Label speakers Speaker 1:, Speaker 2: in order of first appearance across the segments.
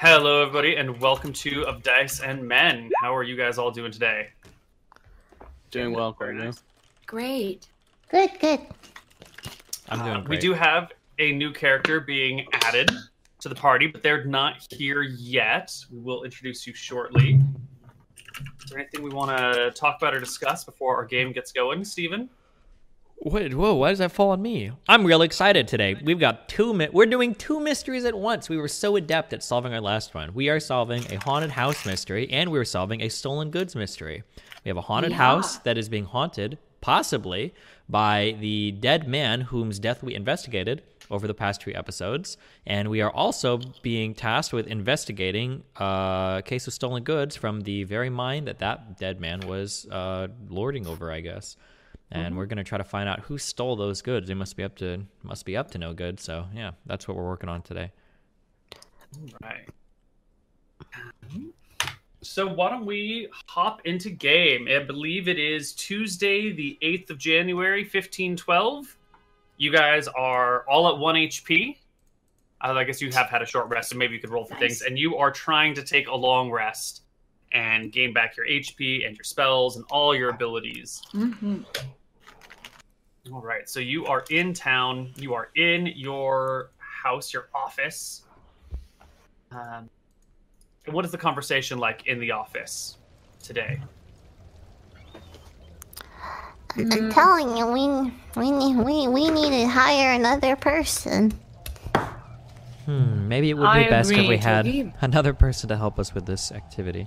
Speaker 1: Hello, everybody, and welcome to Of Dice and Men. How are you guys all doing today?
Speaker 2: Doing well, Courtney.
Speaker 3: Great.
Speaker 4: Good, good.
Speaker 5: I'm doing
Speaker 1: Uh,
Speaker 5: great.
Speaker 1: We do have a new character being added to the party, but they're not here yet. We will introduce you shortly. Is there anything we want to talk about or discuss before our game gets going, Steven?
Speaker 5: Wait, whoa, why does that fall on me? I'm real excited today. We've got two mi- we're doing two mysteries at once. We were so adept at solving our last one. We are solving a haunted house mystery and we're solving a stolen goods mystery. We have a haunted house that is being haunted possibly by the dead man whose death we investigated over the past two episodes, and we are also being tasked with investigating a case of stolen goods from the very mine that that dead man was uh, lording over, I guess and we're gonna try to find out who stole those goods. They must be up to must be up to no good. So yeah, that's what we're working on today.
Speaker 1: Right. So why don't we hop into game? I believe it is Tuesday, the eighth of January, fifteen twelve. You guys are all at one HP. Uh, I guess you have had a short rest, and maybe you could roll for
Speaker 3: Nice.
Speaker 1: things. And you are trying to take a long rest and gain back your HP and your spells and all your abilities.
Speaker 3: Mm-hmm.
Speaker 1: All right, so you are in town. You are in your house, your office. Um, and what is the conversation like in the office today?
Speaker 4: I'm telling you, we we need we, we need to hire another person.
Speaker 5: Hmm, maybe it would be
Speaker 3: I
Speaker 5: best if
Speaker 3: agree,
Speaker 5: we had
Speaker 3: Toby.
Speaker 5: another person to help us with this activity.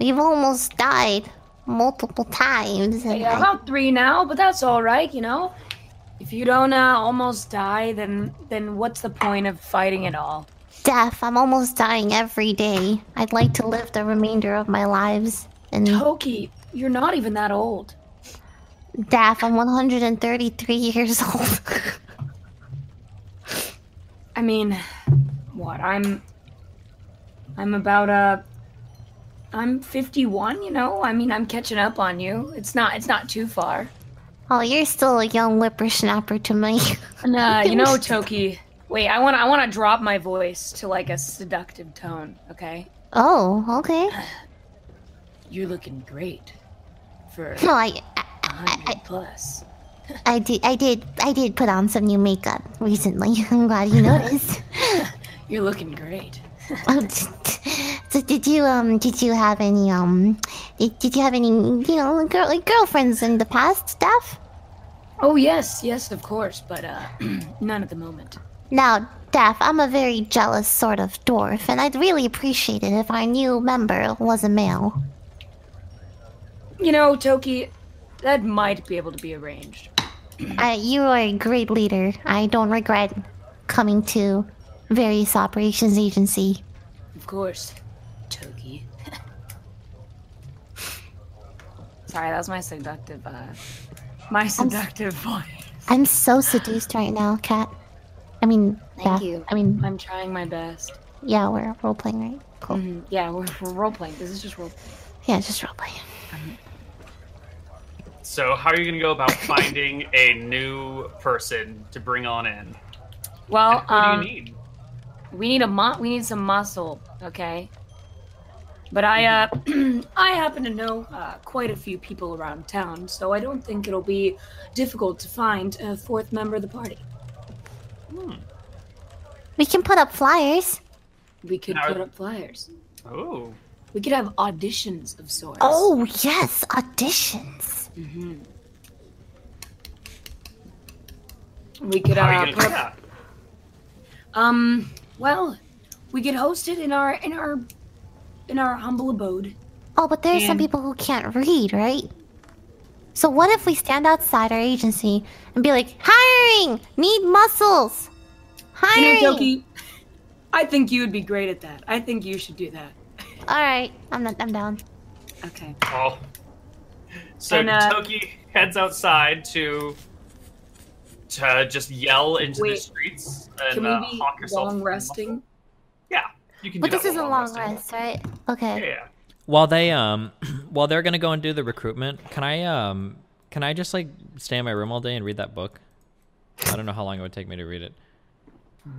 Speaker 4: We've almost died multiple times. and
Speaker 3: Yeah,
Speaker 4: I-
Speaker 3: about three now, but that's all right, you know. If you don't uh, almost die, then then what's the point of fighting at all?
Speaker 4: death. I'm almost dying every day. I'd like to live the remainder of my lives. And
Speaker 3: Toki, you're not even that old.
Speaker 4: death. I'm 133 years old.
Speaker 3: I mean, what? I'm I'm about uh I'm 51, you know. I mean, I'm catching up on you. It's not it's not too far.
Speaker 4: oh, you're still a young whippersnapper to me.
Speaker 3: And uh, you know, Toki. Wait, I want to I want to drop my voice to like a seductive tone, okay?
Speaker 4: oh, okay.
Speaker 3: You're looking great for
Speaker 4: No, I, I
Speaker 3: 100 plus.
Speaker 4: I did I did I did put on some new makeup recently. I'm glad you noticed.
Speaker 3: You're looking great.
Speaker 4: Oh, t- t- so did you um did you have any um did, did you have any you know girl like girlfriends in the past stuff?
Speaker 3: Oh yes, yes, of course, but uh, none at the moment.
Speaker 4: Now, Daph, I'm a very jealous sort of dwarf, and I'd really appreciate it if our new member was a male.
Speaker 3: You know, Toki, that might be able to be arranged.
Speaker 4: Uh, you are a great leader. I don't regret coming to various operations agency.
Speaker 3: Of course, Toki. Sorry, that was my seductive, uh, my seductive voice.
Speaker 4: I'm so seduced right now, Kat. I mean,
Speaker 3: Thank
Speaker 4: Daph.
Speaker 3: you.
Speaker 4: I mean,
Speaker 3: I'm trying my best.
Speaker 4: yeah, we're role playing, right? Cool.
Speaker 3: Mhm, Yeah, we're, we're role playing. This is just role.
Speaker 4: Yeah, just role playing.
Speaker 1: So, how are you going to go about finding a new person to bring on in?
Speaker 3: Well,
Speaker 1: Who
Speaker 3: um,
Speaker 1: do you need?
Speaker 3: We need a mu- we need some muscle, okay? But I uh I happen to know uh, quite a few people around town, so I don't think it'll be difficult to find a fourth member of the party.
Speaker 4: We can put up flyers.
Speaker 3: We could
Speaker 1: Now-
Speaker 3: put up flyers.
Speaker 1: Oh,
Speaker 3: We could have auditions of sorts.
Speaker 4: Oh, yes, auditions.
Speaker 3: we could
Speaker 1: how are
Speaker 3: uh,
Speaker 1: you going to
Speaker 3: put
Speaker 1: do that?
Speaker 3: up, um well, we could host it in our in our in our humble abode.
Speaker 4: Oh, but there are some
Speaker 3: And-
Speaker 4: people who can't read, right? So what if we stand outside our agency and be like, hiring! Need muscles!
Speaker 3: You
Speaker 4: Hiring!
Speaker 3: know, Doki, I think you would be great at that. I think you should do that.
Speaker 4: Alright, I'm not I'm down.
Speaker 3: Okay.
Speaker 1: Oh. So
Speaker 3: And, uh,
Speaker 1: Toki heads outside to to just yell into the
Speaker 3: Wait.
Speaker 1: streets and
Speaker 3: Can
Speaker 1: uh,
Speaker 3: we
Speaker 1: hawk
Speaker 3: be
Speaker 1: yourself.
Speaker 3: long resting?
Speaker 1: Yeah, you can.
Speaker 4: But
Speaker 1: do
Speaker 4: this
Speaker 1: that
Speaker 4: is a
Speaker 1: while
Speaker 4: long
Speaker 1: resting.
Speaker 4: rest, right? Okay.
Speaker 1: Yeah, yeah.
Speaker 5: While they um while they're gonna go and do the recruitment, can I um can I just like stay in my room all day and read that book? I don't know how long it would take me to read it.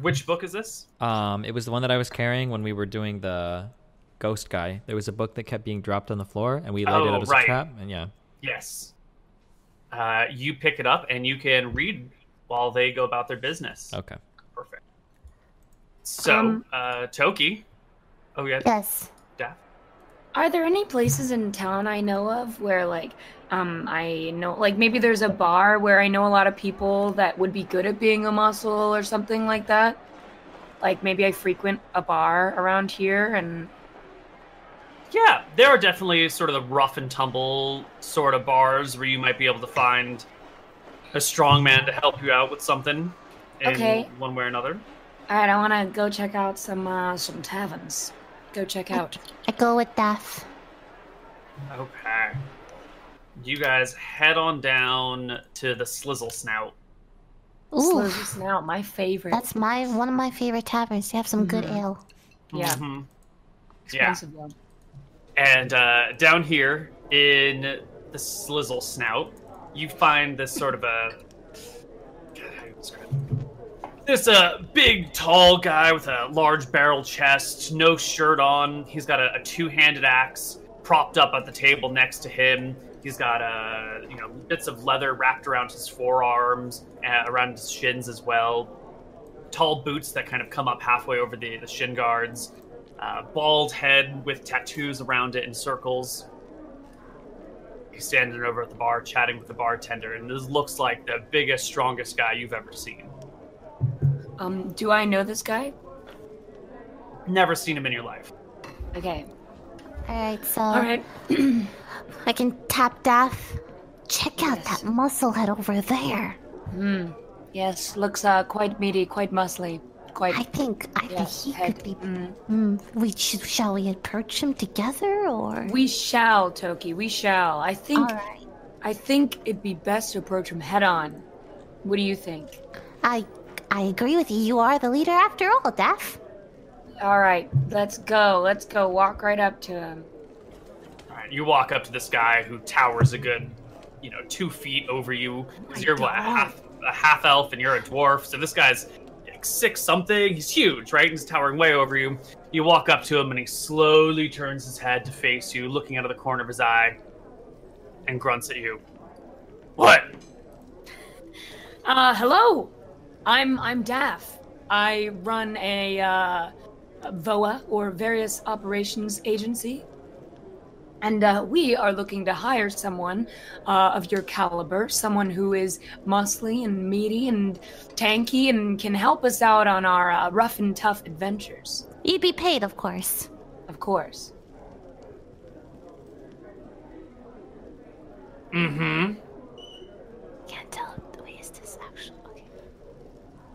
Speaker 1: Which book is this?
Speaker 5: Um, it was the one that I was carrying when we were doing the ghost guy. There was a book that kept being dropped on the floor, and we laid it
Speaker 1: Oh,
Speaker 5: out as
Speaker 1: right.
Speaker 5: a trap. And yeah,
Speaker 1: Yes. Uh, you pick it up and you can read while they go about their business.
Speaker 5: okay.
Speaker 1: Perfect. So,
Speaker 3: Um,
Speaker 1: uh, Toki. Oh, yeah.
Speaker 4: Yes.
Speaker 1: Daph.
Speaker 3: Are there any places in town I know of where like um I know like maybe there's a bar where I know a lot of people that would be good at being a muscle or something like that? Like maybe I frequent a bar around here and
Speaker 1: Yeah, there are definitely sort of the rough and tumble sort of bars where you might be able to find a strong man to help you out with something in
Speaker 3: Okay.
Speaker 1: one way or another.
Speaker 3: all right, I want to go check out some uh some taverns. Go check out.
Speaker 4: I go with Daph.
Speaker 1: Okay. You guys head on down to the Slizzle Snout.
Speaker 4: Ooh,
Speaker 3: Slows us now, my favorite.
Speaker 4: that's my one of my favorite taverns. They have some good
Speaker 3: Mhm.
Speaker 4: ale.
Speaker 3: Yeah.
Speaker 1: Mhm. Yeah.
Speaker 3: expensive one.
Speaker 1: And uh, down here in the Slizzle Snout, you find this sort of a. God, how do you describe it? This uh, big, tall guy with a large barrel chest, no shirt on. He's got a, a two-handed axe propped up at the table next to him. He's got uh, you know bits of leather wrapped around his forearms, uh, around his shins as well. Tall boots that kind of come up halfway over the, the shin guards uh, bald head with tattoos around it in circles. He's standing over at the bar, chatting with the bartender, and this looks like the biggest, strongest guy you've ever seen.
Speaker 3: Um do I know this guy?
Speaker 1: Never seen him in your life.
Speaker 3: Okay.
Speaker 4: All right, so
Speaker 3: All right.
Speaker 4: I can tap Daph. Check out
Speaker 3: Yes.
Speaker 4: that muscle head over there.
Speaker 3: Hmm. Yes, looks uh quite meaty, quite muscly, quite
Speaker 4: I think I
Speaker 3: yes,
Speaker 4: think he
Speaker 3: head.
Speaker 4: could be.
Speaker 3: Mm.
Speaker 4: Mm, we should, shall we approach him together or?
Speaker 3: We shall, Toki. We shall. I think.
Speaker 4: All right.
Speaker 3: I think it'd be best to approach him head on. What do you think?
Speaker 4: I I agree with you. You are the leader after all, Daph.
Speaker 3: All right, let's go. Let's go. Walk right up to him.
Speaker 1: All right, you walk up to this guy who towers a good, you know, two feet over you. 'cause you're what, a half a half elf and you're a dwarf, so this guy's like six something. He's huge, right? He's towering way over you. You walk up to him and he slowly turns his head to face you, looking out of the corner of his eye, and grunts at you. What?
Speaker 3: Uh, hello. I'm I'm Daff. I run a uh, VOA or various operations agency, and uh, we are looking to hire someone uh, of your caliber, someone who is muscly and meaty and tanky and can help us out on our uh, rough and tough adventures.
Speaker 4: You'd be paid, of course.
Speaker 3: Of course.
Speaker 1: Mm-hmm.
Speaker 4: Can't tell. Wait, is this actual? Okay.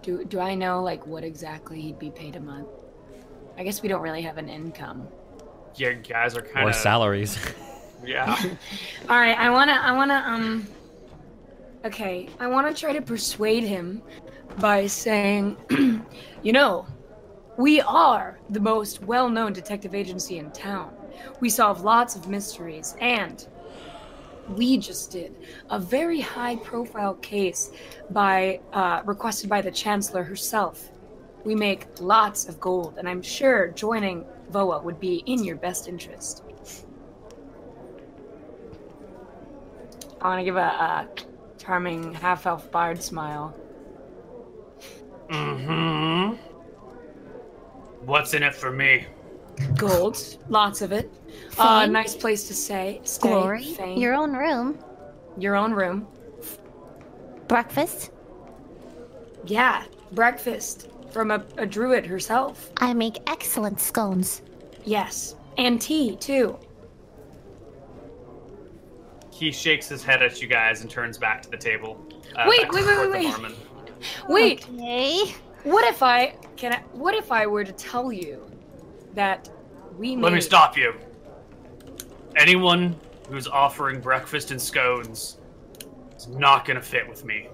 Speaker 3: Do do I know like what exactly he'd be paid a month? I guess we don't really have an income.
Speaker 1: Yeah, guys are kind
Speaker 5: Or
Speaker 1: of
Speaker 5: salaries.
Speaker 1: Yeah.
Speaker 3: All right, I wanna, I wanna, um. Okay, I wanna try to persuade him by saying, you know, we are the most well known detective agency in town. We solve lots of mysteries, and we just did a very high profile case by, uh, requested by the Chancellor herself. We make lots of gold, and I'm sure joining VOA would be in your best interest. I want to give a, uh charming half elf bard smile.
Speaker 1: mm-hmm. What's in it for me?
Speaker 3: Gold, lots of it. Uh,
Speaker 4: Fame.
Speaker 3: nice place to stay. stay
Speaker 4: Glory.
Speaker 3: fame,
Speaker 4: Your own room.
Speaker 3: your own room.
Speaker 4: Breakfast.
Speaker 3: Yeah, breakfast from a, a druid herself.
Speaker 4: I make excellent scones.
Speaker 3: Yes, and tea too.
Speaker 1: He shakes his head at you guys and turns back to the table. Uh,
Speaker 3: Wait,
Speaker 1: back to
Speaker 3: wait, wait,
Speaker 1: Cortha
Speaker 3: wait, wait.
Speaker 1: Norman.
Speaker 3: Wait,
Speaker 4: Okay.
Speaker 3: what if I can? I, what if I were to tell you that we made?
Speaker 1: Let me stop you. Anyone who's offering breakfast and scones is not gonna fit with me.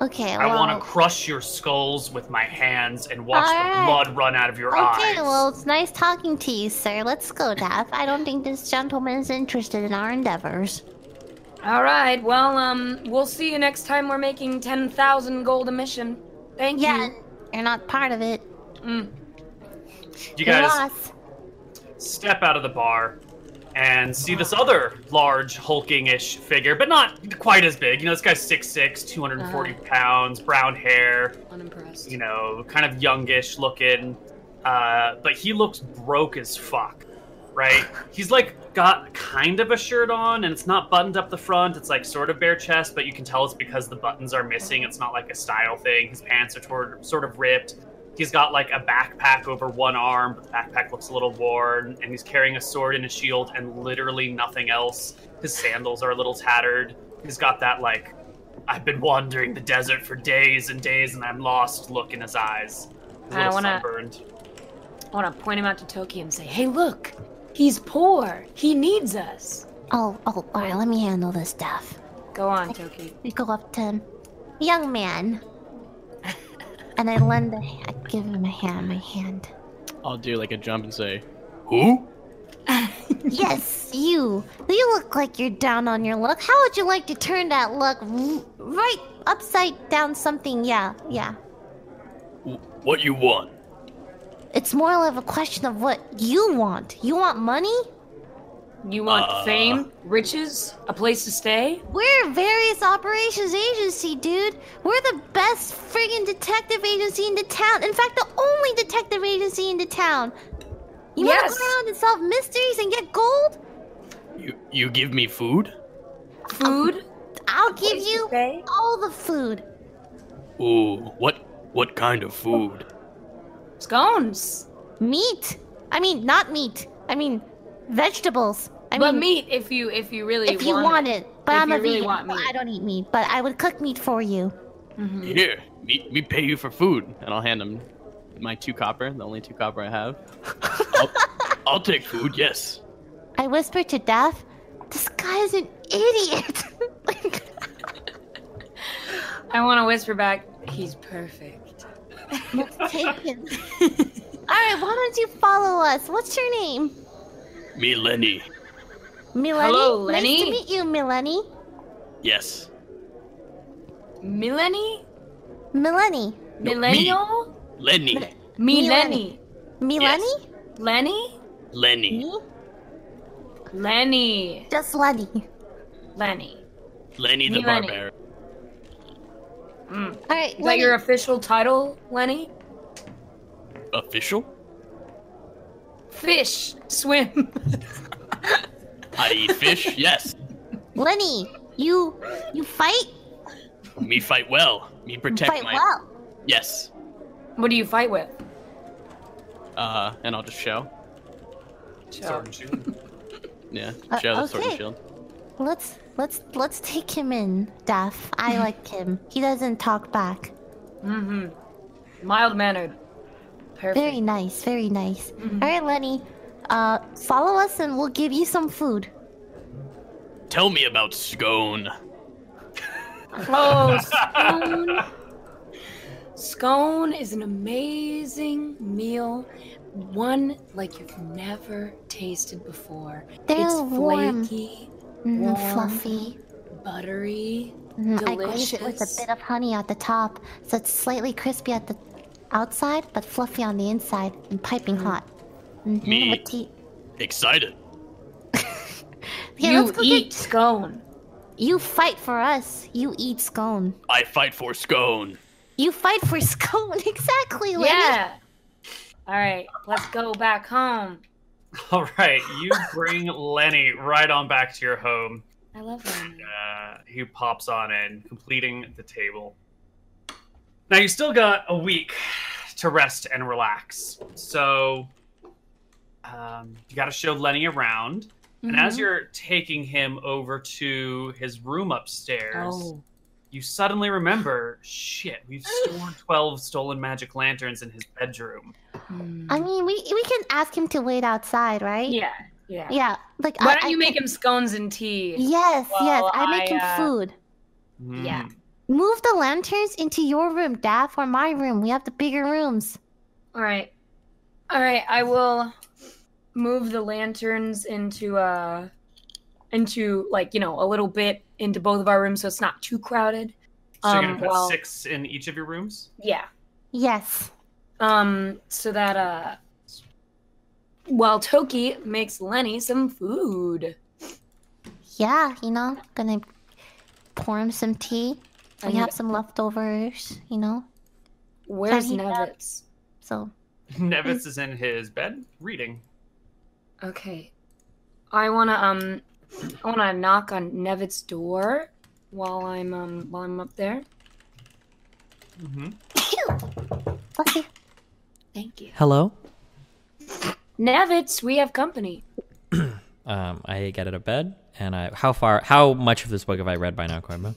Speaker 4: Okay.
Speaker 1: I
Speaker 4: well,
Speaker 1: want to crush your skulls with my hands and watch the
Speaker 4: Alright.
Speaker 1: blood run out of your
Speaker 4: Okay,
Speaker 1: eyes.
Speaker 4: well, it's nice talking to you, sir. Let's go, Daph. I don't think this gentleman is interested in our endeavors.
Speaker 3: All right. Well, um, we'll see you next time. We're making ten thousand gold a mission. Thank
Speaker 4: Yeah,
Speaker 3: you.
Speaker 4: you're not part of it.
Speaker 1: You
Speaker 3: Mm.
Speaker 4: You're
Speaker 1: guys
Speaker 4: lost.
Speaker 1: step out of the bar and see this other large, hulking-ish figure, but not quite as big. You know, this guy's 6'6", 240
Speaker 3: Uh-huh.
Speaker 1: pounds, brown hair,
Speaker 3: Unimpressed.
Speaker 1: you know, kind of youngish looking, uh, but he looks broke as fuck, right? He's like got kind of a shirt on, and it's not buttoned up the front. It's like sort of bare chest, but you can tell it's because the buttons are missing. It's not like a style thing. His pants are toward, sort of ripped. He's got like a backpack over one arm, but the backpack looks a little worn, and he's carrying a sword and a shield and literally nothing else. His sandals are a little tattered. He's got that like I've been wandering the desert for days and days, and I'm lost. Look in his eyes. He's a
Speaker 3: I
Speaker 1: little
Speaker 3: wanna-
Speaker 1: sunburned.
Speaker 3: I want to point him out to Toki and say, hey, look, he's poor. He needs us.
Speaker 4: Oh, oh, all right. Let me handle this stuff.
Speaker 3: Go
Speaker 4: Oh.
Speaker 3: on, Toki.
Speaker 4: You go up to him, young man, and I lend a hand, I give him a hand, my hand.
Speaker 2: I'll do like a jump and say,
Speaker 4: Yes, you. You look like you're down on your luck. How would you like to turn that luck r- right upside down? Something, yeah, yeah.
Speaker 6: What you want?
Speaker 4: It's more of a question of what you want. You want money?
Speaker 3: You want fame, riches, a place to stay?
Speaker 4: We're a various operations agency, dude. We're the best friggin' detective agency in the town. In fact, the only detective agency in the town. You
Speaker 3: Yes.
Speaker 4: wanna go around and solve mysteries and get gold?
Speaker 6: You you give me food?
Speaker 3: Food?
Speaker 4: I'll
Speaker 3: place
Speaker 4: give
Speaker 3: to
Speaker 4: you
Speaker 3: stay?
Speaker 4: all the food.
Speaker 6: Ooh, what what kind of food?
Speaker 3: Scones?
Speaker 4: Meat. I mean, not meat. I mean, vegetables. I
Speaker 3: but
Speaker 4: mean,
Speaker 3: meat if you if you really
Speaker 4: if you want it. But
Speaker 3: If
Speaker 4: I'm
Speaker 3: you
Speaker 4: a
Speaker 3: really
Speaker 4: vegan.
Speaker 3: want
Speaker 4: so
Speaker 3: meat.
Speaker 4: I don't eat meat, but I would cook meat for you. Hmm.
Speaker 2: "Here, me, me pay you for food," and I'll hand him my two copper, the only two copper I have.
Speaker 6: I'll, I'll take food, yes.
Speaker 4: I whispered to Death, "This guy is an idiot." Like,
Speaker 3: I want to whisper back, he's perfect.
Speaker 4: Let's take him. All right, why don't you follow us? What's your name?
Speaker 6: Me Lenny.
Speaker 4: Mileni.
Speaker 3: Hello,
Speaker 4: Nice
Speaker 3: Lenny.
Speaker 4: to meet you, Mileni.
Speaker 6: Yes.
Speaker 3: Millenny?
Speaker 4: Mileni.
Speaker 6: No, me.
Speaker 3: Millennial?
Speaker 6: Lenny.
Speaker 3: Me,
Speaker 4: Me,
Speaker 3: Lenny.
Speaker 4: Mileni?
Speaker 3: Lenny?
Speaker 6: Lenny.
Speaker 4: Me?
Speaker 3: Lenny.
Speaker 4: Just Lenny.
Speaker 3: Lenny.
Speaker 6: Lenny the
Speaker 3: Me Lenny.
Speaker 6: barbarian.
Speaker 4: All right,
Speaker 3: Is that
Speaker 4: Lenny.
Speaker 3: your official title, Lenny?
Speaker 6: Official?
Speaker 3: Fish. Swim.
Speaker 6: I eat fish, yes.
Speaker 4: Lenny, you you fight
Speaker 6: Me fight well. Me protect
Speaker 4: fight
Speaker 6: my
Speaker 4: well.
Speaker 6: Yes.
Speaker 3: what do you fight with?
Speaker 2: Uh, and I'll just show.
Speaker 1: Sword and shield.
Speaker 2: Yeah,
Speaker 4: Uh,
Speaker 2: show the sword and
Speaker 4: okay.
Speaker 2: shield.
Speaker 4: Let's let's let's take him in, Death. I like him. He doesn't talk back.
Speaker 3: Mm-hmm. Mild mannered. Perfect. Mm-hmm.
Speaker 4: Very nice, very nice. All right, Lenny. Uh, follow us and we'll give you some food.
Speaker 6: Tell me about scone.
Speaker 3: Oh, scone. scone is an amazing meal, one like you've never tasted before.
Speaker 4: They're
Speaker 3: it's
Speaker 4: warm.
Speaker 3: flaky,
Speaker 4: Mm,
Speaker 3: Warm.
Speaker 4: fluffy.
Speaker 3: buttery.
Speaker 4: Mm, I glaze it with a
Speaker 3: Delicious.
Speaker 4: bit of honey at the top, so it's slightly crispy at the outside, but fluffy on the inside and piping
Speaker 3: Mm-hmm.
Speaker 4: hot. Mhm,
Speaker 6: Me.
Speaker 4: with tea-
Speaker 6: Excited.
Speaker 4: Yeah,
Speaker 3: you
Speaker 4: let's go
Speaker 3: eat
Speaker 4: get-
Speaker 3: scone.
Speaker 4: You fight for us. You eat scone.
Speaker 6: I fight for scone.
Speaker 4: You fight for scone. Exactly. Lenny.
Speaker 3: Yeah. All right, let's go back home.
Speaker 1: All right, you bring Lenny right on back to your home.
Speaker 3: I love ramen.
Speaker 1: Uh, he pops on in, completing the table. Now you still got a week to rest and relax, so um, you got to show Lenny around. And as
Speaker 3: Mhm.
Speaker 1: you're taking him over to his room upstairs,
Speaker 3: oh,
Speaker 1: you suddenly remember, shit, we've stored twelve stolen magic lanterns in his bedroom.
Speaker 3: mm.
Speaker 4: I mean, we we can ask him to wait outside, right?
Speaker 3: yeah, yeah.
Speaker 4: Yeah. Like
Speaker 3: Why
Speaker 4: I,
Speaker 3: don't
Speaker 4: I
Speaker 3: you
Speaker 4: can-
Speaker 3: make him scones and tea?
Speaker 4: Yes, yes.
Speaker 3: Well,
Speaker 4: I make him
Speaker 3: I, uh,
Speaker 4: food.
Speaker 3: Yeah.
Speaker 1: Mm.
Speaker 4: Move the lanterns into your room, Daff, or my room. We have the bigger rooms.
Speaker 3: All right. All right, I will move the lanterns into uh into like, you know, a little bit into both of our rooms so it's not too crowded.
Speaker 1: So you're
Speaker 3: Um,
Speaker 1: gonna put
Speaker 3: well-
Speaker 1: six in each of your rooms.
Speaker 3: Yeah.
Speaker 4: Yes.
Speaker 3: Um, so that uh while Toki makes Lenny some food.
Speaker 4: Yeah, you know, gonna pour him some tea. We
Speaker 3: And
Speaker 4: have some leftovers, you know.
Speaker 3: where's
Speaker 4: Lenny has-
Speaker 3: Nevitz?
Speaker 4: So
Speaker 1: Nevis is in his bed reading.
Speaker 3: Okay. I wanna um I wanna knock on Nevitt's door while I'm um while I'm up there.
Speaker 1: hmm
Speaker 4: okay.
Speaker 3: Thank you.
Speaker 5: Hello.
Speaker 3: Nevitz, we have company.
Speaker 5: Um, I get out of bed and I. How far? How much of this book have I read by now, Corma?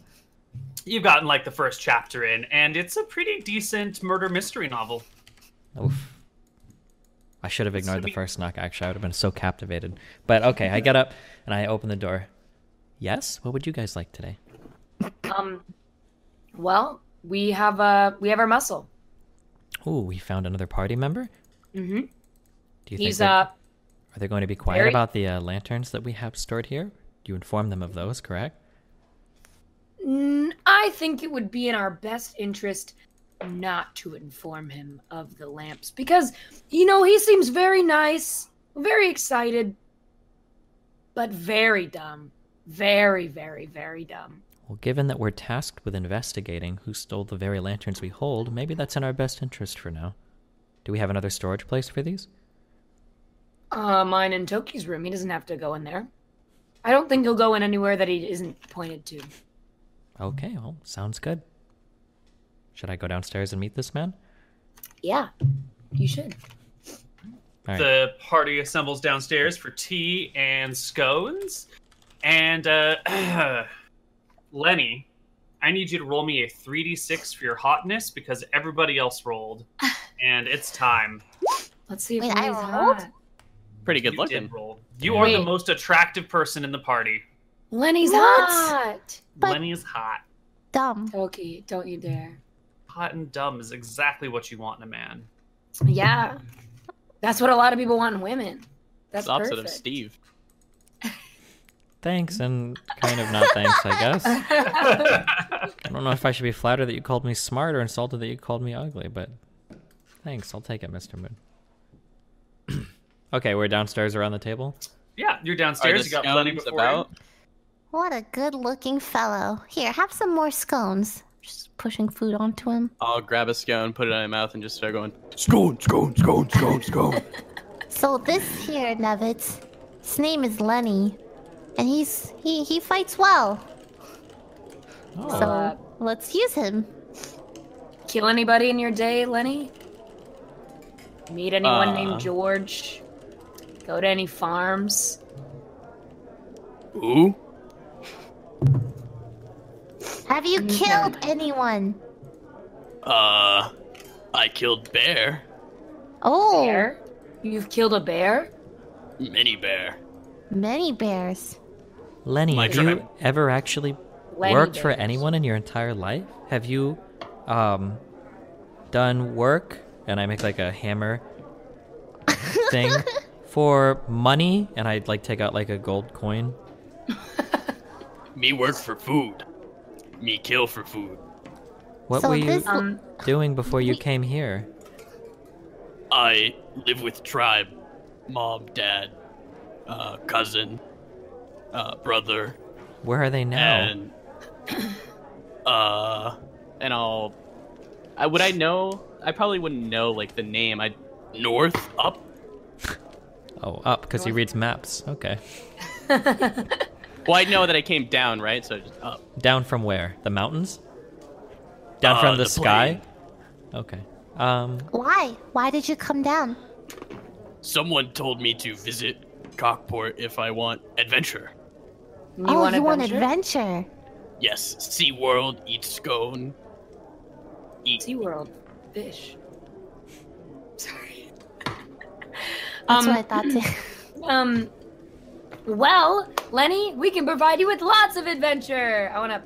Speaker 1: You've gotten like the first chapter in, and it's a pretty decent murder mystery novel.
Speaker 5: Oof. I should have ignored the
Speaker 1: be-
Speaker 5: first knock. Actually, I would have been so captivated. But okay, I get up and I open the door. Yes. What would you guys like today?
Speaker 3: Um well, we have uh we have our muscle.
Speaker 5: Ooh, we found another party member.
Speaker 3: Mm-hmm.
Speaker 5: Do you think
Speaker 3: He's
Speaker 5: they-
Speaker 3: uh
Speaker 5: are they going to be quiet
Speaker 3: very-
Speaker 5: about the uh, lanterns that we have stored here? You inform them of those, correct?
Speaker 3: Mm, I think it would be in our best interest not to inform him of the lamps because, you know, he seems very nice, very excited, but very dumb. Very, very, very dumb.
Speaker 5: Well, given that we're tasked with investigating who stole the very lanterns we hold, maybe that's in our best interest for now. Do we have another storage place for these?
Speaker 3: Uh, mine in Toki's room. He doesn't have to go in there. I don't think he'll go in anywhere that he isn't pointed to.
Speaker 5: Okay, well, sounds good. Should I go downstairs and meet this man?
Speaker 3: Yeah, you should.
Speaker 5: All right.
Speaker 1: The party assembles downstairs for tea and scones. And uh, Lenny, I need you to roll me a 3d6 for your hotness because everybody else rolled. And it's time.
Speaker 3: Let's see if he's
Speaker 4: Wait, I rolled?
Speaker 3: hot.
Speaker 2: Pretty good
Speaker 1: you
Speaker 2: looking.
Speaker 1: Did roll. You are the
Speaker 3: Wait.
Speaker 1: most attractive person in the party.
Speaker 3: Lenny's
Speaker 4: What?
Speaker 3: hot.
Speaker 4: But-
Speaker 1: Lenny is hot.
Speaker 4: dumb.
Speaker 3: Toki, don't you dare.
Speaker 1: Hot and dumb is exactly what you want in a man.
Speaker 3: Yeah. That's what a lot of people want in women. That's
Speaker 2: It's the opposite
Speaker 3: perfect.
Speaker 2: of Steve.
Speaker 5: Thanks, and kind of not thanks, I guess. I don't know if I should be flattered that you called me smart or insulted that you called me ugly, but thanks, I'll take it, Mr. Moon. okay, we're downstairs around the table.
Speaker 1: yeah, you're
Speaker 2: Are
Speaker 1: downstairs.
Speaker 2: the
Speaker 1: You got Lenny
Speaker 2: scones
Speaker 1: before.
Speaker 2: about?
Speaker 1: you.
Speaker 4: What a good looking fellow. Here, have some more scones. Just pushing food onto him.
Speaker 2: I'll grab a scone, put it in my mouth, and just start going.
Speaker 6: Scone, scone, scone, scone, scone.
Speaker 4: So this here, Nevitz, his name is Lenny. And he's he he fights well.
Speaker 5: Oh,
Speaker 4: So
Speaker 3: Uh,
Speaker 4: let's use him.
Speaker 3: Kill anybody in your day, Lenny? Meet anyone
Speaker 2: Uh.
Speaker 3: named George? Go to any farms?
Speaker 6: Ooh.
Speaker 4: Have you
Speaker 3: Okay.
Speaker 4: killed anyone?
Speaker 2: Uh, I killed bear,
Speaker 4: Oh
Speaker 3: Bear? You've killed a bear?
Speaker 2: mini bear.
Speaker 4: many bears.
Speaker 5: Lenny,
Speaker 2: My
Speaker 5: have
Speaker 2: turn.
Speaker 5: you ever actually
Speaker 3: Lenny
Speaker 5: worked for
Speaker 3: bears.
Speaker 5: anyone in your entire life? Have you um done work and I make like a hammer thing for money and I'd like take out like a gold coin?
Speaker 6: Me work for food. Me kill for food.
Speaker 5: What
Speaker 4: So
Speaker 5: were you
Speaker 4: this-
Speaker 3: Um,
Speaker 5: doing before you came here?
Speaker 6: I live with tribe, mom, dad, uh, cousin, uh, brother,
Speaker 5: Where are they now?
Speaker 6: and uh,
Speaker 2: And I'll. I, would I know? I probably wouldn't know like the name. I
Speaker 6: north up.
Speaker 5: Oh, up because he reads maps. Okay.
Speaker 2: well, I know that I came down, right? So just up.
Speaker 5: Down from where? The mountains? Down
Speaker 6: Uh,
Speaker 5: from the,
Speaker 6: the
Speaker 5: sky? Okay. Um
Speaker 4: Why? Why did you come down?
Speaker 6: Someone told me to visit Cockport if I want adventure.
Speaker 3: you
Speaker 4: oh,
Speaker 3: want
Speaker 4: you want
Speaker 3: adventure?
Speaker 4: adventure?
Speaker 6: Yes, Sea World, eat scone, eat
Speaker 3: SeaWorld. Fish. Sorry.
Speaker 4: That's
Speaker 3: um,
Speaker 4: what I thought too.
Speaker 3: Um. Well, Lenny, we can provide you with lots of adventure. I want to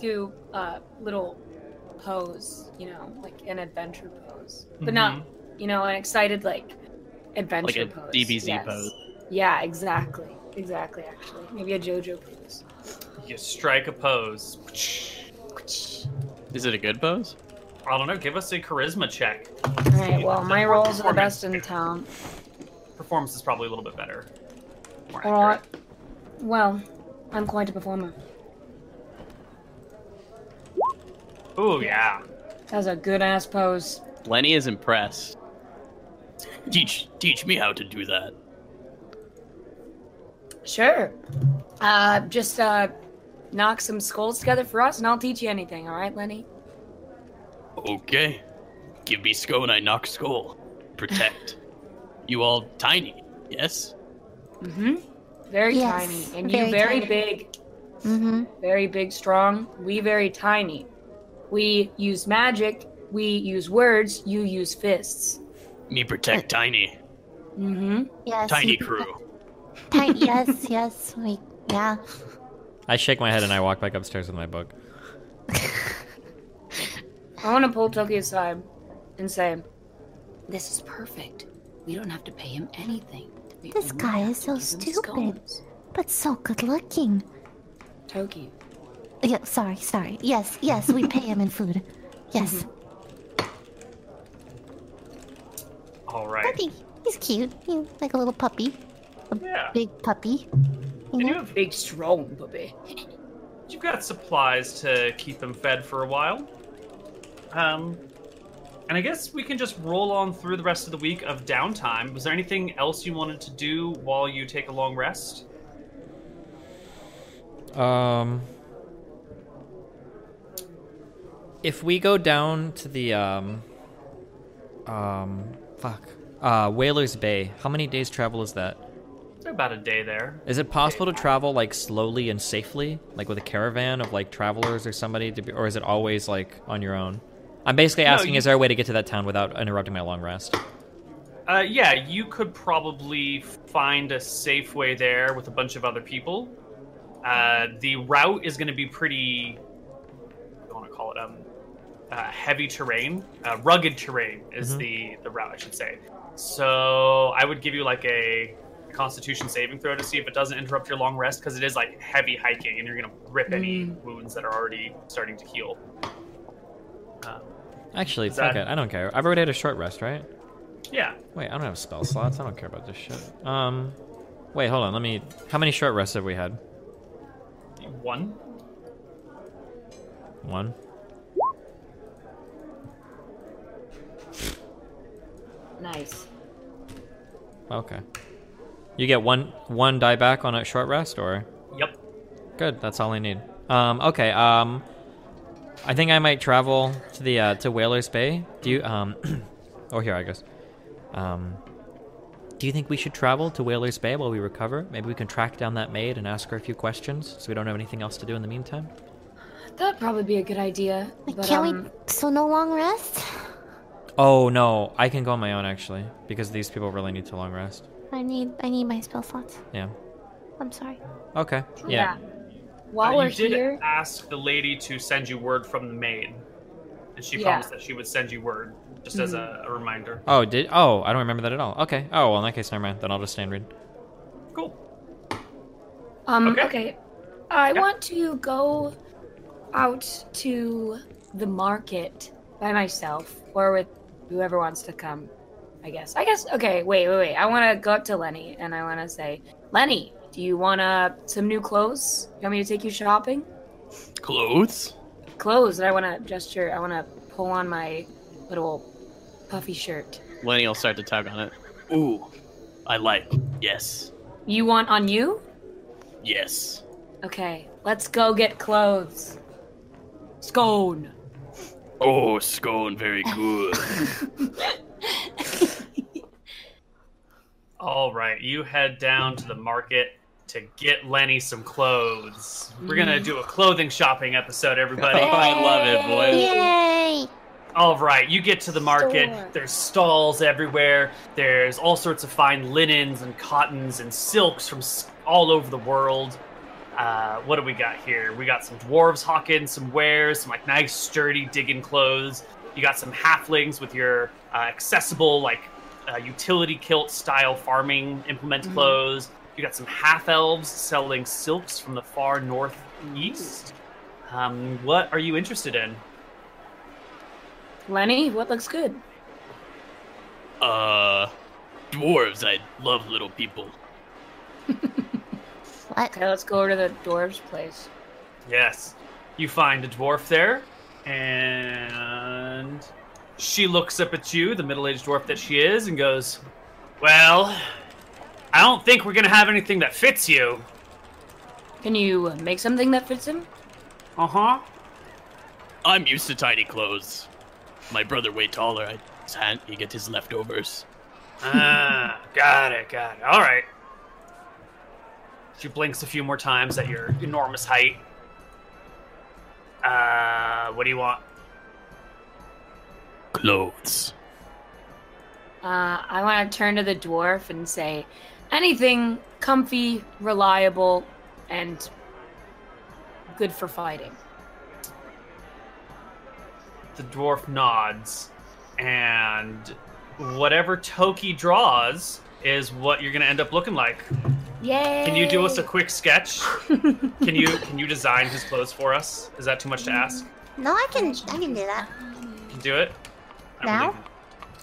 Speaker 3: do a little pose, you know, like an adventure pose, but not,
Speaker 1: Mm-hmm.
Speaker 3: you know, an excited like adventure
Speaker 2: Like a
Speaker 3: pose.
Speaker 2: DBZ pose.
Speaker 3: Yeah, exactly, exactly.
Speaker 1: Mm-hmm.
Speaker 3: Actually, maybe a JoJo pose.
Speaker 1: You strike a pose.
Speaker 2: Is it a good pose?
Speaker 1: I don't know. Give us a charisma check.
Speaker 3: All right. Well, my rolls are the best in town.
Speaker 1: Performance is probably a little bit better. More
Speaker 3: All right.
Speaker 1: accurate.
Speaker 3: Well, I'm quite a performer.
Speaker 1: Ooh, yeah.
Speaker 3: That's a good ass pose.
Speaker 2: Lenny is impressed.
Speaker 6: Teach teach me how to do that.
Speaker 3: Sure. Uh, just uh, knock some skulls together for us, and I'll teach you anything. All right, Lenny.
Speaker 6: Okay. Give me skull and I knock skull. Protect. you all tiny, yes?
Speaker 3: Mm-hmm. Very
Speaker 4: Yes,
Speaker 3: tiny, and you very
Speaker 4: very tiny.
Speaker 3: big,
Speaker 4: Mm-hmm.
Speaker 3: very big, strong. We very tiny. We use magic. We use words. You use fists.
Speaker 6: Me protect tiny.
Speaker 3: Mm-hmm.
Speaker 4: Yes.
Speaker 6: Tiny
Speaker 4: you-
Speaker 6: crew.
Speaker 4: Tiny. Yes. Yes. We. Yeah.
Speaker 5: I shake my head and I walk back upstairs with my book.
Speaker 3: I want to pull Toki aside and say, "This is perfect. We don't have to pay him anything. We
Speaker 4: This
Speaker 3: only
Speaker 4: guy
Speaker 3: have
Speaker 4: is
Speaker 3: to
Speaker 4: so
Speaker 3: give him
Speaker 4: stupid.
Speaker 3: scones."
Speaker 4: But so good looking.
Speaker 3: Toki,
Speaker 4: Yeah, sorry, sorry. Yes, yes, we pay him in food. Yes.
Speaker 3: Mm-hmm.
Speaker 1: All
Speaker 4: I
Speaker 1: right.
Speaker 4: think he's cute. He's like a little puppy.
Speaker 1: Yeah.
Speaker 4: Big puppy.
Speaker 1: And you have,
Speaker 3: big strong puppy.
Speaker 1: you've got supplies to keep him fed for a while. Um, and I guess we can just roll on through the rest of the week of downtime. Was there anything else you wanted to do while you take a long rest?
Speaker 5: Um, if we go down to the um, um, fuck, uh, Whalers Bay, how many days travel is that?
Speaker 1: About a day there.
Speaker 5: Is it possible to travel like slowly and safely, like with a caravan of like travelers or somebody, to be, or is it always like on your own? I'm basically asking:
Speaker 1: you-
Speaker 5: Is there a way to get to that town without interrupting my long rest?
Speaker 1: Uh, yeah, you could probably find a safe way there with a bunch of other people. Uh, the route is going to be pretty. I want to call it um, uh, heavy terrain, uh, rugged terrain is the the route I should say. So I would give you like a Constitution saving throw to see if it doesn't interrupt your long rest because it is like heavy hiking and you're going to rip any wounds that are already starting to heal. Um,
Speaker 5: Actually,
Speaker 1: Is that-
Speaker 5: fuck it. I don't care. I've already had a short rest, right?
Speaker 1: yeah,
Speaker 5: Wait, I don't have spell slots. I don't care about this shit. Um, wait, hold on. Let me. How many short rests have we had?
Speaker 1: one.
Speaker 5: One.
Speaker 3: Nice.
Speaker 5: Okay. You get one one die back on a short rest, or
Speaker 1: Yep.
Speaker 5: good. That's all I need. Um, okay. Um, I think I might travel to the uh, to Whalers Bay. Do you um, or here I guess. Um, do you think we should travel to Whalers Bay while we recover? Maybe we can track down that maid and ask her a few questions, so we don't have anything else to do in the meantime.
Speaker 3: That'd probably be a good idea. But,
Speaker 4: Can
Speaker 3: um,
Speaker 4: we? So no long rest.
Speaker 5: Oh no, I can go on my own actually, because these people really need to long rest.
Speaker 4: I need, I need my spell slots.
Speaker 5: Yeah.
Speaker 4: I'm sorry.
Speaker 5: Okay.
Speaker 3: Yeah.
Speaker 5: Yeah.
Speaker 3: While
Speaker 1: Uh,
Speaker 3: we're
Speaker 1: you did
Speaker 3: here,
Speaker 1: ask the lady to send you word from the maid, and she
Speaker 3: Yeah. Mm-hmm.
Speaker 1: promised that she would send you word just as a, a reminder.
Speaker 5: Oh, did oh, I don't remember that at all. Okay. Oh well, in that case, never mind. Then I'll just stand read.
Speaker 1: Cool.
Speaker 3: um,
Speaker 1: okay.
Speaker 3: okay, I
Speaker 1: Yeah.
Speaker 3: want to go out to the market by myself or with whoever wants to come. I guess. I guess. Okay. Wait. Wait. Wait. I want to go up to Lenny and I want to say, Lenny, do you want uh, some new clothes? You want me to take you shopping?
Speaker 6: Clothes?
Speaker 3: Clothes. And I want to gesture. I want to pull on my little puffy shirt.
Speaker 2: Lenny will start to tug on it.
Speaker 6: Ooh. I like. Yes.
Speaker 3: You want on you?
Speaker 6: Yes.
Speaker 3: Okay, let's go get clothes. Scone.
Speaker 6: Oh, scone, very good.
Speaker 1: All right, you head down to the market to get Lenny some clothes. We're
Speaker 3: Mm-hmm.
Speaker 1: gonna do a clothing shopping episode, everybody.
Speaker 2: Oh, I love it,
Speaker 6: Uh,
Speaker 2: boy.
Speaker 4: Yay!
Speaker 1: All right, you get to the market.
Speaker 3: Store.
Speaker 1: There's stalls everywhere. There's all sorts of fine linens and cottons and silks from s- all over the world. Uh, what do we got here? We got some dwarves hawking some wares, some like nice sturdy digging clothes. You got some halflings with your uh, accessible like uh, utility kilt style farming implement clothes. You got some half elves selling silks from the far northeast. Um, what are you interested in?
Speaker 3: Lenny, what looks good?
Speaker 6: Uh, dwarves. I love little people.
Speaker 4: What?
Speaker 3: Okay, let's go over to the dwarves' place.
Speaker 1: Yes. You find a dwarf there, and she looks up at you, the middle aged dwarf that she is, and goes, Well, I don't think we're going to have anything that fits you.
Speaker 3: Can you uh, make something that fits him?
Speaker 1: Uh huh.
Speaker 6: I'm used to tiny clothes. My brother way taller. I can't. He gets his leftovers.
Speaker 1: Ah, got it, got it. All right. She blinks a few more times at your enormous height. Uh, what do you want?
Speaker 6: Clothes.
Speaker 3: Uh, I want to turn to the dwarf and say, anything comfy, reliable, and good for fighting.
Speaker 1: The dwarf nods, and whatever Toki draws is what you're gonna end up looking like.
Speaker 4: Yay!
Speaker 1: Can you do us a quick sketch? can you can you design his clothes for us? Is that too much to ask?
Speaker 4: No, I can. I can do that.
Speaker 1: Can do it? I don't
Speaker 4: Now?
Speaker 1: think-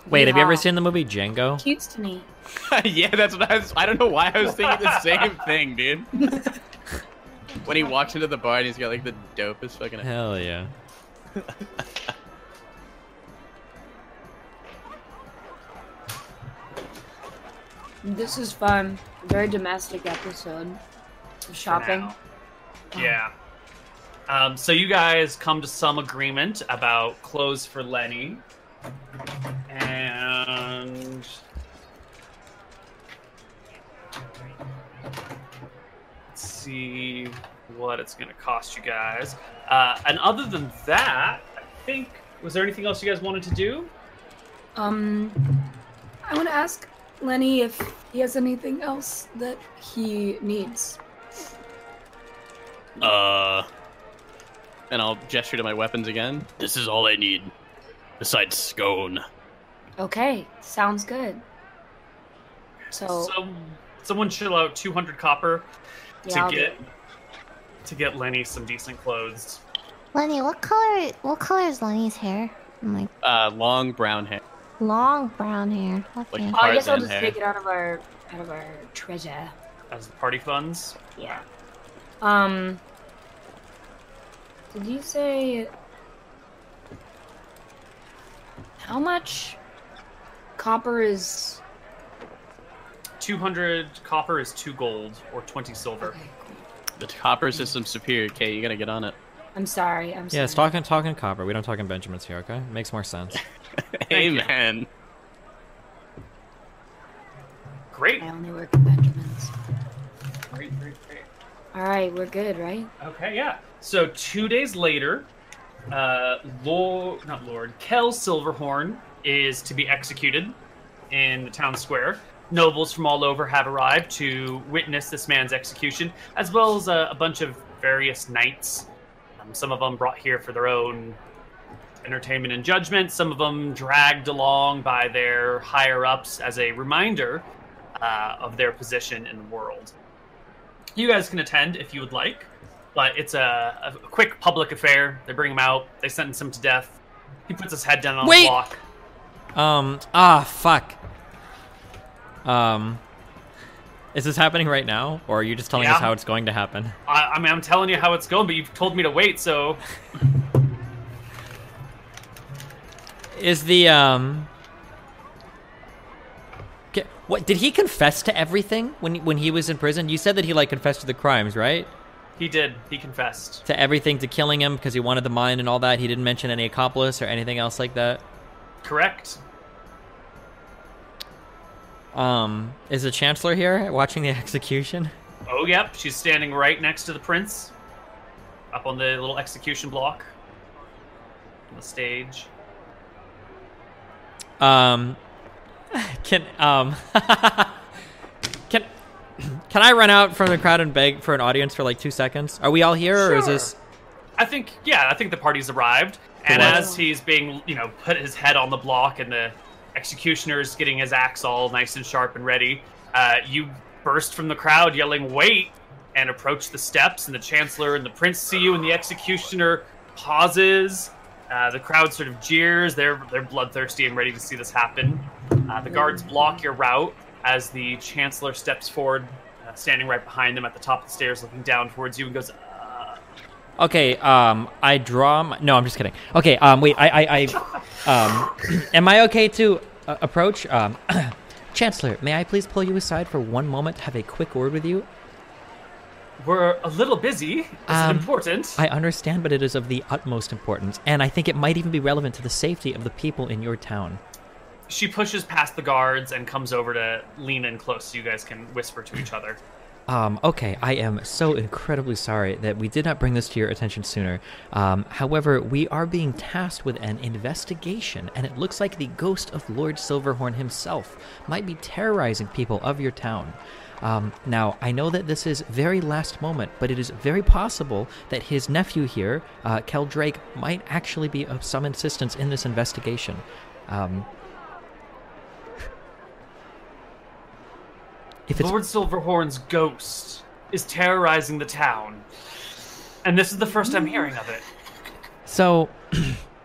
Speaker 5: Wait, have you ever
Speaker 3: Yeah.
Speaker 5: seen the movie Django?
Speaker 3: Cute's to me.
Speaker 2: yeah, that's what I was. I don't know why I was thinking the same thing, dude. when he walks into the bar and he's got like the dopest fucking.
Speaker 5: Hell yeah.
Speaker 3: This is fun. Very domestic episode. Of
Speaker 1: for
Speaker 3: shopping.
Speaker 1: now. Yeah. Um, so you guys come to some agreement about clothes for Lenny, and let's see what it's going to cost you guys. Uh, and other than that, I think was there anything else you guys wanted to do?
Speaker 3: Um, I want to ask Lenny if he has anything else that he needs.
Speaker 6: Uh,
Speaker 2: And I'll gesture to my weapons again.
Speaker 6: this is all I need. Besides scone.
Speaker 3: Okay, sounds good. So,
Speaker 1: So someone shell out 200 copper to
Speaker 3: yeah, I'll do
Speaker 1: get
Speaker 3: it.
Speaker 1: to get Lenny some decent clothes.
Speaker 4: Lenny, what color? What color is Lenny's hair? I'm like
Speaker 2: Uh, long brown hair.
Speaker 4: long brown hair. Okay.
Speaker 3: Oh, I guess I'll
Speaker 2: Tarzan
Speaker 3: just
Speaker 2: hair.
Speaker 3: take it out of our out of our treasure.
Speaker 1: As party funds,
Speaker 3: Yeah. Um. Did you say how much copper is?
Speaker 1: 200 copper is 2 gold or 20 silver.
Speaker 3: Okay, cool.
Speaker 2: The copper system's superior. Okay, you gotta get on it.
Speaker 3: I'm sorry. I'm sorry.
Speaker 5: Yeah, it's talking talking copper. We don't talk in Benjamins here, okay? Makes more sense.
Speaker 2: Amen.
Speaker 1: Great.
Speaker 3: I only work in Benjamin's.
Speaker 1: Great, great, great.
Speaker 3: All right, we're good, right?
Speaker 1: Okay, yeah. So 2 days later, uh Lord not Lord, Kel Silverhorn is to be executed in the town square. Nobles from all over have arrived to witness this man's execution, as well as a, a bunch of various knights. Um, some of them brought here for their own entertainment and judgment, some of them dragged along by their higher ups as a reminder uh, of their position in the world. You guys can attend if you would like, but it's a, a quick public affair. They bring him out, they sentence him to death. He puts his head down on
Speaker 5: Wait!
Speaker 1: the block.
Speaker 5: Um ah fuck. Um Is this happening right now? Or are you just telling
Speaker 1: Yeah.
Speaker 5: us how it's going to happen?
Speaker 1: I, I mean, I'm telling you how it's going, but you've told me to wait, so
Speaker 5: Is the um Ca- what did he confess to everything when when he was in prison? You said that he like confessed to the crimes, right?
Speaker 1: he did. He confessed.
Speaker 5: To everything, to killing him because he wanted the mine and all that. He didn't mention any accomplice or anything else like that.
Speaker 1: Correct.
Speaker 5: Um, is the chancellor here watching the execution?
Speaker 1: Oh, yep. She's standing right next to the prince, up on the little execution block, on the stage.
Speaker 5: Um, can um, can can I run out from the crowd and beg for an audience for like two seconds? Are we all here, or is
Speaker 1: Sure.
Speaker 5: this?
Speaker 1: I think, yeah, I think the party's arrived. And
Speaker 5: what?
Speaker 1: as he's being, you know, put his head on the block and the executioner's getting his axe all nice and sharp and ready, uh, you burst from the crowd yelling, wait, and approach the steps. And the chancellor and the prince see you, and the executioner pauses Uh, the crowd sort of jeers. They're they're bloodthirsty and ready to see this happen. Uh, the guards block your route as the chancellor steps forward, uh, standing right behind them at the top of the stairs, looking down towards you, and goes, uh,
Speaker 5: Okay, um, I draw. My, no, I'm just kidding. Okay, um, wait, I, I, I um, am I okay to uh, approach? Um, Chancellor, may I please pull you aside for one moment to have a quick word with you?
Speaker 1: "We're a little busy. Is
Speaker 5: Um,
Speaker 1: it important?"
Speaker 5: I understand, but it is of the utmost importance, and I think it might even be relevant to the safety of the people in your town.
Speaker 1: she pushes past the guards and comes over to lean in close so you guys can whisper to each other.
Speaker 5: Um, okay, I am so incredibly sorry that we did not bring this to your attention sooner. Um, however, we are being tasked with an investigation, and it looks like the ghost of Lord Silverhorn himself might be terrorizing people of your town. Um, now, I know that this is very last moment, but it is very possible that his nephew here, uh, Kel Drake, might actually be of some assistance in this investigation. Um, if it's
Speaker 1: Lord Silverhorn's ghost is terrorizing the town. And this is the first I'm hearing of it.
Speaker 5: So,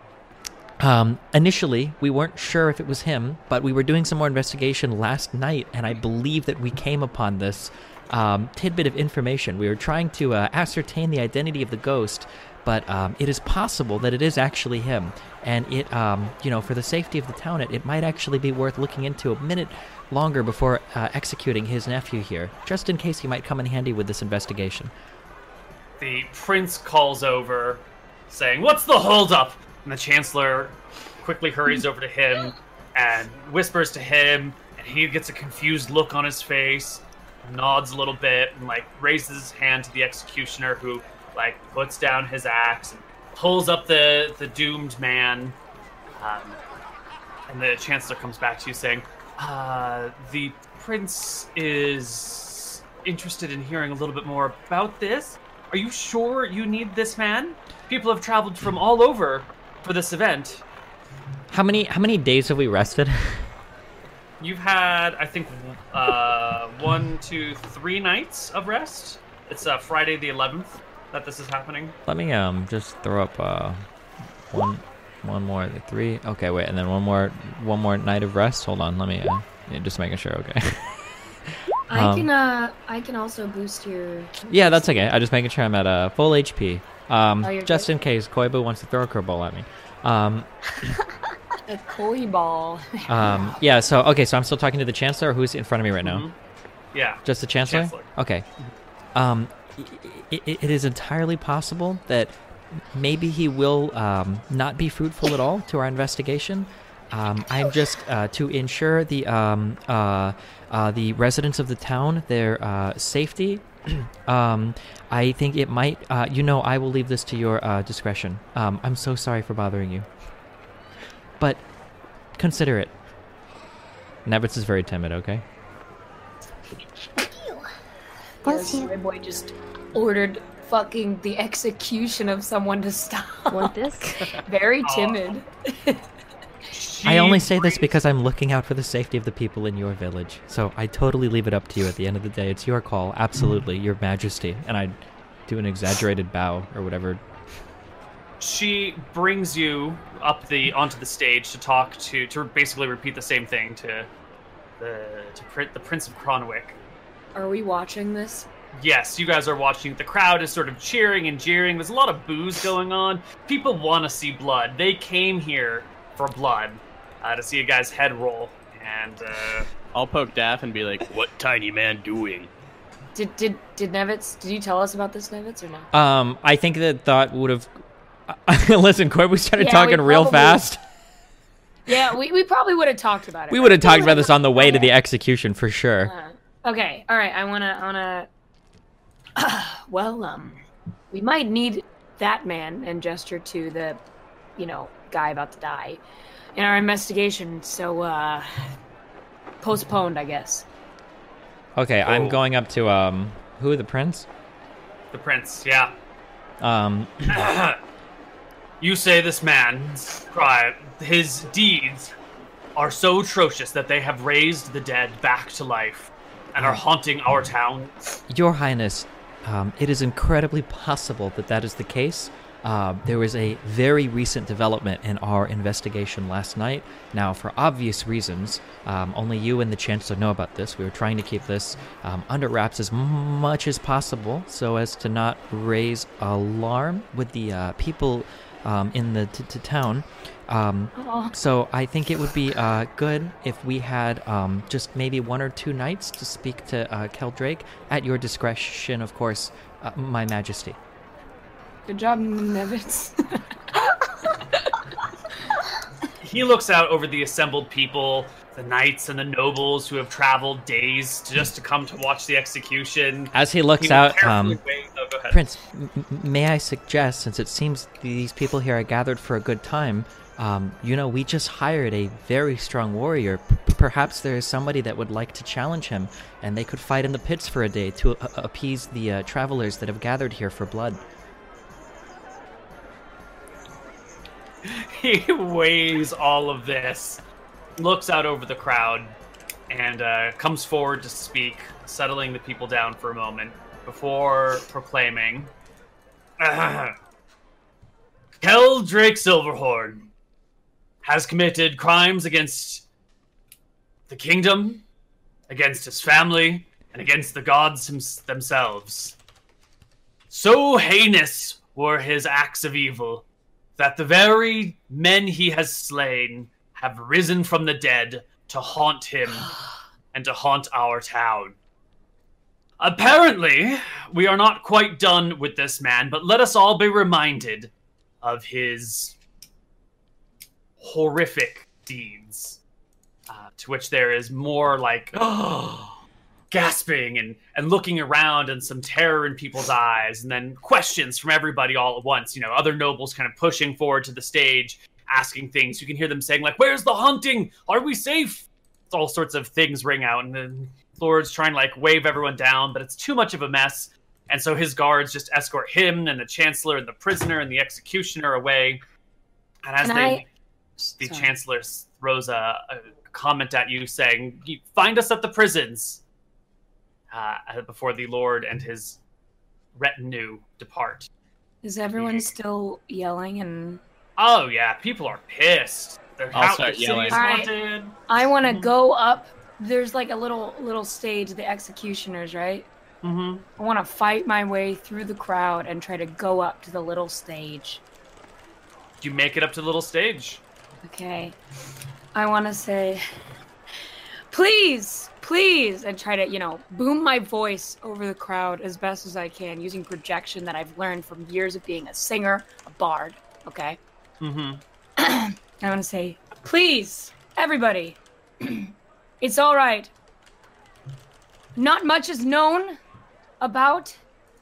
Speaker 5: um, initially, we weren't sure if it was him, but we were doing some more investigation last night, and I believe that we came upon this um, tidbit of information. We were trying to uh, ascertain the identity of the ghost, but um, it is possible that it is actually him, and it, um, you know, for the safety of the town, it, it might actually be worth looking into a minute longer before uh, executing his nephew here, just in case he might come in handy with this investigation.
Speaker 1: The prince calls over, saying, What's the holdup? And the chancellor quickly hurries over to him and whispers to him, and he gets a confused look on his face, nods a little bit, and like raises his hand to the executioner who like puts down his axe and pulls up the, the doomed man. Um, and the chancellor comes back to you saying, uh, "The prince is interested in hearing a little bit more about this. Are you sure you need this man? People have traveled from all over for this event.
Speaker 5: How many how many days have we rested?
Speaker 1: You've had, I think, uh, one, two, three nights of rest. It's uh, Friday the 11th that this is happening.
Speaker 5: Let me um just throw up uh one one more three okay wait and then one more one more night of rest. Hold on, let me uh, yeah, just making sure. Okay,
Speaker 3: I
Speaker 5: Um,
Speaker 3: can uh I can also boost your
Speaker 5: yeah, that's okay. I just making sure I'm at uh, full HP. Um,
Speaker 3: Oh, you're
Speaker 5: just
Speaker 3: good.
Speaker 5: in case Koibu wants to throw a curveball at me. Um,
Speaker 3: a koi ball.
Speaker 5: um, yeah. So okay, so I'm still talking to the chancellor. Who's in front of me right now?
Speaker 1: Mhm. Yeah.
Speaker 5: Just the chancellor?
Speaker 1: Chancellor.
Speaker 5: Okay. Um, it, it is entirely possible that maybe he will um, not be fruitful at all to our investigation. Um, I'm just uh, to ensure the um, uh, uh, the residents of the town their uh, safety. um, I think it might. Uh, you know, I will leave this to your uh, discretion. Um, I'm so sorry for bothering you, but consider it. Nevitz is very timid. Okay.
Speaker 4: Bless you.
Speaker 3: my boy just ordered fucking the execution of someone to stop.
Speaker 4: Oh,
Speaker 7: Want this?
Speaker 3: Very timid.
Speaker 5: I only
Speaker 1: She
Speaker 5: say this because I'm looking out for the safety of the people in your village. So I totally leave it up to you at the end of the day. It's your call. Absolutely, your majesty. And I do an exaggerated bow or whatever.
Speaker 1: she brings you up the onto the stage to talk to to basically repeat the same thing to the to print the prince of cronwick
Speaker 3: Are we watching this?
Speaker 1: yes you guys are watching the crowd is sort of cheering and jeering there's a lot of booze going on people want to see blood they came here for blood uh, to see a guy's head roll and uh,
Speaker 2: I'll poke Daff and be like,
Speaker 6: What tiny man doing?
Speaker 3: Did did did Nevitz? Did you tell us about this Nevitz or no?
Speaker 5: Um, I think that thought would have. Listen, Corb, we started
Speaker 3: Yeah, we
Speaker 5: talking real
Speaker 3: probably-
Speaker 5: fast.
Speaker 3: Yeah, we, we probably would have talked about it.
Speaker 5: We
Speaker 3: right?
Speaker 5: would have talked about this on the way to the execution for sure.
Speaker 3: Uh, okay, all right. I wanna I wanna. well, um, we might need that man and gesture to the, you know, guy about to die, in our investigation. So, uh, postponed, I guess.
Speaker 5: Okay, I'm
Speaker 1: Oh.
Speaker 5: going up to um, who the prince?
Speaker 1: the prince yeah
Speaker 5: Um,
Speaker 1: You say this man's crime, his deeds are so atrocious that they have raised the dead back to life and
Speaker 5: Hmm.
Speaker 1: are haunting our town.
Speaker 5: Your Highness, um, it is incredibly possible that that is the case. Uh, there was a very recent development in our investigation last night. Now, for obvious reasons, um, only you and the Chancellor know about this. We were trying to keep this um, under wraps as much as possible so as to not raise alarm with the uh, people um, in the t- t- town. Um,
Speaker 3: Oh,
Speaker 5: so I think it would be uh, good if we had um, just maybe one or two nights to speak to uh, Keldrake at your discretion, of course, uh, My Majesty.
Speaker 3: good job, Nevitz.
Speaker 1: He looks out over the assembled people, the knights and the nobles who have traveled days to, just to come to watch the execution.
Speaker 5: As he
Speaker 1: He
Speaker 5: looks
Speaker 1: will
Speaker 5: out,
Speaker 1: carefully
Speaker 5: um,
Speaker 1: weigh- oh, go ahead.
Speaker 5: Prince, m- m- may I suggest, since it seems these people here are gathered for a good time, um, you know, we just hired a very strong warrior. P- perhaps there is somebody that would like to challenge him, and they could fight in the pits for a day to a- a- appease the uh, travelers that have gathered here for blood.
Speaker 1: he weighs all of this, looks out over the crowd, and uh, comes forward to speak, settling the people down for a moment before proclaiming Kel Drake Silverhorn has committed crimes against the kingdom, against his family, and against the gods hims- themselves. So heinous were his acts of evil that the very men he has slain have risen from the dead to haunt him and to haunt our town. Apparently, we are not quite done with this man, but let us all be reminded of his horrific deeds, uh, to which there is more like gasping and, and looking around and some terror in people's eyes and then questions from everybody all at once you know other nobles kind of pushing forward to the stage asking things you can hear them saying like where's the hunting are we safe all sorts of things ring out and then lord's trying to like wave everyone down but it's too much of a mess and so his guards just escort him and the chancellor and the prisoner and the executioner away and as
Speaker 3: Can
Speaker 1: they
Speaker 3: I-
Speaker 1: the
Speaker 3: Sorry.
Speaker 1: chancellor throws a, a comment at you saying "You- find us at the prisons uh, before the lord and his retinue depart
Speaker 3: Is everyone still yelling? And
Speaker 1: oh yeah people are pissed they're
Speaker 2: I'll
Speaker 1: out
Speaker 2: start
Speaker 1: the city
Speaker 2: yelling.
Speaker 1: is
Speaker 3: All right.
Speaker 1: haunted.
Speaker 3: I want to go up. There's like a little little stage, the executioners, right?
Speaker 1: Mhm.
Speaker 3: I want to fight my way through the crowd and try to go up to the little stage.
Speaker 1: you make it up to the little stage
Speaker 3: Okay. I want to say, please, please, and try to, you know, boom my voice over the crowd as best as I can using projection that I've learned from years of being a singer, a bard. Okay.
Speaker 1: mm-hmm.
Speaker 3: I want to say, please, everybody, it's all right. Not much is known about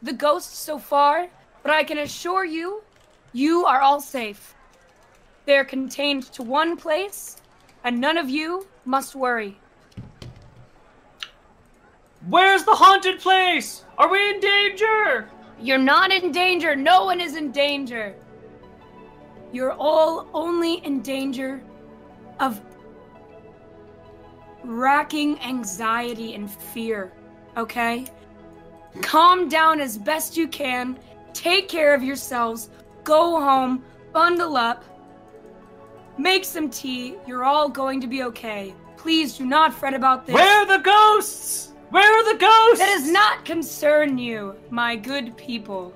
Speaker 3: the ghosts so far, but I can assure you, you are all safe. They're contained to one place, and none of you must worry.
Speaker 1: where's the haunted place are we in danger
Speaker 3: You're not in danger. No one is in danger. You're all only in danger of racking anxiety and fear, okay? Calm down as best you can. Take care of yourselves. Go home. Bundle up. Make some tea. You're all going to be okay. Please do not fret about this.
Speaker 1: where are the ghosts where are the ghosts
Speaker 3: That does not concern you, my good people.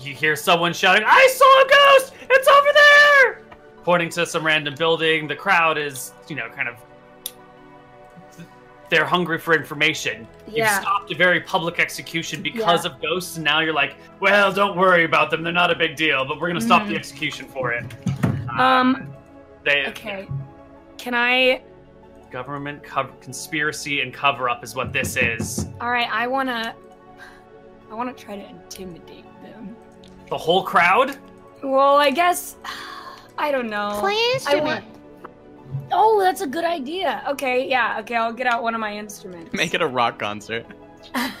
Speaker 1: You hear someone shouting, I saw a ghost! It's over there! Pointing to some random building. The crowd is, you know, kind of. They're hungry for information.
Speaker 3: Yeah.
Speaker 1: You've stopped a very public execution because
Speaker 3: Yeah.
Speaker 1: of ghosts, and now you're like, well, don't worry about them. They're not a big deal, but we're going to stop the
Speaker 3: Mhm.
Speaker 1: execution for it.
Speaker 2: Ah,
Speaker 3: Um,
Speaker 1: they,
Speaker 3: Okay. Can I?
Speaker 1: Government cov conspiracy and cover up is what this is.
Speaker 3: All right. I wanna. I wanna try to intimidate them.
Speaker 1: The whole crowd?
Speaker 3: Well, I guess. I don't know.
Speaker 4: Play an
Speaker 3: I
Speaker 4: instrument.
Speaker 3: want. Oh, that's a good idea. Okay. Yeah. Okay. I'll get out one of my instruments.
Speaker 2: Make it a rock concert.
Speaker 3: yeah.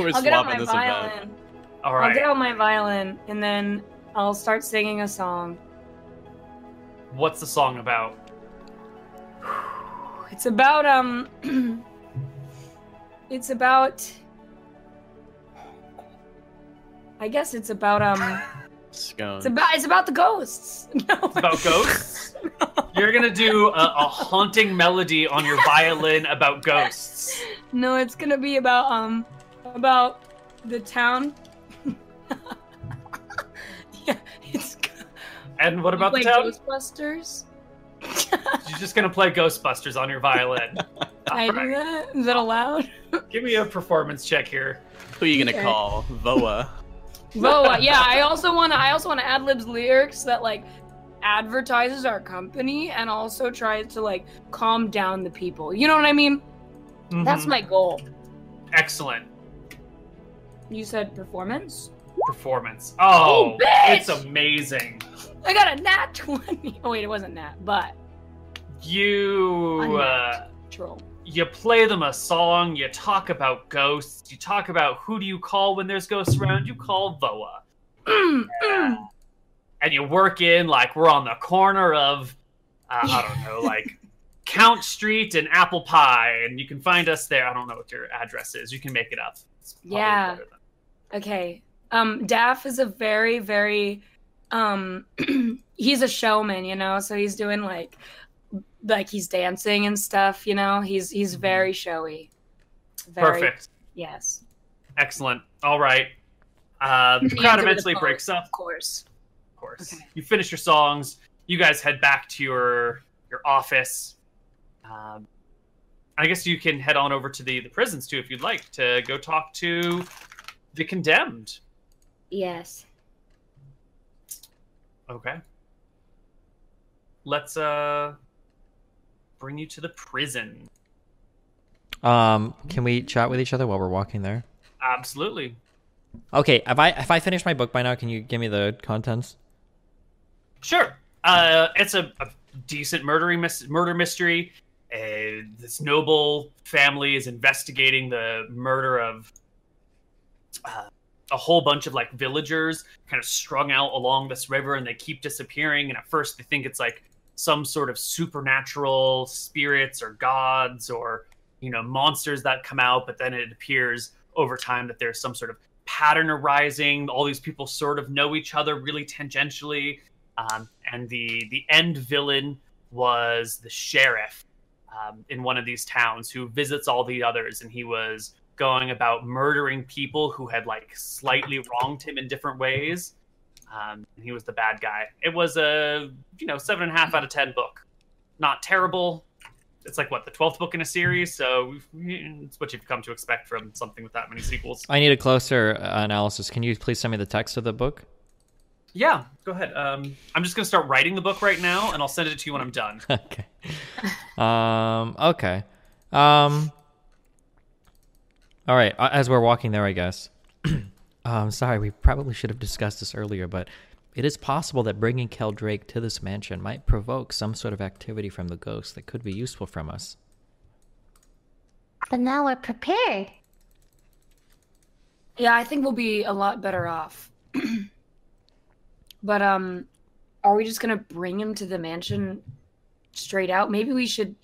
Speaker 2: We're
Speaker 3: I'll get out
Speaker 2: swapping
Speaker 3: my
Speaker 2: this event.
Speaker 3: violin.
Speaker 1: All
Speaker 3: I'll
Speaker 1: right.
Speaker 3: get out my violin, and then I'll start singing a song.
Speaker 1: What's the song about?
Speaker 3: It's about um it's about I guess it's about um.
Speaker 2: Scone.
Speaker 3: It's about it's about the ghosts. No.
Speaker 1: about ghosts. You're gonna do a, a haunting melody on your violin about ghosts.
Speaker 3: No, it's gonna be about um about the town. yeah, it's g-
Speaker 1: And what about the
Speaker 3: like
Speaker 1: town?
Speaker 3: Ghostbusters.
Speaker 1: You're just gonna play Ghostbusters on your violin.
Speaker 3: Can I do that? Is that allowed?
Speaker 1: Give me a performance check here.
Speaker 2: Who are you gonna
Speaker 3: Okay.
Speaker 2: call? Voa.
Speaker 3: Voa. uh, Yeah, I also wanna I also wanna ad libs lyrics that like advertises our company and also tries to like calm down the people. You know what I mean? That's
Speaker 1: Mhm.
Speaker 3: my goal.
Speaker 1: excellent
Speaker 3: You said performance.
Speaker 1: performance. Oh,
Speaker 3: Oh, bitch!
Speaker 1: it's amazing.
Speaker 3: I got a nat twenty. Oh wait, it wasn't nat, but
Speaker 1: You uh,
Speaker 3: troll.
Speaker 1: you play them a song, you talk about ghosts, you talk about who do you call when there's ghosts around, you call Voa. and you work in like we're on the corner of uh, I don't know, like Count Street and Apple Pie, and you can find us there. I don't know what your address is. You can make it up. It's probably
Speaker 3: Yeah.
Speaker 1: better than-
Speaker 3: Okay. Um, Daff is a very, very, um, he's a showman, you know. So he's doing like, like he's dancing and stuff, you know. He's he's very showy. Very,
Speaker 1: Perfect.
Speaker 3: Yes.
Speaker 1: Excellent. All right. Uh, the
Speaker 3: Hands
Speaker 1: crowd
Speaker 3: over the
Speaker 1: eventually
Speaker 3: phone.
Speaker 1: breaks up.
Speaker 3: Of course.
Speaker 1: Of course.
Speaker 3: Okay.
Speaker 1: You finish your songs. You guys head back to your your office. Um, I guess you can head on over to the the prisons too if you'd like to go talk to the condemned.
Speaker 4: Yes.
Speaker 1: Okay. Let's uh bring you to the prison.
Speaker 5: Um, can we chat with each other while we're walking there?
Speaker 1: Absolutely.
Speaker 5: Okay, if I if I finish my book by now, can you give me the contents?
Speaker 1: Sure. Uh, it's a, a decent murder mis- murder mystery. Uh, this noble family is investigating the murder of uh, a whole bunch of like villagers, kind of strung out along this river, and they keep disappearing. And at first, they think it's like some sort of supernatural spirits or gods or you know monsters that come out. But then it appears over time that there's some sort of pattern arising. All these people sort of know each other really tangentially um, and the the end villain was the sheriff um, in one of these towns who visits all the others, and he was going about murdering people who had like slightly wronged him in different ways. Um, and he was the bad guy. It was a you know seven and a half out of ten book, not terrible. It's like what the twelfth book in a series, so it's what you've come to expect from something with that many sequels.
Speaker 5: I need a closer uh, analysis. Can you please send me the text of the book?
Speaker 1: Yeah, go ahead. Um, I'm just gonna start writing the book right now, and I'll send it to you when I'm done.
Speaker 5: okay. Um. Okay. Um. All right. a- As we're walking there, I guess. um. Sorry, we probably should have discussed this earlier, but it is possible that bringing Kel Drake to this mansion might provoke some sort of activity from the ghost that could be useful from us.
Speaker 4: But now we're prepared.
Speaker 3: Yeah, I think we'll be a lot better off. but um, are we just gonna bring him to the mansion straight out? Maybe we should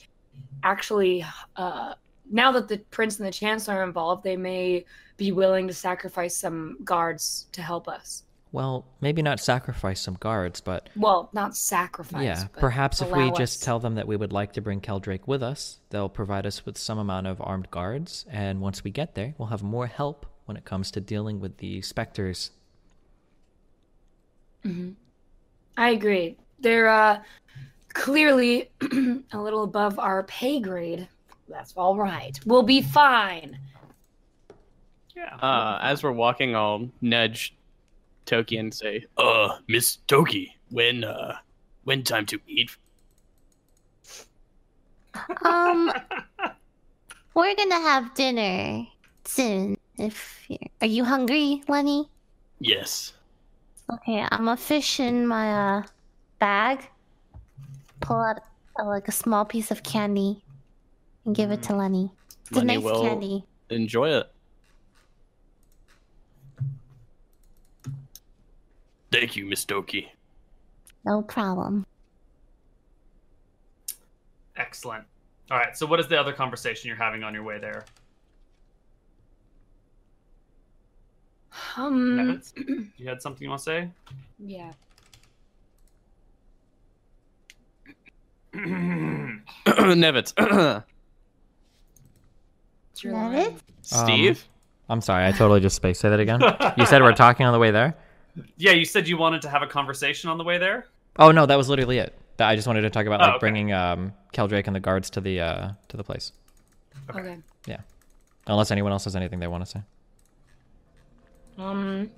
Speaker 3: actually. Uh, now that the prince and the chancellor are involved, they may be willing to sacrifice some guards to help us.
Speaker 5: Well, maybe not sacrifice some guards, but
Speaker 3: Well, not sacrifice.
Speaker 5: yeah,
Speaker 3: but
Speaker 5: perhaps if we
Speaker 3: allow
Speaker 5: just
Speaker 3: us-
Speaker 5: tell them that we would like to bring Keldrake with us, they'll provide us with some amount of armed guards, and once we get there, we'll have more help when it comes to dealing with the specters.
Speaker 3: Mm-hmm. I agree. They're uh, clearly a little above our pay grade. That's all right. We'll be fine.
Speaker 1: Yeah.
Speaker 2: Uh, as we're walking, I'll nudge Toki and say,
Speaker 6: Uh, Miss Toki, when uh, when time to eat?
Speaker 4: Um, we're gonna have dinner soon. If you're... are you hungry, Lenny?
Speaker 6: Yes.
Speaker 4: Okay, I'm a fish in my uh, bag. Pull out uh, like a small piece of candy and give it to Lenny. It's
Speaker 2: Mm. Lenny
Speaker 4: a nice
Speaker 2: will-
Speaker 4: candy.
Speaker 2: "Enjoy it."
Speaker 6: Thank you, Miss Toki.
Speaker 4: No problem.
Speaker 1: Excellent. All right. So, what is the other conversation you're having on your way there?
Speaker 3: Um,
Speaker 1: Nevitz, you had something you want to say?
Speaker 3: Yeah.
Speaker 2: Nevitz.
Speaker 3: it's your line.
Speaker 4: Nevitz?
Speaker 2: Steve?
Speaker 5: I'm sorry, I totally just spaced. Say that again. You said we're talking on the way there.
Speaker 1: Yeah, you said you wanted to have a conversation on the way there.
Speaker 5: Oh no, that was literally it. That- I just wanted to talk about
Speaker 1: Oh,
Speaker 5: like
Speaker 1: okay.
Speaker 5: bringing um, Keldrake and the guards to the uh, to the place.
Speaker 3: Okay.
Speaker 5: Unless anyone else has anything they want to say.
Speaker 3: Um,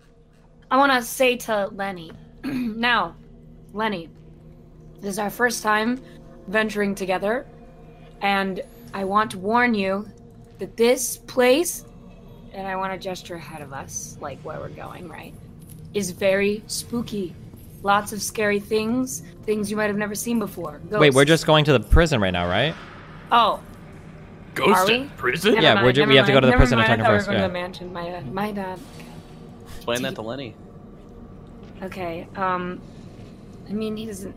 Speaker 3: I want to say to Lenny, now, Lenny, this is our first time venturing together, and I want to warn you that this place, and I want to gesture ahead of us, like where we're going, right, is very spooky. Lots of scary things, things you might have never seen before.
Speaker 5: Wait, we're
Speaker 3: Ghosts.
Speaker 5: just going to the prison right now, right?
Speaker 3: oh,
Speaker 6: Ghost
Speaker 2: Um,
Speaker 3: Are
Speaker 6: in
Speaker 3: we?
Speaker 6: prison?
Speaker 3: never
Speaker 5: Yeah, we're
Speaker 3: mind,
Speaker 5: ju- we
Speaker 3: never
Speaker 5: have to go to
Speaker 3: mind,
Speaker 5: the
Speaker 3: never
Speaker 5: prison and
Speaker 3: mind,
Speaker 5: talk
Speaker 3: I
Speaker 5: first,
Speaker 3: thought we were
Speaker 5: yeah.
Speaker 3: going to the mansion. My, uh, my bad.
Speaker 2: Explain that to Lenny.
Speaker 3: Okay. Um, I mean, he doesn't.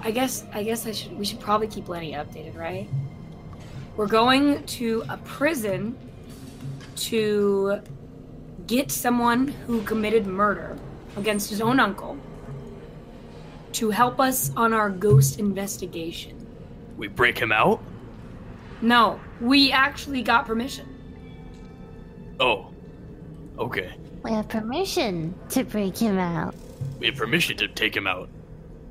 Speaker 3: I guess. I guess I should. We should probably keep Lenny updated, right? We're going to a prison to get someone who committed murder against his own uncle to help us on our ghost investigation.
Speaker 6: We break him out?
Speaker 3: No, we actually got permission.
Speaker 6: Oh. Okay.
Speaker 4: We have permission to break him out.
Speaker 6: We have permission to take him out.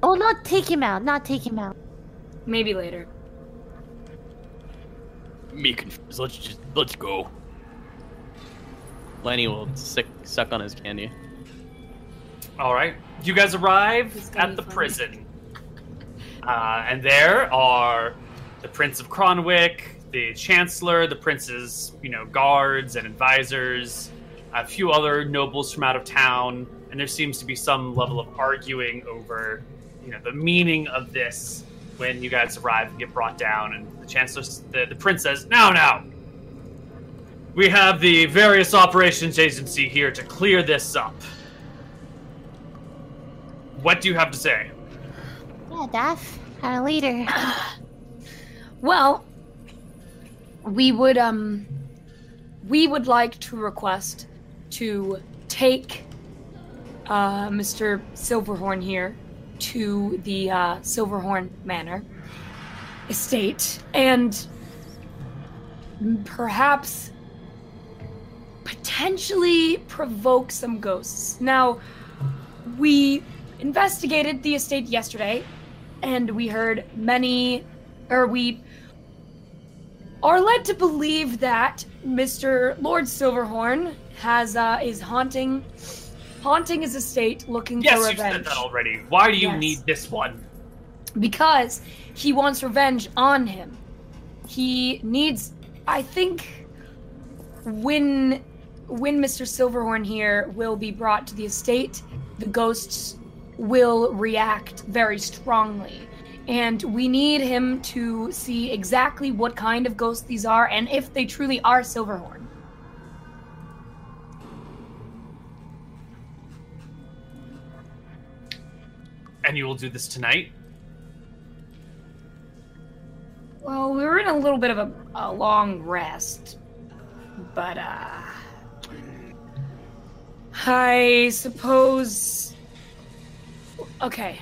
Speaker 4: Oh, not take him out. Not take him out.
Speaker 3: Maybe later.
Speaker 6: Me confused. Let's just let's go.
Speaker 2: Lenny will sick, suck on his candy.
Speaker 1: All right. You guys
Speaker 3: It's
Speaker 1: arrive
Speaker 3: gonna
Speaker 1: at
Speaker 3: be
Speaker 1: the
Speaker 3: fun.
Speaker 1: prison. Uh, and there are the Prince of Cronwick, the Chancellor, the Prince's, you know, guards and advisors, a few other nobles from out of town, and there seems to be some level of arguing over, you know, the meaning of this when you guys arrive and get brought down and the Chancellor s- the, the Prince says, No, no. We have the various operations agency here to clear this up. What do you have to say?
Speaker 4: Yeah, Daff, our leader.
Speaker 3: Well, we would um we would like to request to take uh, Mr. Silverhorn here to the uh, Silverhorn Manor estate and perhaps potentially provoke some ghosts. Now, we investigated the estate yesterday and we heard many or we are led to believe that Mr. Lord Silverhorn has uh, is haunting haunting his estate looking
Speaker 1: Yes,
Speaker 3: for
Speaker 1: you said
Speaker 3: revenge
Speaker 1: that already. Why do you
Speaker 3: Yes.
Speaker 1: need this one?
Speaker 3: because he wants revenge on him. He needs I think when when Mr. Silverhorn here will be brought to the estate, the ghosts will react very strongly. And we need him to see exactly what kind of ghosts these are and if they truly are Silverhorn.
Speaker 1: And you will do this tonight?
Speaker 3: Well, we were in a little bit of a, a long rest, but uh, I suppose. Okay,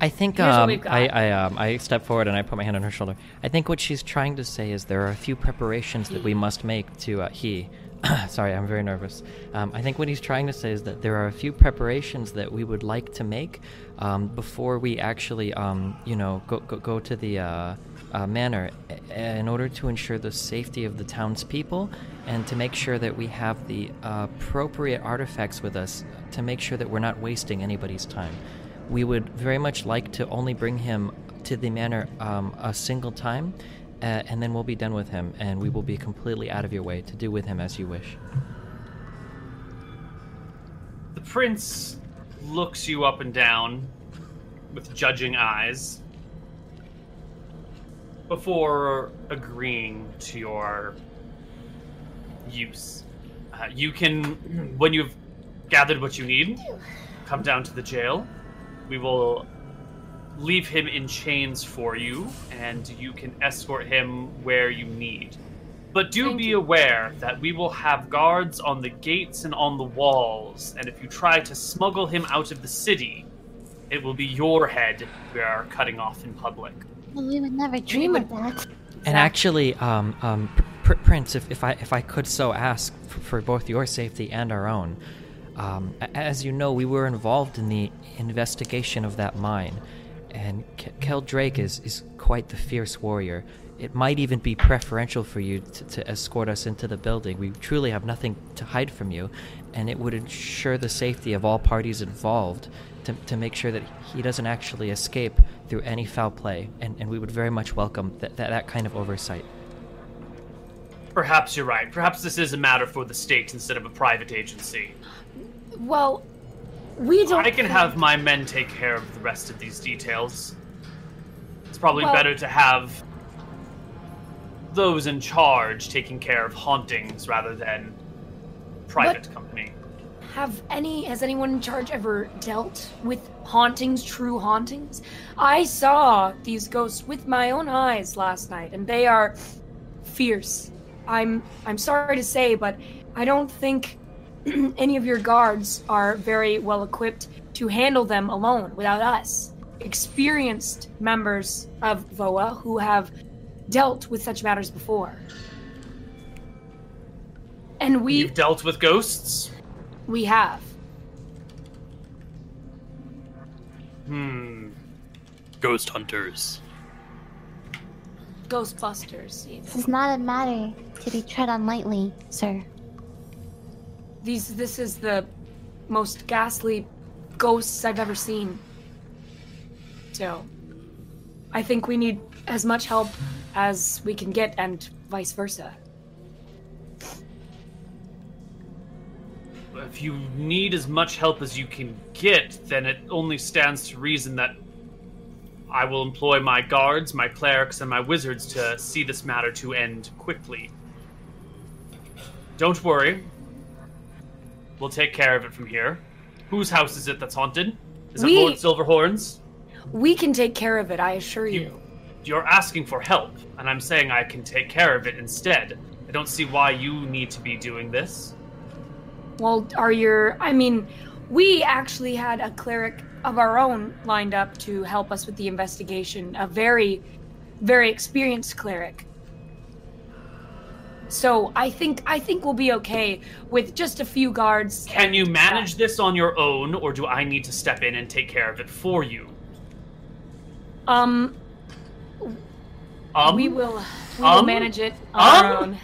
Speaker 5: I think
Speaker 3: Here's what
Speaker 5: um,
Speaker 3: we've got.
Speaker 5: I I, um, I step forward and I put my hand on her shoulder. I think what she's trying to say is there are a few preparations that we must make to uh, he. Sorry, I'm very nervous. Um, I think what he's trying to say is that there are a few preparations that we would like to make um, before we actually, um, you know, go go, go to the uh, uh, manor i- in order to ensure the safety of the townspeople and to make sure that we have the appropriate artifacts with us to make sure that we're not wasting anybody's time. We would very much like to only bring him to the manor um, a single time, uh, and then we'll be done with him, and we will be completely out of your way to do with him as you wish.
Speaker 1: The prince looks you up and down with judging eyes before agreeing to your use. Uh, you can, when you've gathered what you need, come down to the jail. We will leave him in chains for you, and you can escort him where you need. But do
Speaker 3: Thank
Speaker 1: be
Speaker 3: you.
Speaker 1: aware that we will have guards on the gates and on the walls, and if you try to smuggle him out of the city, it will be your head we are cutting off in public.
Speaker 4: Well, we would never dream of that.
Speaker 7: And actually, um, um, pr- pr- Prince, if, if I if I could so ask for, for both your safety and our own, um, a- as you know, we were involved in the investigation of that mine, and K- Kel Drake is is quite the fierce warrior. It might even be preferential for you to, to escort us into the building. We truly have nothing to hide from you, and it would ensure the safety of all parties involved to, to make sure that he doesn't actually escape through any foul play, and, and we would very much welcome that, that, that kind of oversight.
Speaker 1: Perhaps you're right. Perhaps this is a matter for the state instead of a private agency.
Speaker 3: Well, we don't.
Speaker 1: I can
Speaker 3: think-
Speaker 1: have my men take care of the rest of these details. It's probably
Speaker 3: Well-
Speaker 1: better to have those in charge taking care of hauntings rather than private company.
Speaker 3: Have any? Has anyone in charge ever dealt with hauntings? True hauntings? I saw these ghosts with my own eyes last night, and they are fierce. I'm. I'm sorry to say, but I don't think any of your guards are very well equipped to handle them alone without us. Experienced members of VOA who have dealt with such matters before. And we
Speaker 1: You've dealt with ghosts?
Speaker 3: we have.
Speaker 1: Hmm.
Speaker 6: Ghost hunters.
Speaker 3: Ghostbusters. yes.
Speaker 4: This is not a matter to be tread on lightly, sir.
Speaker 3: These this is the most ghastly ghosts I've ever seen. So I think we need as much help as we can get and vice versa.
Speaker 1: If you need as much help as you can get, then it only stands to reason that I will employ my guards, my clerics, and my wizards to see this matter to end quickly. Don't worry. We'll take care of it from here. Whose house is it that's haunted? Is
Speaker 3: We-
Speaker 1: it Lord Silverhorns?
Speaker 3: We can take care of it, I assure you.
Speaker 1: You're asking for help, and I'm saying I can take care of it instead. I don't see why you need to be doing this.
Speaker 3: Well, are your I mean, we actually had a cleric of our own lined up to help us with the investigation, a very very experienced cleric. So I think I think we'll be okay with just a few guards.
Speaker 1: Can you manage this on your own, or do I need to step in and take care of it for you?
Speaker 3: Um,
Speaker 1: Um,
Speaker 3: we will we will
Speaker 1: um,
Speaker 3: manage it on our
Speaker 1: um.
Speaker 3: own.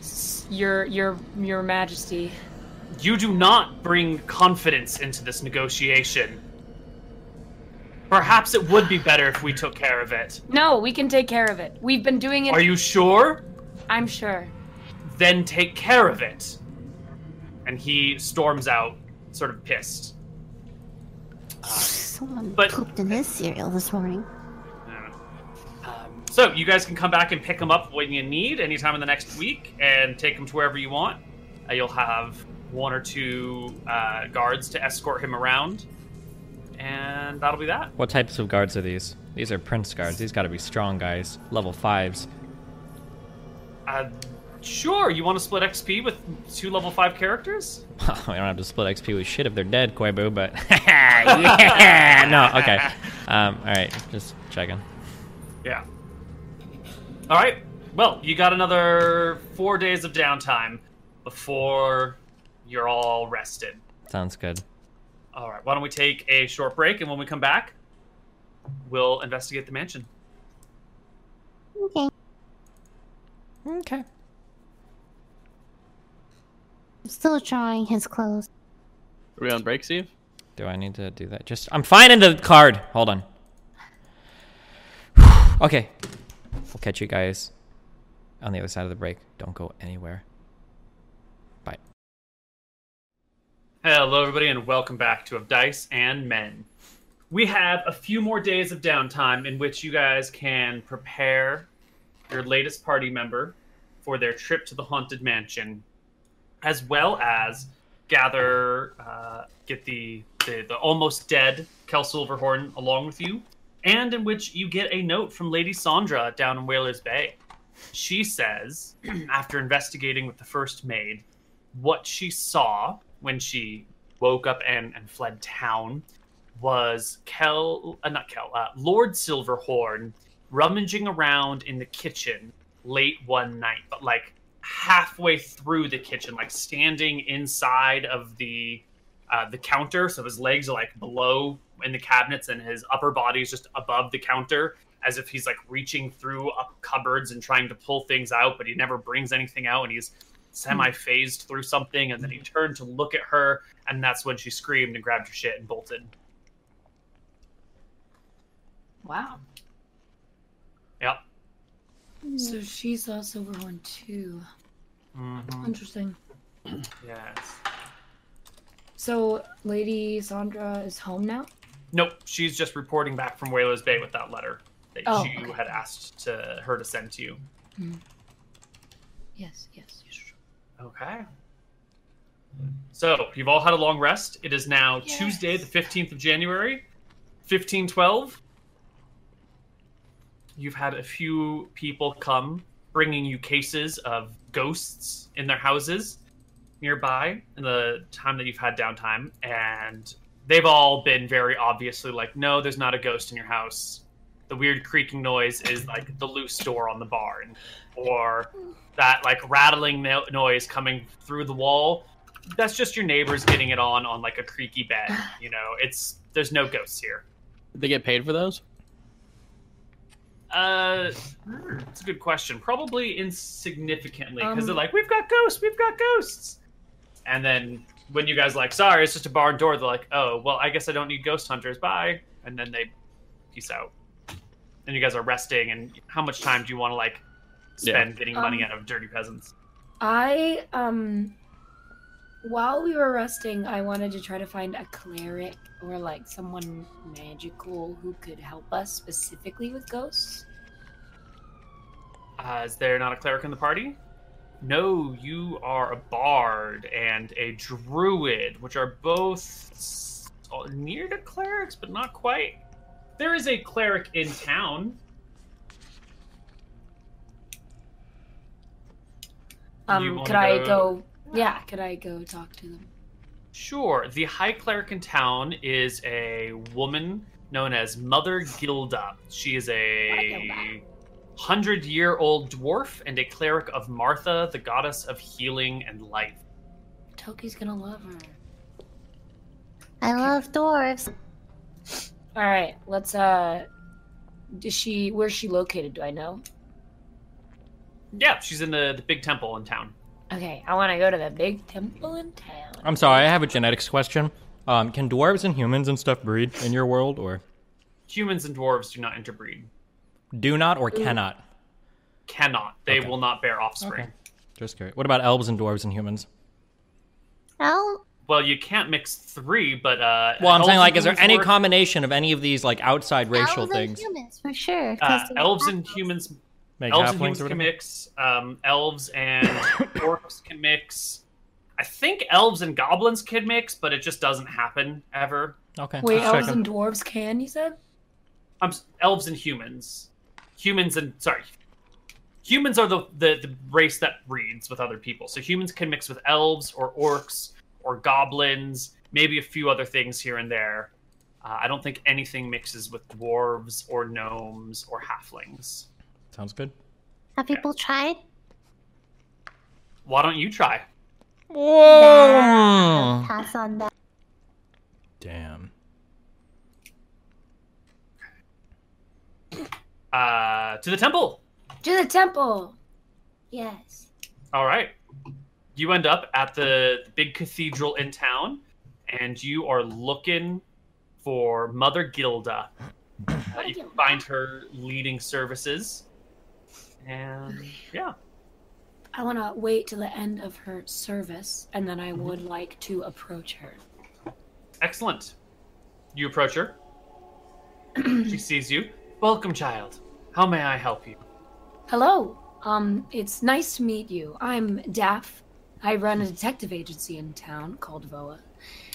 Speaker 3: S- Your your your Majesty.
Speaker 1: you do not bring confidence into this negotiation. Perhaps it would be better if we took care of it.
Speaker 3: No, we can take care of it. We've been doing it.
Speaker 1: Are you sure?
Speaker 3: I'm sure.
Speaker 1: Then take care of it. And he storms out, sort of pissed.
Speaker 4: Someone
Speaker 1: But-
Speaker 4: pooped in his cereal this morning.
Speaker 1: Um, so you guys can come back and pick him up when you need, anytime in the next week, and take him to wherever you want. Uh, you'll have one or two uh, guards to escort him around, and that'll be that.
Speaker 5: What types of guards are these? These are prince guards. These got to be strong guys, level fives.
Speaker 1: Uh, sure, you want to split XP with two level five characters?
Speaker 5: we don't have to split XP with shit if they're dead, Quabu. But yeah, no, okay. Um, all right, just checking.
Speaker 1: Yeah. All right. Well, you got another four days of downtime before you're all rested.
Speaker 5: Sounds good.
Speaker 1: All right. Why don't we take a short break, and when we come back, we'll investigate the mansion.
Speaker 4: Okay.
Speaker 5: Okay.
Speaker 4: I'm still drawing his clothes.
Speaker 2: Are we on break, Steve?
Speaker 5: Do I need to do that? Just I'm finding the card. Hold on. okay. We'll catch you guys on the other side of the break. Don't go anywhere. Bye.
Speaker 1: Hello, everybody, and welcome back to Of Dice and Men. We have a few more days of downtime in which you guys can prepare your latest party member for their trip to the Haunted Mansion, as well as gather, uh, get the, the, the almost dead Kel Silverhorn along with you, and in which you get a note from Lady Sandra down in Whalers Bay. She says, after investigating with the first maid, what she saw when she woke up and, and fled town was Kel, uh, not Kel, uh, Lord Silverhorn rummaging around in the kitchen late one night, but like halfway through the kitchen, like standing inside of the uh, the counter. So his legs are like below in the cabinets, and his upper body is just above the counter, as if he's like reaching through up cupboards and trying to pull things out, but he never brings anything out, and he's semi phased through something. And then he turned to look at her, and that's when she screamed and grabbed her shit and bolted.
Speaker 3: Wow.
Speaker 1: Yep.
Speaker 3: So she saw Silverhorn too. Interesting.
Speaker 1: Yes.
Speaker 3: So Lady Sandra is home now?
Speaker 1: Nope, she's just reporting back from Whalers Bay with that letter that
Speaker 3: Oh,
Speaker 1: you
Speaker 3: okay.
Speaker 1: had asked to her to send to you.
Speaker 3: Yes, yes, yes. sure.
Speaker 1: Okay. So you've all had a long rest. It is now
Speaker 3: Yes.
Speaker 1: Tuesday, the fifteenth of January, fifteen twelve. You've had a few people come bringing you cases of ghosts in their houses nearby in the time that you've had downtime, and they've all been very obviously like, "No, there's not a ghost in your house." The weird creaking noise is like the loose door on the barn, or that like rattling no- noise coming through the wall that's just your neighbors getting it on on like a creaky bed you know it's there's no ghosts here
Speaker 2: Did they get paid for those?
Speaker 1: uh it's a good question probably insignificantly because
Speaker 3: Um,
Speaker 1: they're like we've got ghosts we've got ghosts and then when you guys are like sorry it's just a barn door they're like oh well i guess i don't need ghost hunters bye and then they peace out and you guys are resting and how much time do you want to like
Speaker 2: Yeah.
Speaker 1: spend getting money
Speaker 3: Um,
Speaker 1: out of dirty peasants
Speaker 3: I um while we were resting, I wanted to try to find a cleric or like someone magical who could help us specifically with ghosts.
Speaker 1: Uh, is there not a cleric in the party? No, you are a bard and a druid, which are both s- near to clerics, but not quite. There is a cleric in town. You
Speaker 3: Um
Speaker 1: wanna
Speaker 3: could I
Speaker 1: go-
Speaker 3: go yeah, could I go talk to them?
Speaker 1: Sure, the high cleric in town is a woman known as Mother Gilda. She is a hundred year old dwarf and a cleric of Martha, the goddess of healing and life.
Speaker 3: Toki's gonna love her.
Speaker 4: I love dwarves.
Speaker 3: Alright, let's uh is she where's she located, do I know?
Speaker 1: Yeah, she's in the, the big temple in town.
Speaker 3: Okay, I wanna go to the big temple in town.
Speaker 7: I'm sorry, I have a genetics question. Um, can dwarves and humans and stuff breed in your world, or
Speaker 1: humans and dwarves do not interbreed.
Speaker 7: do not, or cannot?
Speaker 1: Cannot. They will not bear offspring.
Speaker 7: Just curious. What about elves and dwarves and humans?
Speaker 4: Well,
Speaker 1: Well, you can't mix three, but uh.
Speaker 7: Well, I'm
Speaker 1: elves
Speaker 7: saying
Speaker 1: and
Speaker 7: like, is there
Speaker 1: humans
Speaker 7: any
Speaker 1: work-
Speaker 7: combination of any of these like outside racial
Speaker 4: elves and
Speaker 7: things?
Speaker 4: humans for sure. 'cause
Speaker 1: Uh,
Speaker 4: they're
Speaker 1: elves and
Speaker 4: half-elves.
Speaker 1: humans,
Speaker 7: Make
Speaker 1: elves and
Speaker 7: halflings or
Speaker 1: humans
Speaker 7: whatever?
Speaker 1: can mix. Um, elves and orcs can mix. I think elves and goblins can mix, but it just doesn't happen ever.
Speaker 7: Okay.
Speaker 3: Wait,
Speaker 7: just
Speaker 3: elves
Speaker 7: checking.
Speaker 3: and dwarves can, you said?
Speaker 1: I'm s- elves and humans. Humans and sorry. Humans are the, the the race that breeds with other people. So humans can mix with elves or orcs or goblins, maybe a few other things here and there. Uh, I don't think anything mixes with dwarves or gnomes or halflings.
Speaker 7: Sounds good.
Speaker 4: Have people tried?
Speaker 1: Why don't you try?
Speaker 7: Whoa!
Speaker 4: Pass on that.
Speaker 7: Damn.
Speaker 1: Uh, to the temple.
Speaker 3: To the temple.
Speaker 4: Yes.
Speaker 1: All right. You end up at the, the big cathedral in town, and you are looking for Mother Gilda. Uh, you can find her leading services. And yeah.
Speaker 3: I want to wait till the end of her service, and then I would like to approach her.
Speaker 1: Excellent. You approach her. she sees you. Welcome, child. How may I help you?
Speaker 3: Hello. Um, it's nice to meet you. I'm Daff. I run a detective agency in town called VOA,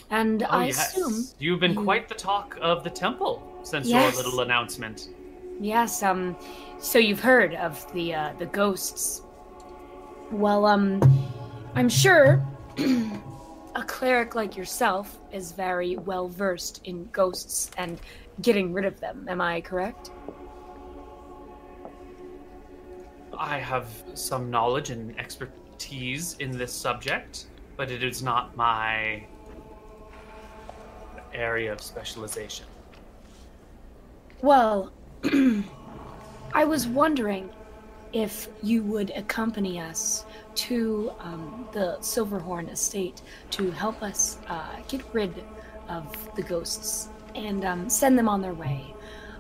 Speaker 3: and I assume
Speaker 1: Oh, You've been
Speaker 3: you-
Speaker 1: quite the talk of the temple since
Speaker 3: Yes.
Speaker 1: your little announcement.
Speaker 3: Yes, um, so you've heard of the uh, the ghosts. Well, um, I'm sure a cleric like yourself is very well versed in ghosts and getting rid of them. Am I correct?
Speaker 1: I have some knowledge and expertise in this subject, but it is not my area of specialization.
Speaker 3: Well, I was wondering if you would accompany us to um, the Silverhorn Estate to help us uh, get rid of the ghosts and um, send them on their way.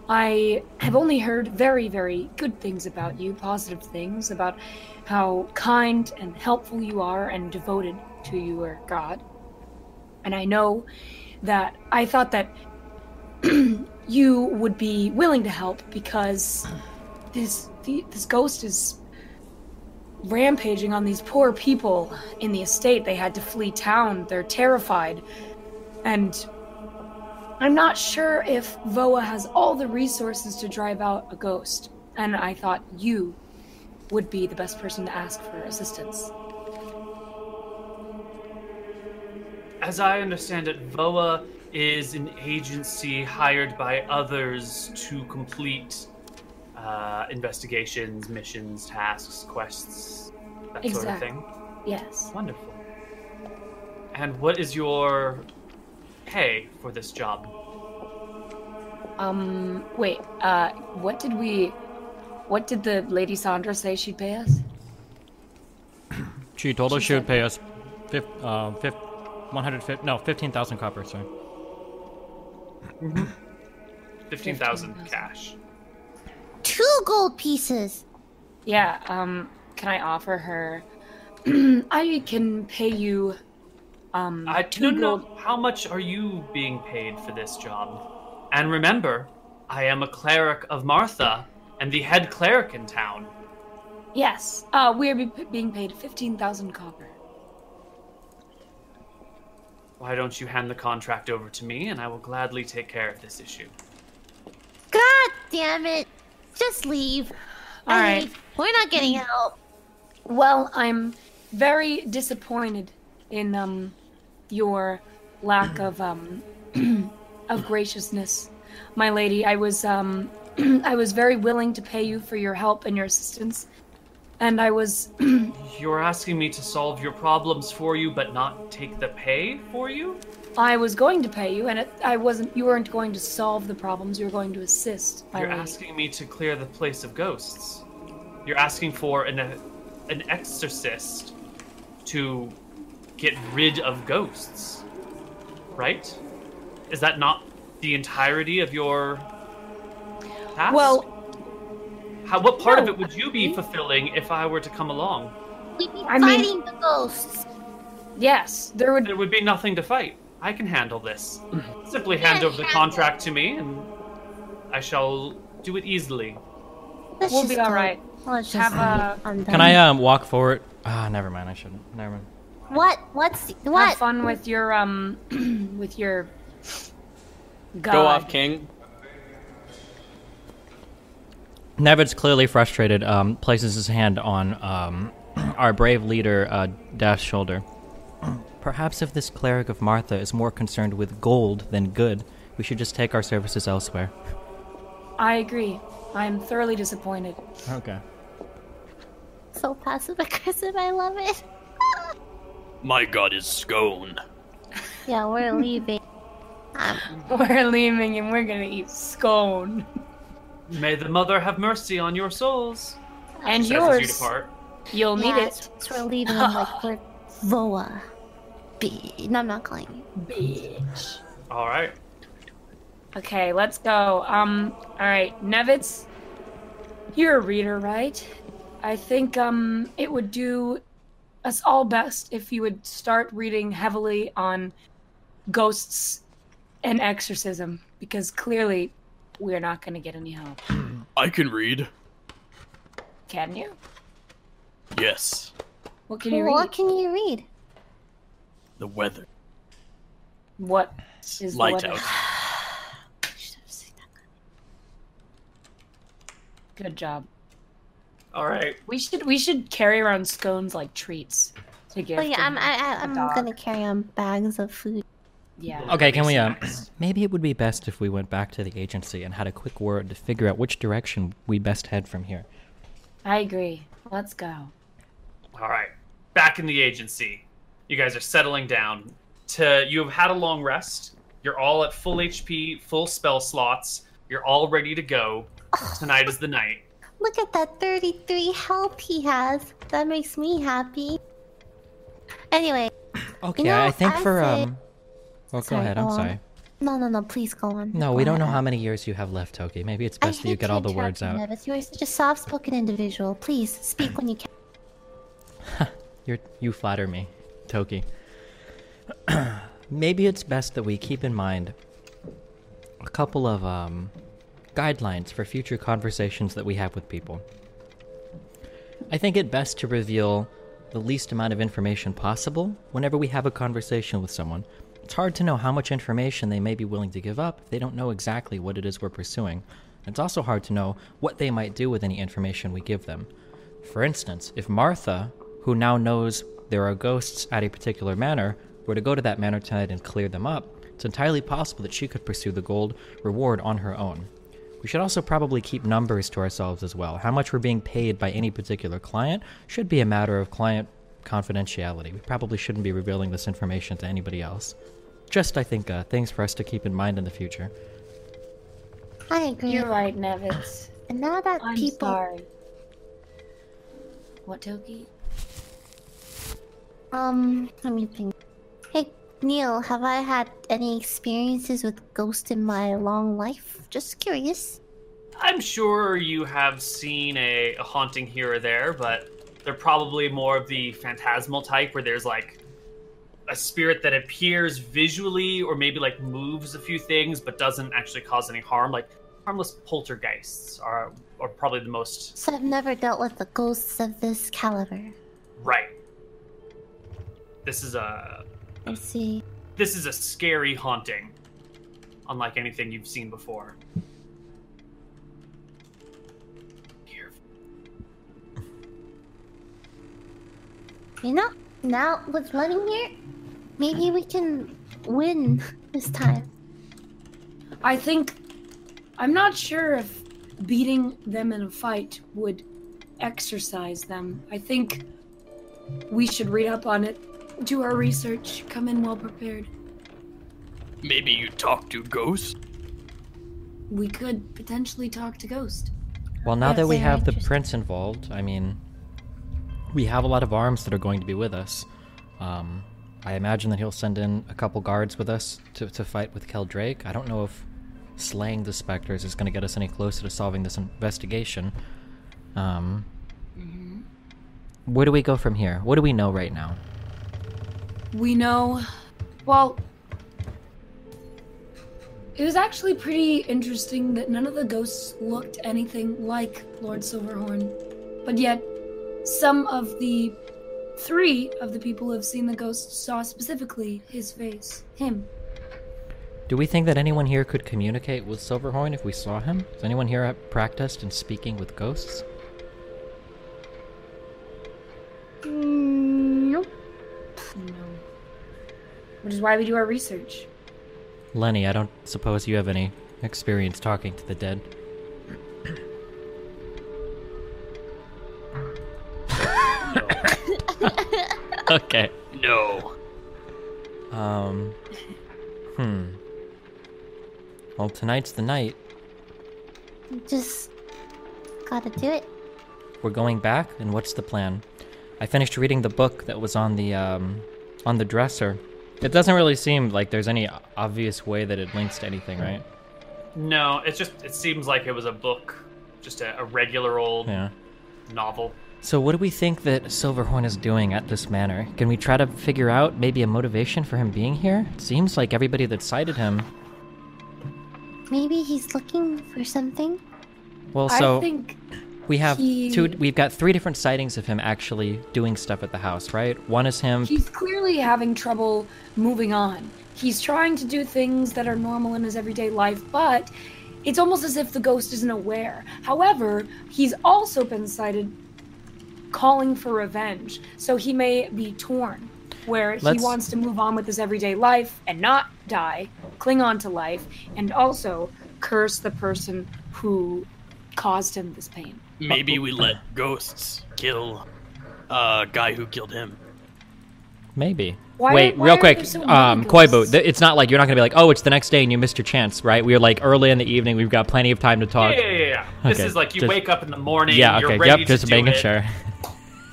Speaker 3: I have only heard very, very good things about you, positive things about how kind and helpful you are and devoted to your God. And I know that I thought that you would be willing to help because this the, this ghost is rampaging on these poor people in the estate. They had to flee town. They're terrified, and I'm not sure if Voa has all the resources to drive out a ghost. And I thought you would be the best person to ask for assistance.
Speaker 1: As I understand it, VOA is an agency hired by others to complete uh, investigations, missions, tasks, quests, that sort of
Speaker 3: Exactly.
Speaker 1: thing.
Speaker 3: Yes.
Speaker 1: Wonderful. And what is your pay for this job?
Speaker 3: Um, wait, uh, what did we. What did the Lady Sandra say she'd pay us?
Speaker 8: She told us she would pay us fif- uh, fif- 150, no, 15,000 copper, sorry.
Speaker 1: 15,000 cash.
Speaker 4: Two gold pieces.
Speaker 3: Yeah, um, can I offer her. I can pay you. Um,
Speaker 1: I
Speaker 3: two
Speaker 1: don't
Speaker 3: gold.
Speaker 1: know how much are you being paid for this job? And remember, I am a cleric of Martha and the head cleric in town.
Speaker 3: Yes, uh, we're be- being paid 15,000 copper.
Speaker 1: Why don't you hand the contract over to me and I will gladly take care of this issue?
Speaker 4: God damn it. Just leave.
Speaker 3: All
Speaker 4: I
Speaker 3: right.
Speaker 4: leave. We're not getting help.
Speaker 3: Well, I'm very disappointed in um, your lack of um, of graciousness, my lady. I was um, I was very willing to pay you for your help and your assistance, and I was
Speaker 1: You're asking me to solve your problems for you but not take the pay for you?
Speaker 3: I was going to pay you, and it, I wasn't. You weren't going to solve the problems. You were going to assist. My
Speaker 1: You're
Speaker 3: lady.
Speaker 1: asking me to clear the place of ghosts. You're asking for an uh, an exorcist to get rid of ghosts. Right? Is that not the entirety of your task?
Speaker 3: Well,
Speaker 1: How, what part of
Speaker 3: no,
Speaker 1: it would you be fulfilling if I were to come along?
Speaker 4: We'd be
Speaker 3: I mean-
Speaker 4: fighting the ghosts.
Speaker 3: yes, there would
Speaker 1: There would be nothing to fight. I can handle this. Simply hand
Speaker 4: Yeah,
Speaker 1: over the
Speaker 4: handle.
Speaker 1: contract to me, and I shall do it easily.
Speaker 4: Let's
Speaker 3: We'll
Speaker 4: just
Speaker 3: be all
Speaker 4: go.
Speaker 3: right.
Speaker 4: Let's
Speaker 3: have
Speaker 4: just
Speaker 3: a.
Speaker 8: Can
Speaker 5: uh,
Speaker 8: I um walk forward? Ah, never mind. I shouldn't. Never mind.
Speaker 4: What? What's the,
Speaker 3: Have
Speaker 4: what?
Speaker 3: fun with your um, with your. God.
Speaker 2: Go off, King.
Speaker 8: Nevid's clearly frustrated, um, places his hand on um, our brave leader, uh, Dash's shoulder.
Speaker 7: Perhaps if this cleric of Martha is more concerned with gold than good, we should just take our services elsewhere.
Speaker 3: I agree. I'm thoroughly disappointed.
Speaker 8: Okay.
Speaker 4: So passive aggressive. I love it.
Speaker 6: My god is scone.
Speaker 4: Yeah, we're leaving. Um,
Speaker 3: We're leaving and we're gonna eat scone.
Speaker 1: May the mother have mercy on your souls.
Speaker 3: And
Speaker 1: Says as you
Speaker 3: yours.
Speaker 1: depart.
Speaker 3: You'll
Speaker 4: yeah,
Speaker 3: need it.
Speaker 4: it's- We're leaving them like we're Voa. B. No, I'm not calling you.
Speaker 3: Bitch.
Speaker 1: All right.
Speaker 3: Okay, let's go. Um, alright, Nevitz, you're a reader, right? I think um it would do us all best if you would start reading heavily on ghosts and exorcism, because clearly we're not gonna get any help.
Speaker 6: I can read.
Speaker 3: Can you?
Speaker 6: Yes.
Speaker 3: What can you
Speaker 4: what
Speaker 3: read?
Speaker 4: can you read?
Speaker 6: The weather.
Speaker 3: What is the
Speaker 6: Light
Speaker 3: weather?
Speaker 6: out.
Speaker 3: Good job.
Speaker 1: All right.
Speaker 3: We should we should carry around scones like treats to give.
Speaker 4: Oh yeah,
Speaker 3: to
Speaker 4: I'm I, I,
Speaker 3: the
Speaker 4: I'm
Speaker 3: dog.
Speaker 4: gonna carry on bags of food.
Speaker 3: Yeah.
Speaker 5: Okay, can we, um,
Speaker 1: Snacks.
Speaker 5: Maybe it would be best if we went back to the agency and had a quick word to figure out which direction we best head from here.
Speaker 3: I agree. Let's go.
Speaker 1: All right. Back in the agency. You guys are settling down. To you have had a long rest. You're all at full HP, full spell slots. You're all ready to go. Tonight is the night.
Speaker 4: Look at that 33 health he has. That makes me happy. Anyway,
Speaker 5: Okay,
Speaker 4: know,
Speaker 5: I think
Speaker 4: I
Speaker 5: for
Speaker 4: say-
Speaker 5: um. Well, go
Speaker 4: Sorry,
Speaker 5: ahead.
Speaker 4: go
Speaker 5: I'm
Speaker 4: on.
Speaker 5: sorry.
Speaker 4: no, no, no. Please go on.
Speaker 5: No,
Speaker 4: Go
Speaker 5: we don't
Speaker 4: on.
Speaker 5: know how many years you have left, Toki. Maybe it's
Speaker 4: I
Speaker 5: best that you
Speaker 4: hate
Speaker 5: get
Speaker 4: to
Speaker 5: all the
Speaker 4: interrupt
Speaker 5: words
Speaker 4: you,
Speaker 5: out.
Speaker 4: Nevis. You are such a soft-spoken individual. Please speak when you can.
Speaker 5: You're, you flatter me, Toki. Maybe it's best that we keep in mind a couple of um, guidelines for future conversations that we have with people. I think it best to reveal the least amount of information possible whenever we have a conversation with someone. It's hard to know how much information they may be willing to give up if they don't know exactly what it is we're pursuing. It's also hard to know what they might do with any information we give them. For instance, if Martha, who now knows there are ghosts at a particular manor, were to go to that manor tonight and clear them up, it's entirely possible that she could pursue the gold reward on her own. We should also probably keep numbers to ourselves as well. How much we're being paid by any particular client should be a matter of client confidentiality. We probably shouldn't be revealing this information to anybody else. Just, I think, uh, things for us to keep in mind in the future.
Speaker 4: I agree.
Speaker 3: You're right, Nevis.
Speaker 4: And now that
Speaker 3: I'm
Speaker 4: people,
Speaker 3: sorry. What Toki?
Speaker 4: um, let me think. Hey, Neil, have I had any experiences with ghosts in my long life? Just curious.
Speaker 1: I'm sure you have seen a, a haunting here or there, but they're probably more of the phantasmal type where there's like a spirit that appears visually or maybe like moves a few things but doesn't actually cause any harm. Like harmless poltergeists are, are probably the most
Speaker 4: So I've never dealt with the ghosts of this caliber.
Speaker 1: right. This is a
Speaker 4: I see.
Speaker 1: this is a scary haunting, unlike anything you've seen before. Here.
Speaker 4: You know, now with Lenny here, maybe we can win this time.
Speaker 3: I think I'm not sure if beating them in a fight would exercise them. I think we should read up on it, do our research, come in well prepared.
Speaker 6: Maybe you talk to ghosts?
Speaker 3: We could potentially talk to Ghost.
Speaker 5: Well, now
Speaker 4: That's
Speaker 5: that we
Speaker 4: very
Speaker 5: have the
Speaker 4: interesting.
Speaker 5: prince involved, I mean, we have a lot of arms that are going to be with us. Um, I imagine that he'll send in a couple guards with us to, to fight with Kel Drake. I don't know if slaying the specters is going to get us any closer to solving this investigation. Um, Where do we go from here? What do we know right now?
Speaker 3: We know. Well, it was actually pretty interesting that none of the ghosts looked anything like Lord Silverhorn, but yet some of the three of the people who have seen the ghosts saw specifically his face, him.
Speaker 5: Do we think that anyone here could communicate with Silverhorn if we saw him? Is anyone here at practiced in speaking with ghosts?
Speaker 4: Mm, nope.
Speaker 3: You know, which is why we do our research.
Speaker 5: Lenny, I don't suppose you have any experience talking to the dead. okay.
Speaker 6: No.
Speaker 5: Um. Hmm. Well, tonight's the night.
Speaker 4: Just gotta do it.
Speaker 5: We're going back, and what's the plan? I finished reading the book that was on the um, on the dresser. It doesn't really seem like there's any o- obvious way that it links to anything, right?
Speaker 1: No, it's just it seems like it was a book, just a, a regular old
Speaker 5: Yeah.
Speaker 1: novel.
Speaker 5: So, what do we think that Silverhorn is doing at this manor? Can we try to figure out maybe a motivation for him being here? It seems like everybody that sighted him.
Speaker 4: Maybe he's looking for something.
Speaker 5: Well, so
Speaker 3: I think
Speaker 5: we have
Speaker 3: he-
Speaker 5: two. We've got three different sightings of him actually doing stuff at the house, right? One is him.
Speaker 3: He's clearly having trouble moving on. He's trying to do things that are normal in his everyday life, but It's almost as if the ghost isn't aware. However, he's also been cited calling for revenge, so he may be torn, where
Speaker 9: Let's-
Speaker 3: he wants to move on with his everyday life and not die, cling on to life, and also curse the person who caused him this pain.
Speaker 6: Maybe we let ghosts kill uh guy who killed him.
Speaker 5: Maybe.
Speaker 3: Why
Speaker 5: Wait,
Speaker 3: why
Speaker 5: real
Speaker 3: are
Speaker 5: quick,
Speaker 3: there so many
Speaker 5: um,
Speaker 3: ghosts?
Speaker 5: Koibu, th- it's not like you're not gonna be like, oh, it's the next day and you missed your chance, right? We're like early in the evening, we've got plenty of time to talk.
Speaker 1: Yeah, yeah, yeah. yeah. This
Speaker 5: Okay,
Speaker 1: is like you
Speaker 5: just-
Speaker 1: wake up in the morning.
Speaker 5: Yeah,
Speaker 1: You're
Speaker 5: okay,
Speaker 1: ready
Speaker 5: yep,
Speaker 1: to
Speaker 5: just
Speaker 1: do
Speaker 5: making
Speaker 1: it.
Speaker 5: sure.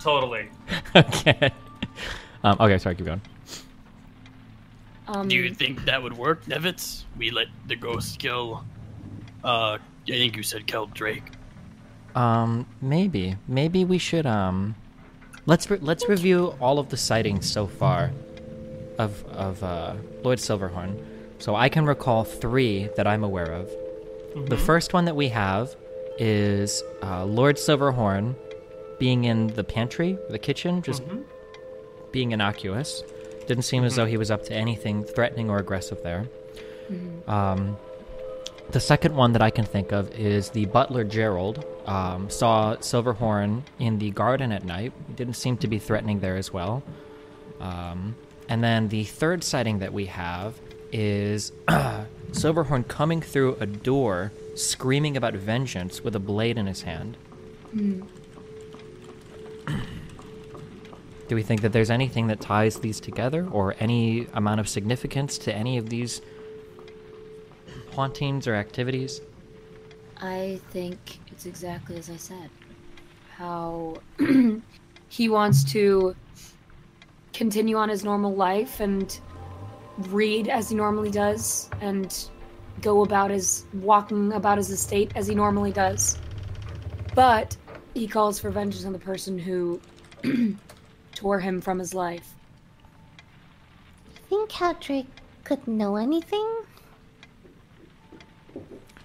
Speaker 1: Totally.
Speaker 5: okay. Um, okay, sorry, keep going.
Speaker 3: Um,
Speaker 6: Do you think that would work, Nevitz? We let the ghosts kill uh I think you said kill Drake.
Speaker 5: Um, maybe, maybe we should um, let's re- let's review all of the sightings so far, of of uh, Lloyd Silverhorn. So I can recall three that I'm aware of. The first one that we have is uh, Lord Silverhorn being in the pantry, the kitchen, just being innocuous. Didn't seem as though he was up to anything threatening or aggressive there. Um, the second one that I can think of is the butler Gerald um, saw Silverhorn in the garden at night. He didn't seem to be threatening there as well. Um, and then the third sighting that we have is Silverhorn coming through a door, screaming about vengeance with a blade in his hand. Do we think that there's anything that ties these together, or any amount of significance to any of these hauntings or activities?
Speaker 3: I think it's exactly as I said. How he wants to continue on his normal life and read as he normally does and go about his walking about his estate as he normally does. But he calls for vengeance on the person who tore him from his life.
Speaker 4: Think how Drake could know anything?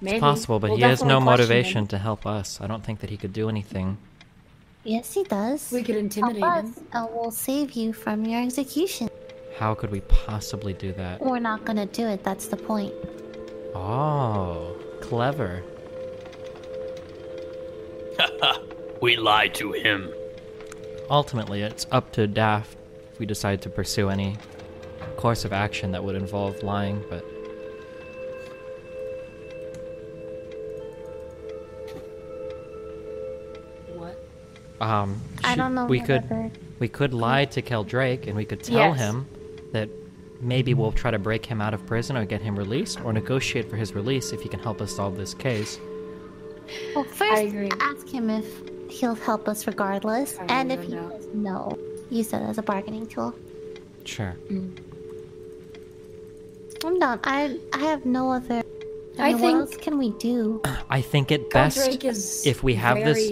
Speaker 3: Maybe.
Speaker 5: Possible, but
Speaker 3: We'll
Speaker 5: he has no
Speaker 3: definitely question him.
Speaker 5: motivation to help us. I don't think that he could do anything.
Speaker 4: Yes, he does.
Speaker 3: We could
Speaker 4: Help
Speaker 3: intimidate
Speaker 4: us,
Speaker 3: him.
Speaker 4: and we'll save you from your execution.
Speaker 5: How could we possibly do that?
Speaker 4: We're not gonna do it. That's the point.
Speaker 5: Oh, clever.
Speaker 6: We lie to him.
Speaker 5: Ultimately, it's up to Daft if we decide to pursue any course of action that would involve lying, but
Speaker 3: What?
Speaker 5: um
Speaker 4: I
Speaker 5: shoot,
Speaker 4: don't know.
Speaker 5: we could
Speaker 4: whether-
Speaker 5: we could lie to Kel Drake and we could tell
Speaker 3: Yes.
Speaker 5: him that maybe we'll try to break him out of prison or get him released or negotiate for his release if he can help us solve this case.
Speaker 4: Well, first,
Speaker 3: agree.
Speaker 4: ask him if he'll help us regardless,
Speaker 3: I
Speaker 4: and if
Speaker 3: don't
Speaker 4: he
Speaker 3: know.
Speaker 4: says no, use that as a bargaining tool.
Speaker 5: Sure.
Speaker 4: I'm done. I I have no other.
Speaker 3: I
Speaker 4: mean,
Speaker 3: think-
Speaker 4: What else can we do?
Speaker 5: I think it best
Speaker 3: Drake is
Speaker 5: if we have
Speaker 3: very-
Speaker 5: this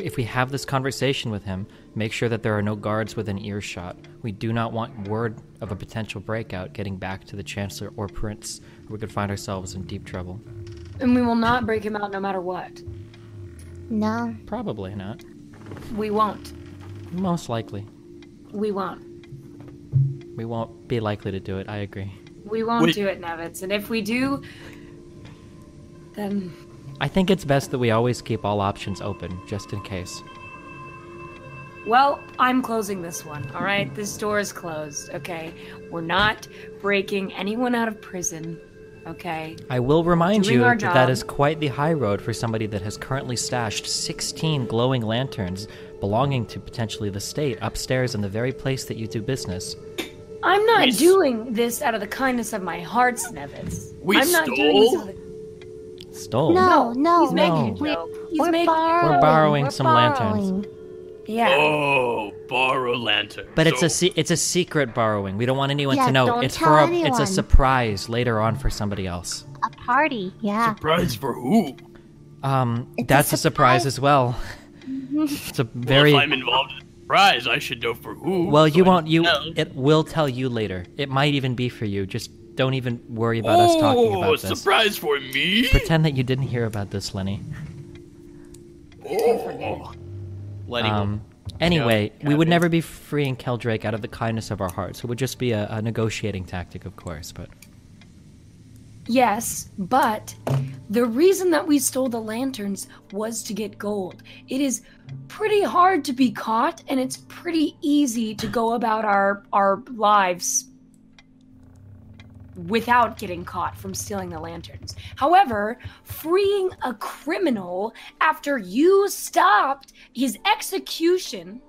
Speaker 5: if we have this conversation with him, make sure that there are no guards within earshot. We do not want word of a potential breakout getting back to the chancellor or prince. or We could find ourselves in deep trouble.
Speaker 3: And we will not break him out no matter what.
Speaker 4: No.
Speaker 5: Probably not.
Speaker 3: We won't.
Speaker 5: Most likely.
Speaker 3: We won't.
Speaker 5: We won't be likely to do it. I agree.
Speaker 3: We won't
Speaker 6: Wait.
Speaker 3: do it, Nevitz. And if we do, then
Speaker 5: I think it's best that we always keep all options open just in case.
Speaker 3: well, I'm closing this one. All right, this door is closed. Okay, we're not breaking anyone out of prison. Okay,
Speaker 5: I will remind
Speaker 3: Doing
Speaker 5: you
Speaker 3: our
Speaker 5: that that
Speaker 3: job.
Speaker 5: is quite the high road for somebody that has currently stashed 16 glowing lanterns belonging to potentially the state upstairs in the very place that you do business.
Speaker 3: I'm not
Speaker 6: We s-
Speaker 3: doing this out of the kindness of my heart, Nevitz.
Speaker 6: We
Speaker 3: I'm not doing this.
Speaker 6: stole?
Speaker 3: Out of the...
Speaker 5: Stole.
Speaker 4: No. No.
Speaker 3: he's making
Speaker 5: No.
Speaker 3: a joke. He's
Speaker 4: We're
Speaker 3: making.
Speaker 4: borrowing.
Speaker 5: borrowing some lanterns.
Speaker 4: lanterns.
Speaker 3: Yeah.
Speaker 6: Oh, borrow lantern.
Speaker 5: But it's
Speaker 6: So
Speaker 5: a se- it's a secret borrowing. We don't want anyone
Speaker 4: Yeah,
Speaker 5: to know.
Speaker 4: don't
Speaker 5: it's
Speaker 4: tell
Speaker 5: for a, it's
Speaker 4: anyone.
Speaker 5: a surprise later on for somebody else.
Speaker 4: A party. Yeah.
Speaker 6: surprise for who?
Speaker 5: Um,
Speaker 4: It's a
Speaker 5: that's a surprise,
Speaker 4: surprise.
Speaker 5: as well. it's a
Speaker 6: Well,
Speaker 5: very
Speaker 6: if I'm involved in a surprise, I should know for who.
Speaker 5: well.
Speaker 6: so
Speaker 5: You
Speaker 6: I
Speaker 5: won't. You
Speaker 6: tell.
Speaker 5: it will tell you later. It might even be for you. Just don't even worry about us talking
Speaker 6: Oh,
Speaker 5: about
Speaker 6: a
Speaker 5: this.
Speaker 6: surprise for me!
Speaker 5: Pretend that you didn't hear about this, Lenny.
Speaker 6: Oh,
Speaker 10: Lenny will-
Speaker 5: Um, anyway, we would never be freeing Keldrake out of the kindness of our hearts. It would just be a, a negotiating tactic, of course. But
Speaker 3: Yes, but the reason that we stole the lanterns was to get gold. It is pretty hard to be caught, and it's pretty easy to go about our our lives without getting caught from stealing the lanterns. However, freeing a criminal after you stopped his execution.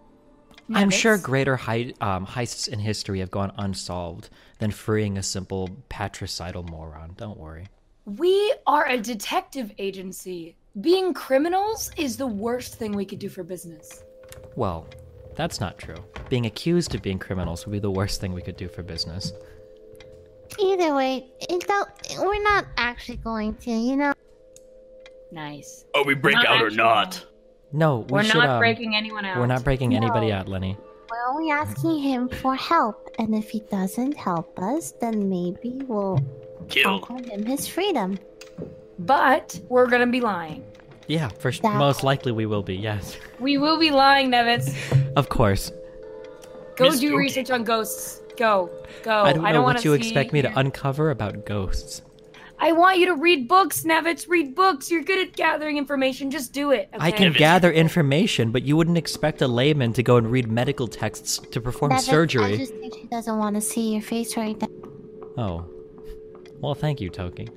Speaker 5: I'm
Speaker 3: methods-
Speaker 5: sure greater hei- um, heists in history have gone unsolved than freeing a simple patricidal moron. Don't worry.
Speaker 3: We are a detective agency. Being criminals is the worst thing we could do for business.
Speaker 5: Well, that's not true. Being accused of being criminals would be the worst thing we could do for business.
Speaker 4: Either way, it don't, we're not actually going to, you know?
Speaker 3: Nice.
Speaker 6: Oh, we break
Speaker 1: Not
Speaker 6: out or
Speaker 1: actually.
Speaker 6: not?
Speaker 5: No, we
Speaker 3: We are
Speaker 5: should,
Speaker 3: not
Speaker 5: um,
Speaker 3: breaking anyone out.
Speaker 5: We're not breaking anybody
Speaker 4: No.
Speaker 5: out, Lenny.
Speaker 4: We're only asking him for help, and if he doesn't help us, then maybe we'll
Speaker 6: Kill.
Speaker 4: offer him his freedom.
Speaker 3: But we're gonna be lying.
Speaker 5: Yeah, for sh-
Speaker 4: That-
Speaker 5: most likely we will be. Yes,
Speaker 3: We will be lying, Nevitz.
Speaker 5: of course.
Speaker 3: Go
Speaker 6: Miss
Speaker 3: do
Speaker 6: Goat.
Speaker 3: research on ghosts. Go. Go.
Speaker 5: I don't know
Speaker 3: Oh, wanna
Speaker 5: what you
Speaker 3: see
Speaker 5: expect me to
Speaker 3: you-
Speaker 5: uncover about ghosts.
Speaker 3: I want you to read books, Nevitz. Read books. You're good at gathering information. Just do it.
Speaker 5: I
Speaker 3: okay?
Speaker 5: can gather information, but you wouldn't expect a layman to go and read medical texts to perform
Speaker 4: Nevis,
Speaker 5: surgery.
Speaker 4: I just think she doesn't want to see your face right now.
Speaker 5: Oh. Well, thank you, Toki.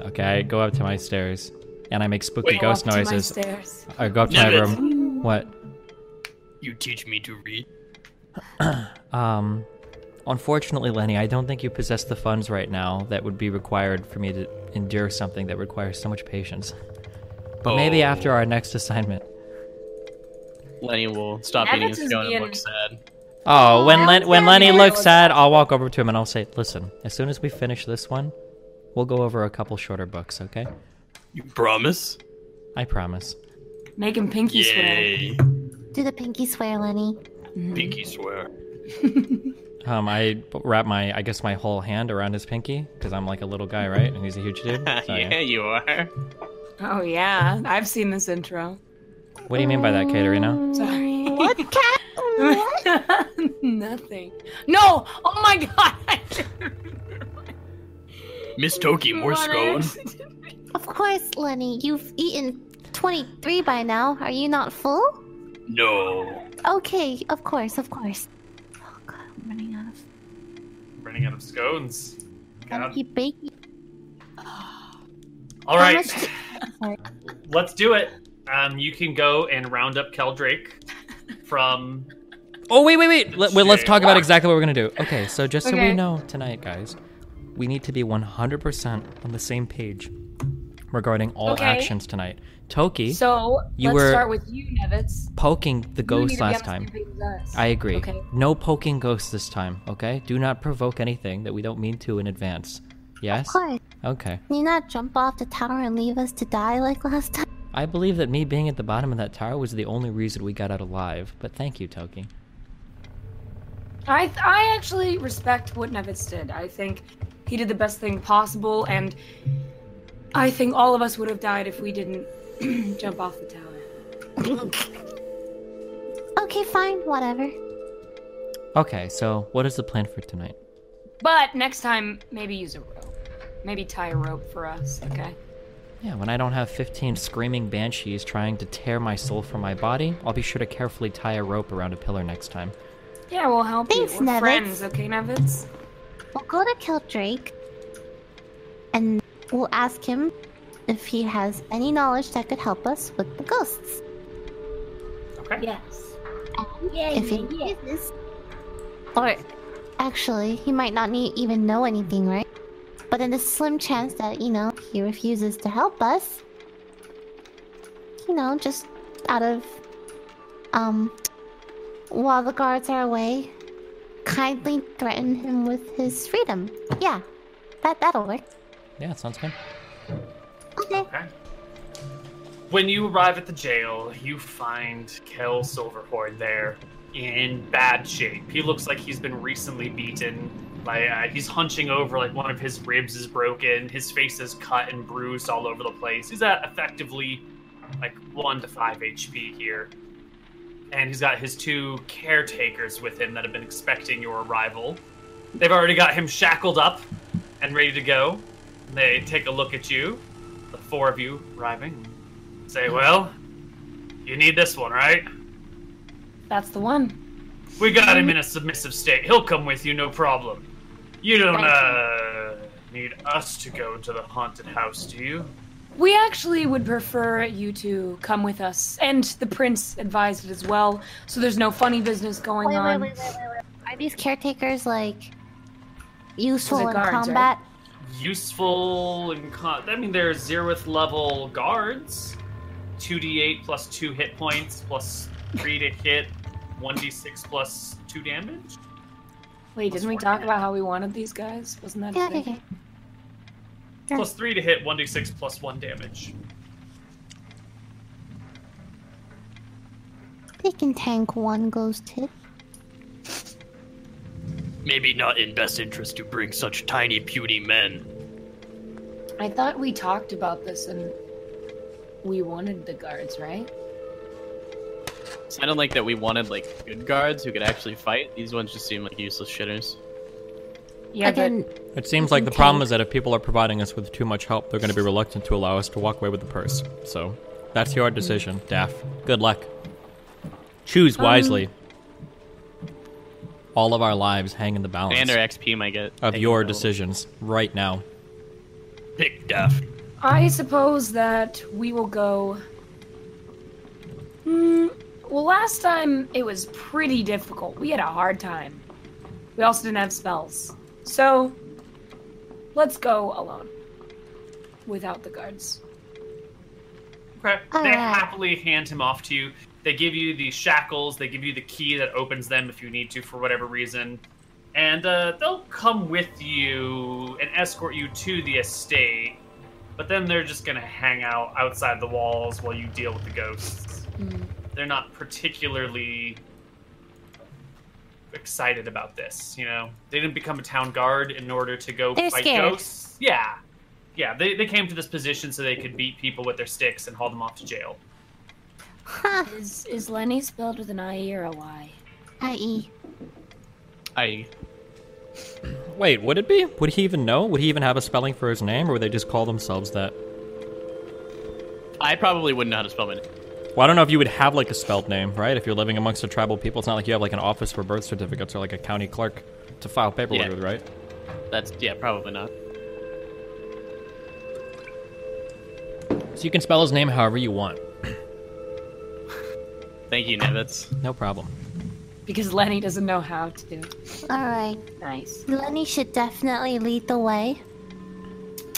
Speaker 5: Okay, I go up to my stairs and I make spooky
Speaker 6: Wait.
Speaker 3: Go
Speaker 5: ghost
Speaker 3: up to my
Speaker 5: noises.
Speaker 3: stairs.
Speaker 5: I go up to my
Speaker 6: Nevis.
Speaker 5: room. What?
Speaker 6: You teach me to read.
Speaker 5: Um, unfortunately, Lenny, I don't think you possess the funds right now that would be required for me to endure something that requires so much patience. But maybe
Speaker 6: Oh.
Speaker 5: after our next assignment.
Speaker 11: Lenny will stop eating
Speaker 3: Evans
Speaker 11: his
Speaker 3: is
Speaker 11: scone and
Speaker 3: being-
Speaker 11: look sad.
Speaker 5: Oh, when
Speaker 3: that
Speaker 5: Len-
Speaker 3: was
Speaker 5: when
Speaker 3: very
Speaker 5: Lenny
Speaker 3: nice.
Speaker 5: looks sad, I'll walk over to him and I'll say, "Listen, as soon as we finish this one, we'll go over a couple shorter books, okay?
Speaker 6: You promise?
Speaker 5: I promise."
Speaker 3: Make him pinky swear.
Speaker 6: Yay.
Speaker 4: Do the pinky swear, Lenny.
Speaker 6: Pinky swear.
Speaker 5: Um, I b- wrap my, I guess, my whole hand around his pinky because I'm like a little guy, right? And he's a huge dude. So, yeah.
Speaker 11: yeah, you are.
Speaker 3: Oh yeah, I've seen this intro.
Speaker 5: What do you mean by that,
Speaker 3: Mm.
Speaker 5: Katerina?
Speaker 3: Sorry.
Speaker 4: Mm, What cat? What?
Speaker 3: Nothing. No! Oh my god!
Speaker 6: Miss Toki, more scone.
Speaker 4: Of course, Lenny. You've eaten 23 by now. Are you not full?
Speaker 6: No.
Speaker 4: Okay, of course, of course. Oh god, I'm running out of.
Speaker 1: Running out of scones.
Speaker 4: Gotta
Speaker 1: God.
Speaker 4: keep baking.
Speaker 1: All
Speaker 4: How
Speaker 1: right,
Speaker 4: much-
Speaker 1: let's do it. Um, you can go and round up Keldrake from
Speaker 5: Oh wait, wait, wait. Let, wait, let's talk
Speaker 1: Shit.
Speaker 5: about exactly what we're gonna do. Okay, so just so we
Speaker 3: Okay.
Speaker 5: know tonight, guys, we need to be 100% on the same page regarding all
Speaker 3: Okay.
Speaker 5: actions tonight. Toki,
Speaker 3: So
Speaker 5: You
Speaker 3: let's
Speaker 5: were-
Speaker 3: start with you, Nevitz.
Speaker 5: poking
Speaker 3: You
Speaker 5: the
Speaker 3: need to
Speaker 5: ghost
Speaker 3: be
Speaker 5: last
Speaker 3: on the
Speaker 5: time.
Speaker 3: same page as us.
Speaker 5: I agree.
Speaker 3: Okay.
Speaker 5: No poking ghosts this time, okay? Do not provoke anything that we don't mean to in advance. Yes?
Speaker 4: Of course.
Speaker 5: Okay.
Speaker 4: Can you not jump off the tower and leave us to die like last time?
Speaker 5: I believe that me being at the bottom of that tower was the only reason we got out alive, but thank you, Toki.
Speaker 3: I I actually respect what Nevitz did. I think he did the best thing possible, and I think all of us would have died if we didn't jump off the tower.
Speaker 4: Okay, fine, whatever.
Speaker 5: Okay, so what is the plan for tonight?
Speaker 3: But next time, maybe use a rope. Maybe tie a rope for us. Okay.
Speaker 5: Yeah, when I don't have 15 screaming banshees trying to tear my soul from my body, I'll be sure to carefully tie a rope around a pillar next time.
Speaker 3: Yeah, we'll help
Speaker 4: Thanks,
Speaker 3: you. We're
Speaker 4: Nevitz.
Speaker 3: friends, okay, Nevitz?
Speaker 4: We'll go to kill Drake, and we'll ask him if he has any knowledge that could help us with the ghosts.
Speaker 1: okay.
Speaker 3: Yes.
Speaker 4: if he needs this, or actually, he might not need, even know anything, right? But in the slim chance that you know he refuses to help us, you know, just out of um, while the guards are away, kindly threaten him with his freedom. Yeah, that that'll work.
Speaker 5: Yeah, sounds good.
Speaker 4: Okay.
Speaker 1: Okay. When you arrive at the jail, you find Kel Silverhorn there in bad shape. He looks like he's been recently beaten. By, uh, he's hunching over, like one of his ribs is broken. His face is cut and bruised all over the place. He's at effectively like one to five HP here. And he's got his two caretakers with him that have been expecting your arrival. They've already got him shackled up and ready to go. They take a look at you, the four of you arriving, and say, Well, you need this one, right?
Speaker 4: That's the one.
Speaker 1: We got him in a submissive state. He'll come with you, no problem. You don't
Speaker 4: Thank
Speaker 1: uh, need us to go to the haunted house, do you?
Speaker 3: We actually would prefer you to come with us, and the prince advised it as well. So there's no funny business going
Speaker 4: Wait, wait,
Speaker 3: on.
Speaker 4: wait, wait, wait, wait. Are these caretakers like useful
Speaker 3: Those are
Speaker 4: in
Speaker 3: guards, right?
Speaker 4: combat?
Speaker 1: Useful and con- I mean, they're zeroth level guards. 2d8 plus 2 hit points plus 3 to hit, 1d6 plus 2 damage.
Speaker 3: Wait, didn't we talk about how we wanted these guys? Wasn't that? a
Speaker 4: Yeah, okay,
Speaker 3: thing?
Speaker 4: okay.
Speaker 1: Plus 3 to hit, 1d6 plus 1 damage.
Speaker 4: They can tank one ghost hit.
Speaker 6: Maybe not in best interest to bring such tiny, puny men.
Speaker 3: I thought we talked about this and we wanted the guards, right?
Speaker 2: Sounded like that we wanted like good guards who could actually fight. These ones just seem like useless shitters.
Speaker 3: Yeah,
Speaker 4: Again,
Speaker 5: It seems like the problem is that if people are providing us with too much help, they're going to be reluctant to allow us to walk away with the purse. So that's your decision, Daff. Good luck. Choose wisely. All of our lives hang in the balance
Speaker 2: And our XP might get
Speaker 5: of
Speaker 2: taken
Speaker 5: your
Speaker 2: down.
Speaker 5: decisions right now.
Speaker 6: Pick Daft.
Speaker 3: I suppose that we will go. Hmm. Well, last time it was pretty difficult. We had a hard time. We also didn't have spells. So, let's go alone. Without the guards.
Speaker 1: Okay.
Speaker 4: All
Speaker 1: they
Speaker 4: right.
Speaker 1: happily hand him off to you. They give you the shackles. They give you the key that opens them if you need to for whatever reason, and uh, they'll come with you and escort you to the estate. But then they're just gonna hang out outside the walls while you deal with the ghosts.
Speaker 4: Mm-hmm.
Speaker 1: They're not particularly excited about this, you know. They didn't become a town guard in order to go
Speaker 4: They're
Speaker 1: fight
Speaker 4: scared.
Speaker 1: ghosts. Yeah. Yeah, they, they came to this position so they could beat people with their sticks and haul them off to jail.
Speaker 4: huh,
Speaker 3: Is is Lenny spelled with an I or a Y?
Speaker 4: i.e.
Speaker 2: I
Speaker 5: Wait, would it be? Would he even know? Would he even have a spelling for his name, or would they just call themselves that?
Speaker 2: I probably wouldn't know how to spell my name.
Speaker 5: Well, I don't know if you would have like a spelled name, right? If you're living amongst a tribal people, it's not like you have like an office for birth certificates or like a county clerk to file paperwork
Speaker 2: Yeah.
Speaker 5: with, right?
Speaker 2: That's yeah, probably not.
Speaker 5: So you can spell his name however you want.
Speaker 2: Thank you, Nevitz.
Speaker 5: No problem.
Speaker 3: Because Lenny doesn't know how to do. it.
Speaker 4: Alright.
Speaker 3: Nice.
Speaker 4: Lenny should definitely lead the way.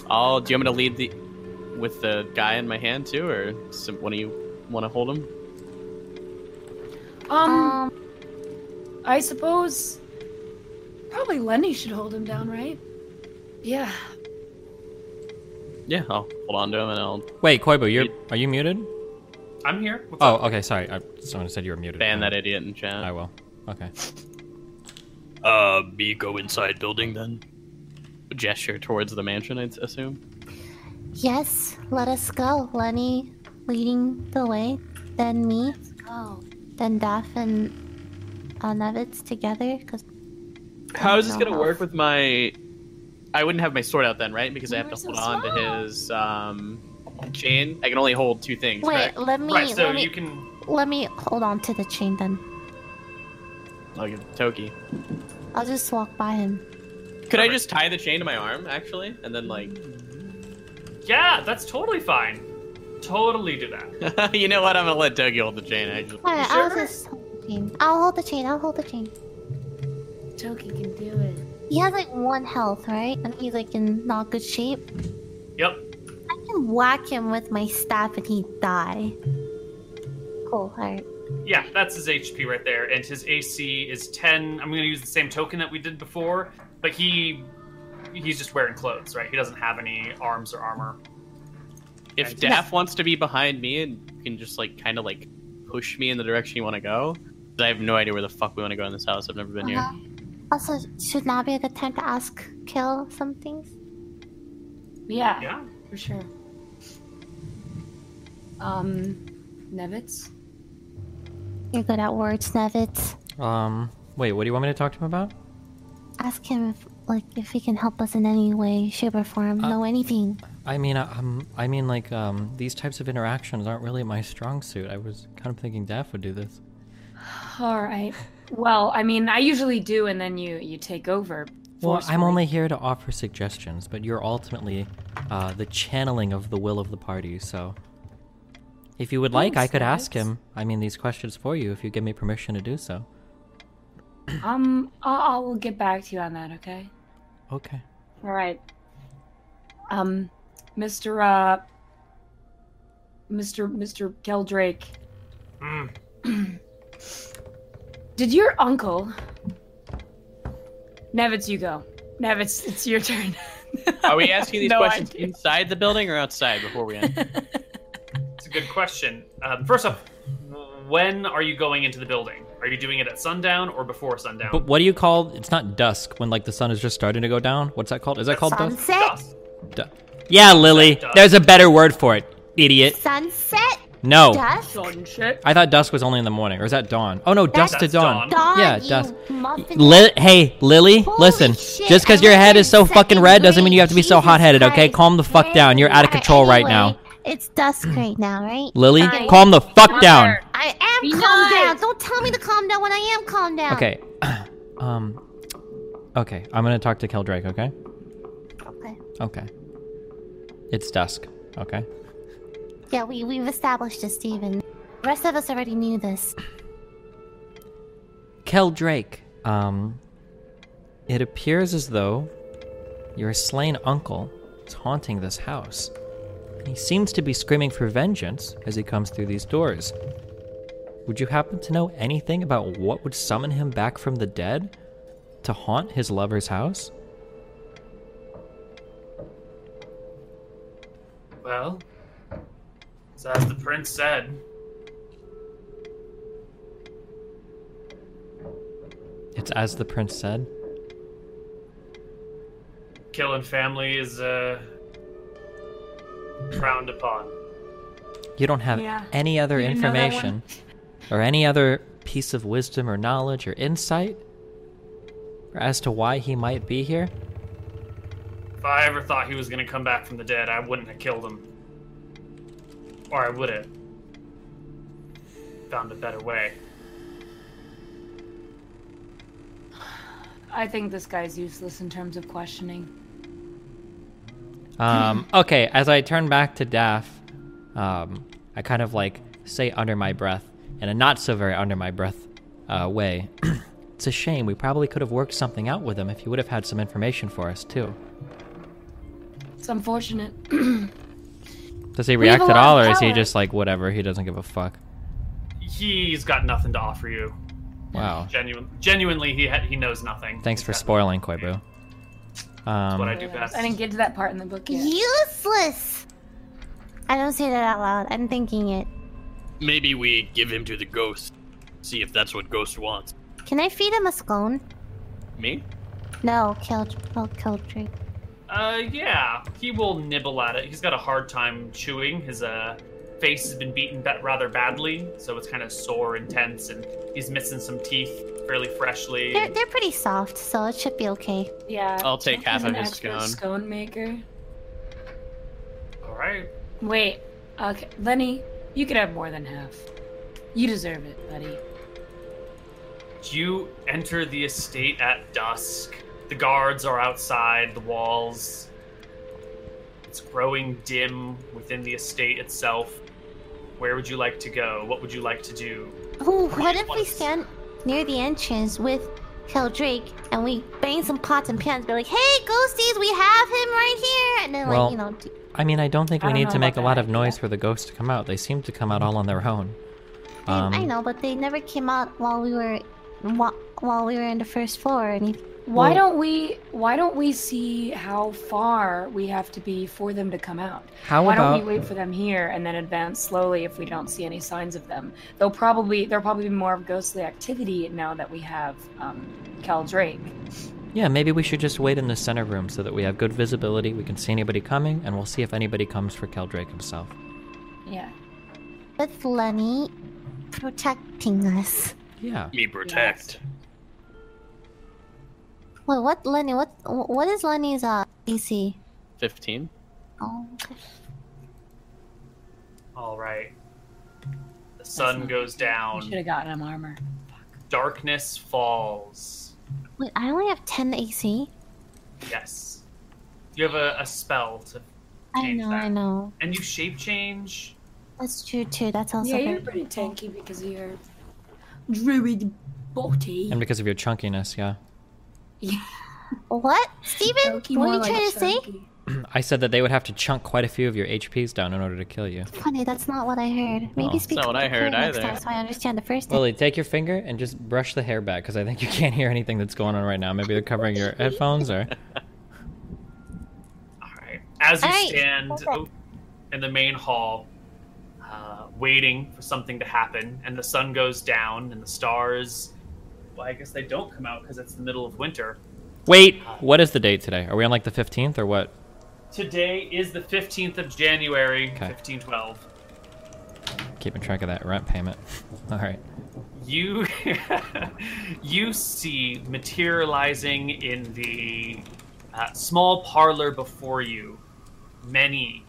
Speaker 2: I'll. Do you want me to lead the with the guy in my hand too, or some, one of you want to hold him?
Speaker 3: Um,
Speaker 4: Um,
Speaker 3: I suppose probably Lenny should hold him down, right? Yeah.
Speaker 2: Yeah, I'll hold on to him and I'll
Speaker 5: Wait, Koibu, you're are you muted?
Speaker 1: I'm here. What's
Speaker 5: Oh, okay. Sorry, I, someone said you were muted.
Speaker 2: ban that idiot in chat.
Speaker 5: I will. Okay.
Speaker 6: Uh, me go inside building then?
Speaker 2: gesture towards the mansion, I assume.
Speaker 4: yes, let us go. Lenny leading the way, then me,
Speaker 3: Oh.
Speaker 4: then Daff and uh, Nevitz together. Cause
Speaker 2: How is this
Speaker 4: No
Speaker 2: gonna
Speaker 4: health.
Speaker 2: work with my? I wouldn't have my sword out then, right? Because I have
Speaker 3: You're
Speaker 2: to
Speaker 3: so
Speaker 2: hold on
Speaker 3: small.
Speaker 2: to his um, chain. I can only hold two things.
Speaker 4: Wait,
Speaker 2: correct?
Speaker 4: let me,
Speaker 1: Right, so
Speaker 4: let me,
Speaker 1: you can.
Speaker 4: let me hold on to the chain then.
Speaker 2: I'll give it to Toki.
Speaker 4: I'll just walk by him.
Speaker 2: Could I just tie the chain to my arm actually, and then like,
Speaker 1: Yeah, that's totally fine. Totally do that.
Speaker 2: you know what? I'm gonna let Toki hold the chain. Actually,
Speaker 4: Alright, I'll
Speaker 1: sure?
Speaker 4: just hold the chain. I'll hold the chain. I'll hold the chain.
Speaker 3: Toki can do it.
Speaker 4: He has like one health, right? And he's like in not good shape.
Speaker 1: Yep.
Speaker 4: I can whack him with my staff and he die. Cool. Alright.
Speaker 1: Yeah, that's his HP right there, and his AC is 10. I'm going to use the same token that we did before, but he he's just wearing clothes, right? He doesn't have any arms or armor.
Speaker 2: if Daff wants to be behind me and you can just like kind of like push me in the direction you want to go, 'cause I have no idea where the fuck we want to go in this house. I've never been here.
Speaker 4: Uh-huh. Also, should not be a good time to ask Kill some things.
Speaker 3: Yeah,
Speaker 1: Yeah.
Speaker 3: for sure. Um, Nevitz?
Speaker 4: You're good at words, Nevitz.
Speaker 5: Um. Wait, what do you want me to talk to him about?
Speaker 4: ask him if, like, if he can help us in any way, shape, or form. know anything?
Speaker 5: I mean, I, um, I mean, like, um, these types of interactions aren't really my strong suit. I was kind of thinking Daff would do this.
Speaker 3: All right. Well, I mean, I usually do, and then you you take over.
Speaker 5: Well, I'm
Speaker 3: forcefully.
Speaker 5: only here to offer suggestions, but you're ultimately uh, the channeling of the will of the party, so. If you would like, I could ask
Speaker 3: Thanks.
Speaker 5: him, I mean, these questions for you if you give me permission to do so.
Speaker 3: Um, I, I will get back to you on that. Okay.
Speaker 5: Okay.
Speaker 3: All right. Um, Mr. Uh, Mr. Mr. Keldrake,
Speaker 1: Hmm.
Speaker 3: did your uncle? Nevitz, you go. Nevitz, it's your turn.
Speaker 2: Are we asking these
Speaker 3: No
Speaker 2: questions
Speaker 3: idea.
Speaker 2: inside the building or outside before we end?
Speaker 1: It's a good question. Um, first off, when are you going into the building? Are you doing it at sundown or before sundown?
Speaker 12: But what do you call? It's not dusk when like the sun is just starting to go down. What's that called? Is that called dusk?
Speaker 4: Sunset?
Speaker 12: Du-
Speaker 1: Dusk.
Speaker 12: yeah, Lily.
Speaker 1: dusk?
Speaker 12: There's a better word for it, idiot.
Speaker 4: Sunset?
Speaker 12: No,
Speaker 4: Dusk?
Speaker 3: Sunshit.
Speaker 12: I thought dusk was only in the morning, or is that dawn? Oh no, dusk to
Speaker 1: That's
Speaker 12: dawn.
Speaker 1: dawn.
Speaker 4: Dawn,
Speaker 12: Yeah,
Speaker 4: you
Speaker 12: dusk.
Speaker 4: muffin.
Speaker 12: Li- hey, Lily,
Speaker 4: Holy
Speaker 12: listen.
Speaker 4: shit,
Speaker 12: just because
Speaker 4: I
Speaker 12: your
Speaker 4: was
Speaker 12: head
Speaker 4: in
Speaker 12: is so fucking
Speaker 4: second
Speaker 12: red doesn't mean
Speaker 4: grade.
Speaker 12: you have to be so
Speaker 4: Jesus
Speaker 12: hot headed, okay?
Speaker 4: Christ.
Speaker 12: Calm the fuck
Speaker 4: Hey,
Speaker 12: down. You're out of
Speaker 4: alright,
Speaker 12: control right now.
Speaker 4: anyway, It's dusk right now, right?
Speaker 12: Lily,
Speaker 4: Fine.
Speaker 12: calm the fuck down.
Speaker 3: Mother.
Speaker 4: I am
Speaker 3: Be
Speaker 4: calm
Speaker 3: nice.
Speaker 4: down. Don't tell me to calm down when I am calm down.
Speaker 5: Okay. um. Okay, I'm gonna talk to Keldrake. Okay.
Speaker 4: Okay.
Speaker 5: Okay. It's dusk. Okay.
Speaker 4: Yeah, we, we've established this, Steven. The rest of us already knew this.
Speaker 5: Keldrake. Um. It appears as though your slain uncle is haunting this house. He seems to be screaming for vengeance as he comes through these doors. Would you happen to know anything about what would summon him back from the dead to haunt his lover's house?
Speaker 1: Well, so as the prince said,
Speaker 5: It's as the prince said.
Speaker 1: killing family is uh, frowned upon.
Speaker 5: You don't have
Speaker 3: Yeah.
Speaker 5: any other
Speaker 3: You didn't know that one?
Speaker 5: information or any other piece of wisdom or knowledge or insight as to why he might be here?
Speaker 1: If I ever thought he was going to come back from the dead, I wouldn't have killed him. Or I would have. Found a better way.
Speaker 3: I think this guy's useless in terms of questioning.
Speaker 5: Um, okay, as I turn back to Daff, um, I kind of like say under my breath, in a not so very under my breath uh, way, it's a shame. We probably could have worked something out with him if he would have had some information for us, too.
Speaker 3: It's unfortunate.
Speaker 5: Does he
Speaker 3: We have
Speaker 5: react
Speaker 3: a
Speaker 5: at
Speaker 3: lot
Speaker 5: all,
Speaker 3: of
Speaker 5: or is he
Speaker 3: power.
Speaker 5: just like, whatever, he doesn't give a fuck?
Speaker 1: He's got nothing to offer you.
Speaker 5: Wow.
Speaker 1: Genuine, genuinely, he ha- he knows nothing.
Speaker 5: Thanks
Speaker 1: He's
Speaker 5: for
Speaker 1: got-
Speaker 5: spoiling, Koibu.
Speaker 1: What
Speaker 5: Um,
Speaker 1: I do best.
Speaker 3: I didn't get to that part in the book yet.
Speaker 4: Useless! I don't say that out loud. I'm thinking it.
Speaker 6: Maybe we give him to the ghost. See if that's what ghost wants.
Speaker 4: Can I feed him a scone?
Speaker 2: Me?
Speaker 4: No, Keldr- oh, Keldrick.
Speaker 1: Uh, yeah, he will nibble at it. He's got a hard time chewing. His uh face has been beaten ba- rather badly, so it's kind of sore and tense, and he's missing some teeth fairly freshly.
Speaker 4: They're, they're pretty soft, so it should be okay.
Speaker 3: Yeah.
Speaker 2: I'll take half
Speaker 3: I'm
Speaker 2: of
Speaker 3: an
Speaker 2: his
Speaker 3: expert
Speaker 2: scone.
Speaker 3: Scone maker.
Speaker 1: All right,
Speaker 3: Wait. Okay, Lenny, you could have more than half. You deserve it, buddy.
Speaker 1: you enter the estate at dusk. The guards are outside the walls. It's growing dim within the estate itself. Where would you like to go? What would you like to do?
Speaker 4: Ooh, what if we
Speaker 1: wants-
Speaker 4: stand near the entrance with Keldrake and we bang some pots and pans, be like, hey, ghosties, we have him right here! And then, like,
Speaker 5: Well,
Speaker 4: you know, do-
Speaker 5: I mean, I don't think
Speaker 3: I
Speaker 5: we
Speaker 3: don't
Speaker 5: need
Speaker 3: know
Speaker 5: to make a
Speaker 3: about
Speaker 5: lot
Speaker 3: that
Speaker 5: of noise
Speaker 3: idea.
Speaker 5: for the ghosts to come out. They seem to come out all on their own.
Speaker 4: I-
Speaker 5: Um,
Speaker 4: I know, but they never came out while we were while, while we were in the first floor or anything.
Speaker 3: Why
Speaker 5: Well-
Speaker 3: don't we why don't we see how far we have to be for them to come out?
Speaker 5: How
Speaker 3: why
Speaker 5: about
Speaker 3: don't we wait for them here and then advance slowly if we don't see any signs of them? They'll probably there'll probably be more of ghostly activity now that we have um Cal Drake.
Speaker 5: Yeah, maybe we should just wait in the center room so that we have good visibility, we can see anybody coming, and we'll see if anybody comes for Keldrake himself.
Speaker 3: Yeah.
Speaker 4: With Lenny protecting us.
Speaker 5: Yeah.
Speaker 6: Me protect.
Speaker 4: Wait, what, Lenny? What, what is Lenny's uh DC?
Speaker 2: 15.
Speaker 4: Oh, okay.
Speaker 1: All right. The sun goes
Speaker 3: Should
Speaker 1: down.
Speaker 3: have gotten him armor.
Speaker 1: Darkness falls.
Speaker 4: Wait, I only have 10 AC.
Speaker 1: Yes. You have a, a spell to
Speaker 4: I
Speaker 1: change
Speaker 4: know,
Speaker 1: that.
Speaker 4: I know.
Speaker 1: And you shape change.
Speaker 4: That's true too. That's also
Speaker 3: Yeah,
Speaker 4: very
Speaker 3: you're pretty tanky because of your druid body.
Speaker 5: And because of your chunkiness, yeah.
Speaker 4: What, Steven? What
Speaker 3: Chunky,
Speaker 4: are
Speaker 3: more
Speaker 4: you
Speaker 3: like
Speaker 4: trying to say?
Speaker 3: chunky.
Speaker 5: I said that they would have to chunk quite a few of your HPs down in order to kill you.
Speaker 4: Funny, that's not what I heard. Maybe speak
Speaker 2: not what I
Speaker 4: more clear
Speaker 2: heard
Speaker 4: next
Speaker 2: either.
Speaker 4: time so I understand the first time.
Speaker 5: Lily, take your finger and just brush the hair back because I think you can't hear anything that's going on right now. Maybe they're covering your headphones or.
Speaker 1: All right. As you
Speaker 4: All right,
Speaker 1: stand
Speaker 4: perfect.
Speaker 1: o- in the main hall, uh, waiting for something to happen, and the sun goes down, and the stars. Well, I guess they don't come out because it's the middle of winter.
Speaker 5: Wait, what is the date today? Are we on like the 15th or what?
Speaker 1: Today is the 15th of January, 1512.
Speaker 5: Keeping track of that rent payment. All right.
Speaker 1: You you see materializing in the uh, small parlor before you many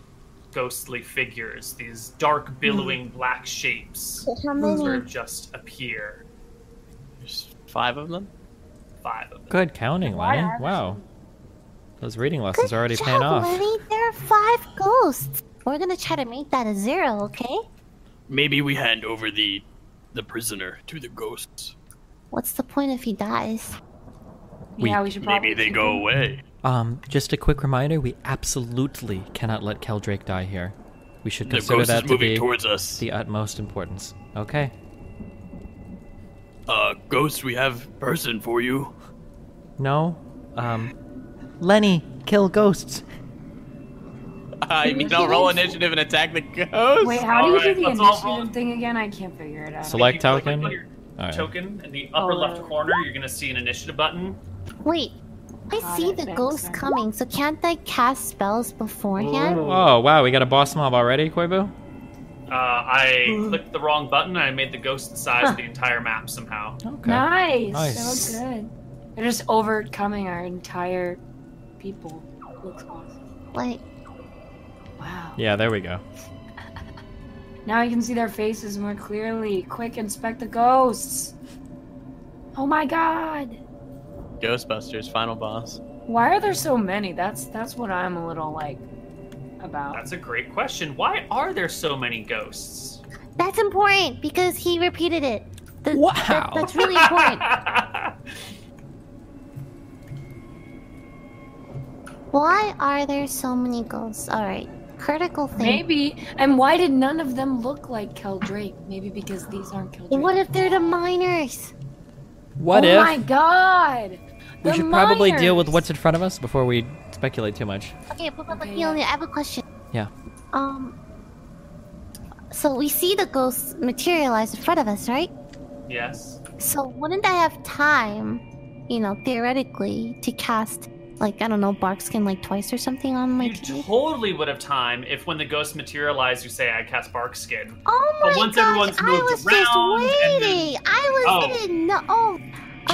Speaker 1: ghostly figures, these dark billowing black shapes
Speaker 4: How
Speaker 1: sort
Speaker 4: many?
Speaker 1: of just appear.
Speaker 2: There's five of them.
Speaker 1: Five of them.
Speaker 5: Good counting, Lenny. Wow. Those reading lessons are already paying off.
Speaker 4: Lenny. There are five ghosts. We're gonna try to make that a zero, okay?
Speaker 6: Maybe we hand over the the prisoner to the ghosts.
Speaker 4: What's the point if he dies?
Speaker 3: Yeah, we should probably.
Speaker 6: Maybe they
Speaker 3: keep
Speaker 6: go
Speaker 3: him.
Speaker 6: away.
Speaker 5: Um, just a quick reminder we absolutely cannot let Keldrake die here. We should
Speaker 6: The
Speaker 5: consider
Speaker 6: ghost is
Speaker 5: that to
Speaker 6: moving
Speaker 5: be
Speaker 6: towards us.
Speaker 5: the utmost importance. Okay.
Speaker 6: Uh, ghost, we have person for you.
Speaker 5: No? Um, Lenny, kill ghosts.
Speaker 2: I mean, I'll roll initiative and attack the ghost.
Speaker 3: Wait, how do you
Speaker 1: Alright,
Speaker 3: do the
Speaker 1: let's all roll.
Speaker 3: initiative thing again? I can't figure it out.
Speaker 5: Select- Black
Speaker 1: If you click
Speaker 5: token?
Speaker 1: on your
Speaker 5: All right.
Speaker 1: Token in the upper
Speaker 3: Oh,
Speaker 1: left
Speaker 3: right.
Speaker 1: corner, you're gonna see an initiative button.
Speaker 4: Wait, I
Speaker 3: Got
Speaker 4: see
Speaker 3: it,
Speaker 4: the
Speaker 3: thanks,
Speaker 4: ghosts
Speaker 3: Lenny.
Speaker 4: coming, so can't I cast spells beforehand?
Speaker 5: Oh, wow, we got a boss mob already, Koibu?
Speaker 1: Uh, I clicked the wrong button. I made the ghost the size of the entire map somehow.
Speaker 5: Okay.
Speaker 3: Nice.
Speaker 5: Nice.
Speaker 3: So good. They're just overcoming our entire people. Looks awesome.
Speaker 4: Like,
Speaker 3: Wow.
Speaker 5: Yeah, there we go.
Speaker 3: Now I can see their faces more clearly. Quick, inspect the ghosts. Oh my god.
Speaker 2: Ghostbusters, final boss.
Speaker 3: Why are there so many? That's that's what I'm a little like about.
Speaker 1: That's a great question. Why are there so many ghosts?
Speaker 4: that's important because he repeated it. The-
Speaker 5: Wow.
Speaker 4: that- that's really important. Why are there so many ghosts? Alright, critical thing.
Speaker 3: Maybe. And why did none of them look like Keldrake? Maybe because these aren't Keldrake.
Speaker 4: What if they're the miners?
Speaker 5: What
Speaker 3: oh
Speaker 5: if
Speaker 3: my god!
Speaker 5: we
Speaker 3: The
Speaker 5: should probably deal with
Speaker 3: miners!
Speaker 5: what's in front of us before we speculate too much?
Speaker 4: Okay, but, but, but
Speaker 3: Okay, yeah.
Speaker 4: Yoni, I have a question.
Speaker 5: Yeah.
Speaker 4: Um. So we see the ghosts materialize in front of us, right?
Speaker 1: yes.
Speaker 4: So wouldn't I have time, you know, theoretically, to cast like I don't know, bark skin like twice or something on my
Speaker 1: You
Speaker 4: key?
Speaker 1: totally would have time if when the ghosts materialize, you say, I cast Bark Skin.
Speaker 4: Oh
Speaker 1: But
Speaker 4: my
Speaker 1: once
Speaker 4: gosh!
Speaker 1: everyone's
Speaker 4: I
Speaker 1: moved
Speaker 4: was
Speaker 1: around
Speaker 4: just
Speaker 1: and then-
Speaker 4: waiting. I was
Speaker 1: Oh.
Speaker 4: didn't know. Oh,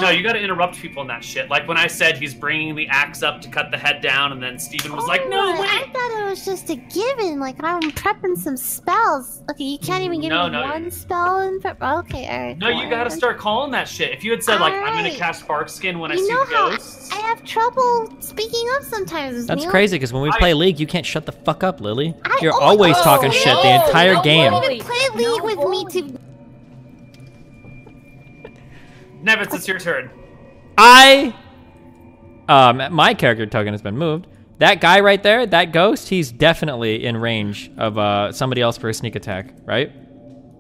Speaker 1: No, you gotta interrupt people in that shit. Like when I said he's bringing the axe up to cut the head down, and then Steven was like, no,
Speaker 4: oh,
Speaker 1: wait.
Speaker 4: I thought it was just a given. Like I'm prepping some spells. Okay, you can't even give
Speaker 1: Mm, No,
Speaker 4: me
Speaker 1: no.
Speaker 4: one spell in. Pre- okay, all right.
Speaker 1: No, you gotta
Speaker 4: fine.
Speaker 1: start calling that shit. If you had said, like, I'm gonna
Speaker 4: Alright.
Speaker 1: cast Bark Skin when I
Speaker 4: You
Speaker 1: see
Speaker 4: know
Speaker 1: the
Speaker 4: how I-
Speaker 1: ghosts.
Speaker 4: I have trouble speaking up sometimes.
Speaker 5: That's
Speaker 4: Neil.
Speaker 5: crazy because when we
Speaker 1: I-
Speaker 5: play League, you can't shut the fuck up, Lily.
Speaker 4: I
Speaker 5: You're
Speaker 4: always-
Speaker 5: always
Speaker 4: oh,
Speaker 5: talking shit the
Speaker 4: no,
Speaker 5: entire
Speaker 3: no,
Speaker 5: game.
Speaker 3: no.
Speaker 4: Even play league with me to.
Speaker 1: Nevis, it's your turn.
Speaker 5: I, um, my character token has been moved. That guy right there, that ghost, he's definitely in range of uh somebody else for a sneak attack, right?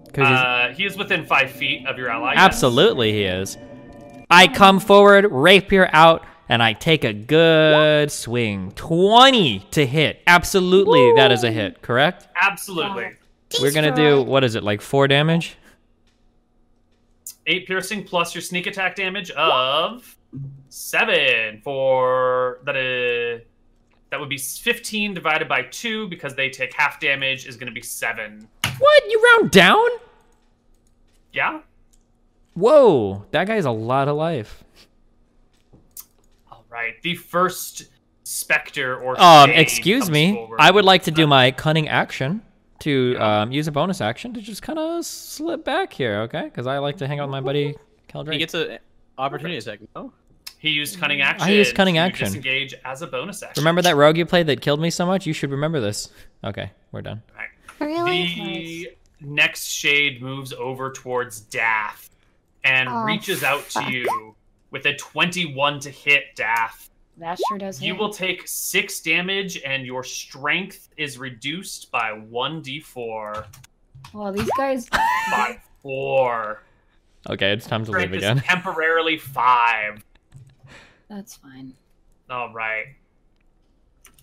Speaker 5: Because he's
Speaker 1: Uh, he is within five feet of your ally. yes.
Speaker 5: absolutely he is. I come forward, rapier out, and I take a good swing. Twenty to hit. Absolutely, that is a hit. Correct.
Speaker 1: Absolutely.
Speaker 5: We're gonna do what is it like four damage?
Speaker 1: Eight piercing plus your sneak attack damage of seven for that. Uh, that would be fifteen divided by two because they take half damage is going to be seven.
Speaker 5: What? You round down?
Speaker 1: Yeah.
Speaker 5: Whoa, that guy's a lot of life.
Speaker 1: All right. The first specter or
Speaker 5: Um,
Speaker 1: shade
Speaker 5: excuse
Speaker 1: comes
Speaker 5: me.
Speaker 1: forward.
Speaker 5: I would like to do my cunning action to um, use a bonus action to just kind of slip back here, okay? Because I like to hang out with my buddy
Speaker 2: He
Speaker 5: Keldrake.
Speaker 2: gets an opportunity attack. No,
Speaker 1: He used cunning action.
Speaker 5: I used cunning
Speaker 1: to
Speaker 5: action.
Speaker 1: Disengage as a bonus action.
Speaker 5: remember that rogue you played that killed me so much? You should remember this. Okay, we're done.
Speaker 4: Oh, Really?
Speaker 1: The next shade moves over towards Daff and
Speaker 4: Oh,
Speaker 1: reaches out to
Speaker 4: fuck.
Speaker 1: you with a 21 to hit, Daff.
Speaker 3: That sure does.
Speaker 1: You
Speaker 3: hit.
Speaker 1: will take six damage and your strength is reduced by 1d4
Speaker 3: Well, these guys.
Speaker 1: by 4.
Speaker 5: Okay, it's time to leave
Speaker 1: Strength is
Speaker 5: again.
Speaker 1: temporarily 5.
Speaker 3: That's fine.
Speaker 1: All right.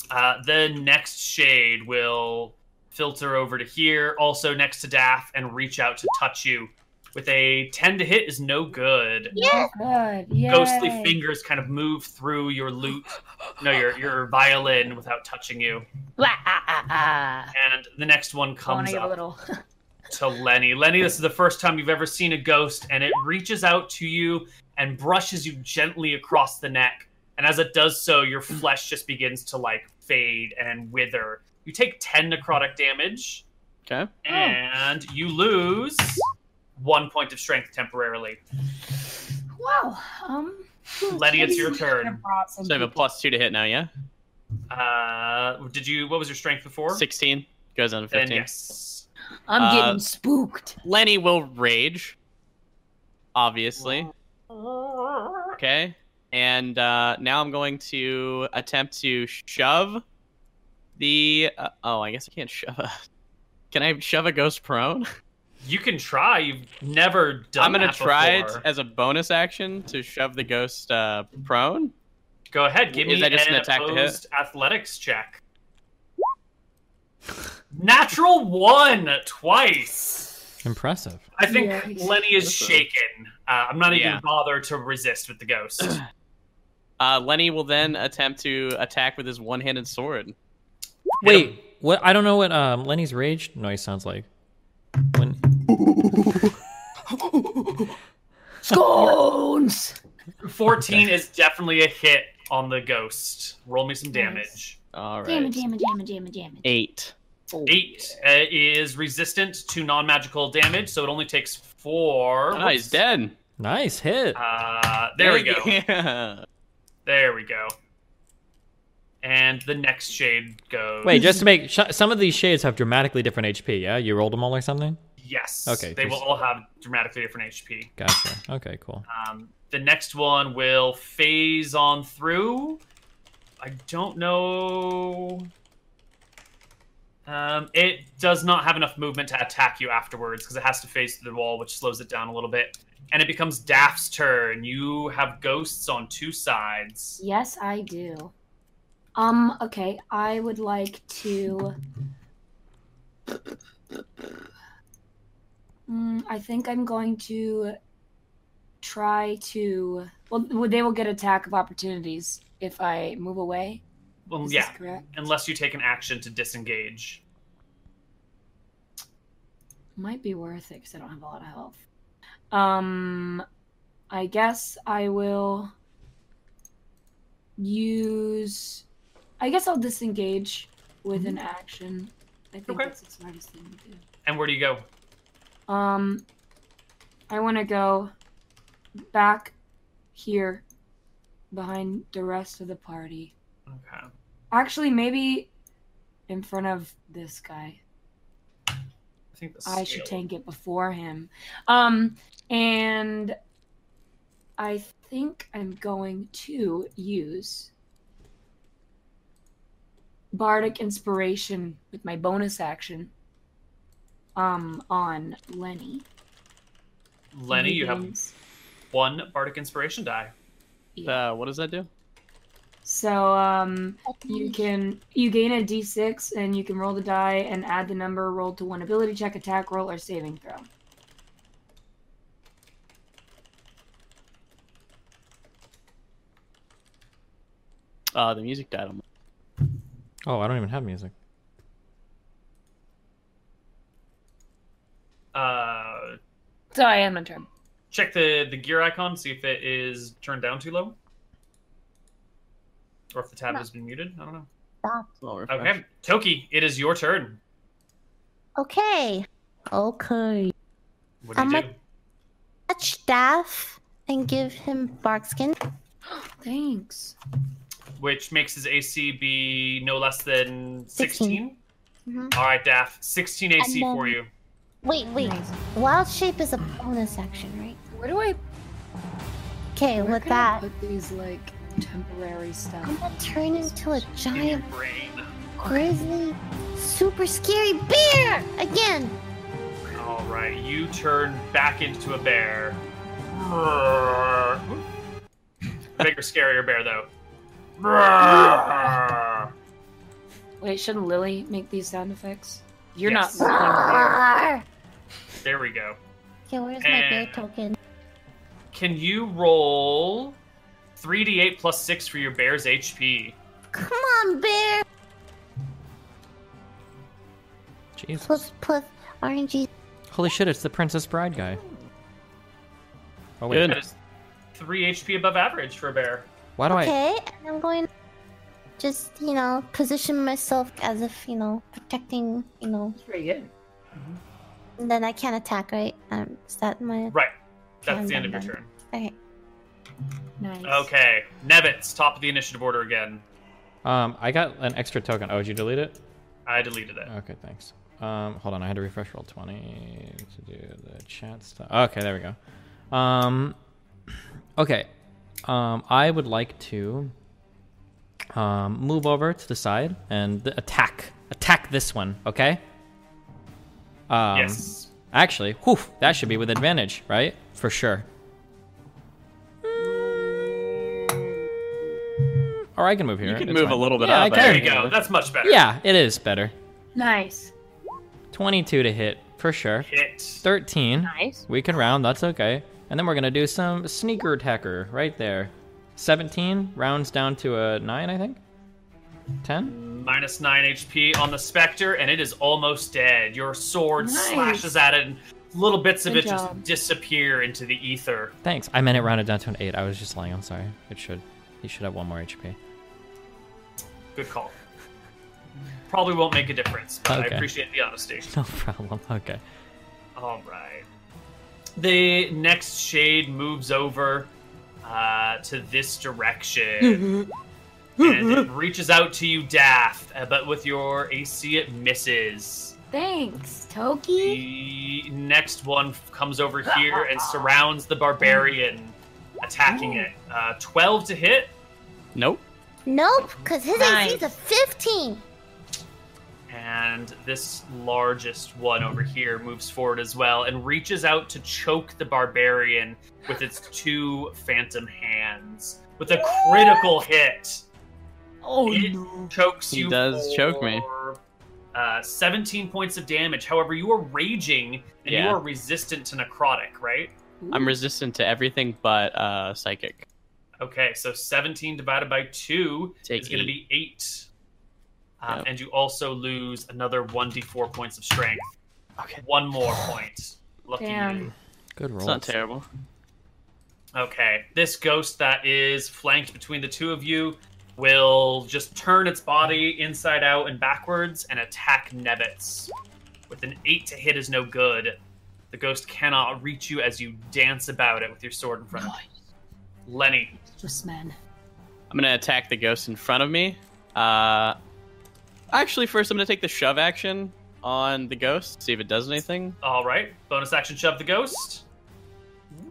Speaker 1: Uh, the next shade will filter over to here, also next to Daff, and reach out to touch you. With a 10 to hit is no good.
Speaker 4: Yeah.
Speaker 3: Good. Yeah.
Speaker 1: Ghostly fingers kind of move through your lute, no, your, your violin without touching you.
Speaker 3: ah,
Speaker 1: And the next one
Speaker 3: Want
Speaker 1: comes
Speaker 3: to give a
Speaker 1: up
Speaker 3: little?
Speaker 1: to Lenny. Lenny, this is the first time you've ever seen a ghost, and it reaches out to you and brushes you gently across the neck. And as it does so, your flesh just begins to like fade and wither. You take 10 necrotic damage,
Speaker 2: okay.
Speaker 1: and you lose one point of strength temporarily.
Speaker 3: Wow. Um.
Speaker 1: Lenny, it's your
Speaker 3: I
Speaker 1: turn.
Speaker 3: brought some
Speaker 2: So I have a
Speaker 3: people.
Speaker 2: plus two to hit now. Yeah,
Speaker 1: Uh, did you, what was your strength before?
Speaker 2: sixteen goes on to
Speaker 1: Then
Speaker 2: fifteen.
Speaker 1: yes.
Speaker 3: I'm getting
Speaker 2: Uh,
Speaker 3: spooked.
Speaker 2: Lenny will rage, obviously. Okay. And uh, now I'm going to attempt to shove the. Uh, oh, I guess I can't shove a. Can I shove a ghost prone?
Speaker 1: You can try. You've never done
Speaker 2: I'm going to
Speaker 1: that
Speaker 2: try it
Speaker 1: before.
Speaker 2: as a bonus action to shove the ghost uh, prone.
Speaker 1: Go ahead, give
Speaker 2: Is
Speaker 1: me
Speaker 2: that just
Speaker 1: an,
Speaker 2: an attack to hit?
Speaker 1: opposed athletics check. Natural one twice.
Speaker 5: Impressive.
Speaker 1: I think
Speaker 3: Yikes.
Speaker 1: Lenny is shaken. Uh, I'm not
Speaker 2: Yeah.
Speaker 1: even bother to resist with the ghost.
Speaker 2: Uh, Lenny will then attempt to attack with his one handed sword.
Speaker 5: Wait, what? I don't know what um, Lenny's rage noise sounds like. When
Speaker 3: Scones.
Speaker 1: 14 is definitely a hit on the ghost. Roll me some damage.
Speaker 2: All right.
Speaker 4: Damn it, damn it, damn it, damn it, damn it.
Speaker 2: Eight.
Speaker 1: Eight uh, is resistant to non-magical damage, so it only takes four.
Speaker 2: Oh, he's
Speaker 1: Whoops.
Speaker 2: dead.
Speaker 5: nice hit.
Speaker 1: Uh, there we go.
Speaker 2: Yeah.
Speaker 1: There we go. And the next shade goes.
Speaker 5: Wait, just to make sh- some of these shades have dramatically different HP. Yeah, you rolled them all or something.
Speaker 1: Yes.
Speaker 5: Okay,
Speaker 1: They will
Speaker 5: just-
Speaker 1: all have dramatically different HP.
Speaker 5: Gotcha. Okay, cool.
Speaker 1: Um, the next one will phase on through. I don't know. Um, it does not have enough movement to attack you afterwards because it has to phase through the wall, which slows it down a little bit. And it becomes Daft's turn. You have ghosts on two sides.
Speaker 3: Yes, I do. Um. Okay. I would like to. Mm, I think I'm going to try to. Well, they will get attack of opportunities if I move away.
Speaker 1: Well,
Speaker 3: Is
Speaker 1: yeah,
Speaker 3: This correct.
Speaker 1: unless you take an action to disengage.
Speaker 3: Might be worth it because I don't have a lot of health. Um, I guess I will use. I guess I'll disengage with an action. I think
Speaker 1: Okay.
Speaker 3: that's the smartest thing to do.
Speaker 1: And where do you go?
Speaker 3: Um, I want to go back here behind the rest of the party.
Speaker 1: Okay.
Speaker 3: Actually, maybe in front of this guy.
Speaker 1: I think the
Speaker 3: I should
Speaker 1: scale-
Speaker 3: tank it before him. Um, and I think I'm going to use Bardic Inspiration with my bonus action. Um, on Lenny.
Speaker 1: Lenny, you have
Speaker 3: Higgins.
Speaker 1: one bardic inspiration die.
Speaker 2: Uh, what does that do?
Speaker 3: So um, you can you gain a d6 and you can roll the die and add the number rolled to one ability check, attack roll, or saving throw.
Speaker 2: Uh, the music died. on
Speaker 5: Oh, I don't even have music.
Speaker 1: Uh,
Speaker 3: So I end my turn.
Speaker 1: check the the gear icon, see if it is turned down too low. or if the tab has been muted. I don't know.
Speaker 4: Stop.
Speaker 1: Okay, Toki, it is your turn.
Speaker 4: Okay. Okay.
Speaker 1: What do you
Speaker 4: I'm
Speaker 1: do?
Speaker 4: a- Touch Daff and give him Barkskin.
Speaker 3: Thanks.
Speaker 1: Which makes his AC be no less than 16.
Speaker 4: Mhm.
Speaker 1: All right, Daff, 16 AC
Speaker 4: And then-
Speaker 1: for you.
Speaker 4: Wait, wait.
Speaker 3: Nice.
Speaker 4: Wild shape is a bonus action, right?
Speaker 3: Where do I
Speaker 4: Okay,
Speaker 3: where
Speaker 4: with
Speaker 3: can I
Speaker 4: that,
Speaker 3: put these like temporary stuff?
Speaker 4: I'm gonna turn into a
Speaker 1: In your
Speaker 4: giant
Speaker 1: brain.
Speaker 4: grizzly, super scary bear again.
Speaker 1: All right, you turn back into a bear. Bigger, scarier bear, though.
Speaker 3: Wait, shouldn't Lily make these sound effects? You're
Speaker 1: Yes.
Speaker 3: not looking here.
Speaker 1: There we go.
Speaker 4: Okay, where's my bear
Speaker 1: Eh.
Speaker 4: token?
Speaker 1: Can you roll 3d8 plus 6 for your bear's HP?
Speaker 4: Come on, bear.
Speaker 5: Jesus.
Speaker 4: Plus, plus RNG.
Speaker 5: Holy shit, it's the Princess Bride guy. Oh, wait.
Speaker 1: That is 3 HP above average for a bear.
Speaker 5: Why do I.
Speaker 4: Okay, and I'm going just you know position myself as if you know protecting you know.
Speaker 3: Pretty good.
Speaker 4: And then I can't attack, right? Um, is that my
Speaker 1: Right. That's
Speaker 4: Dun,
Speaker 1: the end of your
Speaker 4: dun,
Speaker 1: turn.
Speaker 4: okay?
Speaker 3: Nice.
Speaker 1: Okay. Nevitz, top of the initiative order again.
Speaker 5: Um, I got an extra token. Oh, did you delete it?
Speaker 1: I deleted it.
Speaker 5: Okay, thanks. Um, hold on, I had to refresh roll twenty to do the chat stuff. Okay, there we go. Um, okay, um, I would like to um, move over to the side and th- attack, attack this one. Okay. Um,
Speaker 1: yes.
Speaker 5: Actually, whew, that should be with advantage, right? For sure. Mm, Or I can move here.
Speaker 2: You can
Speaker 5: it's
Speaker 2: move a
Speaker 5: fine.
Speaker 2: little bit
Speaker 5: Yeah, I
Speaker 2: up. I
Speaker 5: can.
Speaker 1: There
Speaker 2: think.
Speaker 1: you go. That's much better.
Speaker 5: Yeah, it is better.
Speaker 3: Nice.
Speaker 5: 22 to hit, for sure.
Speaker 1: Hit.
Speaker 5: 13.
Speaker 3: Nice.
Speaker 5: We can round, that's okay. And then we're gonna do some sneaker attacker right there. 17 rounds down to a 9, I think. 10?
Speaker 1: Minus 9 HP on the Spectre, and it is almost dead. Your sword
Speaker 3: Nice.
Speaker 1: slashes at it, and little bits of
Speaker 3: Good
Speaker 1: it
Speaker 3: job.
Speaker 1: just disappear into the ether.
Speaker 5: Thanks. I meant it rounded down to an 8. I was just lying, I'm sorry. It should. He should have one more HP.
Speaker 1: Good call. Probably won't make a difference, but I
Speaker 5: Okay.
Speaker 1: appreciate the honesty.
Speaker 5: No problem. Okay.
Speaker 1: All right. The next shade moves over uh, to this direction. and it reaches out to you, Daft, uh, but with your AC, it misses.
Speaker 3: Thanks, Toki.
Speaker 1: The next one f- comes over here and surrounds the barbarian, attacking it. Uh, 12 to hit,
Speaker 2: Nope.
Speaker 4: Nope, cause his AC is a
Speaker 3: Nice.
Speaker 4: fifteen.
Speaker 1: and this largest one over here moves forward as well and reaches out to choke the barbarian with its two phantom hands with a critical hit.
Speaker 3: Oh
Speaker 1: It chokes
Speaker 2: He
Speaker 1: you.
Speaker 2: does
Speaker 1: for,
Speaker 2: choke me.
Speaker 1: Uh, 17 points of damage. However, you are raging and you
Speaker 2: Yeah.
Speaker 1: are resistant to necrotic, right?
Speaker 2: I'm resistant to everything but uh, psychic.
Speaker 1: Okay, so 17 divided by 2
Speaker 2: Take
Speaker 1: is going to
Speaker 2: eight.
Speaker 1: be 8. Um,
Speaker 2: Yep.
Speaker 1: And you also lose another 1d4 points of strength.
Speaker 2: Okay.
Speaker 1: One more point. Lucky
Speaker 3: Damn.
Speaker 1: you.
Speaker 5: Good roll.
Speaker 2: It's not terrible.
Speaker 1: Okay, this ghost that is flanked between the two of you will just turn its body inside out and backwards and attack Nevitz. With an 8 to hit is no good. The ghost cannot reach you as you dance about it with your sword in front of you. Lenny,
Speaker 3: just man.
Speaker 2: I'm gonna attack the ghost in front of me. Uh, actually, first I'm gonna take the shove action on the ghost, see if it does anything.
Speaker 1: all right, bonus action shove the ghost.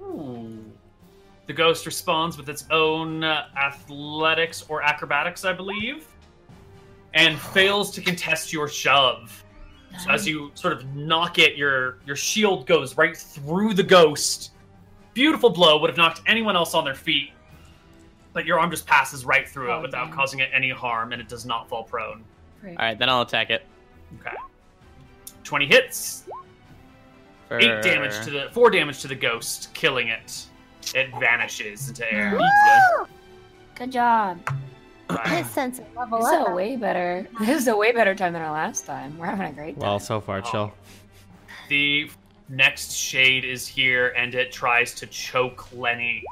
Speaker 1: Ooh. The ghost responds with its own uh, athletics or acrobatics, I believe, and fails to contest your shove. So as you sort of knock it, your your shield goes right through the ghost. Beautiful blow would have knocked anyone else on their feet, but your arm just passes right through
Speaker 3: Oh,
Speaker 1: it without
Speaker 3: damn.
Speaker 1: causing it any harm, and it does not fall prone.
Speaker 3: Great.
Speaker 2: All right, then I'll attack it.
Speaker 1: Okay, twenty hits,
Speaker 2: For...
Speaker 1: eight damage to the four damage to the ghost, killing it. It vanishes into air.
Speaker 3: Good job.
Speaker 1: Right.
Speaker 4: His sense of level
Speaker 3: This is
Speaker 4: up.
Speaker 3: a way better. This is a way better time than our last time. We're having a great time.
Speaker 5: Well, so
Speaker 2: Oh.
Speaker 5: far, chill.
Speaker 1: The next shade is here, and it tries to choke Lenny.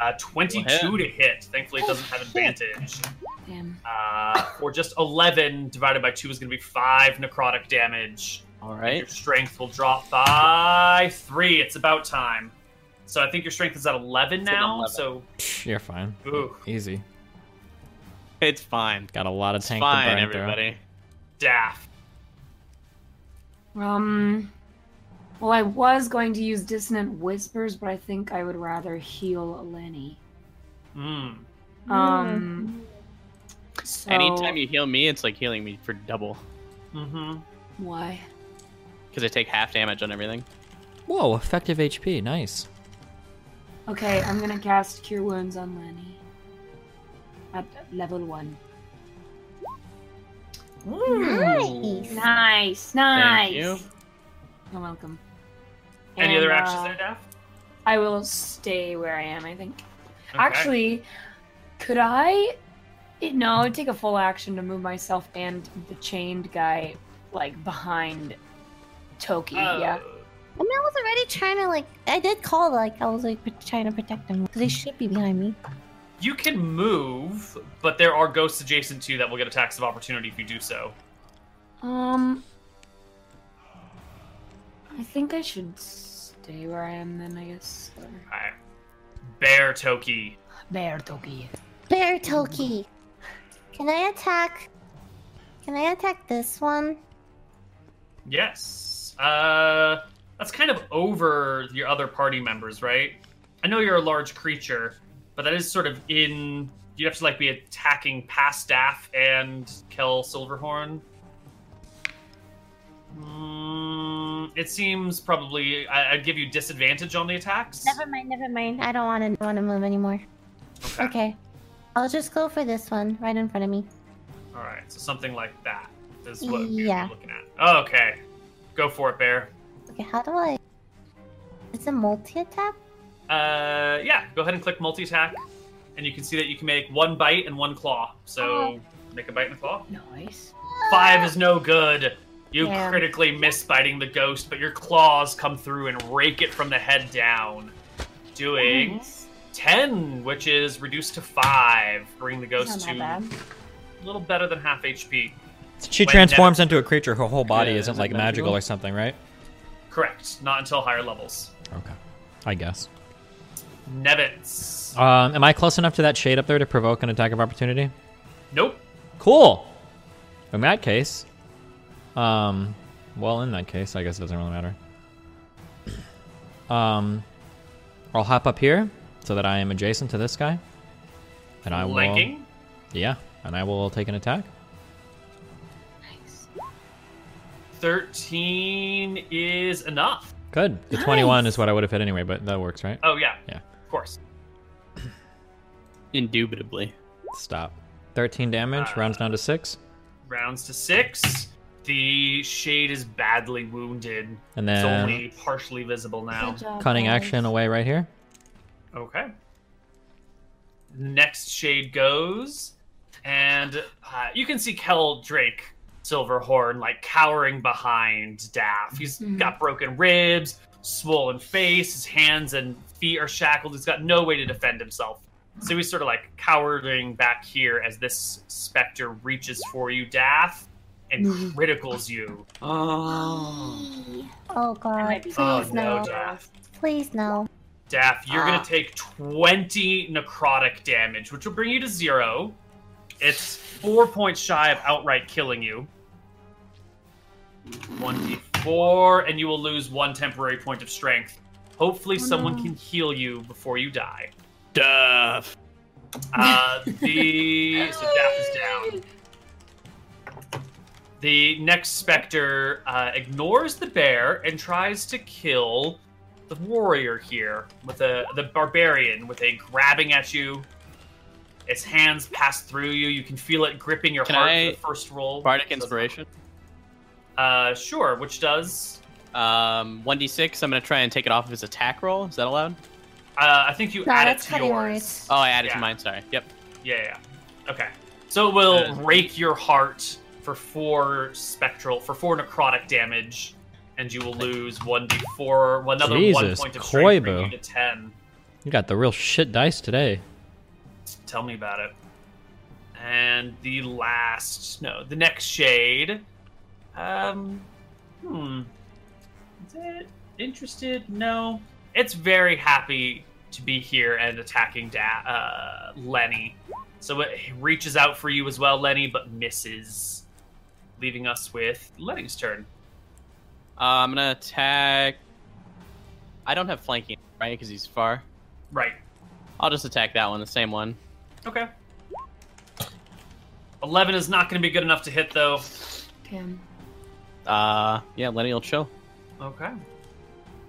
Speaker 1: Uh, 22
Speaker 2: Well,
Speaker 1: to hit. Thankfully, it doesn't have
Speaker 3: Oh,
Speaker 1: advantage.
Speaker 3: Damn.
Speaker 1: Uh, or just 11 divided by 2 is going to be 5 necrotic damage.
Speaker 2: All
Speaker 1: Your
Speaker 2: right.
Speaker 1: strength will drop by 3. It's about time. So I think your strength is at 11
Speaker 2: at
Speaker 1: now.
Speaker 2: 11.
Speaker 1: So,
Speaker 5: You're fine.
Speaker 1: ooh,
Speaker 5: Easy.
Speaker 2: It's fine.
Speaker 5: Got a lot of
Speaker 2: It's
Speaker 5: tank to
Speaker 2: fine,
Speaker 5: burn
Speaker 2: everybody.
Speaker 1: daft.
Speaker 3: Um. Well, I was going to use dissonant whispers, but I think I would rather heal Lenny.
Speaker 1: Mm.
Speaker 3: Um. So,
Speaker 2: Anytime you heal me, it's like healing me for double
Speaker 1: Mm-hmm.
Speaker 3: Why?
Speaker 2: because I take half damage on everything.
Speaker 8: Whoa, effective HP. Nice.
Speaker 3: Okay, I'm gonna cast Cure Wounds on Lenny. At level one.
Speaker 4: Nice.
Speaker 3: Nice, nice.
Speaker 2: Thank you.
Speaker 3: You're welcome.
Speaker 1: Any other
Speaker 3: And,
Speaker 1: actions
Speaker 3: uh,
Speaker 1: there, Daft?
Speaker 3: I will stay where I am. I think.
Speaker 1: Okay.
Speaker 3: Actually, could I? eh, No, it'd take a full action to move myself and the chained guy, like behind Toki.
Speaker 1: Uh,
Speaker 3: yeah.
Speaker 4: I mean, I was already trying to like. I did call like I was like pr- trying to protect them because they should be behind me.
Speaker 1: You can move, but there are ghosts adjacent to you that will get attacks of opportunity if you do so.
Speaker 3: Um. I think I should stay where I am then. I guess.
Speaker 1: Alright. Bear Toki.
Speaker 3: Bear Toki.
Speaker 4: Bear Toki. Can I attack? Can I attack this one?
Speaker 1: Yes. Uh, that's kind of over your other party members, right? I know you're a large creature, but that is sort of in. You have to like be attacking past staff and Kel Silverhorn. Mm, it seems probably I, I'd give you disadvantage on the attacks.
Speaker 4: Never mind. Never mind. I don't want to want to move anymore.
Speaker 1: Okay.
Speaker 4: Okay. I'll just go for this one right in front of me.
Speaker 1: All right, so something like that is what
Speaker 4: Yeah.
Speaker 1: you're looking at. Okay, go for it, Bear.
Speaker 4: Okay. How do I? It's a multi attack.
Speaker 1: Uh, yeah, go ahead and click multi attack, and you can see that you can make one bite and one claw. So make a bite and a claw.
Speaker 3: Nice.
Speaker 1: Five is no good. You
Speaker 4: Damn.
Speaker 1: critically miss biting the ghost, but your claws come through and rake it from the head down, doing ten, which is reduced to five, bringing the ghost
Speaker 3: Not
Speaker 1: to
Speaker 3: Oh, bad.
Speaker 1: a little better than half HP.
Speaker 5: She
Speaker 1: Wait,
Speaker 5: transforms into a creature. Her whole body
Speaker 2: Yeah,
Speaker 5: isn't
Speaker 2: is it
Speaker 5: like magical?
Speaker 2: magical?
Speaker 5: or something, right?
Speaker 1: Correct. Not until higher levels.
Speaker 5: Okay. I guess.
Speaker 1: Nevitz.
Speaker 5: Um, am I close enough to that shade up there to provoke an attack of opportunity?
Speaker 1: Nope.
Speaker 5: Cool. In that case, um, well, in that case, I guess it doesn't really matter. Um, I'll hop up here so that I am adjacent to this guy, and I will.
Speaker 1: Linking.
Speaker 5: Yeah, and I will take an attack.
Speaker 1: 13 is enough.
Speaker 5: Good. The twenty-one is what I would have hit anyway, but that works, right?
Speaker 1: Oh, yeah.
Speaker 5: Yeah.
Speaker 1: Of course.
Speaker 2: Indubitably.
Speaker 5: Stop. Thirteen damage
Speaker 1: Uh,
Speaker 5: rounds down to six,
Speaker 1: Rounds to six. The shade is badly wounded.
Speaker 5: and
Speaker 1: It's
Speaker 5: then
Speaker 1: only partially visible now.
Speaker 3: Good job,
Speaker 5: cunning
Speaker 3: guys.
Speaker 5: action away right here.
Speaker 1: Okay. Next shade goes. And uh, you can see Kel Drake Silverhorn like cowering behind Daff. He's
Speaker 4: Mm-hmm.
Speaker 3: Mhm.
Speaker 1: got broken ribs, swollen face, his hands and feet are shackled. He's got no way to defend himself. So he's sort of like cowering back here as this specter reaches for you, Daff, and
Speaker 3: Mhm.
Speaker 4: Mm-hmm.
Speaker 1: criticals you.
Speaker 2: Oh.
Speaker 4: Oh
Speaker 3: That
Speaker 4: god.
Speaker 3: might be
Speaker 4: Please
Speaker 1: Oh
Speaker 4: no.
Speaker 1: no, Daff.
Speaker 4: Please no.
Speaker 1: Daff, you're
Speaker 2: Ah.
Speaker 1: gonna take 20 necrotic damage, which will bring you to zero. It's four points shy of outright killing you. 1d4, and you will lose one temporary point of strength. Hopefully, someone can heal you before you die.
Speaker 6: Duff.
Speaker 1: Uh, the so Daff is down. The next specter uh, ignores the bear and tries to kill the warrior here with a the barbarian with a grabbing at you. Its hands pass through you. You can feel it gripping your
Speaker 2: Can
Speaker 1: heart for
Speaker 2: I
Speaker 1: the first roll.
Speaker 2: Bardic inspiration.
Speaker 1: Uh, sure. Which does.
Speaker 2: Um, 1d6. I'm gonna try and take it off of his attack roll. Is that allowed?
Speaker 1: Uh, I think you
Speaker 4: No,
Speaker 1: add it
Speaker 4: that's
Speaker 1: to
Speaker 4: cutting
Speaker 1: yours.
Speaker 2: Oh, I added
Speaker 1: Yeah.
Speaker 2: to mine. Sorry. Yep.
Speaker 1: Yeah, yeah. Okay. So it will
Speaker 2: Uh,
Speaker 1: rake your heart for four spectral for four necrotic damage, and you will lose one d4, well, another one
Speaker 5: Jesus,
Speaker 1: point of strength,
Speaker 5: Koibu.
Speaker 1: bringing you to ten.
Speaker 5: You got the real shit dice today.
Speaker 1: Tell me about it. And the last, no, the next shade. Um, hmm. Is it interested? No. It's very happy to be here and attacking da- uh, Lenny. So it reaches out for you as well, Lenny, but misses, leaving us with Lenny's turn.
Speaker 2: Uh, I'm gonna attack. I don't have flanking, right? Because he's far.
Speaker 1: Right.
Speaker 2: I'll just attack that one, the same one.
Speaker 1: Okay. 11 is not going to be good enough to hit, though.
Speaker 3: Damn.
Speaker 2: Uh, yeah, Lenny will chill.
Speaker 1: Okay.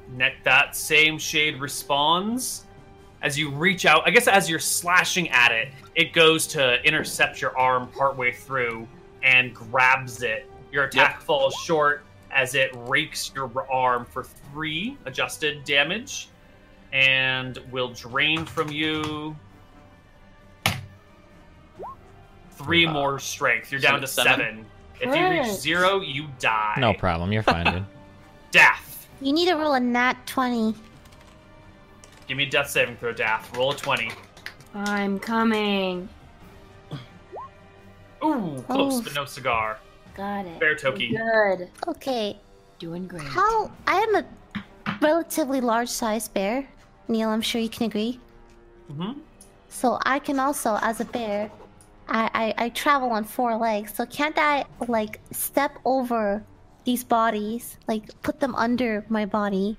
Speaker 1: Neck that same shade responds. As you reach out, I guess as you're slashing at it, it goes to intercept your arm partway through and grabs it. Your attack falls short as it rakes your arm for three adjusted damage and will drain from you three more strength. You're down to
Speaker 2: so it's seven?
Speaker 1: seven. If you reach
Speaker 4: Correct.
Speaker 1: zero, you die.
Speaker 5: No problem. You're fine, dude.
Speaker 1: Death.
Speaker 4: You need to roll a nat 20.
Speaker 1: Give me a death saving throw, Dath. Roll a 20.
Speaker 3: I'm coming.
Speaker 1: Ooh, close,
Speaker 4: Oof.
Speaker 1: but no cigar.
Speaker 4: Got it.
Speaker 1: Bear Toki.
Speaker 3: Good.
Speaker 4: Okay.
Speaker 3: Doing great.
Speaker 4: How. I am a relatively large sized bear. Neil, I'm sure you can agree.
Speaker 1: Mhm.
Speaker 4: So I can also, as a bear, I, I, I travel on four legs. So can't I, like, step over these bodies? Like, put them under my body?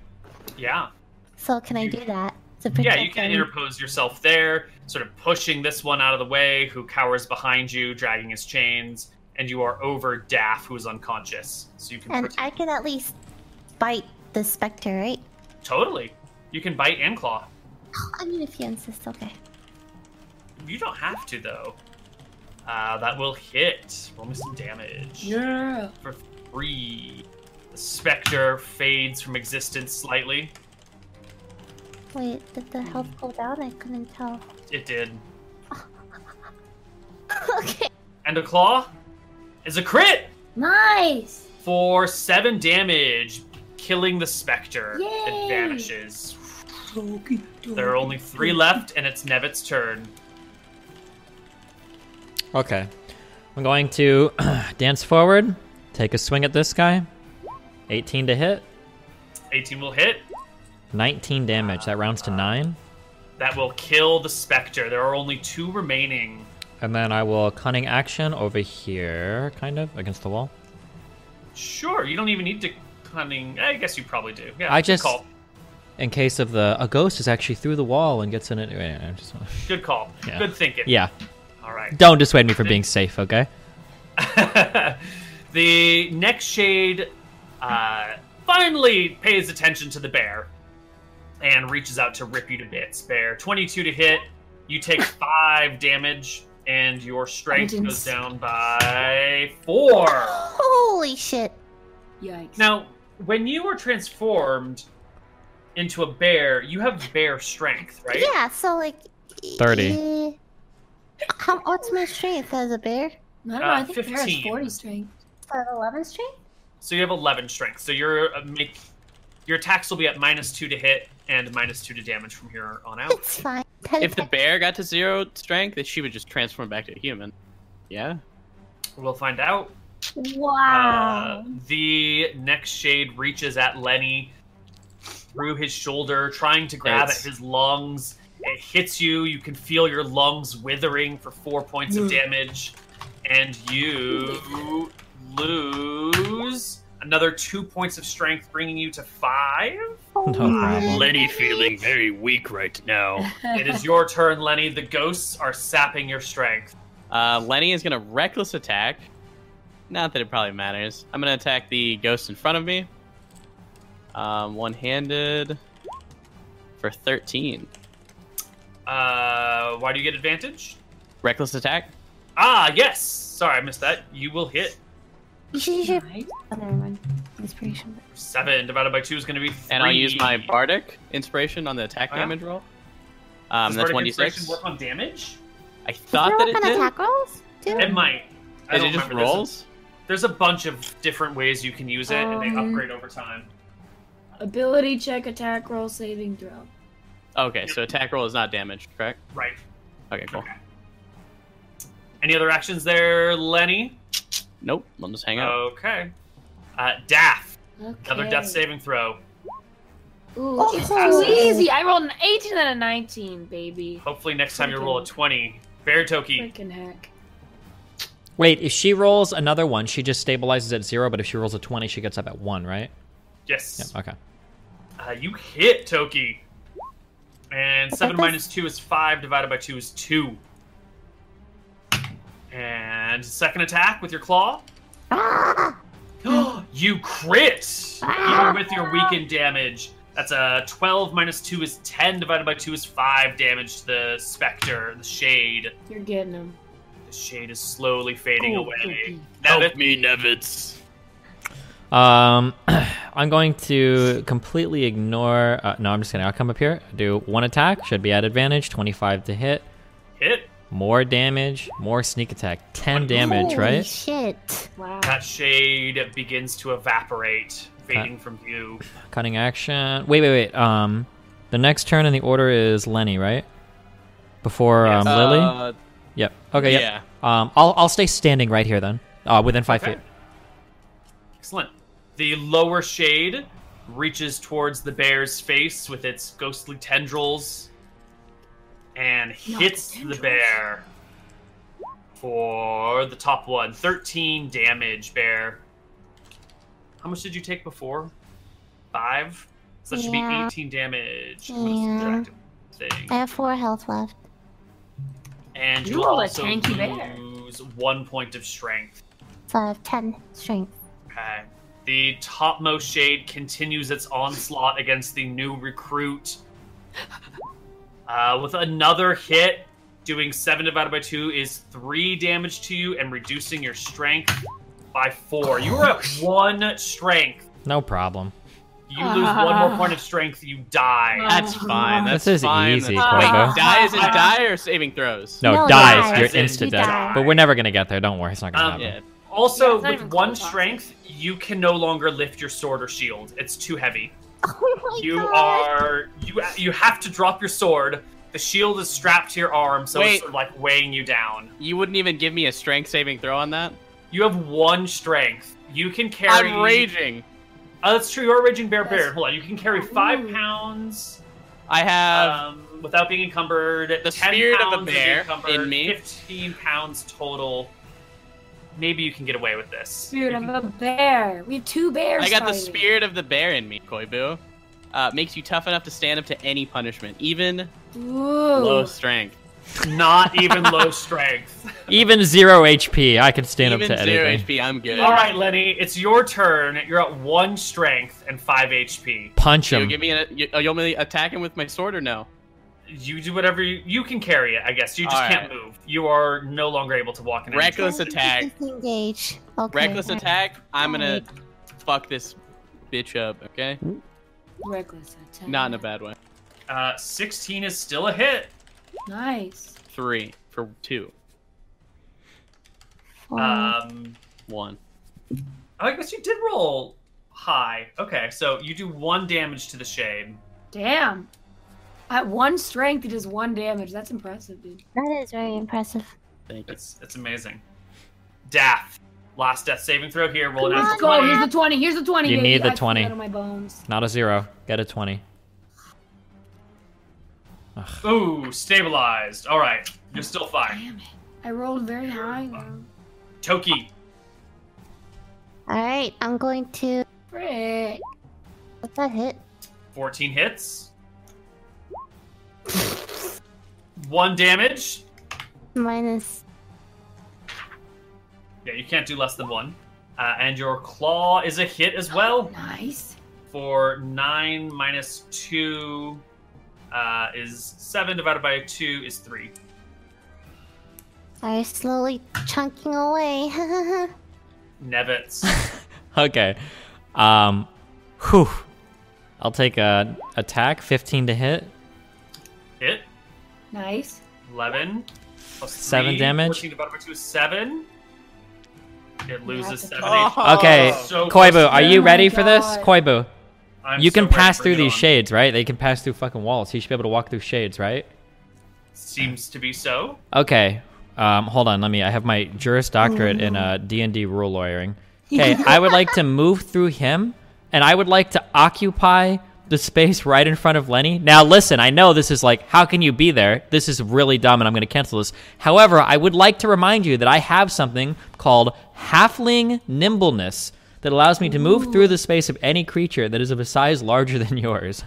Speaker 1: Yeah.
Speaker 4: So can I do that? To
Speaker 1: Yeah,
Speaker 4: protect
Speaker 1: you can
Speaker 4: them?
Speaker 1: interpose yourself there, sort of pushing this one out of the way, who cowers behind you, dragging his chains, and you are over Daff, who is unconscious. So you can
Speaker 4: And
Speaker 1: protect-
Speaker 4: I can at least bite the specter, right?
Speaker 1: totally. You can bite and claw.
Speaker 4: I mean, if you insist, okay.
Speaker 1: You don't have to though. Uh, that will hit. Roll me some damage.
Speaker 3: Yeah.
Speaker 1: For three. The specter fades from existence slightly.
Speaker 4: Wait, did the health go down? I couldn't tell.
Speaker 1: It did.
Speaker 4: okay.
Speaker 1: And a claw is a crit
Speaker 3: Nice.
Speaker 1: for seven damage, killing the specter. It
Speaker 3: Yay!
Speaker 1: vanishes. There are only three left, and it's Nevit's turn.
Speaker 5: Okay. I'm going to dance forward, take a swing at this guy. 18 to hit,
Speaker 1: 18 will hit.
Speaker 5: 19 damage. That rounds to 9.
Speaker 1: That will kill the specter. There are only two remaining.
Speaker 5: And then I will cunning action over here, kind of, against the wall.
Speaker 1: Sure, you don't even need to cunning. I guess you probably do. Yeah,
Speaker 5: I
Speaker 1: good
Speaker 5: just-
Speaker 1: call.
Speaker 5: In case of the. A ghost is actually through the wall and gets in it. Wait, I just wanna-
Speaker 1: Good call.
Speaker 5: Yeah.
Speaker 1: Good thinking.
Speaker 5: Yeah.
Speaker 1: All right.
Speaker 5: Don't dissuade me from being safe, okay?
Speaker 1: the next shade uh, finally pays attention to the bear and reaches out to rip you to bits. Bear, 22 to hit. You take five damage, and your strength
Speaker 3: I didn't
Speaker 1: goes
Speaker 3: see-
Speaker 1: down by four.
Speaker 4: Holy shit.
Speaker 3: Yikes.
Speaker 1: Now, when you are transformed into a bear, you have bear strength, right?
Speaker 4: Yeah, so like.
Speaker 5: 30.
Speaker 4: eh, How, what's my strength as a bear?
Speaker 3: I don't know.
Speaker 2: Ah,
Speaker 1: uh,
Speaker 3: I think Bear has
Speaker 1: 15.
Speaker 3: 40 strength.
Speaker 4: Uh, 11 strength?
Speaker 1: So you have 11 strength. So your uh, make your attacks will be at minus two to hit and minus two to damage from here on out.
Speaker 4: It's fine.
Speaker 2: If the
Speaker 4: Telepathy.
Speaker 2: bear got to zero strength, then she would just transform back to a human. Yeah.
Speaker 1: We'll find out.
Speaker 4: Wow.
Speaker 1: Uh, the next shade reaches at Lenny through his shoulder, trying to grab
Speaker 2: It's-
Speaker 1: at his lungs. It hits you. You can feel your lungs withering for four points of damage, and you lose another two points of strength, bringing you to five.
Speaker 4: no
Speaker 2: Uh,
Speaker 5: problem.
Speaker 6: Lenny feeling very weak right now.
Speaker 1: It is your turn, Lenny. The ghosts are sapping your strength.
Speaker 2: Uh, Lenny is gonna reckless attack. Not that it probably matters. I'm gonna attack the ghost in front of me. Um, one-handed for 13.
Speaker 1: Uh, why do you get advantage?
Speaker 2: Reckless attack.
Speaker 1: Ah, yes. Sorry, I missed that. You will hit.
Speaker 4: You should use your.
Speaker 2: Mm.
Speaker 3: Nice.
Speaker 4: Oh, never mind. Inspiration.
Speaker 1: Seven divided by two is going to be three.
Speaker 2: And I'll use my bardic inspiration on the attack
Speaker 1: Oh, yeah?
Speaker 2: damage roll. Um,
Speaker 1: Does
Speaker 2: that's
Speaker 1: bardic
Speaker 2: 1d6.
Speaker 1: inspiration work on damage?
Speaker 2: I
Speaker 4: Does
Speaker 2: thought
Speaker 4: work
Speaker 2: that it
Speaker 4: on
Speaker 2: did.
Speaker 4: attack rolls? Too?
Speaker 1: It might. I
Speaker 2: Is
Speaker 1: don't
Speaker 2: it just
Speaker 1: remember. There's a-
Speaker 2: rolls?
Speaker 1: There's a bunch of different ways you can use it, and they
Speaker 3: Um,
Speaker 1: upgrade over time.
Speaker 3: Ability check, attack roll, saving throw.
Speaker 2: Okay, so attack roll is not damage, correct?
Speaker 1: Right.
Speaker 2: Okay, cool.
Speaker 1: Any other actions there, Lenny?
Speaker 2: Nope, I'll just hang out.
Speaker 1: Okay. Uh, Daff,
Speaker 3: Okay.
Speaker 1: another death saving throw.
Speaker 3: Ooh,
Speaker 4: Oh,
Speaker 3: it's
Speaker 4: pass.
Speaker 3: too easy. I rolled an 18 and a 19, baby.
Speaker 1: Hopefully next time you roll a 20. Bear Toki.
Speaker 3: Freaking heck.
Speaker 5: Wait, if she rolls another one, she just stabilizes at zero. But if she rolls a twenty, she gets up at one, right?
Speaker 1: Yes.
Speaker 5: Okay.
Speaker 1: Uh, you hit Toki. And
Speaker 4: But
Speaker 1: 7
Speaker 4: that does-
Speaker 1: minus 2 is 5, divided by 2 is 2. And second attack with your claw. you crit! Even with your weakened damage. That's a 12 minus 2 is 10, divided by 2 is 5 damage to the specter, the shade.
Speaker 3: You're getting him.
Speaker 1: The shade is slowly fading
Speaker 3: Cool,
Speaker 1: away.
Speaker 3: Toki.
Speaker 6: Help
Speaker 1: Nevin,
Speaker 6: me, Nevitz.
Speaker 5: Um, I'm going to completely ignore. Uh, no, I'm just kidding. I'll come up here. Do one attack. Should be at advantage. Twenty-five to hit.
Speaker 1: hit.
Speaker 5: More damage. More sneak attack. Ten damage,
Speaker 4: Holy
Speaker 5: right?
Speaker 4: Shit.
Speaker 3: Wow.
Speaker 1: That shade begins to evaporate, fading from view.
Speaker 5: Cutting action. Wait, wait, wait. Um, the next turn in the order is Lenny, right? Before um, Lily.
Speaker 2: Uh,
Speaker 5: yep. Okay. Yep.
Speaker 2: yeah.
Speaker 5: Um, I'll I'll stay standing right here then. Uh, within five
Speaker 1: Okay.
Speaker 5: feet.
Speaker 1: Excellent. The lower shade reaches towards the bear's face with its ghostly tendrils and
Speaker 3: Not
Speaker 1: hits
Speaker 3: the
Speaker 1: the,
Speaker 3: tendrils.
Speaker 1: bear for the top one. 13 damage, bear. How much did you take before? Five? So that should
Speaker 4: Yeah.
Speaker 1: be 18 damage.
Speaker 4: Yeah.
Speaker 1: Subtractive thing.
Speaker 4: I have four health left.
Speaker 1: And
Speaker 3: You
Speaker 1: you
Speaker 3: rolled a
Speaker 1: also
Speaker 3: tanky bear.
Speaker 1: lose one point of strength.
Speaker 4: So I have ten strength.
Speaker 1: Okay. The topmost shade continues its onslaught against the new recruit. Uh, with another hit, doing 7 divided by 2 is 3 damage to you and reducing your strength by 4. You are at 1 strength.
Speaker 5: No problem.
Speaker 1: You lose one more point of strength, you die.
Speaker 2: That's fine. That's
Speaker 5: This is
Speaker 2: fine.
Speaker 5: easy,
Speaker 2: That's-
Speaker 5: Corvo.
Speaker 2: Wait, die is it die or saving throws?
Speaker 5: No,
Speaker 4: No,
Speaker 5: dies.
Speaker 4: dies.
Speaker 5: You're
Speaker 1: As in
Speaker 5: insta
Speaker 1: you
Speaker 5: dead.
Speaker 4: die.
Speaker 5: But we're never gonna get there. Don't worry, it's not gonna
Speaker 1: Um,
Speaker 5: happen.
Speaker 2: Yeah.
Speaker 3: Yeah,
Speaker 1: Also,
Speaker 3: it's not
Speaker 1: with
Speaker 3: even
Speaker 1: one
Speaker 3: close, honestly.
Speaker 1: strength, you can no longer lift your sword or shield. It's too heavy.
Speaker 4: Oh my
Speaker 1: You
Speaker 4: god.
Speaker 1: are you you have to drop your sword. The shield is strapped to your arm, so
Speaker 2: Wait.
Speaker 1: it's sort of like weighing you down.
Speaker 2: You wouldn't even give me a strength saving throw on that.
Speaker 1: You have one strength. You can carry.
Speaker 2: I'm raging.
Speaker 1: Oh, that's true. You're a raging bear. Bear.
Speaker 3: That's-
Speaker 1: Hold on. You can carry five pounds
Speaker 2: I have
Speaker 1: um, without being encumbered.
Speaker 2: Uh, The
Speaker 1: 10
Speaker 2: spirit of the
Speaker 1: pounds is
Speaker 2: bear
Speaker 1: encumbered,
Speaker 2: in me.
Speaker 1: Fifteen pounds total. Maybe you can get away with this.
Speaker 3: Dude, I'm a bear. We have two bears.
Speaker 2: I got the
Speaker 3: fighting.
Speaker 2: spirit of the bear in me, Koibu. Uh, makes you tough enough to stand up to any punishment, even low
Speaker 3: Ooh.
Speaker 2: strength.
Speaker 1: Not even low strength.
Speaker 5: Even zero HP, I can stand
Speaker 2: even
Speaker 5: up to
Speaker 2: zero
Speaker 5: anything.
Speaker 2: HP, I'm good.
Speaker 1: All right, Lenny, it's your turn. You're at one strength and five HP.
Speaker 5: Punch
Speaker 2: You
Speaker 5: him.
Speaker 2: give me an. You, uh, you want me to attack him with my sword or no?
Speaker 1: You do whatever you, you can carry it. I guess you just
Speaker 2: All
Speaker 1: can't move. You are no longer able to walk in. any
Speaker 2: Reckless
Speaker 1: direction.
Speaker 2: attack.
Speaker 4: Disengage. Okay.
Speaker 2: Reckless
Speaker 4: alright.
Speaker 2: attack. I'm gonna fuck this bitch up. Okay,
Speaker 3: Reckless attack.
Speaker 2: not in a bad way.
Speaker 1: Uh, Sixteen is still a hit.
Speaker 3: Nice.
Speaker 2: Three for two,
Speaker 4: Four.
Speaker 2: uh,
Speaker 3: Mm.
Speaker 1: Um, oh,
Speaker 2: one.
Speaker 1: I guess you did roll high. Okay, so you do one damage to the shade.
Speaker 3: Damn. At one strength, it does one damage. That's impressive, dude.
Speaker 4: that is very impressive.
Speaker 2: Thank you.
Speaker 1: It's it's amazing. Daff, last death saving throw here. Roll an
Speaker 3: Let's
Speaker 1: extra
Speaker 3: go. Here's
Speaker 1: twenty.
Speaker 3: the 20. Here's the 20.
Speaker 5: You
Speaker 3: baby.
Speaker 5: need the
Speaker 3: I feel
Speaker 5: 20.
Speaker 3: Out of my bones.
Speaker 5: Not a zero. Get a twenty.
Speaker 1: Ooh, stabilized. All right, you're still fine.
Speaker 3: Damn it. I rolled very high. now.
Speaker 1: Toki,
Speaker 4: All right, I'm going to.
Speaker 3: Frick.
Speaker 4: What's that hit?
Speaker 1: fourteen hits. One damage.
Speaker 4: Minus.
Speaker 1: Yeah, you can't do less than one. Uh, and your claw is a hit as well
Speaker 3: Nice.
Speaker 1: for nine minus two uh, is seven divided by two is three.
Speaker 4: Are slowly chunking away.
Speaker 1: Nevitz.
Speaker 5: Okay. Um, whew. I'll take a attack. Fifteen to hit.
Speaker 1: hit.
Speaker 3: Nice.
Speaker 1: Eleven. plus
Speaker 5: Seven
Speaker 1: three,
Speaker 5: damage.
Speaker 1: 14 divided by two is seven. It loses
Speaker 3: That's a
Speaker 1: seven.
Speaker 2: Oh.
Speaker 1: HP.
Speaker 5: Okay,
Speaker 1: So
Speaker 5: Koibu, are
Speaker 3: Oh
Speaker 5: you
Speaker 3: my
Speaker 5: ready for this?
Speaker 3: God.
Speaker 5: Koibu,
Speaker 1: I'm
Speaker 5: you can
Speaker 1: still ready
Speaker 5: pass
Speaker 1: for
Speaker 5: through
Speaker 1: it
Speaker 5: these
Speaker 1: on.
Speaker 5: shades, right? They can pass through fucking walls. He should be able to walk through shades, right?
Speaker 1: Seems to be so.
Speaker 5: Okay. Um, hold on, let me. I have my Juris Doctorate in uh, D&D rule lawyering. Okay, I would like to move through him, and I would like to occupy the space right in front of Lenny. Now, listen, I know this is like, how can you be there? This is really dumb, and I'm going to cancel this. However, I would like to remind you that I have something called Halfling Nimbleness that allows me to move through the space of any creature that is of a size larger than yours.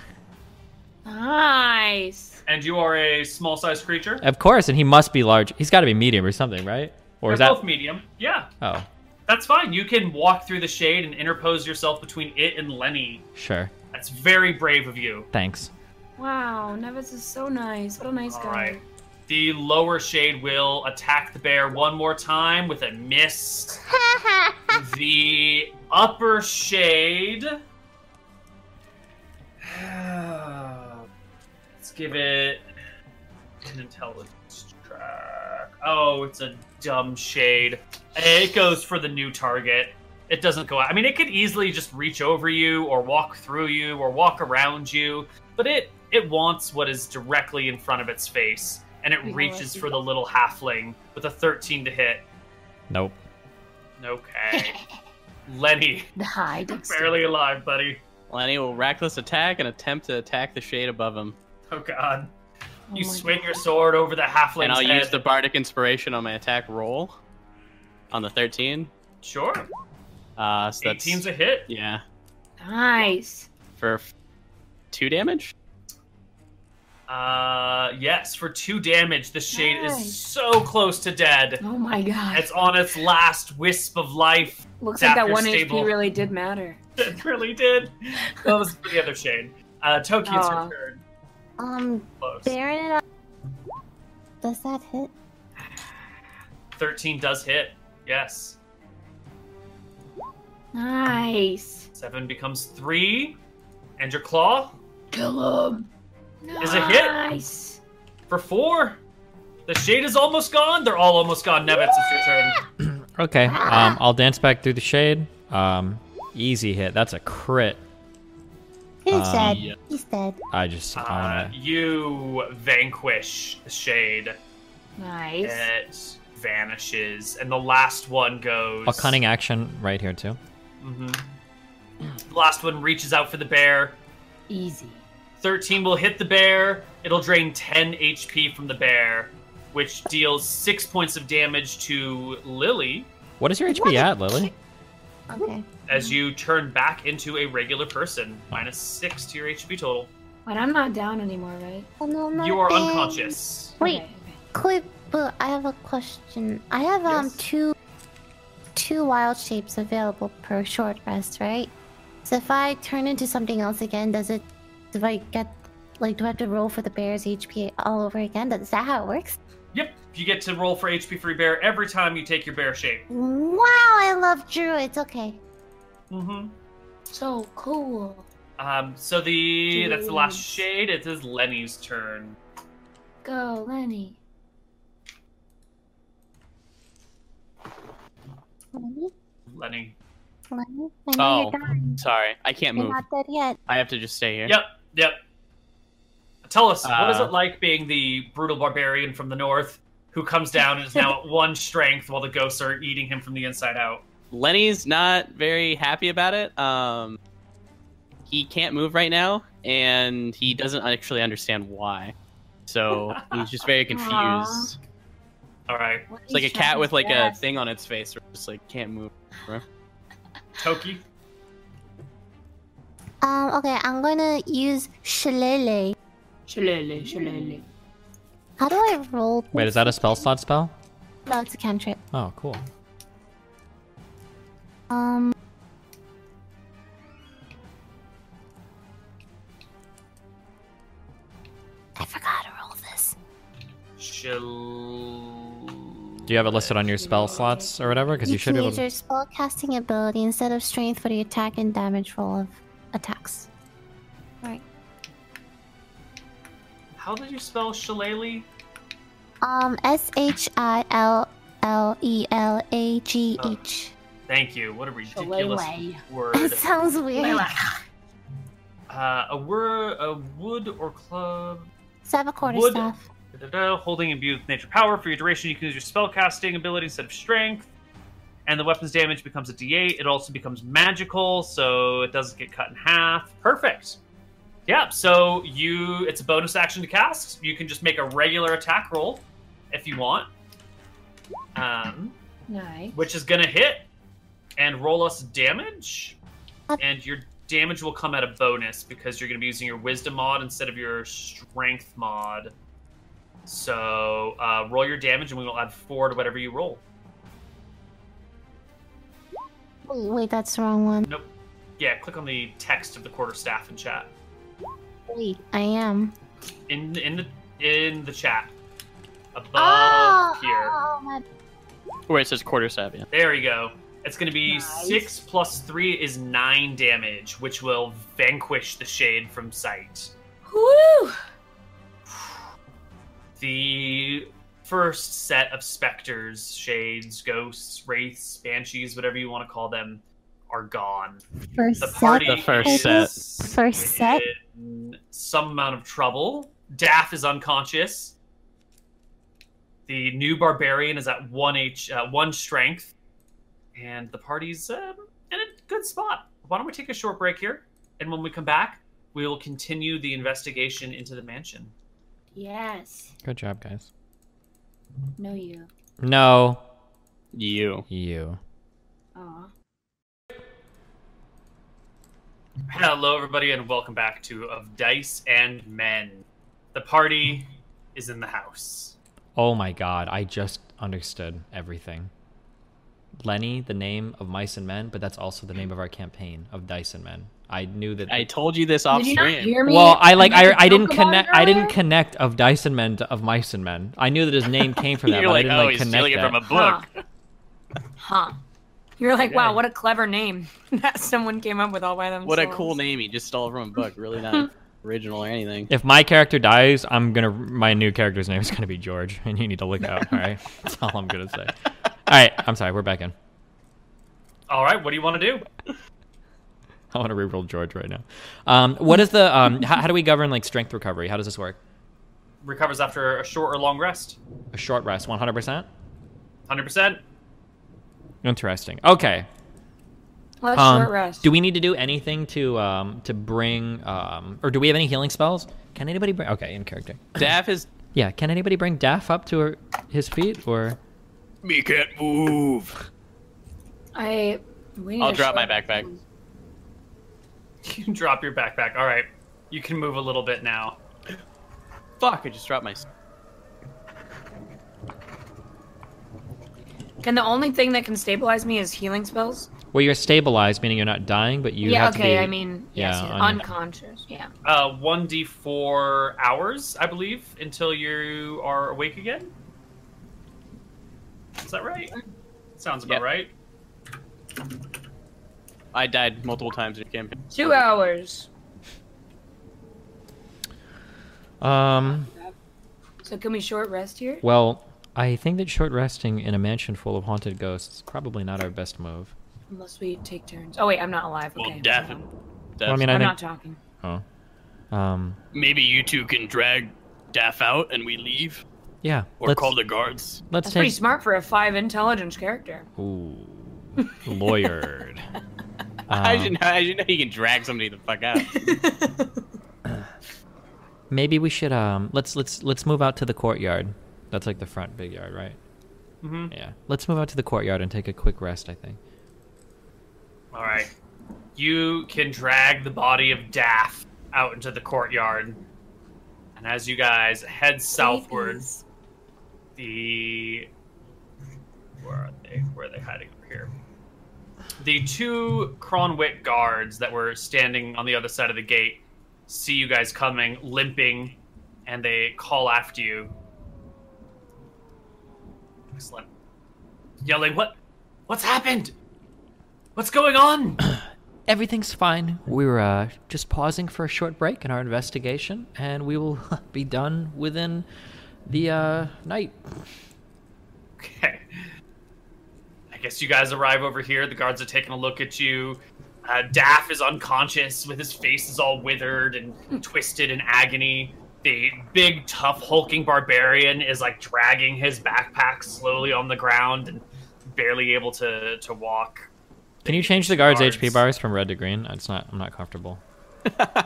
Speaker 3: Nice.
Speaker 1: And you are a small sized creature.
Speaker 5: Of course, and he must be large. He's got to be medium or something, right? Or
Speaker 1: You're
Speaker 5: is that?
Speaker 1: both medium. Yeah,
Speaker 5: Oh,
Speaker 1: that's fine. You can walk through the shade and interpose yourself between it and Lenny.
Speaker 5: sure.
Speaker 1: That's very brave of you.
Speaker 5: Thanks.
Speaker 3: Wow, Nevis is so nice. What a nice
Speaker 1: All
Speaker 3: guy.
Speaker 1: right. The lower shade will attack the bear one more time with a miss. the upper shade. Let's give it an intelligence track. Oh, it's a dumb shade. It goes for the new target. It doesn't go out. I mean, it could easily just reach over you or walk through you or walk around you, but it it wants what is directly in front of its face and it
Speaker 3: Yeah, I
Speaker 1: reaches
Speaker 3: see
Speaker 1: for
Speaker 3: that.
Speaker 1: the little halfling with a 13 to hit.
Speaker 5: Nope.
Speaker 1: Okay. Lenny,
Speaker 4: The high dexterity.
Speaker 1: barely alive, buddy.
Speaker 2: Lenny will reckless attack and attempt to attack the shade above him.
Speaker 1: Oh god. You
Speaker 3: Oh my
Speaker 1: swing your sword over the halfling's
Speaker 2: and I'll
Speaker 1: head.
Speaker 2: use the bardic inspiration on my attack roll on the 13.
Speaker 1: Sure.
Speaker 2: Uh, so that's
Speaker 1: 18's a hit.
Speaker 2: yeah
Speaker 3: Nice.
Speaker 2: for f- two damage.
Speaker 1: Uh yes, for 2 damage. The shade is
Speaker 3: Nice.
Speaker 1: so close to dead.
Speaker 3: Oh my god.
Speaker 1: It's on its last wisp of life.
Speaker 3: Looks like that
Speaker 1: Zapter's
Speaker 3: one
Speaker 1: stable.
Speaker 3: HP really did matter.
Speaker 1: It really did. That was for the other shade. Uh Toki, it's
Speaker 3: Aw.
Speaker 1: your turn.
Speaker 4: Um,
Speaker 1: Close.
Speaker 4: Baron. uh, Does that hit?
Speaker 1: 13 does hit. Yes.
Speaker 3: Nice.
Speaker 1: 7 becomes 3 and your claw
Speaker 3: Kill him.
Speaker 1: Is it hit?
Speaker 3: Nice.
Speaker 1: for 4. The shade is almost gone. They're all almost gone. Nevitz, it's your turn.
Speaker 5: Okay. Um, I'll dance back through the shade. Um, easy hit. That's a crit.
Speaker 4: Who's
Speaker 5: Um,
Speaker 4: dead?
Speaker 2: yeah.
Speaker 4: He's dead.
Speaker 5: I just. I
Speaker 1: Uh,
Speaker 5: wanna-
Speaker 1: you vanquish the shade.
Speaker 3: Nice.
Speaker 1: It vanishes, and the last one goes.
Speaker 5: a cunning action right here too.
Speaker 1: Mhm. The last one reaches out for the bear.
Speaker 3: Easy.
Speaker 1: 13 will hit the bear. It'll drain 10 HP from the bear, which deals 6 points of damage to Lily
Speaker 5: What is your HP at, Lily?
Speaker 4: Okay.
Speaker 3: Mm-hmm.
Speaker 1: as you turn back into a regular person. Minus 6 to your HP total.
Speaker 3: But I'm not down anymore, right?
Speaker 4: Oh, no, I'm not
Speaker 1: You are
Speaker 4: dead.
Speaker 1: unconscious.
Speaker 4: Wait,
Speaker 3: Okay, okay.
Speaker 4: quick, but I have a question. I have um
Speaker 1: Yes.
Speaker 4: two two wild shapes available per short rest, right? So if I turn into something else again, does it? Do I get like? Do I have to roll for the bear's HP all over again? Does- Is that how it works?
Speaker 1: Yep, you get to roll for HP free bear every time you take your bear shape.
Speaker 4: Wow, I love druids. Okay.
Speaker 1: Mm-hmm.
Speaker 3: So cool.
Speaker 1: Um, so the that's the last
Speaker 3: Jeez.
Speaker 1: shade. It is Lenny's turn.
Speaker 3: Go, Lenny.
Speaker 4: Lenny,
Speaker 1: Lenny.
Speaker 4: Lenny, I know
Speaker 2: Oh,
Speaker 4: you're dying.
Speaker 2: sorry, I can't
Speaker 4: You're
Speaker 2: move.
Speaker 4: not dead yet.
Speaker 2: I have to just stay here.
Speaker 1: Yep, yep. Tell us, what is
Speaker 2: Uh,
Speaker 1: it like being the brutal barbarian from the north who comes down and is now at one strength while the ghosts are eating him from the inside out?
Speaker 2: Lenny's not very happy about it. Um, he can't move right now, and he doesn't actually understand why. So he's just very confused.
Speaker 3: Aw.
Speaker 1: All right,
Speaker 3: What
Speaker 2: It's like a
Speaker 3: is
Speaker 2: cat with like a
Speaker 3: Shaggy's
Speaker 2: thing on its face, where it's just like can't move.
Speaker 1: Toki.
Speaker 4: Um. Okay, I'm gonna use
Speaker 3: ass?
Speaker 4: shillelagh.
Speaker 3: Shillelagh, shillelagh.
Speaker 4: How do I roll?
Speaker 5: Wait, is that a spell slot spell?
Speaker 4: No, it's a cantrip.
Speaker 5: Oh, cool.
Speaker 4: Um. I forgot to roll this.
Speaker 1: Shall...
Speaker 5: Do you have it listed on your spell slots or whatever? Because you
Speaker 4: can
Speaker 5: should be able
Speaker 4: use
Speaker 5: to.
Speaker 4: your spell casting ability instead of strength for the attack and damage roll of attacks. Right.
Speaker 1: How did you spell shillelagh?
Speaker 4: Um. S H I L L E L A G H.
Speaker 1: Thank you. What a ridiculous word.
Speaker 4: It sounds weird.
Speaker 1: Uh, a, wor- a wood or club
Speaker 4: So I have a quarter
Speaker 1: Wood.
Speaker 4: staff.
Speaker 1: Da-da-da. Holding imbued with nature power for your duration, you can use your spellcasting ability instead of strength. And the weapon's damage becomes a d8. It also becomes magical, so it doesn't get cut in half. Perfect. Yeah, so you it's a bonus action to cast. You can just make a regular attack roll if you want. Um,
Speaker 3: Nice.
Speaker 1: which is gonna hit and roll us damage. And your damage will come at a bonus because you're gonna be using your wisdom mod instead of your strength mod. So uh, roll your damage, and we will add four to whatever you roll.
Speaker 4: Wait, wait, that's the wrong one.
Speaker 1: Nope. Yeah, click on the text of the quarter staff in chat.
Speaker 4: Wait, I am.
Speaker 1: In in the in the chat above
Speaker 4: oh,
Speaker 1: here.
Speaker 4: oh, my.
Speaker 2: Where it says quarter staff, yeah.
Speaker 1: There you go. It's going to be
Speaker 3: Nice.
Speaker 1: six plus three is nine damage, which will vanquish the shade from sight.
Speaker 3: Woo!
Speaker 1: the first set of specters, shades, ghosts, wraiths, banshees, whatever you want to call them, are gone.
Speaker 4: First
Speaker 1: The
Speaker 4: set.
Speaker 1: party
Speaker 2: The first
Speaker 1: is
Speaker 4: First set.
Speaker 1: in some amount of trouble. Daff is unconscious. The new barbarian is at one h uh, one strength, and the party's um, in a good spot. Why don't we take a short break here, and when we come back, we will continue the investigation into the mansion.
Speaker 3: Yes.
Speaker 5: Good job, guys.
Speaker 3: No, you.
Speaker 5: No,
Speaker 2: You.
Speaker 5: you.
Speaker 3: Aw.
Speaker 1: Hello, everybody, and welcome back to Of Dice and Men. The party is in the house.
Speaker 5: Oh my god, I just understood everything. Lenny, the name of Mice and Men, but that's also the name of our campaign of Dice and Men. I knew that.
Speaker 2: I told you this off
Speaker 3: Did you not
Speaker 2: stream.
Speaker 3: hear me?
Speaker 5: well, I like
Speaker 3: made
Speaker 5: I,
Speaker 3: a
Speaker 5: I
Speaker 3: joke
Speaker 5: didn't
Speaker 3: about it
Speaker 5: connect I didn't
Speaker 3: earlier?
Speaker 5: connect of Dice and Men to, of Mice and Men. I knew that his name came from that,
Speaker 2: You're
Speaker 5: but I
Speaker 2: like,
Speaker 5: didn't
Speaker 2: oh,
Speaker 5: like
Speaker 2: he's
Speaker 5: connect
Speaker 2: stealing it
Speaker 5: that.
Speaker 2: from a book.
Speaker 3: Huh. You're like, wow, what a clever name that someone came up with all by themselves.
Speaker 2: What a cool name. He just stole it from a book. Really not original or anything.
Speaker 5: If my character dies, I'm gonna my new character's name is gonna be George, and you need to look out. All right, that's all I'm gonna say. All right, I'm sorry, we're back in.
Speaker 1: All right, what do you want to do?
Speaker 5: I want to reroll George right now. Um, what is the um? how, how do we govern like strength recovery? How does this work?
Speaker 1: Recovers after a short or long rest.
Speaker 5: A short rest, 100 percent.
Speaker 1: 100%.
Speaker 5: Interesting. Okay.
Speaker 3: Let's
Speaker 5: Um,
Speaker 3: short rest.
Speaker 5: Do we need to do anything to um to bring um or do we have any healing spells? Can anybody bring? Okay, in character.
Speaker 2: Daff is
Speaker 5: Yeah. Can anybody bring Daff up to her, his feet or?
Speaker 6: Me can't move.
Speaker 3: I. We need
Speaker 2: I'll
Speaker 3: a
Speaker 2: drop my
Speaker 3: short rest.
Speaker 2: backpack.
Speaker 1: You can drop your backpack. All right, you can move a little bit now.
Speaker 2: fuck, I just dropped my
Speaker 3: Can the only thing that can stabilize me is healing spells?
Speaker 5: Well, you're stabilized, meaning you're not dying, but you
Speaker 3: yeah.
Speaker 5: have to
Speaker 3: Okay.
Speaker 5: be-
Speaker 3: I mean, yes,
Speaker 5: yeah,
Speaker 3: yes,
Speaker 5: un-
Speaker 3: unconscious. Yeah.
Speaker 1: Uh, 1d4 hours, I believe, until you are awake again. Is that right? Sounds about
Speaker 2: Yep.
Speaker 1: right.
Speaker 2: I died multiple times in campaign.
Speaker 3: Two hours.
Speaker 5: Um.
Speaker 3: So can we short rest here?
Speaker 5: Well, I think that short resting in a mansion full of haunted ghosts is probably not our best move.
Speaker 3: Unless we take turns. Oh wait, I'm not alive.
Speaker 6: Well,
Speaker 3: Okay.
Speaker 6: Daffin-
Speaker 3: never mind.
Speaker 5: Well, I mean,
Speaker 3: I'm
Speaker 5: I
Speaker 3: not
Speaker 5: think.
Speaker 3: talking.
Speaker 5: Um.
Speaker 6: Maybe you two can drag Daff out and we leave,
Speaker 5: Yeah.
Speaker 6: or
Speaker 5: let's
Speaker 6: call the guards.
Speaker 5: let's
Speaker 3: That's
Speaker 5: take.
Speaker 3: pretty smart for a five intelligence character.
Speaker 5: Ooh. Lawyered.
Speaker 2: I
Speaker 5: Um,
Speaker 2: should know, I should know you can drag somebody the fuck out.
Speaker 5: Maybe we should um let's let's let's move out to the courtyard. That's like the front big yard, right?
Speaker 1: Mm-hmm.
Speaker 5: Yeah. Let's move out to the courtyard and take a quick rest, I think.
Speaker 1: All right. You can drag the body of Daff out into the courtyard. And as you guys head southward,
Speaker 3: Babies.
Speaker 1: the. Where are they? Where are they hiding over here? The two Cronwick guards that were standing on the other side of the gate see you guys coming, limping, and they call after you. Excellent. Yelling, what? What's happened? What's going on?
Speaker 5: Everything's fine. We're uh, just pausing for a short break in our investigation and we will be done within the uh, night.
Speaker 1: Okay. I guess you guys arrive over here. The guards are taking a look at you. Uh, Daff is unconscious, with his face is all withered and twisted in agony. The big, tough, hulking barbarian is like dragging his backpack slowly on the ground and barely able to to walk.
Speaker 5: Can you change the guards'
Speaker 1: Guards.
Speaker 5: HP bars from red to green? It's not. I'm not comfortable.
Speaker 3: Steven,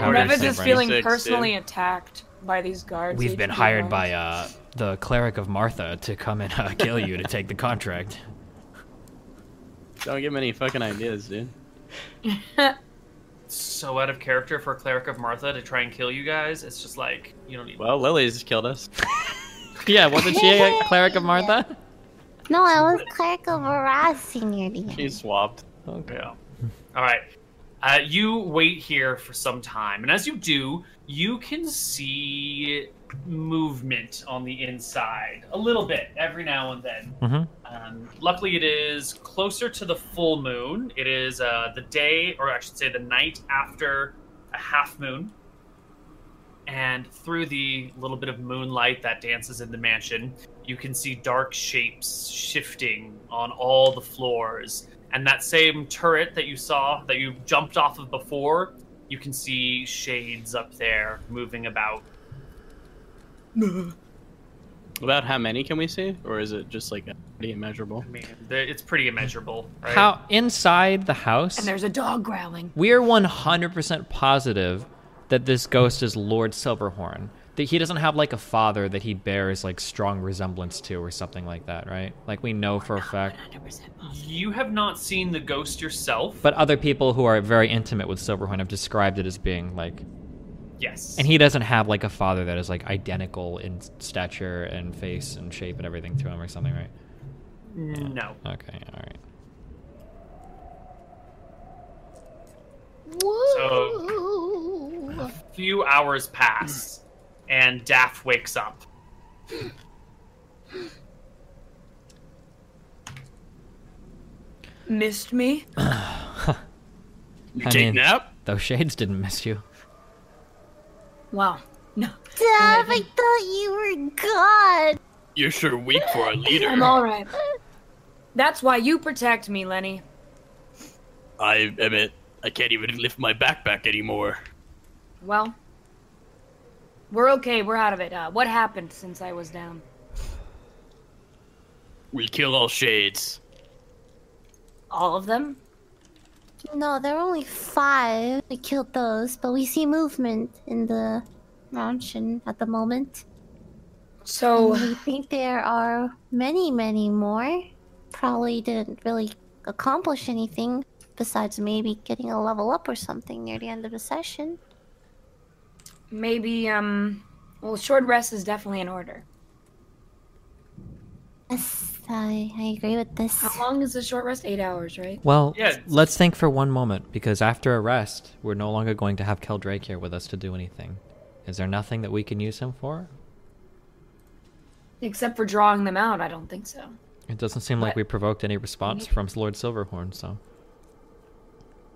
Speaker 3: Revis
Speaker 5: harnessing
Speaker 3: is feeling
Speaker 2: six, dude.
Speaker 3: personally attacked by these guards.
Speaker 8: We've been hired by uh, the cleric of Martha to come and uh, kill you to take the contract.
Speaker 2: Don't give him any fucking ideas, dude.
Speaker 1: so out of character for a cleric of Martha to try and kill you guys. It's just like you don't need.
Speaker 2: Well, Lily's killed us.
Speaker 5: Yeah, wasn't she a cleric of Martha?
Speaker 4: No, I was cleric of Veraz senior DM.
Speaker 2: She's swapped.
Speaker 1: Yeah. All right. Uh, you wait here for some time, and as you do, you can see movement on the inside a little bit every now and then.
Speaker 5: Mhm.
Speaker 1: Um, luckily, it is closer to the full moon. It is uh, the day, or I should say, the night after a half moon. And through the little bit of moonlight that dances in the mansion, you can see dark shapes shifting on all the floors. And that same turret that you saw, that you jumped off of before, you can see shades up there moving about.
Speaker 2: About how many can we see, or is it just like pretty immeasurable?
Speaker 1: I mean, the- it's pretty immeasurable, right?
Speaker 5: How inside the house?
Speaker 3: And there's a dog growling.
Speaker 5: We are 100% positive that this ghost is Lord Silverhorn. That he doesn't have like a father that he bears like strong resemblance to or something like that, right? Like we know for a fact.
Speaker 3: 100%.
Speaker 1: You have not seen the ghost yourself.
Speaker 5: But other people who are very intimate with Silverhorn have described it as being like.
Speaker 1: yes.
Speaker 5: And he doesn't have like a father that is like identical in stature and face and shape and everything to him or something, right?
Speaker 1: No.
Speaker 5: Okay, alright.
Speaker 4: Woo!
Speaker 1: few hours pass, and Daff wakes up.
Speaker 3: Missed me?
Speaker 6: You
Speaker 5: I
Speaker 6: take
Speaker 5: mean-
Speaker 6: nap?
Speaker 5: Those shades didn't miss you.
Speaker 3: Wow. No.
Speaker 4: Dad, I thought you were God.
Speaker 6: You're sure weak for a leader.
Speaker 3: I'm alright. That's why you protect me, Lenny.
Speaker 6: I admit, I can't even lift my backpack anymore.
Speaker 3: Well, we're okay. We're out of it. Uh, what happened since I was down?
Speaker 6: We kill all shades.
Speaker 3: All of them?
Speaker 4: No, there were only five. We killed those, but we see movement in the mansion at the moment.
Speaker 3: So,
Speaker 4: We think there are many, many more. Probably didn't really accomplish anything besides maybe getting a level up or something near the end of the session.
Speaker 3: maybe, um, well, short rest is definitely in order.
Speaker 4: Yes, I, I agree with this.
Speaker 3: How long is the short rest? Eight hours, right?
Speaker 8: Well,
Speaker 1: Yeah.
Speaker 8: let's think for one moment, because after arrest, we're no longer going to have Keldrake here with us to do anything. Is there nothing that we can use him for?
Speaker 3: Except for drawing them out, I don't think so.
Speaker 8: It doesn't seem like
Speaker 3: But-
Speaker 8: we provoked any response from Lord Silverhorn, so.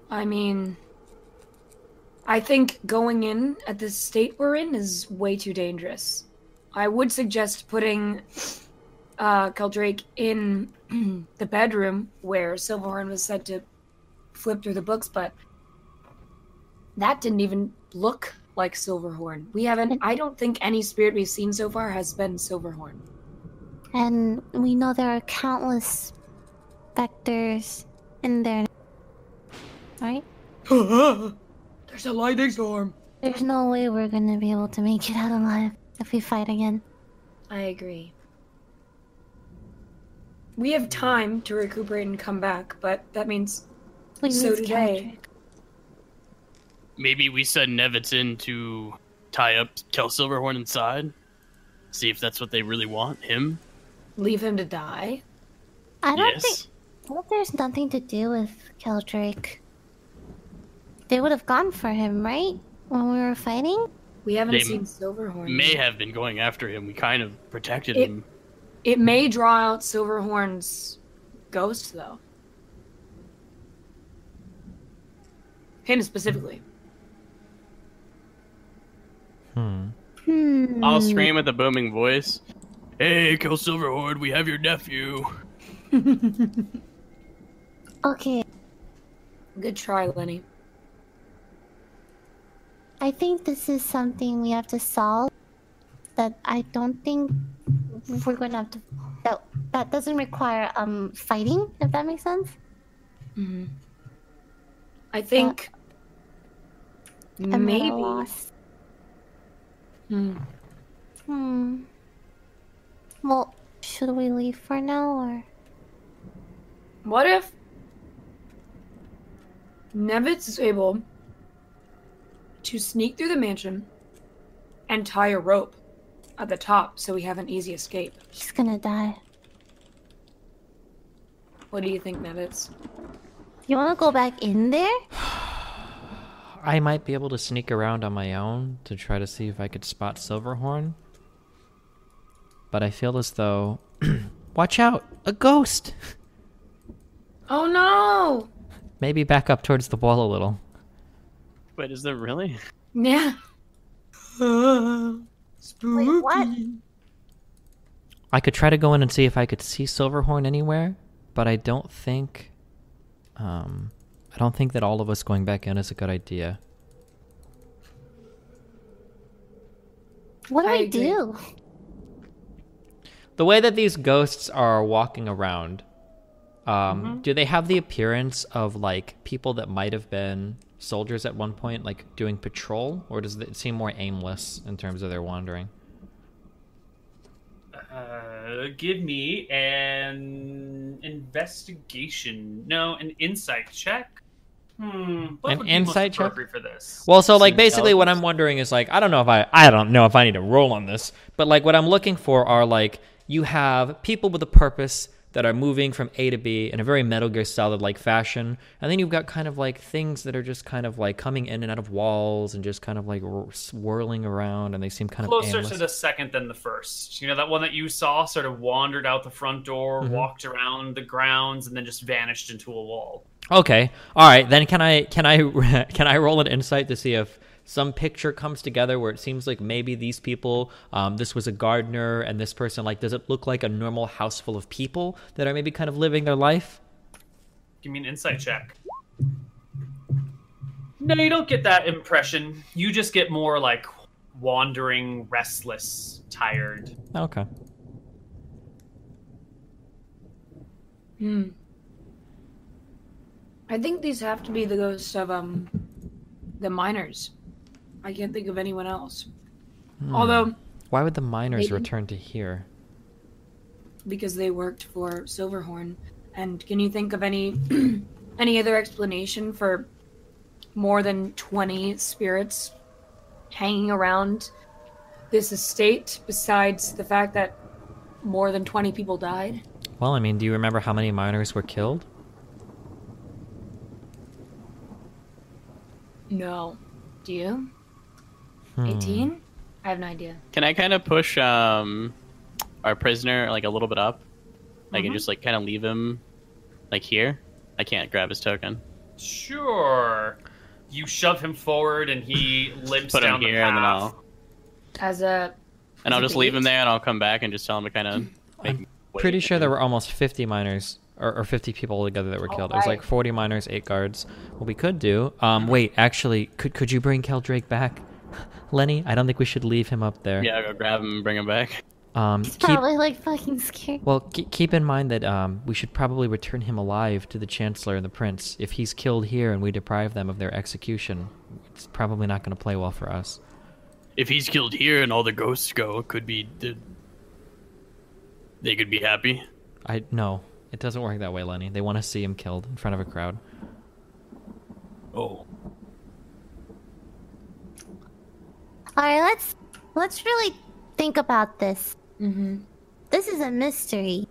Speaker 3: I mean, I think going in at this state we're in is way too dangerous. I would suggest putting uh, Keldrake in the bedroom where Silverhorn was said to flip through the books, but that didn't even look like Silverhorn. We haven't, I don't think any spirit we've seen so far has been Silverhorn.
Speaker 4: And we know there are countless vectors in there. Right?
Speaker 3: There's a lightning storm.
Speaker 4: There's no way we're gonna be able to make it out alive if we fight again.
Speaker 3: I agree. We have time to recuperate and come back, but that means
Speaker 4: We
Speaker 3: So
Speaker 4: need
Speaker 3: did I.
Speaker 6: Maybe we send Neviton to tie up Kel Silverhorn inside? See if that's what they really want. Him?
Speaker 3: leave him to die.
Speaker 4: I don't
Speaker 6: yes.
Speaker 4: think well, there's nothing to do with Keldrake. They would have gone for him, right? When we were fighting?
Speaker 3: We haven't
Speaker 6: They
Speaker 3: seen Silverhorn.
Speaker 6: May have been going after him. We kind of protected
Speaker 3: It-
Speaker 6: him.
Speaker 3: It may draw out Silverhorn's ghost, though. Him specifically.
Speaker 4: Hmm.
Speaker 2: I'll scream with a booming voice.
Speaker 6: Hey, Kel Silverhorn, we have your nephew.
Speaker 4: Okay,
Speaker 3: Good try, Lenny.
Speaker 4: I think this is something we have to solve that I don't think we're going to have to. That, that doesn't require um fighting, if that makes sense. Mm-hmm.
Speaker 3: I think
Speaker 4: I'm at a
Speaker 3: maybe
Speaker 4: loss.
Speaker 3: Hmm.
Speaker 4: Hmm. Well, should we leave for now or?
Speaker 3: What if Nevitz is able to sneak through the mansion and tie a rope at the top so we have an easy escape?
Speaker 4: He's gonna die.
Speaker 3: What do you think, Nevitz?
Speaker 4: You wanna go back in there?
Speaker 7: I might be able to sneak around on my own to try to see if I could spot Silverhorn. But I feel as though. Watch out! A ghost!
Speaker 3: Oh no!
Speaker 7: Maybe back up towards the wall a little.
Speaker 2: Wait, is there really?
Speaker 3: Yeah.
Speaker 4: Wait, what?
Speaker 7: I could try to go in and see if I could see Silverhorn anywhere, but I don't think. Um, I don't think that all of us going back in is a good idea.
Speaker 4: What do
Speaker 3: I
Speaker 4: I,
Speaker 3: agree.
Speaker 4: do?
Speaker 5: The way that these ghosts are walking around, um, do they have the appearance of like people that might have been soldiers at one point, like doing patrol, or does it seem more aimless in terms of their wandering?
Speaker 1: Uh, give me an investigation. No, an insight check. Hmm. What would be
Speaker 5: An
Speaker 1: most
Speaker 5: insight check?
Speaker 1: appropriate for this?
Speaker 5: Well, so like
Speaker 2: Seems
Speaker 5: basically what I'm wondering is like I don't know if I I don't know if I need to roll on this, but like what I'm looking for are like you have people with a purpose that are moving from A to B in a very Metal Gear Solid like fashion, and then you've got kind of like things that are just kind of like coming in and out of walls and just kind of like r- swirling around, and they seem kind of
Speaker 1: closer
Speaker 5: aimless.
Speaker 1: to the second than the first. You know that one that you saw sort of wandered out the front door,
Speaker 5: Mm-hmm.
Speaker 1: walked around the grounds, and then just vanished into a wall.
Speaker 5: Okay. All right. Then can I can I can I roll an insight to see if some picture comes together where it seems like maybe these people, um, this was a gardener and this person, like, does it look like a normal house full of people that are maybe kind of living their life?
Speaker 1: Give me an
Speaker 13: Hmm.
Speaker 1: insight check. No, you don't get that impression. You just get more like wandering, restless, tired.
Speaker 5: Okay.
Speaker 3: Hmm. I think these have to be the ghosts of um the miners. I can't think of anyone else.
Speaker 5: Hmm.
Speaker 3: Although
Speaker 7: Why would the miners
Speaker 3: Maybe-
Speaker 7: return to here?
Speaker 3: because they worked for Silverhorn. And can you think of any any other explanation for more than 20 spirits hanging around this estate besides the fact that more than 20 people died?
Speaker 7: Well, I mean, do you remember how many miners were killed?
Speaker 3: No. Do you?
Speaker 5: Hmm.
Speaker 3: 18?
Speaker 5: Mm.
Speaker 3: I have no idea.
Speaker 2: Can I kind of push um our prisoner like a little bit up? I
Speaker 3: Mm-hmm.
Speaker 2: can just like kind of leave him like here. I can't grab his token.
Speaker 1: Sure. You shove him forward, and he limps
Speaker 2: Put him
Speaker 1: down the
Speaker 2: here
Speaker 1: path.
Speaker 2: and then I'll
Speaker 3: As a
Speaker 2: and I'll
Speaker 3: Is it
Speaker 2: just leave him
Speaker 3: eight?
Speaker 2: there and I'll come back and just tell him to kind of.
Speaker 7: Pretty sure there were almost 50 miners or, or 50 people altogether that were killed. It was like
Speaker 3: Alright.
Speaker 7: 40 miners, eight guards. What we could do, um, wait, actually, could could you bring Kel Drake back, Lenny? I don't think we should leave him up there.
Speaker 2: Yeah, I'll go grab him and bring him back.
Speaker 7: Um,
Speaker 4: He's
Speaker 7: keep
Speaker 4: probably like fucking scared.
Speaker 7: well, ke- keep in mind that um, we should probably return him alive to the Chancellor and the Prince. If he's killed here and we deprive them of their execution, it's probably not going to play well for us.
Speaker 6: If he's killed here and all the ghosts go, it could be. The... They could be happy.
Speaker 7: I no, it doesn't work that way, Lenny. They want to see him killed in front of a crowd.
Speaker 6: Oh.
Speaker 4: All right, let's let's really think about this.
Speaker 3: mm-hmm.
Speaker 4: This is a mystery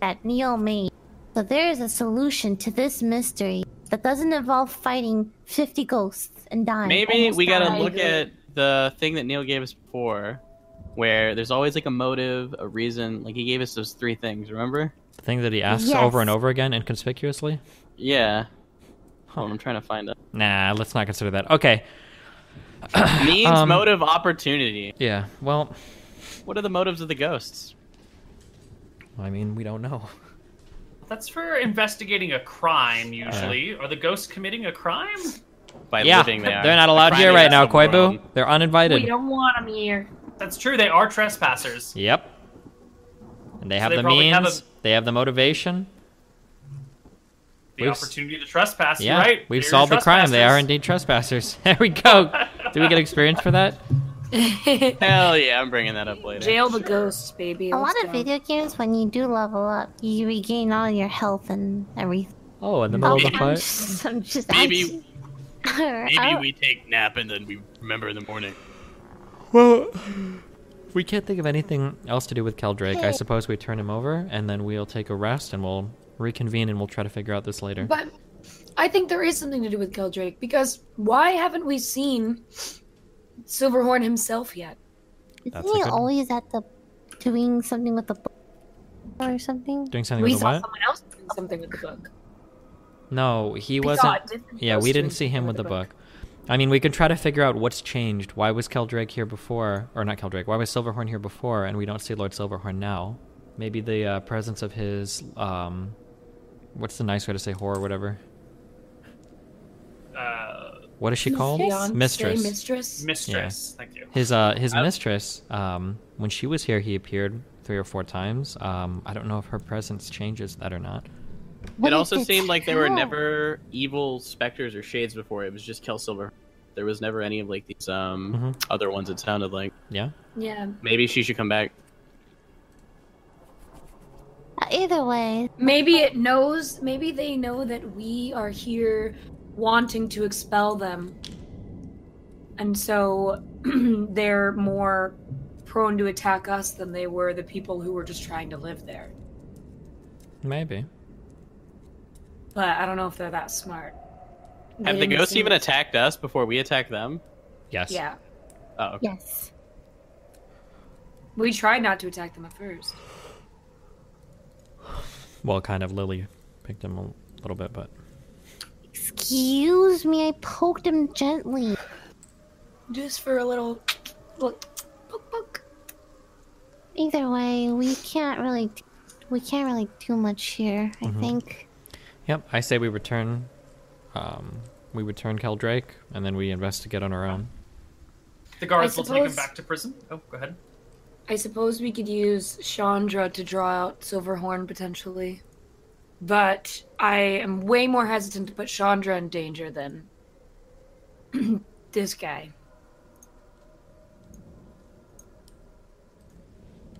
Speaker 4: that Neo made. So there is a solution to this mystery that doesn't involve fighting 50 ghosts and dying.
Speaker 2: Maybe
Speaker 4: almost
Speaker 2: we gotta
Speaker 4: dying.
Speaker 2: look at the thing that Neil gave us before, where there's always like a motive, a reason. Like he gave us those three things. Remember?
Speaker 7: The thing that he asks
Speaker 4: Yes.
Speaker 7: over and over again, inconspicuously.
Speaker 2: Yeah. Hold on, I'm trying to find it.
Speaker 7: Nah, let's not consider that. Okay.
Speaker 2: Means,
Speaker 7: Um,
Speaker 2: motive, opportunity.
Speaker 7: Yeah. Well,
Speaker 2: What are the motives of the ghosts?
Speaker 7: I mean, we don't know.
Speaker 1: That's for investigating a crime,
Speaker 13: Uh.
Speaker 1: usually. Are the ghosts committing a crime?
Speaker 2: By
Speaker 13: yeah,
Speaker 2: living there.
Speaker 13: they're not allowed
Speaker 2: Crime
Speaker 13: here
Speaker 2: is
Speaker 13: right now,
Speaker 2: the world.
Speaker 13: Koibu. They're uninvited.
Speaker 8: We don't want them here.
Speaker 1: That's true. They are trespassers.
Speaker 13: Yep. And they have
Speaker 1: they
Speaker 13: the
Speaker 1: probably
Speaker 13: means.
Speaker 1: have a-
Speaker 13: They have the motivation.
Speaker 1: The
Speaker 13: We've s-
Speaker 1: opportunity to trespass.
Speaker 13: Yeah,
Speaker 1: you're right.
Speaker 13: we've
Speaker 1: They're
Speaker 13: solved the crime. They are
Speaker 1: trespassers.
Speaker 13: indeed trespassers. There we go. Do we get experience for that?
Speaker 2: Hell yeah, I'm bringing that up later.
Speaker 8: Jail the ghosts, baby.
Speaker 4: A
Speaker 8: Let's
Speaker 4: lot of
Speaker 8: go.
Speaker 4: video games, when you do level up, you regain all your health and everything.
Speaker 13: Oh, in the middle of the
Speaker 4: I'm
Speaker 13: fight.
Speaker 4: just, I'm just, Oh,
Speaker 6: Maybe-
Speaker 4: I'm just- Alright,
Speaker 6: Maybe
Speaker 4: I'll-
Speaker 6: we take nap and then we remember in the morning.
Speaker 13: Well, we can't think of anything.
Speaker 5: Else to do with Keldrake. I suppose we turn him over and then we'll take a rest and we'll reconvene and we'll try to figure out this later.
Speaker 8: But I think there is something to do with Keldrake because why haven't we seen Silverhorn himself yet?
Speaker 5: That's a
Speaker 4: Isn't he
Speaker 5: good-
Speaker 4: always at the doing something with the book or something?
Speaker 5: Doing something
Speaker 8: We
Speaker 5: with the
Speaker 8: saw
Speaker 5: what?
Speaker 8: someone else doing something with the book.
Speaker 5: No, he
Speaker 8: We
Speaker 5: wasn't.
Speaker 8: saw a different
Speaker 5: Yeah,
Speaker 8: ghost
Speaker 5: we didn't
Speaker 8: doing
Speaker 5: see him
Speaker 8: something
Speaker 5: with the book. I mean, we can try to figure out what's changed. Why was Keldrake here before, or not Keldrake? Why was Silverhorn here before, and we don't see Lord Silverhorn now? Maybe the uh, presence of his, um, what's the nice way to say whore, whatever.
Speaker 1: Uh,
Speaker 5: What is she called?
Speaker 8: Fiancée,
Speaker 5: Mistress.
Speaker 8: mistress.
Speaker 1: mistress. Thank you.
Speaker 5: his uh, his mistress. Um, when she was here, he appeared three or four times. Um, I don't know if her presence changes that or not.
Speaker 4: What
Speaker 2: it
Speaker 4: is
Speaker 2: also
Speaker 4: this
Speaker 2: seemed like there were
Speaker 4: hell?
Speaker 2: never evil specters or shades before. It was just Kel Silver. There was never any of like these um
Speaker 5: Mhm.
Speaker 2: other ones. It sounded like
Speaker 5: Yeah.
Speaker 8: yeah.
Speaker 2: maybe she should come back.
Speaker 4: Uh, Either way,
Speaker 8: Maybe it knows. Maybe they know that we are here, wanting to expel them, and so they're more prone to attack us than they were the people who were just trying to live there.
Speaker 5: Maybe.
Speaker 8: But I don't know if they're that smart. They
Speaker 2: Have the
Speaker 8: didn't
Speaker 2: ghosts
Speaker 8: seem-
Speaker 2: even attacked us before we attacked them?
Speaker 13: Yes.
Speaker 8: Yeah,
Speaker 2: Oh, okay.
Speaker 4: yes.
Speaker 8: we tried not to attack them at first.
Speaker 5: Well, kind of. Lily picked him a little bit, but
Speaker 4: Excuse me, I poked him gently.
Speaker 8: Just for a little look, poke, poke.
Speaker 4: Either way, we can't really, d- we can't really do much here. I think.
Speaker 5: Yep, I say we return. Um, we return Keldrake, and then we investigate on our own.
Speaker 1: The guards
Speaker 8: I
Speaker 1: will take him
Speaker 8: suppose-
Speaker 1: back to prison. Oh, go ahead.
Speaker 8: I suppose we could use Chandra to draw out Silverhorn potentially. But I am way more hesitant to put Chandra in danger than this guy.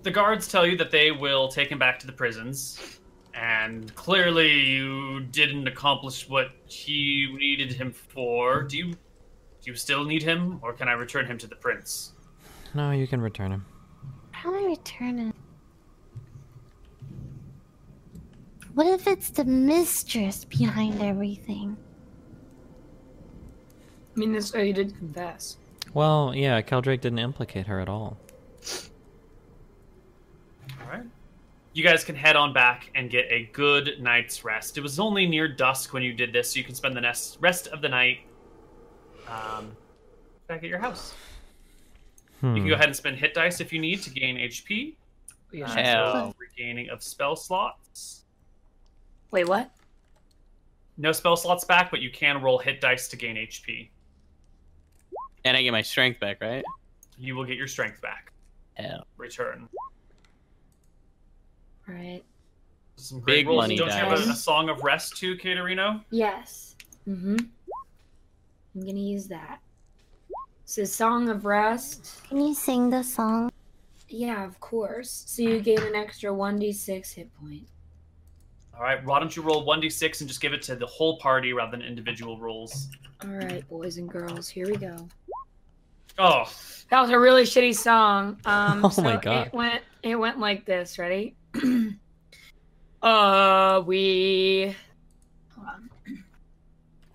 Speaker 1: The guards tell you that they will take him back to the prisons, and clearly you didn't accomplish what he needed him for. Do you? Do you still need him, or can I return him to the prince?
Speaker 5: No, you can return him.
Speaker 4: Probably return it. What if it's the mistress behind everything?
Speaker 8: I mean, this guy he did confess.
Speaker 5: Well, yeah, Keldrake didn't implicate her at all.
Speaker 1: All right. You guys can head on back and get a good night's rest. It was only near dusk when you did this, so you can spend the nest, rest of the night um, back at your house.
Speaker 8: Hmm.
Speaker 1: You
Speaker 5: Hmm.
Speaker 1: can go ahead and spend hit dice if you need to gain HP. Uh,
Speaker 2: Hell.
Speaker 1: so regaining of spell slots.
Speaker 8: Wait, what?
Speaker 1: No spell slots back, but you can roll hit dice to gain HP.
Speaker 2: and I get my strength back, right?
Speaker 1: You will get your strength back.
Speaker 2: Hell.
Speaker 1: Return.
Speaker 8: Right.
Speaker 1: Some
Speaker 2: Big
Speaker 1: rolls.
Speaker 2: money
Speaker 1: Don't you have
Speaker 2: dice.
Speaker 1: a, a song of rest too, Caterino?
Speaker 8: Yes. Mm-hmm. I'm gonna use that. It's a song of rest.
Speaker 4: Can you sing the song?
Speaker 8: Yeah, of course. So you gain an extra 1d6 hit point.
Speaker 1: All right. Why don't you roll one d six and just give it to the whole party rather than individual rolls?
Speaker 8: All right, boys and girls, here we go.
Speaker 1: Oh,
Speaker 8: That was a really shitty song. Um,
Speaker 5: Oh
Speaker 8: so
Speaker 5: my God.
Speaker 8: It went. It went like this. Ready? uh, we. Hold on.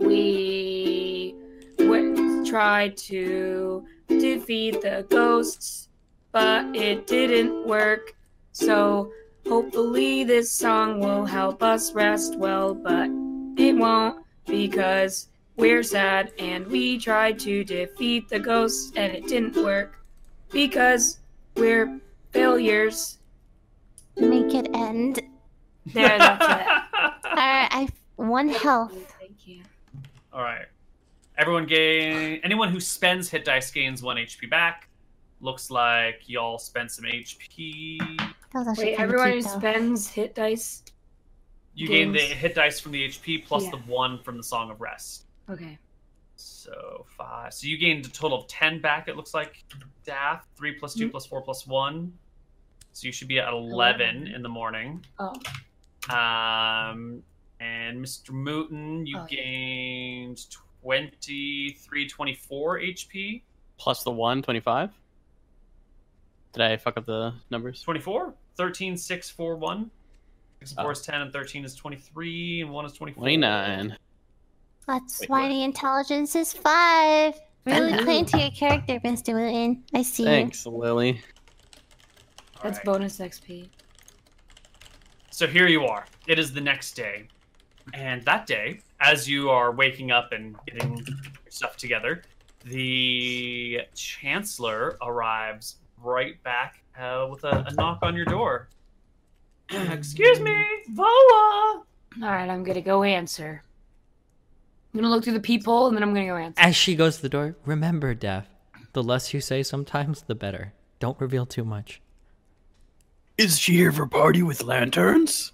Speaker 8: We went, tried to defeat the ghosts, but it didn't work. So hopefully this song will help us rest well, but it won't because we're sad and we tried to defeat the ghosts and it didn't work because we're failures.
Speaker 4: Make it end.
Speaker 8: There, that's
Speaker 4: one health.
Speaker 3: Thank you.
Speaker 1: All right. Everyone gain. Anyone who spends hit dice gains one HP back. Looks like y'all spent some HP.
Speaker 4: That was actually
Speaker 3: Wait,
Speaker 4: kinda
Speaker 3: everyone who
Speaker 4: cute, though.
Speaker 3: spends hit dice.
Speaker 1: You gain the
Speaker 3: Gains.
Speaker 1: hit dice from the HP plus
Speaker 3: Yeah.
Speaker 1: the one from the Song of Rest.
Speaker 3: Okay.
Speaker 1: So five. So you gained a total of ten back. It looks like. Daff three plus
Speaker 3: Mm-hmm.
Speaker 1: two plus four plus one. So you should be at eleven in the morning.
Speaker 3: Oh,
Speaker 1: Um, and Mr. Mooten, you
Speaker 3: Oh, yeah.
Speaker 1: gained 23, 24 HP.
Speaker 2: Plus the one, 25. Did I fuck up the numbers?
Speaker 1: 24? 13, 6, 4, 1. 6 and 4
Speaker 2: Oh.
Speaker 1: is 10, and 13 is 23, and 1 is 24.
Speaker 2: 29.
Speaker 4: That's
Speaker 1: Wait,
Speaker 4: why
Speaker 1: what?
Speaker 4: the intelligence is five. Really playing to your character, Mr. Wooten. I see.
Speaker 2: Thanks, Lily.
Speaker 3: that's
Speaker 1: Alright.
Speaker 3: bonus XP.
Speaker 1: So here you are. It is the next day. And that day, as you are waking up and getting your stuff together, the Chancellor arrives right back uh, with a, a knock on your door. Excuse me, Voa!
Speaker 3: All right, I'm gonna go answer. I'm gonna look through the peephole and then I'm gonna go answer.
Speaker 8: As she goes to the door, remember, Death, the less you say sometimes, the better. Don't reveal too much.
Speaker 6: Is she here for party with lanterns?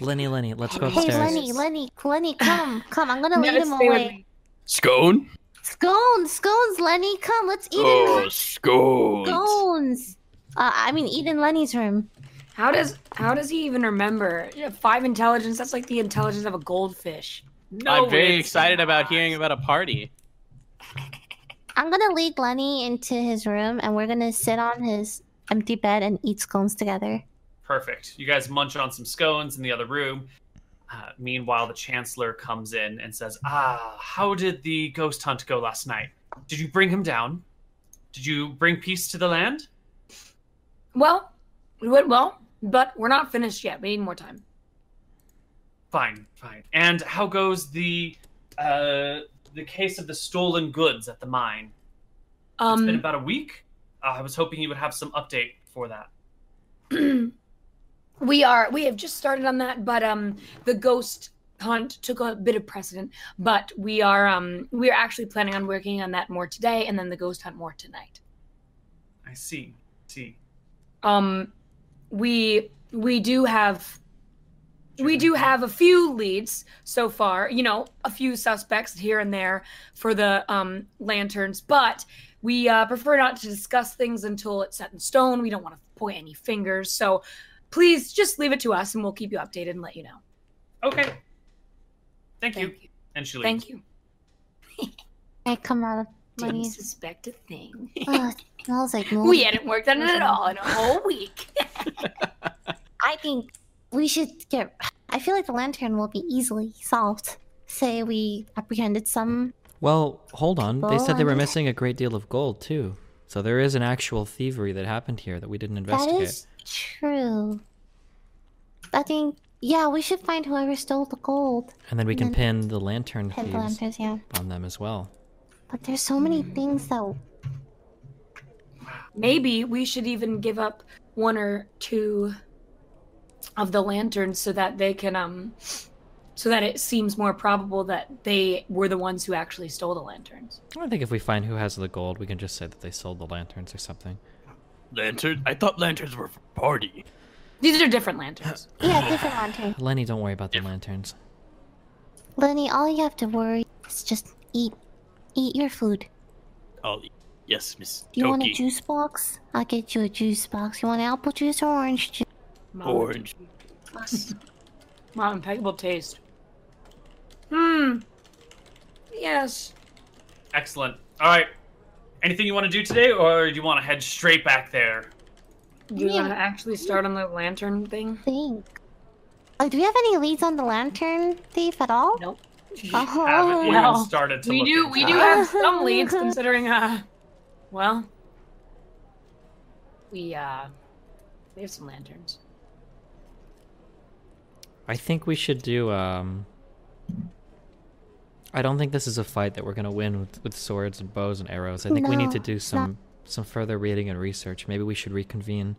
Speaker 8: Lenny, Lenny, let's go
Speaker 4: Hey,
Speaker 8: upstairs.
Speaker 4: Lenny, Lenny, Lenny, come, come. I'm gonna lead him
Speaker 3: stay with
Speaker 4: away.
Speaker 3: me.
Speaker 6: Scone?
Speaker 4: Scones, scones, Lenny, come. Let's eat
Speaker 6: Oh,
Speaker 4: in
Speaker 6: scones.
Speaker 4: scones. Uh, I mean, eat in Lenny's room.
Speaker 3: How does how does he even remember? Yeah, Five intelligence. That's like the intelligence of a goldfish.
Speaker 1: No,
Speaker 2: I'm very
Speaker 1: it's
Speaker 2: excited about
Speaker 1: not.
Speaker 2: hearing about a party.
Speaker 4: I'm gonna lead Lenny into his room, and we're gonna sit on his empty bed and eat scones together.
Speaker 1: Perfect. You guys munch on some scones in the other room. Uh, meanwhile, the Chancellor comes in and says, Ah, how did the ghost hunt go last night? Did you bring him down? Did you bring peace to the land?
Speaker 3: Well, we went well, but we're not finished yet. We need more time.
Speaker 1: Fine, fine. And how goes the uh, the case of the stolen goods at the mine? It's been
Speaker 3: Um,
Speaker 1: about a week. Uh, I was hoping you would have some update for that.
Speaker 3: we are we have just started on that, but um, the ghost hunt took a bit of precedent. But we are um, we are actually planning on working on that more today, and then the ghost hunt more tonight.
Speaker 1: I see. See.
Speaker 3: um we we do have we do have a few leads so far you know a few suspects here and there for the um lanterns but we uh, prefer not to discuss things until it's set in stone we don't want to point any fingers so please just leave it to us and we'll keep you updated and let you know
Speaker 1: Okay. Thank, you.
Speaker 3: you
Speaker 1: And she leaves.
Speaker 3: thank you
Speaker 4: I come out of
Speaker 3: didn't
Speaker 4: Lenny's.
Speaker 3: suspect a thing
Speaker 4: Oh, it smells like mold.
Speaker 3: we hadn't worked on it at all in a whole week
Speaker 4: I think we should get. I feel like the lantern will be easily solved. Say we apprehended some.
Speaker 8: Well, hold on. They said they were
Speaker 4: Lenny.
Speaker 8: missing a great deal of gold, too. So there is an actual thievery that happened here that we didn't
Speaker 4: That
Speaker 8: investigate.
Speaker 4: is true. I think. Yeah, we should find whoever stole the gold.
Speaker 8: And then we can pin the lantern
Speaker 4: Pin
Speaker 8: thieves
Speaker 4: the lanterns, yeah.
Speaker 8: on them as well.
Speaker 4: But there's so many things that
Speaker 3: Maybe we should even give up one or two of the lanterns so that they can um so that it seems more probable that they were the ones who actually stole the lanterns.
Speaker 8: I think if we find who has the gold, we can just say that they sold the lanterns or something.
Speaker 6: Lantern? I thought lanterns were for party.
Speaker 3: These are different lanterns.
Speaker 4: Yeah, different lantern.
Speaker 8: Lenny, don't worry about the lanterns.
Speaker 4: Lenny, all you have to worry is just eat. Eat your food.
Speaker 6: I'll eat. Oh, Yes, Miss
Speaker 4: Do you want a
Speaker 6: Toki.
Speaker 4: juice box? I'll get you a juice box. You want apple juice or orange juice?
Speaker 6: Orange.
Speaker 3: Mom, impeccable taste. Hmm. Yes.
Speaker 1: Excellent. All right. Anything you want to do today, or do you want to head straight back there?
Speaker 3: Do you want to actually start on the lantern thing?
Speaker 4: Think. Oh, do we have any leads on the lantern thief at all?
Speaker 3: Nope.
Speaker 4: Oh,
Speaker 1: Haven't even
Speaker 3: well,
Speaker 1: started to
Speaker 3: We
Speaker 1: look
Speaker 3: do
Speaker 1: into
Speaker 3: we
Speaker 1: it.
Speaker 3: do have some leads considering uh well we uh we have some lanterns.
Speaker 8: I think we should do. um... I don't think this is a fight that we're gonna win with, with swords and bows and arrows. I think we need
Speaker 4: No,
Speaker 8: to do
Speaker 4: not-
Speaker 8: some some further reading and research. Maybe we should reconvene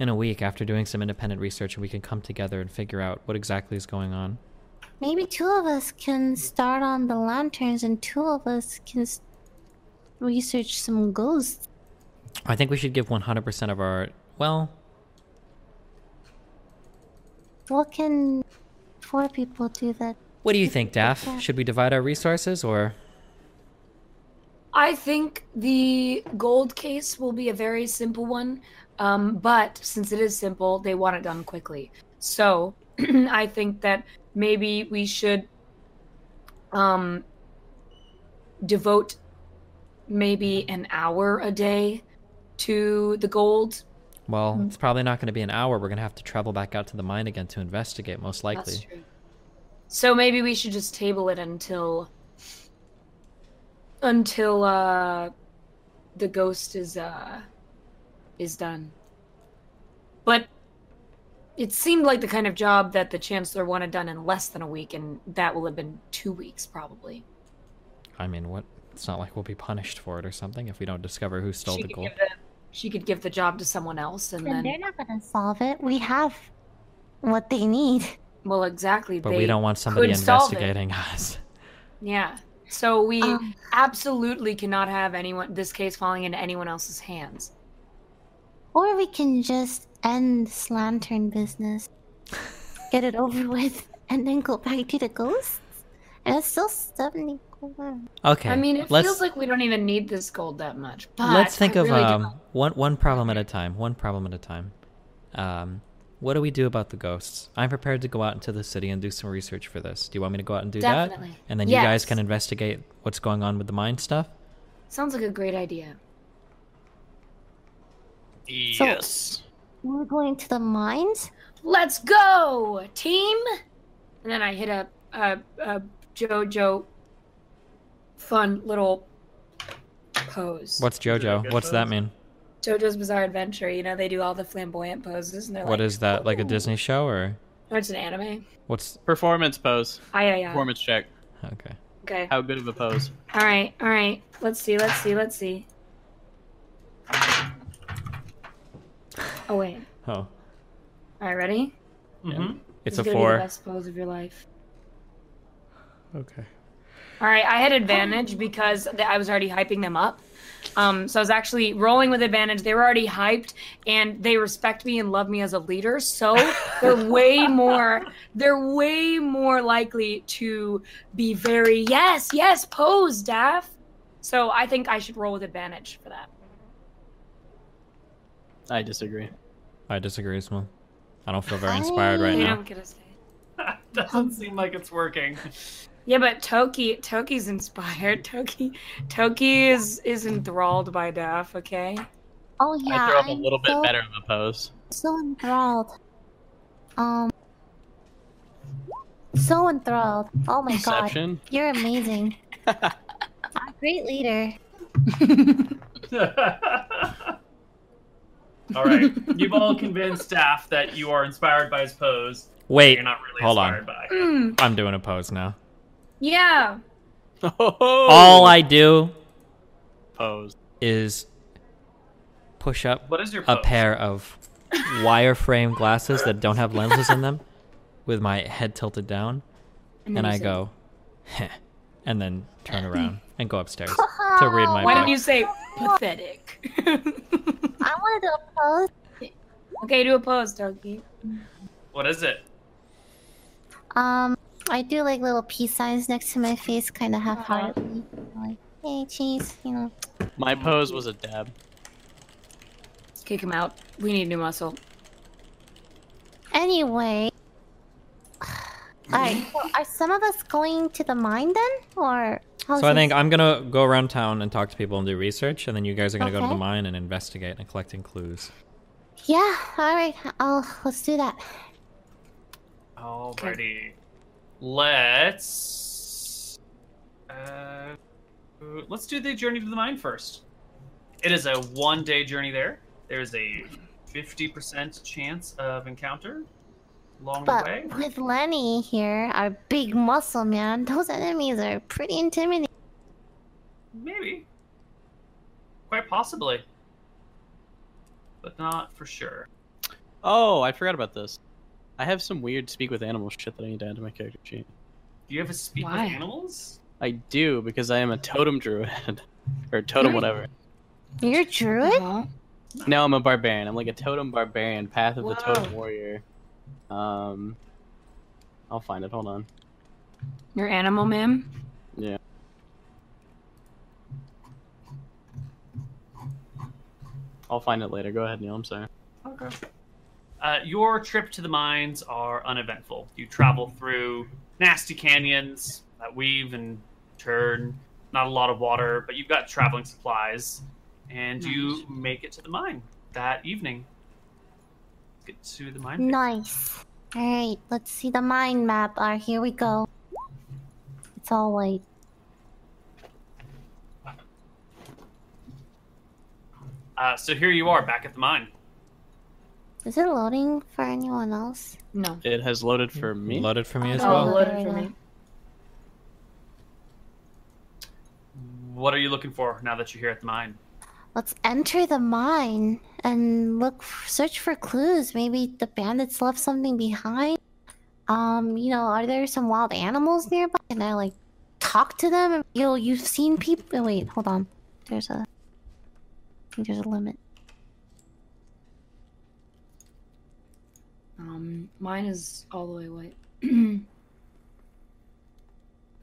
Speaker 5: in a week after doing some independent research and we can come together and figure out what exactly is going on.
Speaker 4: Maybe two of us can start on the lanterns and two of us can s- research some ghosts.
Speaker 5: I think we should give 100% of our. Well,
Speaker 4: What can four people do that?
Speaker 5: what do you think, Daff? Should we divide our resources or.
Speaker 3: I think the gold case will be a very simple one, um, but since it is simple, they want it done quickly. So I think that maybe we should um, devote maybe an hour a day to the gold.
Speaker 5: Well,
Speaker 3: Mm-hmm.
Speaker 5: it's probably not going to be an hour. We're going to have to travel back out to the mine again to investigate, most
Speaker 3: That's
Speaker 5: likely.
Speaker 3: true. So maybe we should just table it until until uh the ghost is uh is done. But it seemed like the kind of job that the chancellor wanted done in less than a week and that will have been 2 weeks probably.
Speaker 5: I mean, what? It's not like we'll be punished for it or something if we don't discover who stole
Speaker 3: she
Speaker 5: the
Speaker 3: could
Speaker 5: gold.
Speaker 3: give the she could give the job to someone else and
Speaker 4: And
Speaker 3: then
Speaker 4: they're not gonna solve it. We have what they need.
Speaker 3: well exactly
Speaker 5: But
Speaker 3: they
Speaker 5: we don't want somebody
Speaker 3: could solve it.
Speaker 5: investigating us.
Speaker 3: Yeah. So we
Speaker 4: Um.
Speaker 3: absolutely cannot have anyone this case falling into anyone else's hands.
Speaker 4: Or we can just end this lantern business, get it over with, and then go back to the ghosts. And it's still seventy gold.
Speaker 5: Okay.
Speaker 3: I mean, it
Speaker 5: let's,
Speaker 3: feels like we don't even need this gold that much. But
Speaker 5: let's think
Speaker 3: I
Speaker 5: of
Speaker 3: really do like-
Speaker 5: um, one one problem at a time. One problem at a time. Um, what do we do about the ghosts? I'm prepared to go out into the city and do some research for this. Do you want me to go out and do that?
Speaker 3: Definitely.
Speaker 5: And then you guys
Speaker 3: Yes.
Speaker 5: can investigate what's going on with the mine stuff.
Speaker 3: sounds like a great idea.
Speaker 6: Yes.
Speaker 4: We're going to the mines.
Speaker 3: Let's go, team! And then I hit a a, a JoJo fun little pose.
Speaker 5: What's JoJo?
Speaker 1: good
Speaker 5: What's that
Speaker 1: pose.
Speaker 5: mean?
Speaker 3: JoJo's Bizarre Adventure? You know they do all the flamboyant poses, and they're
Speaker 5: What
Speaker 3: like,
Speaker 5: is that? Like a Disney show or
Speaker 3: "Oh, it's an anime."
Speaker 5: what's?
Speaker 2: Performance pose.
Speaker 3: Aye,
Speaker 4: Uh,
Speaker 3: aye, aye.
Speaker 2: Performance check.
Speaker 5: Okay.
Speaker 3: Okay.
Speaker 2: How good of a pose?
Speaker 3: All right, all right. Let's see, let's see, let's see. Oh wait.
Speaker 5: Oh,
Speaker 3: All right, ready?
Speaker 1: Mhm.
Speaker 5: it's
Speaker 3: This
Speaker 5: a
Speaker 3: is gonna Be the
Speaker 5: four.
Speaker 3: best pose of your life.
Speaker 5: Okay.
Speaker 3: All right, I had advantage because th- I was already hyping them up. Um, so I was actually rolling with advantage. They were already hyped, and they respect me and love me as a leader. So they're way more. They're way more likely to be very yes, yes, pose, Daff. So I think I should roll with advantage for that.
Speaker 2: I disagree.
Speaker 5: I disagree as well. I don't feel
Speaker 3: Oh.
Speaker 5: very inspired right
Speaker 4: I-
Speaker 3: They
Speaker 5: now.
Speaker 3: don't get to stay.
Speaker 1: Doesn't seem like it's working.
Speaker 3: Yeah, but Toki, Toki's inspired. Toki, Toki is is enthralled by Daff. Okay.
Speaker 4: Oh
Speaker 2: I
Speaker 4: yeah,
Speaker 2: throw up a
Speaker 4: I'm
Speaker 2: little bit
Speaker 4: so- Oh
Speaker 2: better of a pose.
Speaker 4: so enthralled. Um, so enthralled. Oh my god,
Speaker 2: Perception.
Speaker 4: you're amazing. a great leader.
Speaker 1: all right, you've all convinced staff that you are inspired by his pose.
Speaker 5: Wait,
Speaker 1: You're not really
Speaker 5: hold on.
Speaker 1: inspired by.
Speaker 3: Mm,
Speaker 5: I'm doing a pose now.
Speaker 3: yeah.
Speaker 2: Oh.
Speaker 5: All I do
Speaker 2: pose.
Speaker 5: is push up
Speaker 1: What is your
Speaker 5: a
Speaker 1: pose?
Speaker 5: pair of wireframe glasses that don't have lenses in them with my head tilted down
Speaker 3: And
Speaker 5: and,
Speaker 3: then you
Speaker 5: I
Speaker 3: say-
Speaker 5: go "Heh," and then turn around and go upstairs to read my
Speaker 3: Why
Speaker 5: book.
Speaker 3: didn't you say pathetic?
Speaker 4: I want to do a pose.
Speaker 3: okay, do a pose, Toki.
Speaker 1: What is it?
Speaker 4: Um, I do like little peace signs next to my face, kind of
Speaker 1: Uh-huh.
Speaker 4: half-heartedly. Like, hey, cheese, you know.
Speaker 2: My pose was a dab.
Speaker 3: Let's kick him out. We need new muscle.
Speaker 4: Anyway. Alright, so are some of us going to the mine then? Or how's
Speaker 5: So I
Speaker 4: this-
Speaker 5: think I'm gonna go around town and talk to people and do research, and then you guys are gonna go to the
Speaker 4: Okay.
Speaker 5: mine and investigate and collecting clues.
Speaker 4: Yeah, alright, I'll let's do that.
Speaker 1: Alrighty. Let's. Uh, let's do the journey to the mine first. It is a one day journey there. There's a 50% chance of encounter along
Speaker 4: But
Speaker 1: the way.
Speaker 4: with Lenny here, our big muscle man, those enemies are pretty intimidating.
Speaker 1: Maybe. Quite possibly. But not for sure.
Speaker 2: Oh, I forgot about this. I have some weird speak with animals shit that I need to add to my character sheet.
Speaker 1: Do you have a speak
Speaker 3: Why?
Speaker 1: with animals?
Speaker 2: I do because I am a totem druid or totem
Speaker 4: Nice.
Speaker 2: whatever.
Speaker 4: You're a druid?
Speaker 3: Huh?
Speaker 2: No, I'm a barbarian. I'm like a totem barbarian, path of the totem
Speaker 3: Wow.
Speaker 2: warrior. Um, I'll find it. Hold on.
Speaker 3: You're animal man.
Speaker 2: Yeah. I'll find it later. Go ahead, Neil. I'm sorry.
Speaker 1: Okay. Uh, your trip to the mines are uneventful. You travel through nasty canyons that weave and turn. Not a lot of water, but you've got traveling supplies, and you make it to the mine that evening. Get to the mine.
Speaker 4: Nice. Alright, let's see the mind map. Alright, here we go. It's all white.
Speaker 1: Uh, so here you are, back at the mine.
Speaker 4: Is it loading for anyone else?
Speaker 3: No.
Speaker 2: It has loaded for me.
Speaker 5: Mm-hmm. Loaded for me as
Speaker 4: Oh,
Speaker 5: well.
Speaker 4: look.
Speaker 3: loaded for me.
Speaker 1: What are you looking for now that you're here at the mine?
Speaker 4: Let's enter the mine and look, f- search for clues. Maybe the bandits left something behind. Um, you know, are there some wild animals nearby? Can I like talk to them? Yo, you've seen people. Wait, hold on. There's a. I think there's a limit.
Speaker 3: Um, mine is all the way white.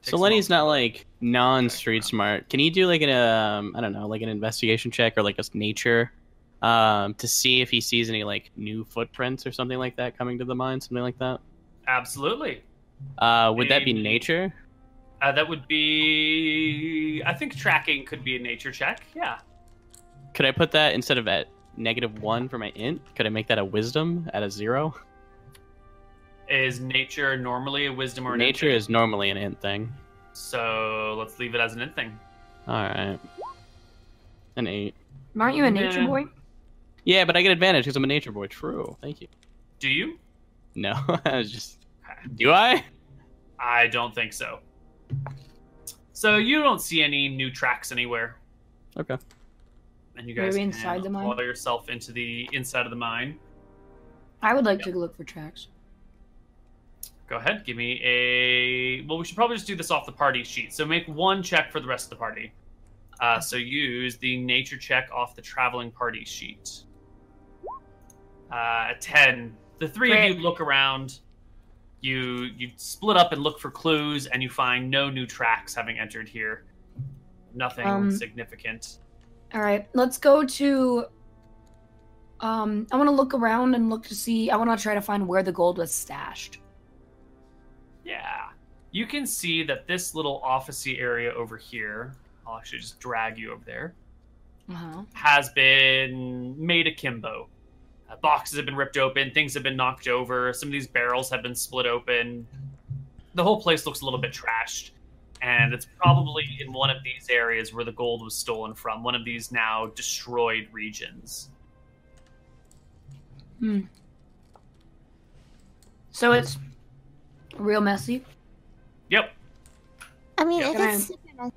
Speaker 2: So Lenny's not like non-street smart. Can you do like an um, I don't know, like an investigation check or like just nature, um, to see if he sees any like new footprints or something like that coming to the mine, something like that?
Speaker 1: absolutely.
Speaker 2: Uh, would that be
Speaker 1: Maybe.
Speaker 2: nature?
Speaker 1: Uh, that would be. I think tracking could be a nature check. Yeah.
Speaker 2: Could I put that instead of at negative one for my int? Could I make that a wisdom at a zero?
Speaker 1: Is nature normally a wisdom or an
Speaker 2: nature
Speaker 1: int
Speaker 2: is normally an int thing.
Speaker 1: thing? So let's leave it as an int thing.
Speaker 2: All right, an eight.
Speaker 3: Aren't you a nature
Speaker 1: Yeah.
Speaker 3: boy?
Speaker 2: Yeah, but I get advantage because I'm a nature boy. True. Thank you.
Speaker 1: Do you?
Speaker 2: No, I was just. Do I?
Speaker 1: I don't think so. So you don't see any new tracks anywhere,
Speaker 2: Okay.
Speaker 1: and you
Speaker 3: Are
Speaker 1: guys
Speaker 3: we
Speaker 1: can
Speaker 3: inside the mine?
Speaker 1: Water yourself into the inside of the mine.
Speaker 3: I would like to look for tracks.
Speaker 1: Go ahead, give me a. Well, we should probably just do this off the party sheet. So make one check for the rest of the party. Uh, so use the nature check off the traveling party sheet. Uh, a ten. The three of
Speaker 3: Great.
Speaker 1: you look around. You you split up and look for clues, and you find no new tracks having entered here. Nothing
Speaker 3: Um,
Speaker 1: significant.
Speaker 3: All right, let's go to. Um, I want to look around and look to see. I want to try to find where the gold was stashed.
Speaker 1: Yeah. You can see that this little officey area over here. I'll actually just drag you over there.
Speaker 3: Uh huh.
Speaker 1: has been made akimbo. Uh, boxes have been ripped open, things have been knocked over, some of these barrels have been split open. The whole place looks a little bit trashed, and it's probably in one of these areas where the gold was stolen from, one of these now destroyed regions.
Speaker 3: So it's real messy.
Speaker 1: Yep.
Speaker 4: I mean,
Speaker 1: Yeah.
Speaker 4: it
Speaker 3: Can I-
Speaker 4: is super nice.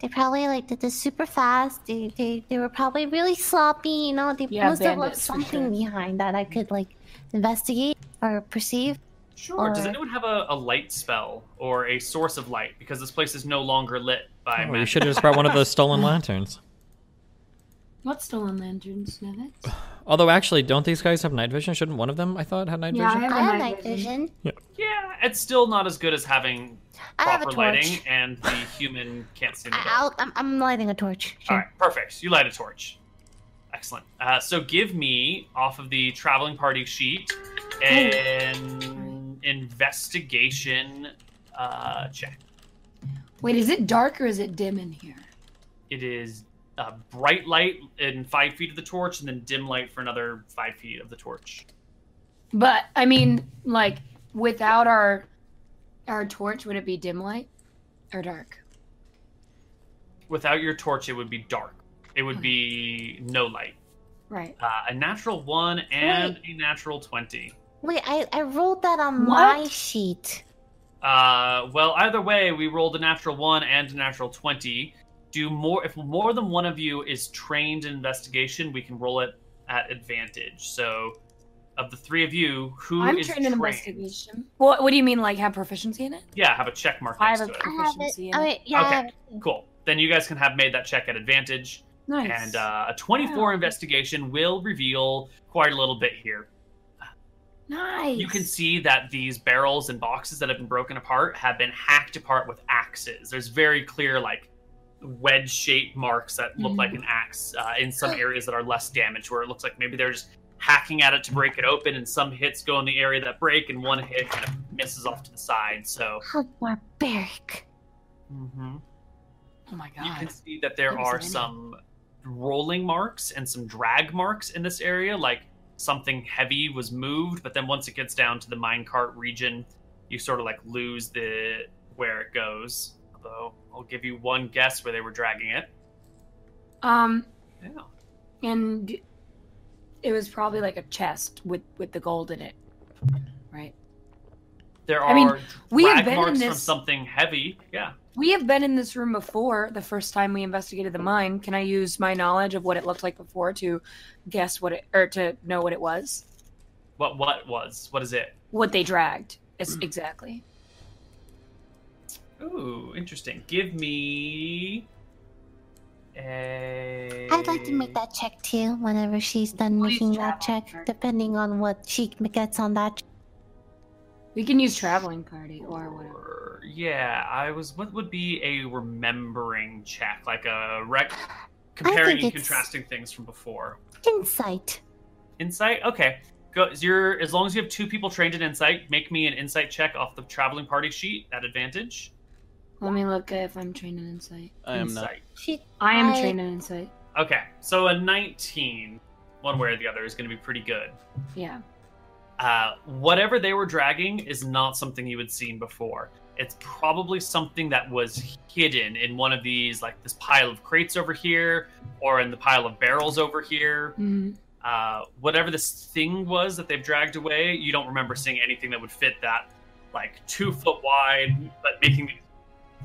Speaker 4: They probably like did this super fast. They, they they were probably really sloppy. You know, they
Speaker 3: Yeah,
Speaker 4: must have left
Speaker 3: bandits, for sure.
Speaker 4: something behind that I could like investigate or perceive.
Speaker 1: Sure. Does
Speaker 4: Alright.
Speaker 1: anyone have a, a light spell or a source of light? Because this place is no longer lit by
Speaker 5: Oh, you
Speaker 1: magic.
Speaker 5: should have just brought one of those stolen lanterns.
Speaker 3: What's stolen lanterns, Nevitz?
Speaker 5: Although, actually, don't these guys have night vision? Shouldn't one of them, I thought, had night
Speaker 3: Yeah, I
Speaker 5: vision?
Speaker 3: have
Speaker 4: I
Speaker 3: a
Speaker 4: have
Speaker 3: night
Speaker 4: night
Speaker 3: vision.
Speaker 4: vision.
Speaker 1: Yeah, it's still not as good as having
Speaker 4: I have a
Speaker 1: proper
Speaker 4: torch.
Speaker 1: lighting, and the human can't see. in the
Speaker 4: I,
Speaker 1: dark.
Speaker 4: I'll, I'm, I'm lighting a torch.
Speaker 1: All
Speaker 4: Sure.
Speaker 1: right, perfect. You light a torch. Excellent. Uh, so give me off of the traveling party sheet an investigation uh, check.
Speaker 3: Wait, is it dark or is it dim in here?
Speaker 1: It is uh, bright light in five feet of the torch, and then dim light for another five feet of the torch.
Speaker 3: But I mean, like without our our torch, would it be dim light or dark?
Speaker 1: Without your torch, it would be dark. It would be no light.
Speaker 3: Right.
Speaker 1: Uh, a natural one and a natural twenty.
Speaker 4: Wait, I, I rolled that on my
Speaker 3: What?
Speaker 4: sheet.
Speaker 1: Uh, well, either way, we rolled a natural one and a natural twenty. Do more if more than one of you is trained in investigation, we can roll it at advantage. So of the three of you who
Speaker 3: I'm
Speaker 1: is
Speaker 3: trained in
Speaker 1: trained.
Speaker 3: investigation. What, what do you mean, like have proficiency in it?
Speaker 1: Yeah, have a check mark
Speaker 3: I
Speaker 1: next
Speaker 3: have
Speaker 1: to
Speaker 3: a
Speaker 1: it.
Speaker 4: I have
Speaker 3: proficiency
Speaker 4: it.
Speaker 3: in
Speaker 4: Oh,
Speaker 3: it.
Speaker 4: wait, yeah, I
Speaker 1: Okay.
Speaker 4: have it.
Speaker 1: Cool. Then you guys can have made that check at advantage.
Speaker 3: Nice.
Speaker 1: And uh, a 24
Speaker 3: Wow.
Speaker 1: investigation will reveal quite a little bit here.
Speaker 3: nice.
Speaker 1: You can see that these barrels and boxes that have been broken apart have been hacked apart with axes. There's very clear, like, wedge shaped marks that look like an axe uh, in some areas that are less damaged, where it looks like maybe they're just hacking at it to break it open, and some hits go in the area that break, and one hit kind of misses off to the side. So.
Speaker 4: How barbaric.
Speaker 1: Mm-hmm.
Speaker 3: Oh my
Speaker 1: You
Speaker 3: god.
Speaker 1: can see that there
Speaker 3: That was
Speaker 1: are
Speaker 3: amazing.
Speaker 1: some rolling marks and some drag marks in this area, like something heavy was moved, but then once it gets down to the minecart region, you sort of like lose the where it goes. Although I'll give you one guess where they were dragging it.
Speaker 3: Um,
Speaker 1: Yeah.
Speaker 3: and it was probably like a chest with with the gold in it, right?
Speaker 1: There are
Speaker 3: I mean, we
Speaker 1: drag
Speaker 3: have been in
Speaker 1: marks from
Speaker 3: this-
Speaker 1: something heavy. Yeah.
Speaker 3: We have been in this room before. The first time we investigated the mine, can I use my knowledge of what it looked like before to guess what it or to know what it was?
Speaker 1: What what was? What is it?
Speaker 3: What they dragged It's
Speaker 1: Hmm.
Speaker 3: exactly.
Speaker 1: Ooh, interesting. Give me a
Speaker 4: I'd like to make that check too whenever she's done
Speaker 3: Please
Speaker 4: making that
Speaker 3: travel,
Speaker 4: check,
Speaker 3: sir.
Speaker 4: depending on what she gets on that.
Speaker 3: We can use traveling party or whatever.
Speaker 1: Or- Yeah, I was. What would be a remembering check, like a rec, comparing and
Speaker 4: think it's-
Speaker 1: contrasting things from before?
Speaker 4: Insight.
Speaker 1: Insight. Okay, go. is Your as long as you have two people trained in insight, make me an insight check off the traveling party sheet at advantage.
Speaker 3: Let me look if I'm trained in insight.
Speaker 2: I am not.
Speaker 1: Insight.
Speaker 4: She.
Speaker 3: I am
Speaker 4: I-
Speaker 3: trained in insight.
Speaker 1: Okay, so a nineteen, one way or the other, is going to be pretty good.
Speaker 3: Yeah.
Speaker 1: Uh, whatever they were dragging is not something you had seen before. It's probably something that was hidden in one of these, like this pile of crates over here, or in the pile of barrels over here.
Speaker 3: Mhm.
Speaker 1: Uh, whatever this thing was that they've dragged away, you don't remember seeing anything that would fit that, like two foot wide, but making these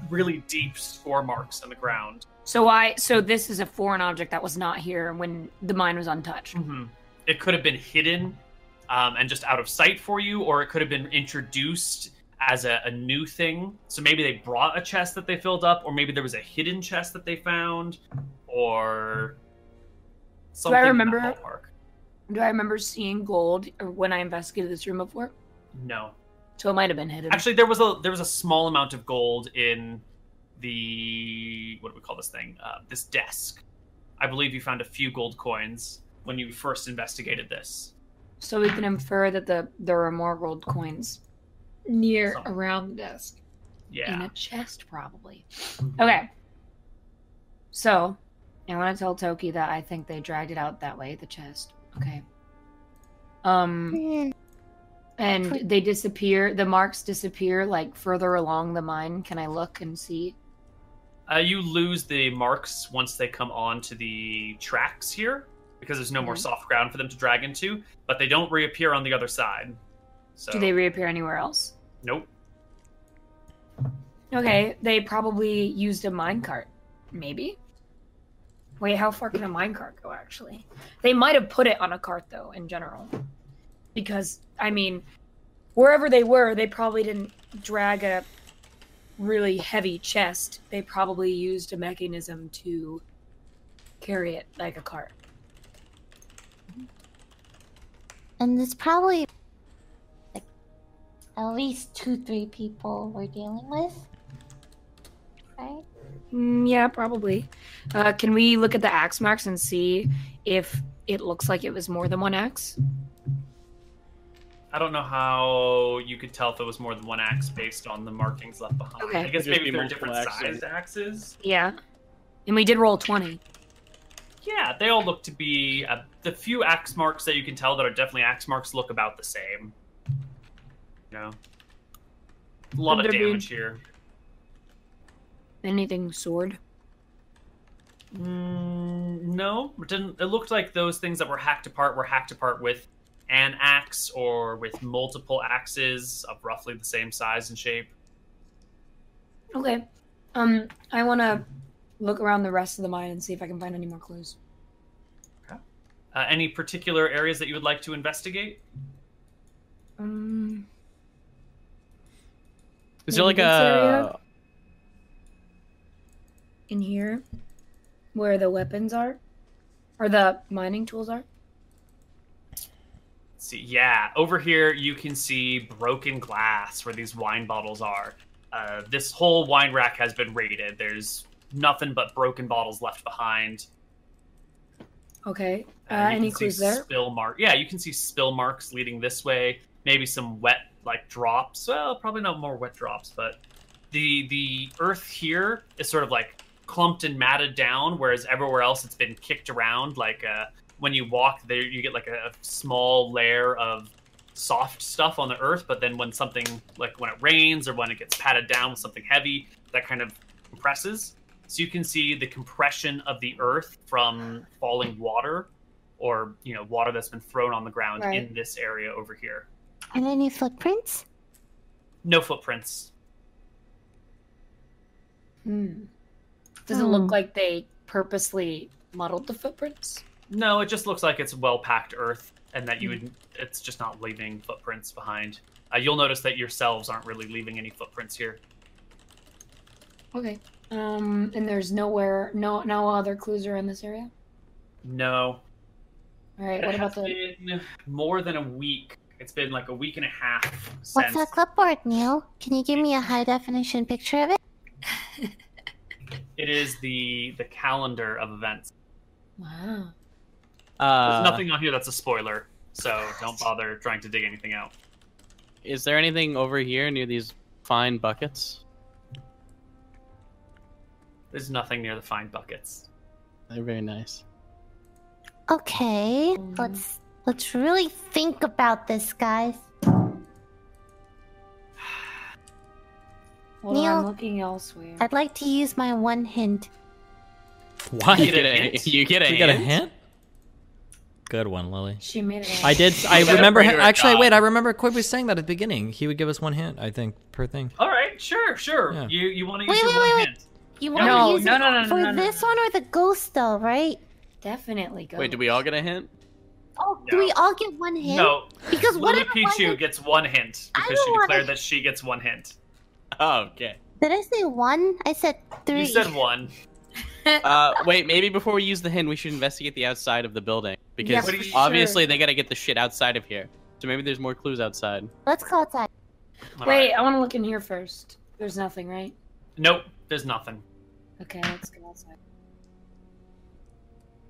Speaker 1: really deep score marks in the ground.
Speaker 3: So I so this is a foreign object that was not here when the mine was untouched.
Speaker 1: hmm It could have been hidden um, and just out of sight for you, or it could have been introduced as a, a new thing. So maybe they brought a chest that they filled up, or maybe there was a hidden chest that they found, or something. in that
Speaker 3: remember-
Speaker 1: ballpark.
Speaker 3: Do I remember seeing gold or when I investigated this room before?
Speaker 1: No.
Speaker 3: So it might have been hidden.
Speaker 1: Actually, there was a there was a small amount of gold in the what do we call this thing? Uh, this desk. I believe you found a few gold coins when you first investigated this.
Speaker 3: so we can infer that the there are more gold coins near
Speaker 1: Some-
Speaker 3: around the desk in
Speaker 1: Yeah.
Speaker 3: a chest probably. Okay. So, I want to tell Toki that I think they dragged it out that way, the chest. Okay. Um
Speaker 4: hmm,
Speaker 3: And they disappear. The marks disappear like further along the mine. Can I look and see?
Speaker 1: Uh, you lose the marks once they come on to the tracks here because there's no more
Speaker 3: Mhm.
Speaker 1: soft ground for them to drag into, but they don't reappear on the other side. So
Speaker 3: Do they reappear anywhere else?
Speaker 1: nope.
Speaker 3: Okay, they probably used a minecart. Maybe. Wait, how far can a minecart go? Actually, they might have put it on a cart though. In general, because I mean, wherever they were, they probably didn't drag a really heavy chest. They probably used a mechanism to carry it like a cart.
Speaker 4: And it's probably like at least two, three people we're dealing with. Right?
Speaker 3: Mm, yeah, probably. Uh, can we look at the axe marks and see if it looks like it was more than one axe?
Speaker 1: I don't know how you could tell if it was more than one axe based on the markings left behind.
Speaker 3: Okay.
Speaker 1: I guess
Speaker 2: Could just
Speaker 1: maybe
Speaker 2: be
Speaker 1: if they're
Speaker 2: multiple
Speaker 1: different
Speaker 2: axes.
Speaker 1: sized axes.
Speaker 3: Yeah. And we did roll 20.
Speaker 1: Yeah, they all look to be uh, the few axe marks that you can tell that are definitely axe marks look about the same. You know, a lot
Speaker 3: Could
Speaker 1: of
Speaker 3: there be-
Speaker 1: damage here.
Speaker 3: Anything sword?
Speaker 1: Mm, no, it didn't. It looked like those things that were hacked apart were hacked apart with an axe or with multiple axes of roughly the same size and shape.
Speaker 3: Okay. Um, I want to look around the rest of the mine and see if I can find any more clues.
Speaker 1: Uh, any particular areas that you would like to investigate?
Speaker 3: Um,
Speaker 2: Is there like
Speaker 3: Maybe this
Speaker 2: a
Speaker 3: area? in here, where the weapons are, or the mining tools are.
Speaker 1: See, yeah, over here you can see broken glass where these wine bottles are. Uh, this whole wine rack has been raided. There's nothing but broken bottles left behind.
Speaker 3: Okay. Uh,
Speaker 1: you
Speaker 3: any
Speaker 1: can see
Speaker 3: clues there?
Speaker 1: Spill mark. Yeah, you can see spill marks leading this way. Maybe some wet like drops. Well, probably not more wet drops, but the the earth here is sort of like clumped and matted down, whereas everywhere else it's been kicked around. Like uh, when you walk there, you get like a small layer of soft stuff on the earth, but then when something like when it rains or when it gets patted down with something heavy, that kind of compresses. So you can see the compression of the earth from falling water or you know water that's been thrown on the ground
Speaker 3: Right.
Speaker 1: in this area over here.
Speaker 4: Are there any footprints?
Speaker 1: No footprints.
Speaker 3: Hmm. Does it look
Speaker 4: Hmm.
Speaker 3: like they purposely muddled the footprints?
Speaker 1: No, it just looks like it's well packed earth, and that you
Speaker 3: Hmm.
Speaker 1: would. It's just not leaving footprints behind. Uh, you'll notice that yourselves aren't really leaving any footprints here.
Speaker 3: Okay. Um, and there's nowhere, no, no other clues around this area.
Speaker 1: No.
Speaker 3: All right.
Speaker 1: It
Speaker 3: What about
Speaker 1: has
Speaker 3: the?
Speaker 1: been more than a week. It's been like a week and a half since.
Speaker 4: What's that clipboard, Neil? Can you give me a high definition picture of it?
Speaker 1: It is the the calendar of events.
Speaker 3: Wow.
Speaker 2: uh,
Speaker 1: There's nothing on here that's a spoiler, so don't bother trying to dig anything out.
Speaker 2: Is there anything over here near these fine buckets?
Speaker 1: There's nothing near the fine buckets.
Speaker 2: They're very nice.
Speaker 4: Okay,
Speaker 3: Mm.
Speaker 4: let's let's really think about this, guys.
Speaker 3: Well, I'm
Speaker 4: Neil?
Speaker 3: looking elsewhere.
Speaker 4: I'd like to use my one hint.
Speaker 2: You
Speaker 5: Why?
Speaker 1: Get
Speaker 2: get
Speaker 1: a
Speaker 2: a,
Speaker 1: hint?
Speaker 2: you get a
Speaker 5: You got a
Speaker 2: hint?
Speaker 5: hint? Good one, Lily.
Speaker 3: She made it.
Speaker 5: I did. I
Speaker 2: Is that a
Speaker 5: remember.
Speaker 2: brainer or
Speaker 5: Actually,
Speaker 2: not?
Speaker 5: wait. I remember Quib was saying that at the beginning. He would give us one hint, I think, per thing.
Speaker 1: All right, sure, sure.
Speaker 5: Yeah.
Speaker 1: You you want to use
Speaker 4: Wait,
Speaker 1: your
Speaker 4: wait,
Speaker 1: one
Speaker 4: wait, wait.
Speaker 1: hand?
Speaker 4: You
Speaker 1: No,
Speaker 4: want to use
Speaker 1: no,
Speaker 4: it
Speaker 1: no, no, no,
Speaker 4: for
Speaker 1: no, no.
Speaker 4: this one or the ghost, though, right?
Speaker 3: definitely go.
Speaker 2: Wait, do we all get a hint?
Speaker 4: Oh, do
Speaker 1: No.
Speaker 4: we all get one hint?
Speaker 1: No,
Speaker 4: Because what
Speaker 1: Lily
Speaker 4: if one
Speaker 1: Pichu
Speaker 4: hint-
Speaker 1: gets one hint
Speaker 4: I
Speaker 1: because
Speaker 4: don't
Speaker 1: she
Speaker 4: wanna-
Speaker 1: declared that she gets one hint.
Speaker 2: Oh, okay.
Speaker 4: Did I say one? I said three.
Speaker 1: You said one.
Speaker 2: Uh, wait, maybe before we use the hint, we should investigate the outside of the building because
Speaker 1: for sure.
Speaker 2: obviously they got to get the shit outside of here. So maybe there's more clues outside.
Speaker 4: Let's call it that.
Speaker 1: All
Speaker 3: Wait,
Speaker 1: right.
Speaker 3: I want to look in here first. There's nothing, right?
Speaker 1: Nope. There's nothing.
Speaker 3: Okay, let's go outside.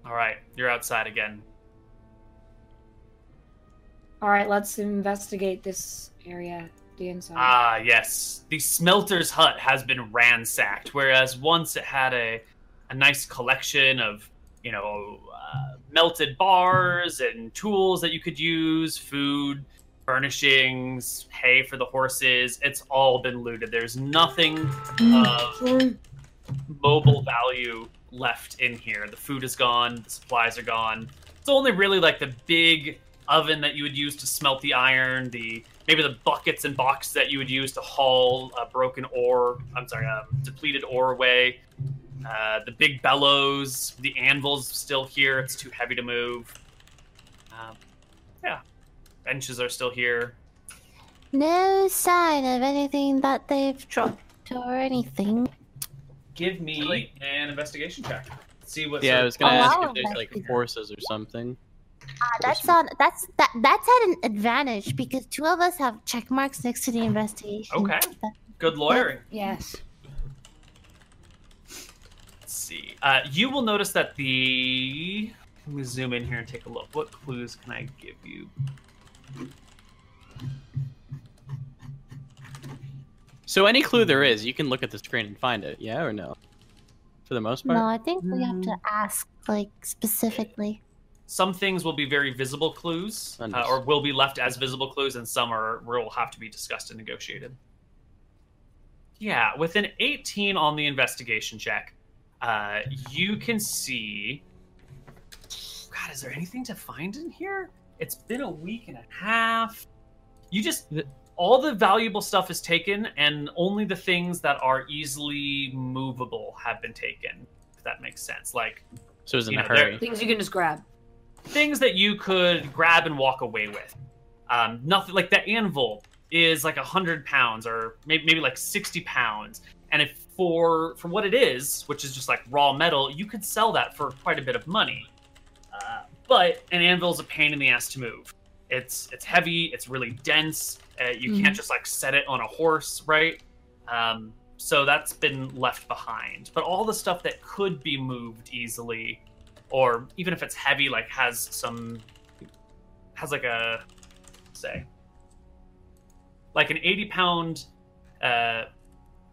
Speaker 1: All right, you're outside again.
Speaker 3: All right, let's investigate this area, the inside.
Speaker 1: Ah, yes. The smelter's hut has been ransacked, whereas once it had a, a nice collection of, you know, uh, melted bars and tools that you could use, food, furnishings, hay for the horses. It's all been looted. There's nothing
Speaker 3: Mm,
Speaker 1: of mobile value left in here. The food is gone, the supplies are gone. It's only really like the big oven that you would use to smelt the iron, the maybe the buckets and boxes that you would use to haul a broken ore, I'm sorry, um, depleted ore away. Uh, the big bellows, the anvil's still here. It's too heavy to move. Um, yeah, benches are still here.
Speaker 4: No sign of anything that they've dropped or anything.
Speaker 1: Give me an investigation check. See what.
Speaker 2: Yeah,
Speaker 1: sort
Speaker 2: I
Speaker 1: of-
Speaker 2: was gonna
Speaker 4: Oh,
Speaker 2: ask
Speaker 4: wow,
Speaker 2: if there's like
Speaker 4: investigate.
Speaker 2: horses or something.
Speaker 4: Ah, that's on. That's that. That's at an advantage because two of us have check marks next to the investigation.
Speaker 1: Okay. Good lawyering.
Speaker 3: yes.
Speaker 1: Let's see. Uh, you will notice that the. Let me zoom in here and take a look. What clues can I give you?
Speaker 2: So any clue there is, you can look at the screen and find it. Yeah or no? For the most part.
Speaker 4: No, I think we have to ask like specifically.
Speaker 1: Some things will be very visible clues, uh, or
Speaker 2: Understood.
Speaker 1: will be left as visible clues, and some are will have to be discussed and negotiated. Yeah, with an 18 on the investigation check, uh, you can see. God, is there anything to find in here? It's been a week and a half. You just all the valuable stuff is taken, and only the things that are easily movable have been taken. If that makes sense, like
Speaker 2: So it was in
Speaker 1: You
Speaker 2: a
Speaker 1: know, there-
Speaker 2: hurry.
Speaker 3: Things you can just grab.
Speaker 1: things that you could grab and walk away with. Um, nothing like that anvil is like hundred pounds or maybe maybe like sixty pounds, and if for for what it is, which is just like raw metal, you could sell that for quite a bit of money. Uh, but an anvil is a pain in the ass to move. It's it's heavy. It's really dense. Uh, you can't just like set it on a horse, right? Um, so that's been left behind. But all the stuff that could be moved easily, or even if it's heavy, like has some has like a say like an 80 pound uh,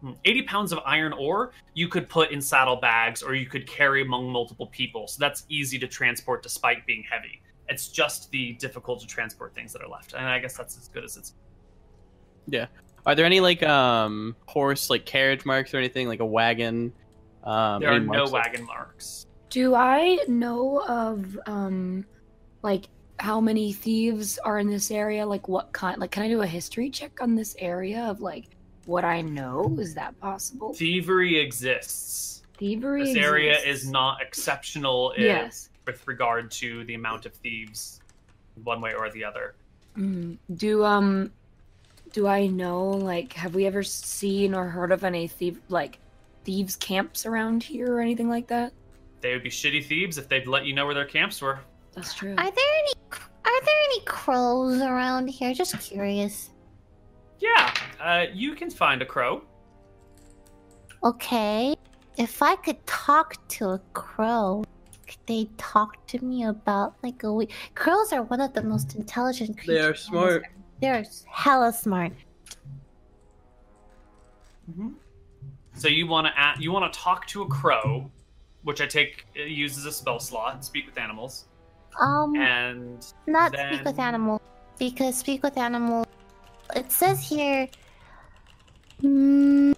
Speaker 1: hmm, 80 pounds of iron ore you could put in saddle bags or you could carry among multiple people so that's easy to transport despite being heavy it's just the difficult to transport things that are left and i guess that's as good as it's
Speaker 2: Are there any like um horse like carriage marks or anything like a wagon? Um,
Speaker 1: there are
Speaker 2: any
Speaker 1: no
Speaker 2: marks like-
Speaker 1: wagon marks
Speaker 3: Do I know of um like how many thieves are in this area? Like what kind like can I do a history check on this area of like what I know? Is that possible?
Speaker 1: thievery exists
Speaker 3: Thievery
Speaker 1: this area
Speaker 3: exists.
Speaker 1: is not exceptional in,
Speaker 3: Yes.
Speaker 1: with regard to the amount of thieves one way or the other
Speaker 3: Mm. Do um do I know like have we ever seen or heard of any thief like thieves camps around here or anything like that?
Speaker 1: they would be shitty thieves if they'd let you know where their camps were
Speaker 3: That's true.
Speaker 4: Are there any are there any crows around here? Just curious.
Speaker 1: yeah uh, you can find a crow
Speaker 4: Okay. If I could talk to a crow, could they talk to me about like a week? Crows are one of the most intelligent creatures.
Speaker 2: They are smart.
Speaker 4: They're hella smart.
Speaker 1: So you want to at, you want to talk to a crow, which I take it uses a spell slot, speak with animals,
Speaker 4: Um,
Speaker 1: and
Speaker 4: not speak with
Speaker 1: then-
Speaker 4: animals because speak with animals. It says here. Mm,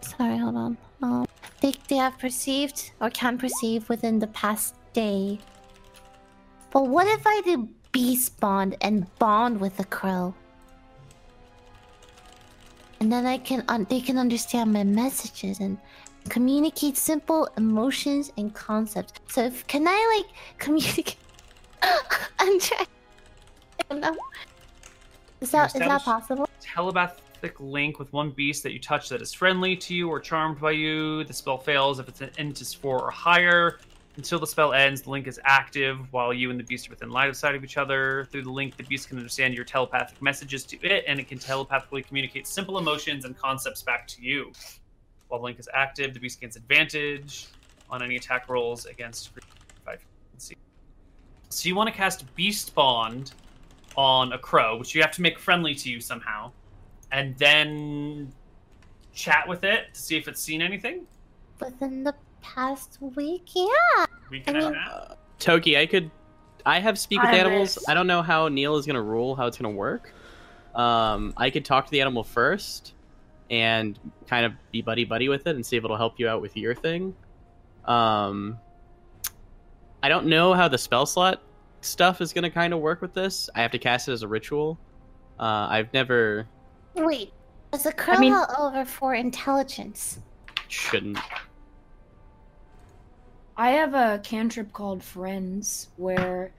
Speaker 4: sorry, hold on. Um, they they have perceived or can perceive within the past day. But what if I do beast bond and bond with a crow? And then I can un- they can understand my messages and communicate simple emotions and concepts. So if can I like communicate? I'm trying. I don't know. Is that is that
Speaker 1: establish-
Speaker 4: possible?
Speaker 1: telepathic link with one beast that you touch that is friendly to you or charmed by you. The spell fails if it's an intis four or higher. Until the spell ends, the link is active while you and the beast are within line of sight of each other. Through the link, the beast can understand your telepathic messages to it, and it can telepathically communicate simple emotions and concepts back to you. While the link is active, the beast gains advantage on any attack rolls against. Let's see. So you want to cast Beast Bond on a crow, which you have to make friendly to you somehow and then chat with it to see if it's seen anything.
Speaker 4: Within the past week, yeah.
Speaker 1: We can
Speaker 4: I
Speaker 1: add
Speaker 4: mean-
Speaker 1: that.
Speaker 2: Toki, I could. I have speak with
Speaker 3: I have
Speaker 2: animals.
Speaker 3: this.
Speaker 2: I don't know how Neil is gonna rule how it's gonna work. Um, I could talk to the animal first, and kind of be buddy buddy with it and see if it'll help you out with your thing. Um, I don't know how the spell slot stuff is gonna kind of work with this. I have to cast it as a ritual. Uh, I've never
Speaker 4: Wait, is the crow
Speaker 3: mean-
Speaker 4: over for intelligence?
Speaker 2: shouldn't.
Speaker 3: I have a cantrip called Friends where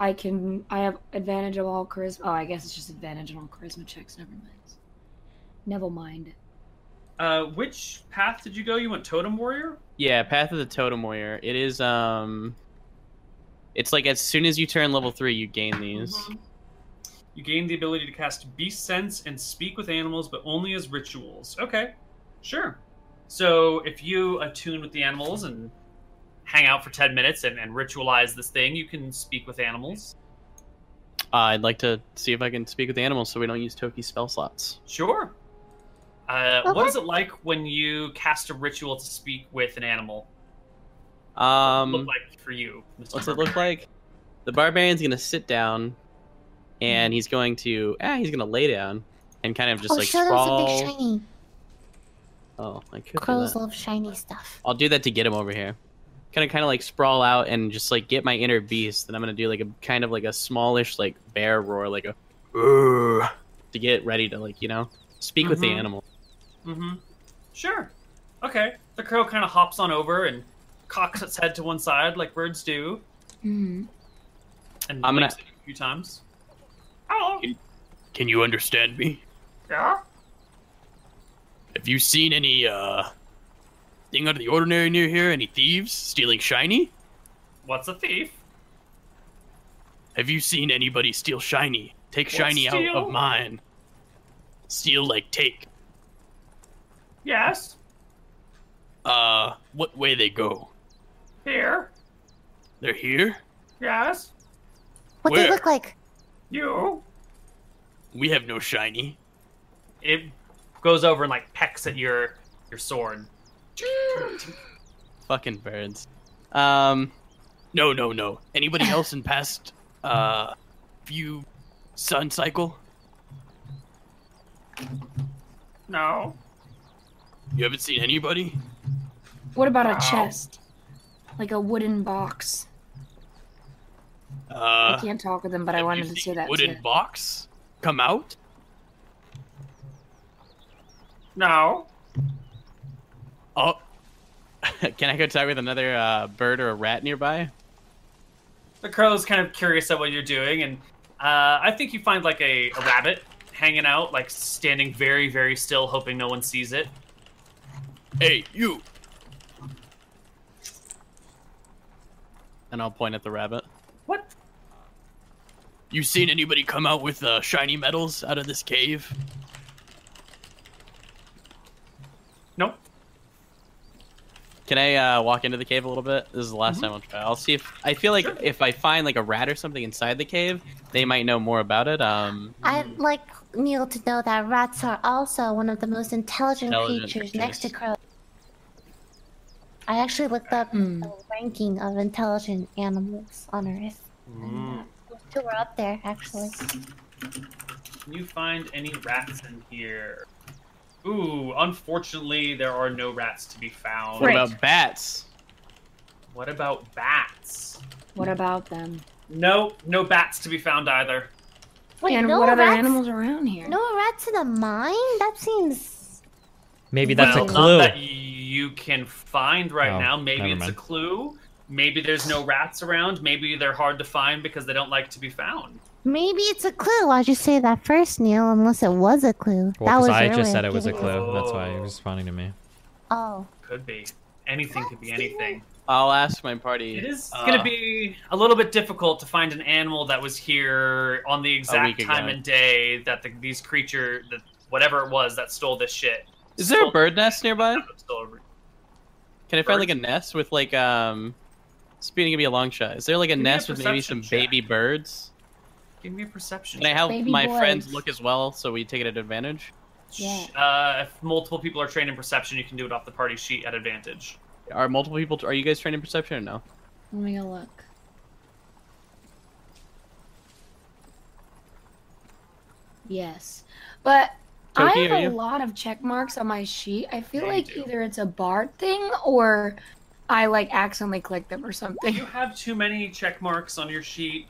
Speaker 3: I can I have advantage on all charisma. Oh, I guess it's just advantage on all charisma checks. Never mind. Never mind.
Speaker 1: Uh, which path did you go? You went Totem Warrior?
Speaker 2: Yeah, Path of the Totem Warrior. It is um, it's like as soon as you turn level three, you gain these.
Speaker 4: Mm-hmm.
Speaker 1: You gain the ability to cast Beast Sense and speak with animals, but only as rituals. Okay, sure. So if you attune with the animals and hang out for 10 minutes and, and ritualize this thing, you can speak with animals.
Speaker 2: Uh, I'd like to see if I can speak with the animals so we don't use Toki's spell slots.
Speaker 1: Sure. Uh, What
Speaker 4: Okay.
Speaker 1: is it like when you cast a ritual to speak with an animal?
Speaker 2: Um,
Speaker 1: Look like for you. Mr.
Speaker 2: what's it
Speaker 1: Burke?
Speaker 2: look like? The barbarian's gonna sit down, and he's going to ah, he's gonna lay down and kind of just
Speaker 4: oh,
Speaker 2: like
Speaker 4: show them something
Speaker 2: sprawl.
Speaker 4: shiny.
Speaker 2: Oh, I could. Do
Speaker 4: Crows
Speaker 2: that.
Speaker 4: love shiny stuff.
Speaker 2: I'll do that to get him over here. Kind of, kind of like sprawl out and just like get my inner beast. Then I'm gonna do like a kind of like a smallish like bear roar, like a "Urgh," to get ready to like you know speak with the
Speaker 1: Mhm.
Speaker 2: animal.
Speaker 1: Mm-hmm. Sure. Okay. The crow kind of hops on over and cocks its head to one side like birds do,
Speaker 3: Mm.
Speaker 1: And
Speaker 2: I'm gonna-
Speaker 1: blinks at you a few times. Oh,
Speaker 6: Can you understand me?
Speaker 1: yeah.
Speaker 6: Have you seen any uh thing out of the ordinary near here? Any thieves stealing shiny?
Speaker 1: What's a thief?
Speaker 6: Have you seen anybody steal shiny? Take
Speaker 1: What,
Speaker 6: shiny
Speaker 1: steal?
Speaker 6: out of mine. Steal like take.
Speaker 1: Yes.
Speaker 6: Uh, what way they go?
Speaker 1: Here.
Speaker 6: They're here.
Speaker 1: Yes.
Speaker 4: What they
Speaker 6: Where?
Speaker 4: look like?
Speaker 1: You.
Speaker 6: We have no shiny.
Speaker 1: It goes over and like pecks at your your sword.
Speaker 2: Fucking birds. Um,
Speaker 6: No, no, no. Anybody else in past uh few sun cycle?
Speaker 1: No.
Speaker 6: You haven't seen anybody?
Speaker 3: What about a chest? Like a wooden box. I
Speaker 6: Uh,
Speaker 3: can't talk with them, but I
Speaker 6: have
Speaker 3: wanted
Speaker 6: you
Speaker 3: to say
Speaker 6: seen
Speaker 3: that
Speaker 6: wooden
Speaker 3: too.
Speaker 6: box come out.
Speaker 1: No.
Speaker 6: Oh,
Speaker 2: can I go talk with another uh, bird or a rat nearby?
Speaker 1: The crow's kind of curious at what you're doing, and uh, I think you find like a, a rabbit hanging out, like standing very, very still, hoping no one sees it.
Speaker 6: hey, you.
Speaker 2: And I'll point at the rabbit.
Speaker 1: What?
Speaker 6: You seen anybody come out with uh, shiny metals out of this cave?
Speaker 1: Nope.
Speaker 2: Can I uh, walk into the cave a little bit? This is the
Speaker 6: Mm-hmm.
Speaker 2: last time I'll try. I'll see if I feel like if I find like a rat or something inside the cave, they might know more about it. Um,
Speaker 5: Mm.
Speaker 4: I'd like Neil to know that rats are also one of the most intelligent,
Speaker 2: Intelligent
Speaker 4: creatures
Speaker 2: creatures.
Speaker 4: next to crows. I actually looked up
Speaker 3: Hmm.
Speaker 4: the ranking of intelligent animals on Earth.
Speaker 1: Mm-hmm.
Speaker 4: And, uh, those two were up there, actually.
Speaker 1: Can you find any rats in here? Ooh, unfortunately, there are no rats to be found.
Speaker 2: what
Speaker 3: Frick.
Speaker 2: about bats?
Speaker 1: What about bats?
Speaker 3: What about them?
Speaker 1: No, no bats to be found either.
Speaker 4: Wait,
Speaker 3: and
Speaker 4: no
Speaker 3: what other
Speaker 4: rats?
Speaker 3: animals around here?
Speaker 4: No rats in a mine? That seems.
Speaker 5: Maybe that's
Speaker 1: well,
Speaker 5: a
Speaker 1: Not
Speaker 5: clue.
Speaker 1: that you can find right
Speaker 5: Oh,
Speaker 1: now. Maybe
Speaker 5: never
Speaker 1: it's a
Speaker 5: mind.
Speaker 1: clue. Maybe there's no rats around. Maybe they're hard to find because they don't like to be found.
Speaker 4: Maybe it's a clue. Why'd you say that first, Neil? Unless it was a clue.
Speaker 5: Well,
Speaker 4: that was
Speaker 5: because I
Speaker 4: your way
Speaker 5: just
Speaker 4: of
Speaker 5: said it was a
Speaker 4: giving-
Speaker 5: clue. That's why you're responding to me.
Speaker 4: Oh,
Speaker 1: Could be. Anything could be anything.
Speaker 2: I'll ask my
Speaker 1: It
Speaker 2: party.
Speaker 1: is
Speaker 2: Uh,
Speaker 1: going to be a little bit difficult to find an animal that was here on the exact
Speaker 2: week
Speaker 1: time
Speaker 2: ago.
Speaker 1: and day that the, these creature, that whatever it was that stole this shit,
Speaker 2: Is there a bird nest nearby?
Speaker 1: stole
Speaker 2: Can I find like a nest with like um? Speeding gonna be a long shot. Is there like a
Speaker 1: Give me a
Speaker 2: nest with maybe some
Speaker 1: perception check.
Speaker 2: baby birds?
Speaker 1: Give me a perception.
Speaker 2: Can I help
Speaker 3: Baby
Speaker 2: my
Speaker 3: boys.
Speaker 2: friends look as well so we take it at advantage?
Speaker 3: Yeah.
Speaker 1: Uh, if multiple people are trained in perception, you can do it off the party sheet at advantage.
Speaker 2: Are multiple people? Are you guys trained in perception or no?
Speaker 3: Let me go look. Yes, but I
Speaker 2: Toki, are
Speaker 3: have a
Speaker 2: you?
Speaker 3: lot of check marks on my sheet. I feel
Speaker 1: Yeah, you
Speaker 3: like
Speaker 1: do.
Speaker 3: either it's a bard thing or I like accidentally clicked them or something.
Speaker 1: You have too many check marks on your sheet.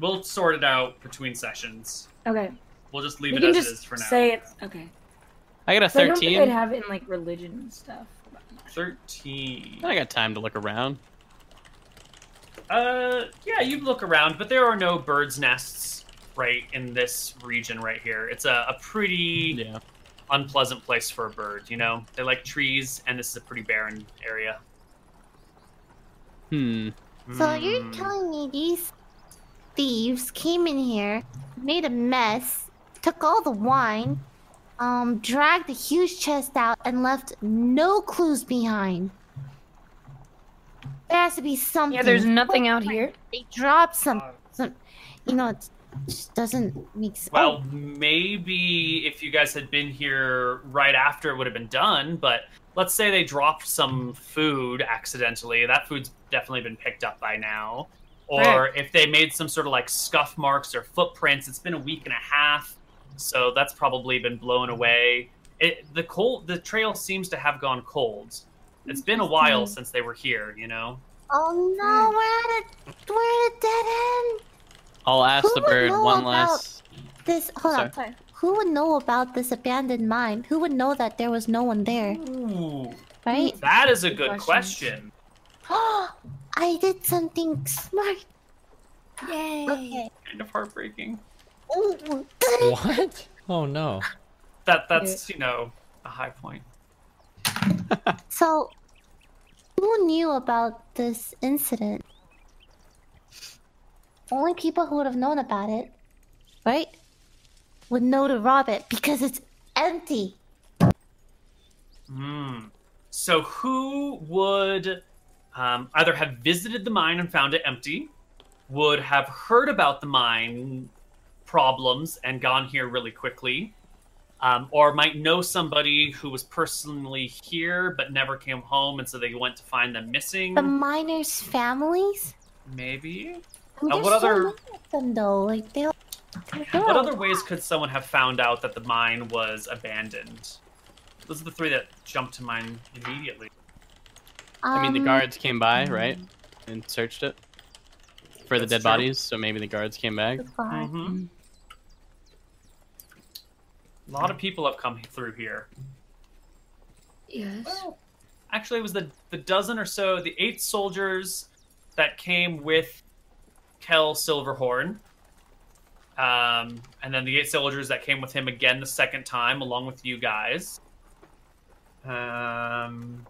Speaker 1: We'll sort it out between sessions.
Speaker 3: Okay,
Speaker 1: We'll just leave
Speaker 3: we
Speaker 1: it
Speaker 3: can
Speaker 1: as
Speaker 3: just
Speaker 1: it is for now.
Speaker 3: say it's okay.
Speaker 2: I got a
Speaker 3: 'Cause I don't think I'd
Speaker 2: thirteen.
Speaker 3: have it in like religion and stuff.
Speaker 1: Thirteen.
Speaker 2: I got time to look around.
Speaker 1: Uh, yeah, you look around, but there are no birds' nests right in this region right here. It's a, a pretty
Speaker 2: Yeah.
Speaker 1: unpleasant place for a bird. You know, they like trees, and this is a pretty barren area.
Speaker 2: Hmm.
Speaker 4: so you're
Speaker 1: Hmm.
Speaker 4: telling me these thieves came in here, made a mess, took all the wine, um, dragged a huge chest out, and left no clues behind. There has to be something.
Speaker 3: Yeah, there's nothing out here.
Speaker 4: They dropped some. some you know, it just doesn't make sense.
Speaker 3: Oh.
Speaker 1: Well, maybe if you guys had been here right after it would have been done, but let's say they dropped some food accidentally. That food's definitely been picked up by now. Or
Speaker 3: Right.
Speaker 1: if they made some sort of like scuff marks or footprints, it's been a week and a half, so that's probably been blown away. It, the cold, the trail seems to have gone cold. It's been a while since they were here, you know.
Speaker 4: oh no, we're at a we're at a dead end.
Speaker 2: I'll ask
Speaker 4: Who
Speaker 2: the
Speaker 4: would
Speaker 2: bird
Speaker 4: know
Speaker 2: one
Speaker 4: about-
Speaker 2: last.
Speaker 4: This hold on.
Speaker 3: Sorry.
Speaker 4: Who would know about this abandoned mine? Who would know that there was no one there,
Speaker 1: Ooh,
Speaker 4: right?
Speaker 1: that is a good
Speaker 3: Good question.
Speaker 1: question.
Speaker 4: I did something smart. Yay. Okay.
Speaker 1: Kind of heartbreaking.
Speaker 4: Ooh.
Speaker 5: What? Oh no.
Speaker 1: That that's you know a high point.
Speaker 4: So, who knew about this incident? Only people who would have known about it, right, would know to rob it because it's empty.
Speaker 1: Mm. So who would um, either have visited the mine and found it empty, would have heard about the mine problems and gone here really quickly, um, or might know somebody who was personally here but never came home, and so they went to find them missing.
Speaker 4: The miners' families.
Speaker 1: Maybe.
Speaker 4: I mean,
Speaker 1: Uh,
Speaker 4: there's
Speaker 1: what
Speaker 4: so
Speaker 1: other-
Speaker 4: many of them though? Like they. all- they're
Speaker 1: What
Speaker 4: girls.
Speaker 1: other ways could someone have found out that the mine was abandoned? Those are the three that jumped to mind immediately.
Speaker 2: I mean, the
Speaker 4: Um,
Speaker 2: guards came by, right, and searched it for the
Speaker 1: That's
Speaker 2: dead
Speaker 1: true.
Speaker 2: bodies. So maybe the guards came back.
Speaker 4: the guard.
Speaker 1: hmm A lot of people have come through here.
Speaker 3: Yes.
Speaker 1: Actually, it was the the dozen or so, the eight soldiers that came with Kel Silverhorn, um, and then the eight soldiers that came with him again the second time, along with you guys. Um,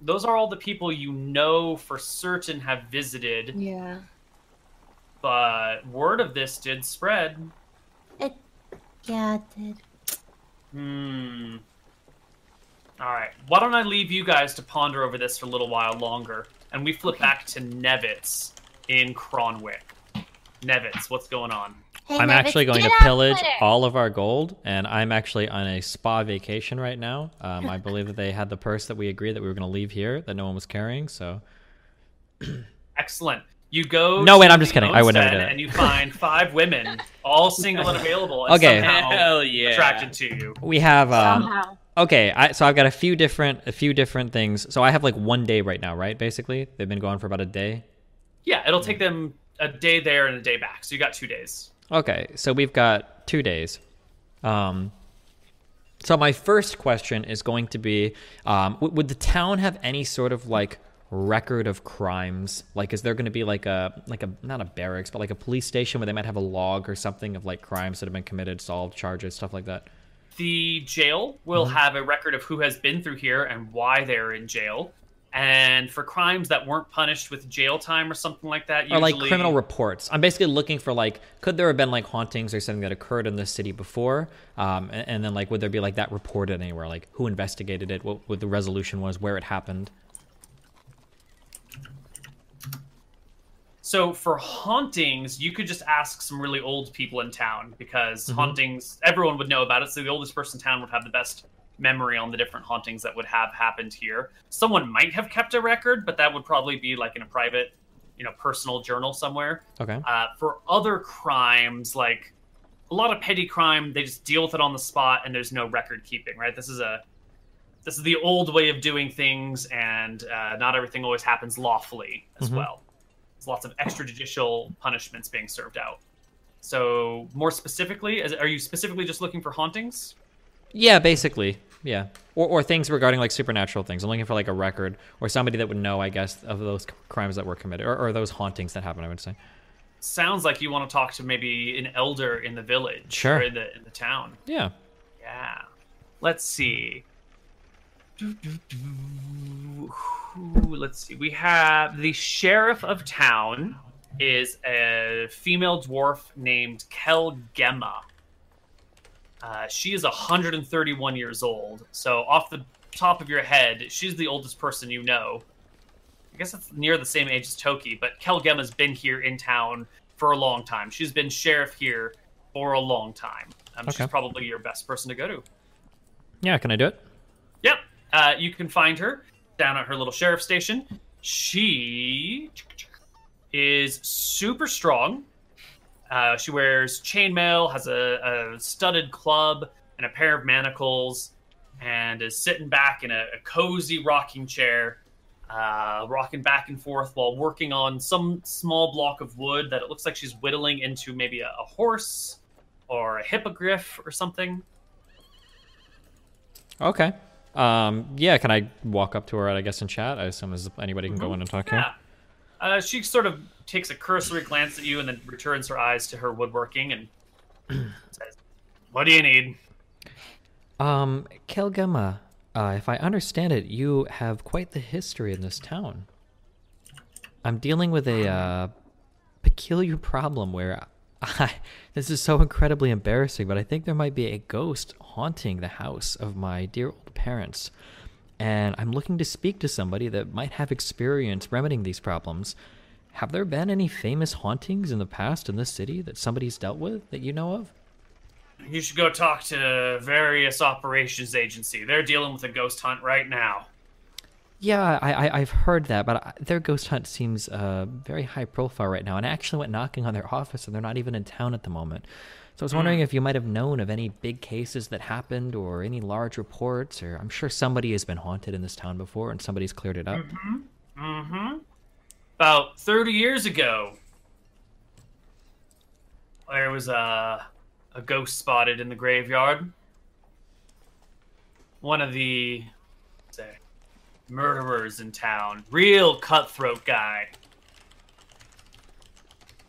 Speaker 1: those are all the people you know for certain have visited,
Speaker 3: Yeah.
Speaker 1: but word of this did spread.
Speaker 4: Yeah, it did.
Speaker 1: Hmm. All right. Why don't I leave you guys to ponder over this for a little while longer, and we flip back to Nevitz in Cronwick. Nevitz, what's going on?
Speaker 4: Hey,
Speaker 5: I'm
Speaker 4: Mavis,
Speaker 5: actually going
Speaker 4: get
Speaker 5: to
Speaker 4: out of
Speaker 5: pillage
Speaker 4: there.
Speaker 5: all of our gold, and I'm actually on a spa vacation right now. Um, I believe that they had the purse that we agreed that we were going to leave here that no one was carrying. So
Speaker 1: Excellent. You go.
Speaker 5: No, wait,
Speaker 1: to
Speaker 5: I'm just
Speaker 1: the
Speaker 5: kidding. I would never
Speaker 1: homestead
Speaker 5: do that.
Speaker 1: And you find five women, all single and available, and
Speaker 5: Okay.
Speaker 1: somehow
Speaker 2: yeah!
Speaker 1: attracted to you.
Speaker 5: we have um,
Speaker 3: Somehow.
Speaker 5: okay. I, so I've got a few different a few different things. So I have like one day right now, right? Basically, they've been gone for about a day.
Speaker 1: Yeah, it'll take them a day there and a day back, so you got two days.
Speaker 5: Okay, so we've got two days. Um, so my first question is going to be: um, w- Would the town have any sort of like record of crimes? Like, is there going to be like a like a not a barracks, but like a police station where they might have a log or something of like crimes that have been committed, solved charges, stuff like that?
Speaker 1: The jail will
Speaker 5: Mm-hmm.
Speaker 1: have a record of who has been through here and why they're in jail. And for crimes that weren't punished with jail time or something like that, usually
Speaker 5: Or like criminal reports. I'm basically looking for like, could there have been like hauntings or something that occurred in this city before? Um, a- and, then like, would there be like that reported anywhere? Like, who investigated it? What, what the resolution was? Where it happened?
Speaker 1: So for hauntings, you could just ask some really old people in town because
Speaker 5: Mm-hmm.
Speaker 1: hauntings, everyone would know about it. So the oldest person in town would have the best memory on the different hauntings that would have happened here. Someone might have kept a record, but that would probably be like in a private, you know, personal journal somewhere.
Speaker 5: Okay.
Speaker 1: Uh, for other crimes, like a lot of petty crime, they just deal with it on the spot and there's no record keeping, right? This is a this is the old way of doing things, and uh, not everything always happens lawfully as
Speaker 5: Mhm.
Speaker 1: well. There's lots of extrajudicial punishments being served out. So, more specifically, is, are you specifically just looking for hauntings?
Speaker 5: Yeah, basically. Yeah. Or, or things regarding like supernatural things. I'm looking for like a record or somebody that would know, I guess, of those c- crimes that were committed or, or those hauntings that happened, I would say.
Speaker 1: Sounds like you want to talk to maybe an elder in the village
Speaker 5: Sure.
Speaker 1: or in the in the town.
Speaker 5: Yeah.
Speaker 1: Yeah. Let's see. Do, do, do. Who- Let's see. We have the sheriff of town is a female dwarf named Kel Gemma. Uh, she is 131 years old. So off the top of your head, she's the oldest person you know. I guess it's near the same age as Toki, but Kel Gemma's been here in town for a long time. She's been sheriff here for a long time. Um,
Speaker 5: Okay.
Speaker 1: She's probably your best person to go to.
Speaker 5: Yeah. Can I do it?
Speaker 1: Yep. Uh, you can find her down at her little sheriff station. She is super strong. Uh, she wears chainmail, has a, a studded club, and a pair of manacles, and is sitting back in a, a cozy rocking chair, uh, rocking back and forth while working on some small block of wood that it looks like she's whittling into maybe a, a horse or a hippogriff or something.
Speaker 5: Okay. Um, yeah. Can I walk up to her, I guess, and chat? I assume is anybody can go in and talk
Speaker 1: Yeah.
Speaker 5: here.
Speaker 1: Uh, she sort of takes a cursory glance at you and then returns her eyes to her woodworking and says, "What do you need?"
Speaker 5: Um, Kelgema, uh, if I understand it, you have quite the history in this town. I'm dealing with a uh, peculiar problem where I, this is so incredibly embarrassing, but I think there might be a ghost haunting the house of my dear old parents. And I'm looking to speak to somebody that might have experience remedying these problems. Have there been any famous hauntings in the past in this city that somebody's dealt with that you know of?
Speaker 1: You should go talk to various operations agency. They're dealing with a ghost hunt right now.
Speaker 5: Yeah, I, I, I've heard that, but I, their ghost hunt seems uh, very high profile right now. And I actually went knocking on their office, and they're not even in town at the moment. So I was wondering if you might have known of any big cases that happened, or any large reports, or I'm sure somebody has been haunted in this town before, and somebody's cleared it
Speaker 1: Hmm.
Speaker 5: up.
Speaker 1: Mm-hmm. About 30 years ago, there was a, a ghost spotted in the graveyard. One of the say, murderers in town. Real cutthroat guy.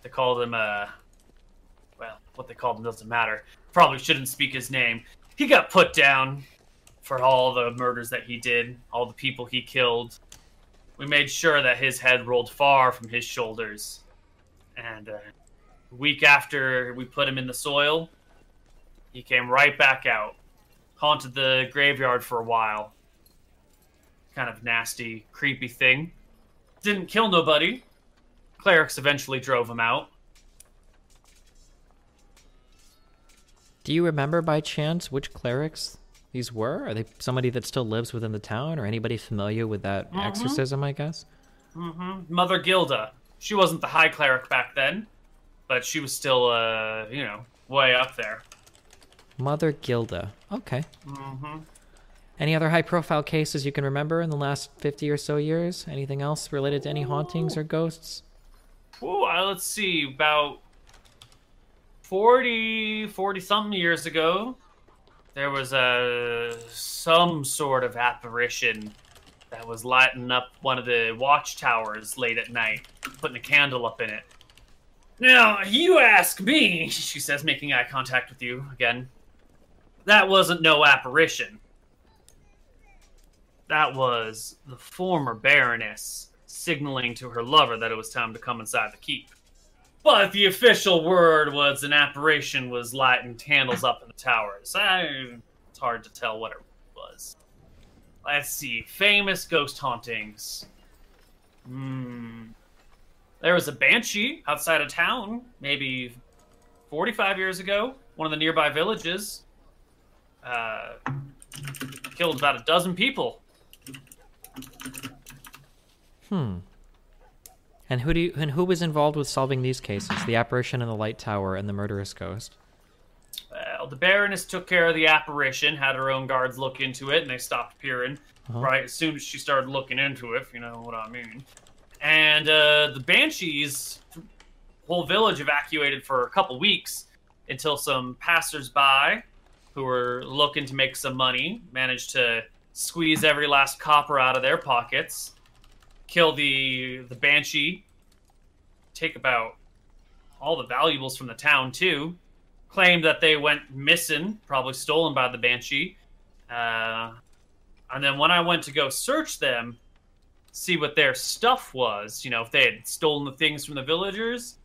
Speaker 1: They called him a. Well, what they called him doesn't matter. Probably shouldn't speak his name. He got put down for all the murders that he did, all the people he killed. We made sure that his head rolled far from his shoulders. And uh, a week after we put him in the soil, he came right back out. Haunted the graveyard for a while. Kind of nasty, creepy thing. Didn't kill nobody. Clerics eventually drove him out.
Speaker 5: Do you remember by chance which clerics these were? Are they somebody that still lives within the town, or anybody familiar with that exorcism? I guess.
Speaker 1: Mm-hmm. Mother Gilda. She wasn't the high cleric back then, but she was still, uh, you know, way up there.
Speaker 5: Mother Gilda. Okay.
Speaker 1: Mm-hmm.
Speaker 5: Any other high profile cases you can remember in the last 50 or so years? Anything else related to any hauntings or ghosts?
Speaker 1: Ooh, uh, let's see, about 40, 40 something years ago, there was a some sort of apparition that was lighting up one of the watchtowers late at night, putting a candle up in it. Now, you ask me, she says, making eye contact with you again. That wasn't no apparition. That was the former Baroness signaling to her lover that it was time to come inside the keep. But the official word was an apparition was lighting candles up in the towers. I, it's hard to tell what it was. Let's see. Famous ghost hauntings. Hmm. There was a banshee outside of town, maybe 45 years ago, one of the nearby villages. Uh, killed about a dozen people.
Speaker 5: Hmm. And who do you, and who was involved with solving these cases? The apparition in the light tower and the murderous ghost.
Speaker 1: Well, the Baroness took care of the apparition, had her own guards look into it, and they stopped peering. Right as soon as she started looking into it, if you know what I mean. And uh, the banshees, whole village evacuated for a couple weeks until some passersby who were looking to make some money managed to squeeze every last copper out of their pockets, kill the the banshee, take about all the valuables from the town too, claim that they went missing, probably stolen by the banshee. Uh, and then when I went to go search them, see what their stuff was, you know, if they had stolen the things from the villagers,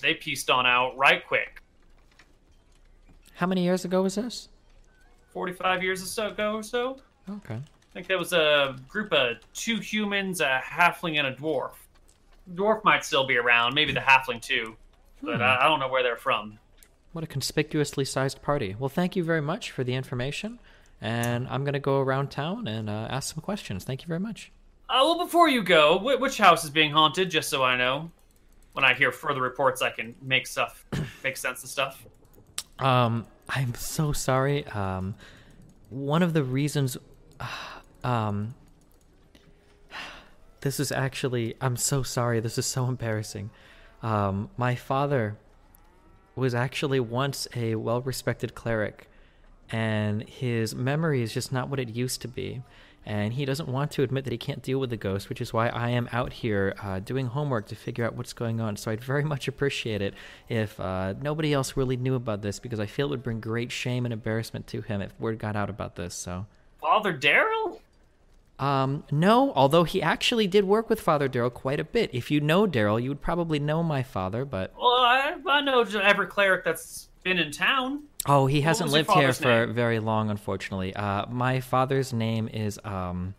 Speaker 1: they pieced on out right quick.
Speaker 5: How many years ago was this?
Speaker 1: 45 years or so ago or so.
Speaker 5: Okay.
Speaker 1: I think there was a group of two humans, a halfling, and a dwarf. Dwarf might still be around, maybe the halfling too, but I, I don't know where they're from.
Speaker 5: What a conspicuously sized party. Well, thank you very much for the information. And I'm going to go around town and uh, ask some questions. Thank you very much.
Speaker 1: Uh, well, before you go, wh- which house is being haunted? Just so I know. When I hear further reports, I can make stuff, make sense of stuff.
Speaker 5: Um, I'm so sorry. Um, one of the reasons, um, this is actually, I'm so sorry. This is so embarrassing. Um, my father was actually once a well respected cleric, and his memory is just not what it used to be. and he doesn't want to admit that he can't deal with the ghost, which is why I am out here uh, doing homework to figure out what's going on. So I'd very much appreciate it if uh, nobody else really knew about this, because I feel it would bring great shame and embarrassment to him if word got out about this. So,
Speaker 1: Father Daryl?
Speaker 5: um, no, although he actually did work with Father Daryl quite a bit. If you know Daryl, you would probably know my father, but
Speaker 1: Well, I, I know every cleric that's been in town.
Speaker 5: Oh, he hasn't
Speaker 1: was your
Speaker 5: lived here
Speaker 1: father's
Speaker 5: for
Speaker 1: name?
Speaker 5: very long, unfortunately. Uh, my father's name is um.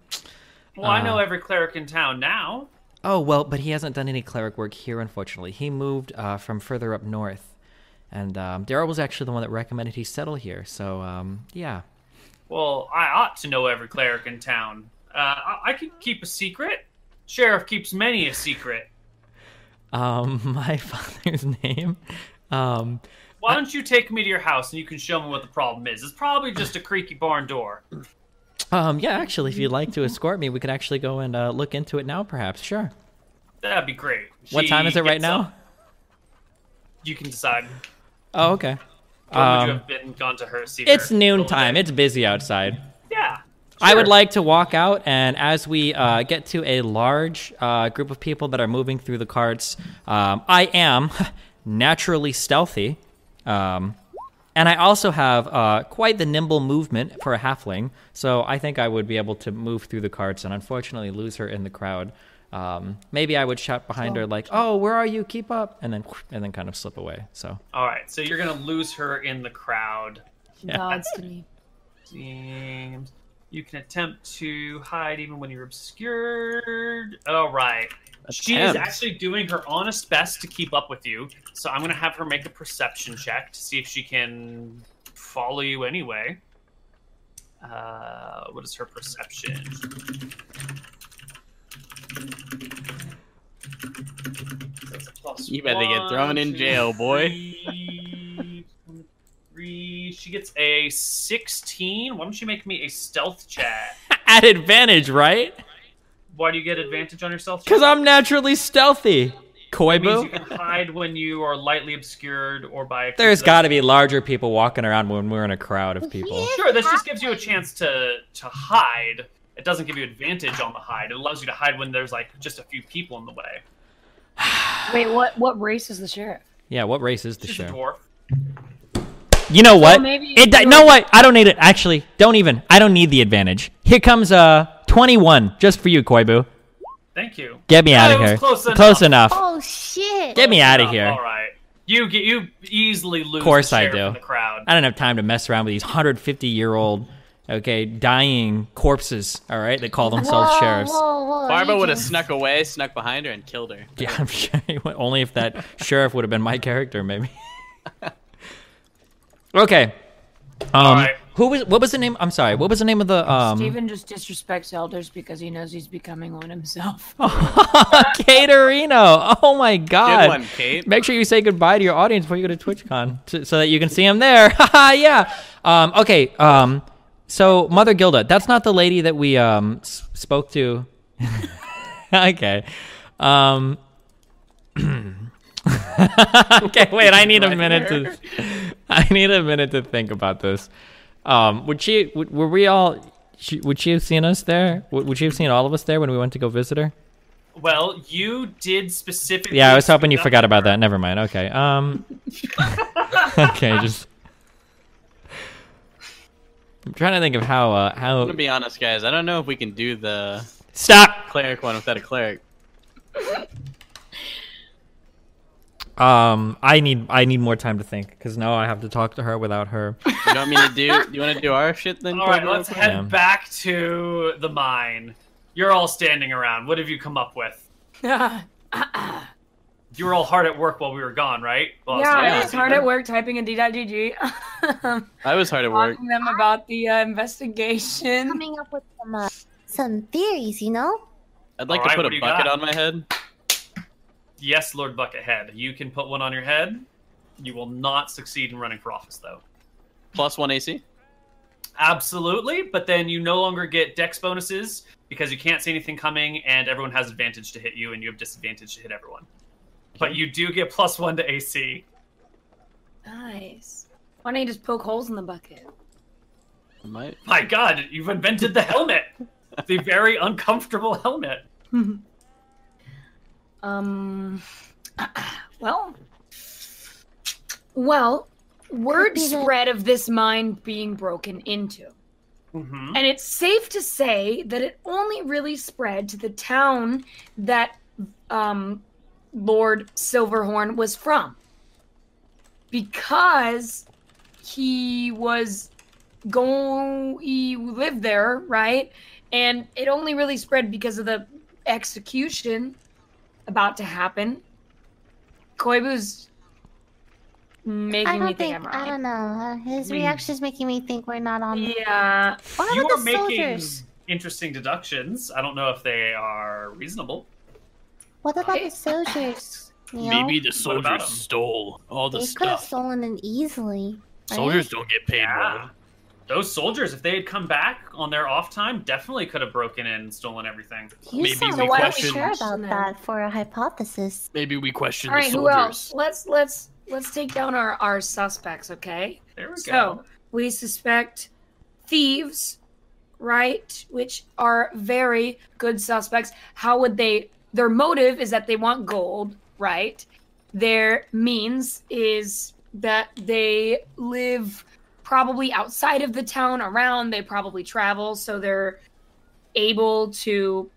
Speaker 1: Well, I
Speaker 5: Uh-huh.
Speaker 1: know every cleric in town now.
Speaker 5: Oh well, but he hasn't done any cleric work here, unfortunately. He moved uh, from further up north, and um, Daryl was actually the one that recommended he settle here. So um, yeah,
Speaker 1: Well, I ought to know every cleric in town. Uh, I, I can keep a secret. Sheriff keeps many a secret.
Speaker 5: um, my father's name. Um,
Speaker 1: Why don't you take me to your house and you can show me what the problem is? It's probably just a creaky barn door.
Speaker 5: um, yeah, actually, if you'd like to escort me, we could actually go and uh, look into it now, perhaps. Sure.
Speaker 1: That'd be great.
Speaker 5: What
Speaker 1: She
Speaker 5: time is it right
Speaker 1: gets
Speaker 5: now?
Speaker 1: up. You can decide.
Speaker 5: Oh, okay.
Speaker 1: When would you
Speaker 5: Um,
Speaker 1: have been gone to her secret?
Speaker 5: It's noon time. It's busy outside.
Speaker 1: Yeah.
Speaker 5: I would
Speaker 1: sure.
Speaker 5: like to walk out, and as we uh, get to a large uh, group of people that are moving through the carts, um, I am naturally stealthy, um, and I also have uh, quite the nimble movement for a halfling. So I think I would be able to move through the carts, and unfortunately lose her in the crowd. Um, maybe I would shout behind her like, "Oh, where are you? Keep up!" and then and then kind of slip away. So
Speaker 1: All right, so you're gonna lose her in the crowd.
Speaker 8: She nods to me.
Speaker 1: Seems you can attempt to hide even when you're obscured. All right. She is
Speaker 2: Attempt.
Speaker 1: actually doing her honest best to keep up with you, so I'm gonna have her make a perception check to see if she can follow you anyway. Uh, what is her perception? That's a plus
Speaker 2: You better get
Speaker 1: one,
Speaker 2: thrown in
Speaker 1: two,
Speaker 2: jail, boy.
Speaker 1: three, three. She gets a 16. Why don't you make me a stealth check?
Speaker 5: at advantage, right?
Speaker 1: Why do you get advantage on your stealth check?
Speaker 5: Because I'm naturally stealthy. Koibu.
Speaker 1: It means you can hide when you are lightly obscured or by. a
Speaker 5: There's got to be larger people walking around when we're in a crowd of people.
Speaker 1: Sure, this just gives you a chance to to hide. It doesn't give you advantage on the hide. It allows you to hide when there's like just a few people in the way.
Speaker 8: Wait, what? What race is the sheriff?
Speaker 5: Yeah, what race is the
Speaker 1: She's a
Speaker 5: show?
Speaker 1: dwarf.
Speaker 5: You know what?
Speaker 8: maybe
Speaker 5: it. di-
Speaker 8: you
Speaker 5: No, what? I don't need it. Actually, don't even. I don't need the advantage. Here comes uh 21, just for you, Koibu.
Speaker 1: Thank you.
Speaker 5: Get me out
Speaker 1: Oh,
Speaker 5: of
Speaker 1: it was
Speaker 5: here.
Speaker 1: close
Speaker 5: enough.
Speaker 4: Oh shit!
Speaker 5: Get me out of here.
Speaker 1: All right. You get you easily lose.
Speaker 5: Course
Speaker 1: the
Speaker 5: I
Speaker 1: sheriff
Speaker 5: do.
Speaker 1: In the crowd.
Speaker 5: I don't have time to mess around with these 150 year old, okay, dying corpses. All right, they call themselves
Speaker 4: Whoa,
Speaker 5: sheriffs.
Speaker 4: whoa, whoa,
Speaker 2: Barba
Speaker 4: you
Speaker 2: would have
Speaker 4: just-
Speaker 2: snuck away, snuck behind her, and killed her.
Speaker 5: Yeah, I'm sure he would. Only if that sheriff would have been my character, maybe. okay. Um,
Speaker 1: right.
Speaker 5: Who was? What was the name? I'm sorry. What was the name of the? Um,
Speaker 8: Steven just disrespects elders because he knows he's becoming one himself.
Speaker 5: Caterino. Oh my God.
Speaker 2: Good one, Kate.
Speaker 5: Make sure you say goodbye to your audience before you go to TwitchCon, t- so that you can see him there. Haha, yeah. Um, okay. Um, so Mother Gilda, that's not the lady that we um s- spoke to. okay. Um. okay. Wait. I need a minute to. I need a minute to think about this. Um. Would she? Would, were we all? She, would she have seen us there? Would, would she have seen all of us there when we went to go visit her?
Speaker 1: Well, you did specifically.
Speaker 5: Yeah, I was hoping you
Speaker 1: speak up
Speaker 5: forgot
Speaker 1: to
Speaker 5: about
Speaker 1: her.
Speaker 5: that. Never mind. Okay. Um. okay, just. I'm trying to think of how uh,
Speaker 2: I'm
Speaker 5: how.
Speaker 2: gonna be honest, guys. I don't know if we can do the
Speaker 5: Stop.
Speaker 2: cleric one without a cleric.
Speaker 5: Um, I need I need more time to think because now I have to talk to her without her.
Speaker 2: You want me to do? You want to do our shit then?
Speaker 1: All right,
Speaker 2: Cobra?
Speaker 1: let's head
Speaker 5: Yeah.
Speaker 1: back to the mine. You're all standing around. What have you come up with? You were all hard at work while we were gone, right? Well, it's
Speaker 8: yeah,
Speaker 1: not you,
Speaker 8: I was hard at
Speaker 1: Stephen.
Speaker 8: work typing in d.gg,
Speaker 2: I was hard at work.
Speaker 8: talking to them about the uh, investigation.
Speaker 4: coming up with some uh, some theories, you know?
Speaker 2: I'd like
Speaker 1: All
Speaker 2: to
Speaker 1: right,
Speaker 2: put
Speaker 1: what do
Speaker 2: a
Speaker 1: you
Speaker 2: bucket
Speaker 1: got?
Speaker 2: on my head.
Speaker 1: Yes, Lord Buckethead. You can put one on your head. You will not succeed in running for office, though.
Speaker 2: Plus one AC.
Speaker 1: Absolutely, but then you no longer get dex bonuses because you can't see anything coming, and everyone has advantage to hit you, and you have disadvantage to hit everyone. But you do get plus one to AC.
Speaker 8: Nice. Why don't you just poke holes in the bucket?
Speaker 2: I might.
Speaker 1: My God, you've invented the helmet. the very uncomfortable helmet.
Speaker 8: Um. Well. Well, word
Speaker 4: be the-
Speaker 8: spread of this mine being broken into.
Speaker 1: hmm
Speaker 8: And it's safe to say that it only really spread to the town that um, Lord Silverhorn was from. Because he was going, he lived there, right? And it only really spread because of the execution about to happen. Koibu's making
Speaker 4: I
Speaker 8: me
Speaker 4: don't
Speaker 8: think,
Speaker 4: think,
Speaker 8: I'm
Speaker 4: I
Speaker 8: right.
Speaker 4: don't know. Uh, His
Speaker 1: Hmm.
Speaker 4: reaction's making me think we're not on.
Speaker 8: Yeah.
Speaker 4: What
Speaker 1: You
Speaker 4: about
Speaker 1: are
Speaker 4: the
Speaker 1: making
Speaker 4: soldiers?
Speaker 1: interesting deductions. I don't know if they are reasonable.
Speaker 4: What about
Speaker 8: I-
Speaker 4: the soldiers? Neil?
Speaker 6: Maybe the
Speaker 1: What about
Speaker 6: soldiers
Speaker 1: 'em?
Speaker 6: stole all the
Speaker 4: they could have
Speaker 6: stuff.
Speaker 4: stolen it easily. right?
Speaker 6: Soldiers don't get paid
Speaker 1: Yeah.
Speaker 6: well.
Speaker 1: Those soldiers, if they had come back on their off time, definitely could have broken in and stolen everything.
Speaker 4: You
Speaker 6: Maybe
Speaker 4: sound
Speaker 6: we
Speaker 4: so
Speaker 6: question-
Speaker 4: sure about
Speaker 8: Question.
Speaker 4: that for a hypothesis.
Speaker 6: Maybe we question
Speaker 8: All right,
Speaker 6: the
Speaker 8: who
Speaker 6: soldiers.
Speaker 8: else? Let's let's let's take down our our suspects, okay?
Speaker 1: There we
Speaker 8: So we suspect thieves, right? Which are very good suspects. How would they? Their motive is that they want gold, right? Their means is that they live probably outside of the town around. They probably travel, so they're able to.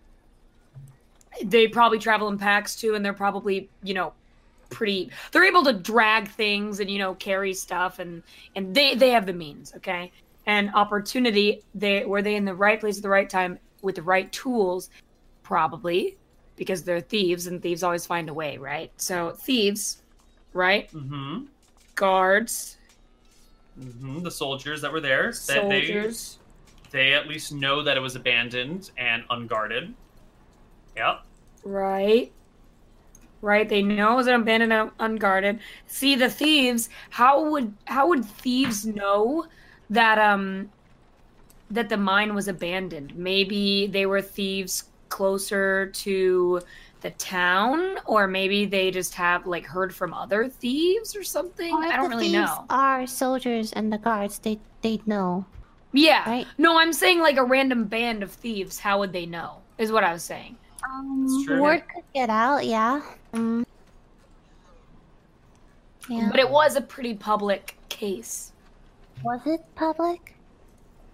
Speaker 8: They probably travel in packs too, and they're probably, you know, pretty. They're able to drag things and, you know, carry stuff and and they they have the means okay and opportunity they were they in the right place at the right time with the right tools probably because they're thieves and thieves always find a way right so thieves right
Speaker 1: go. hmm
Speaker 8: guards
Speaker 1: hmm The soldiers that were there said
Speaker 8: soldiers
Speaker 1: they they at least know that it was abandoned and unguarded. Yep.
Speaker 8: right right they know it was an abandoned and unguarded see the thieves how would how would thieves know that um that the mine was abandoned maybe they were thieves closer to the town or maybe they just have like heard from other thieves or something
Speaker 4: Or
Speaker 8: i
Speaker 4: if
Speaker 8: don't
Speaker 4: the
Speaker 8: really
Speaker 4: thieves
Speaker 8: know
Speaker 4: Are soldiers and the guards? They they'd know,
Speaker 8: yeah
Speaker 4: right?
Speaker 8: no i'm saying like a random band of thieves how would they know is what i was saying
Speaker 4: Um,
Speaker 1: true.
Speaker 4: word could get out. Yeah. Mm. Yeah.
Speaker 8: but it was a pretty public case
Speaker 4: was it public?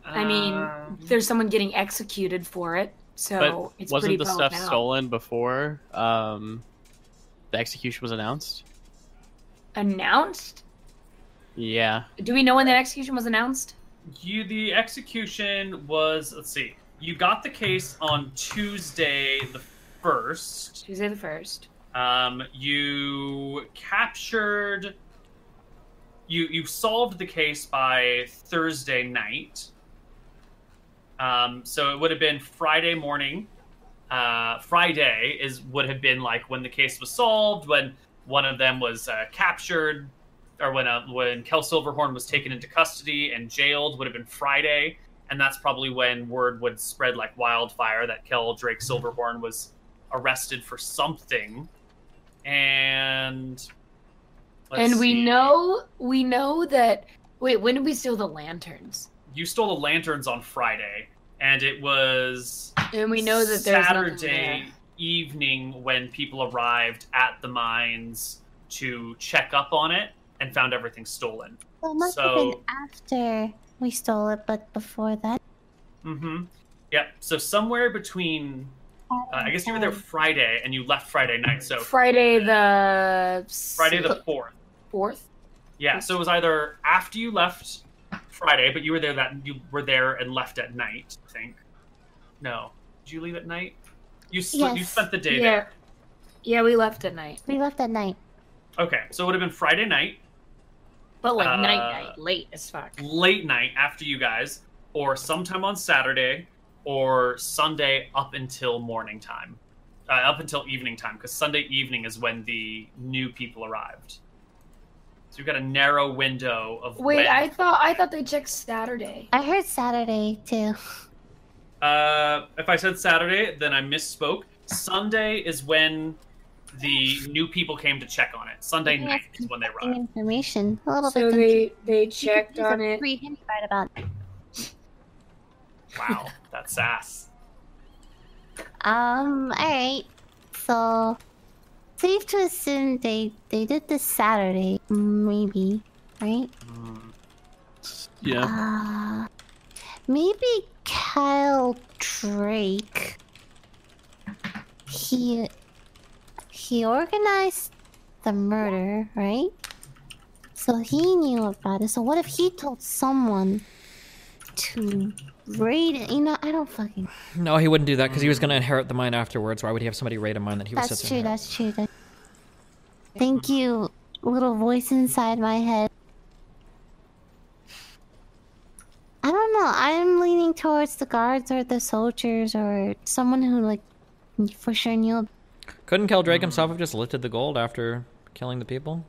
Speaker 8: I mean,
Speaker 1: Um,
Speaker 8: there's someone getting executed for it, so
Speaker 2: but
Speaker 8: it's
Speaker 2: wasn't
Speaker 8: pretty
Speaker 2: the
Speaker 8: bummed
Speaker 2: stuff
Speaker 8: out.
Speaker 2: stolen before um, the execution was announced?
Speaker 8: announced?
Speaker 2: Yeah.
Speaker 8: Do we know when that execution was announced?
Speaker 1: You the execution was let's see. You got the case on Tuesday the first.
Speaker 8: Tuesday the first.
Speaker 1: Um, you captured. You you solved the case by Thursday night. Um, so it would have been Friday morning. Uh, Friday is would have been like when the case was solved, when one of them was uh, captured, or when uh, when Kel Silverhorn was taken into custody and jailed would have been Friday, and that's probably when word would spread like wildfire that Kel Drake Silverhorn was arrested for something, and let's
Speaker 8: and we
Speaker 1: see.
Speaker 8: know we know that. Wait, when did we steal the lanterns?
Speaker 1: you stole the lanterns on Friday, and it was
Speaker 8: And we know that there's nothing
Speaker 1: Saturday evening when people arrived at the mines to check up on it and found everything stolen.
Speaker 4: Well, it must have been
Speaker 1: So-
Speaker 4: after we stole it, but before that.
Speaker 1: Mm-hmm. Yep. So somewhere between, uh,
Speaker 4: um,
Speaker 1: I guess you were there Friday and you left Friday night.
Speaker 8: there.
Speaker 1: So
Speaker 8: Friday the
Speaker 1: Friday the fourth.
Speaker 8: fourth.
Speaker 1: Yeah. So it was either after you left Friday, but you were there that you were there and left at night. I think. No. Did you leave at night? You sl- you
Speaker 4: Yes.
Speaker 1: spent the day there.
Speaker 8: Yeah, yeah, we left at night,
Speaker 4: We left at night.
Speaker 1: Okay. So it would have been Friday night.
Speaker 8: but like
Speaker 1: Uh,
Speaker 8: night night, late as fuck.
Speaker 1: late night after you guys, or sometime on Saturday, or Sunday up until morning time, uh, up until evening time, because Sunday evening is when the new people arrived. So you've got a narrow window of
Speaker 8: Wait,
Speaker 1: when-
Speaker 8: I thought I thought they checked Saturday.
Speaker 4: I heard Saturday too.
Speaker 1: Uh, if I said Saturday, then I misspoke. Sunday is when the new people came to check on it. Sunday
Speaker 4: Yes,
Speaker 1: night is when they
Speaker 4: conflicting
Speaker 1: arrived.
Speaker 4: Information. A little
Speaker 8: So
Speaker 4: bit. confusing.
Speaker 8: they they
Speaker 4: You could
Speaker 8: checked
Speaker 4: use a
Speaker 8: on it.
Speaker 4: Free hint right about.
Speaker 1: Wow, that's sass.
Speaker 4: Um, alright. So, safe to assume they, they did this Saturday, maybe, right?
Speaker 1: Hmm.
Speaker 6: Yeah.
Speaker 4: Uh, maybe Kyle Drake. He he organized the murder, right? So he knew about it. So what if he told someone to raid it? You know, I don't fucking.
Speaker 5: No, he wouldn't do that because he was going to inherit the mine afterwards. Why would he have somebody raid a mine that he was
Speaker 4: That's
Speaker 5: set
Speaker 4: true,
Speaker 5: to inherit?
Speaker 4: that's true. That's... Thank you, little voice inside my head. I don't know. I'm leaning towards the guards or the soldiers or someone who, like, for sure knew.
Speaker 5: Couldn't Cal Drake himself have just lifted the gold after killing the people?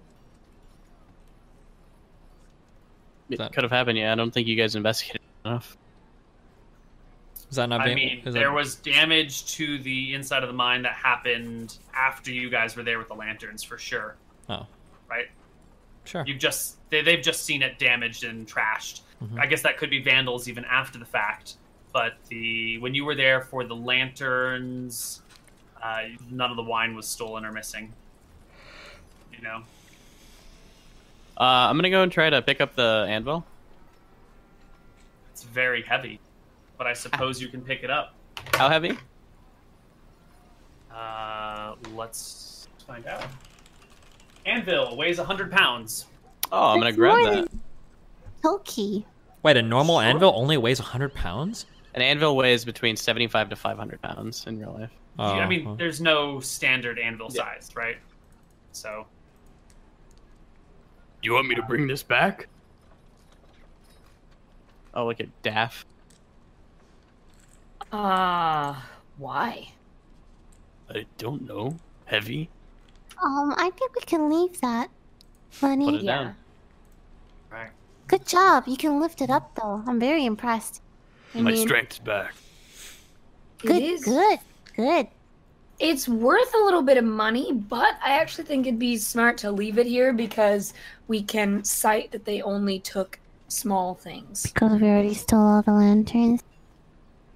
Speaker 2: It
Speaker 5: That-
Speaker 2: could have happened. Yeah, I don't think you guys investigated enough.
Speaker 5: Is that not
Speaker 1: I
Speaker 5: being?
Speaker 1: mean,
Speaker 5: is
Speaker 1: there
Speaker 5: that-
Speaker 1: was damage to the inside of the mine that happened after you guys were there with the lanterns, for sure.
Speaker 5: Oh,
Speaker 1: Right?
Speaker 5: sure.
Speaker 1: You've just they, they've just seen it damaged and trashed.
Speaker 5: Mm-hmm.
Speaker 1: I guess that could be vandals even after the fact. But the when you were there for the lanterns, uh, none of the wine was stolen or missing. You know,
Speaker 2: Uh, I'm gonna go and try to pick up the anvil.
Speaker 1: it's very heavy, but I suppose you can pick it up.
Speaker 2: How heavy?
Speaker 1: Uh, let's find out. Anvil weighs 100 pounds.
Speaker 2: Oh, I'm gonna
Speaker 4: It's
Speaker 2: grab
Speaker 4: more
Speaker 2: that.
Speaker 4: Toki.
Speaker 5: Wait, a normal anvil only weighs 100 pounds?
Speaker 2: An anvil weighs between 75 to 500 pounds in real life.
Speaker 5: Oh,
Speaker 1: I mean,
Speaker 5: well.
Speaker 1: there's no standard anvil size, right? So,
Speaker 6: You want me to bring this back?
Speaker 2: Oh, look at Daff.
Speaker 8: Ah, why?
Speaker 6: I don't know. Heavy.
Speaker 4: Um, I think we can leave that. Funny.
Speaker 2: Put it
Speaker 8: Yeah.
Speaker 2: down.
Speaker 1: right.
Speaker 4: Good job. You can lift it up, though. I'm very impressed. I
Speaker 6: My
Speaker 4: mean,
Speaker 6: strength's back.
Speaker 4: Good,
Speaker 8: it is.
Speaker 4: good, good.
Speaker 8: It's worth a little bit of money, but I actually think it'd be smart to leave it here because we can cite that they only took small things.
Speaker 4: Because we already stole all the lanterns.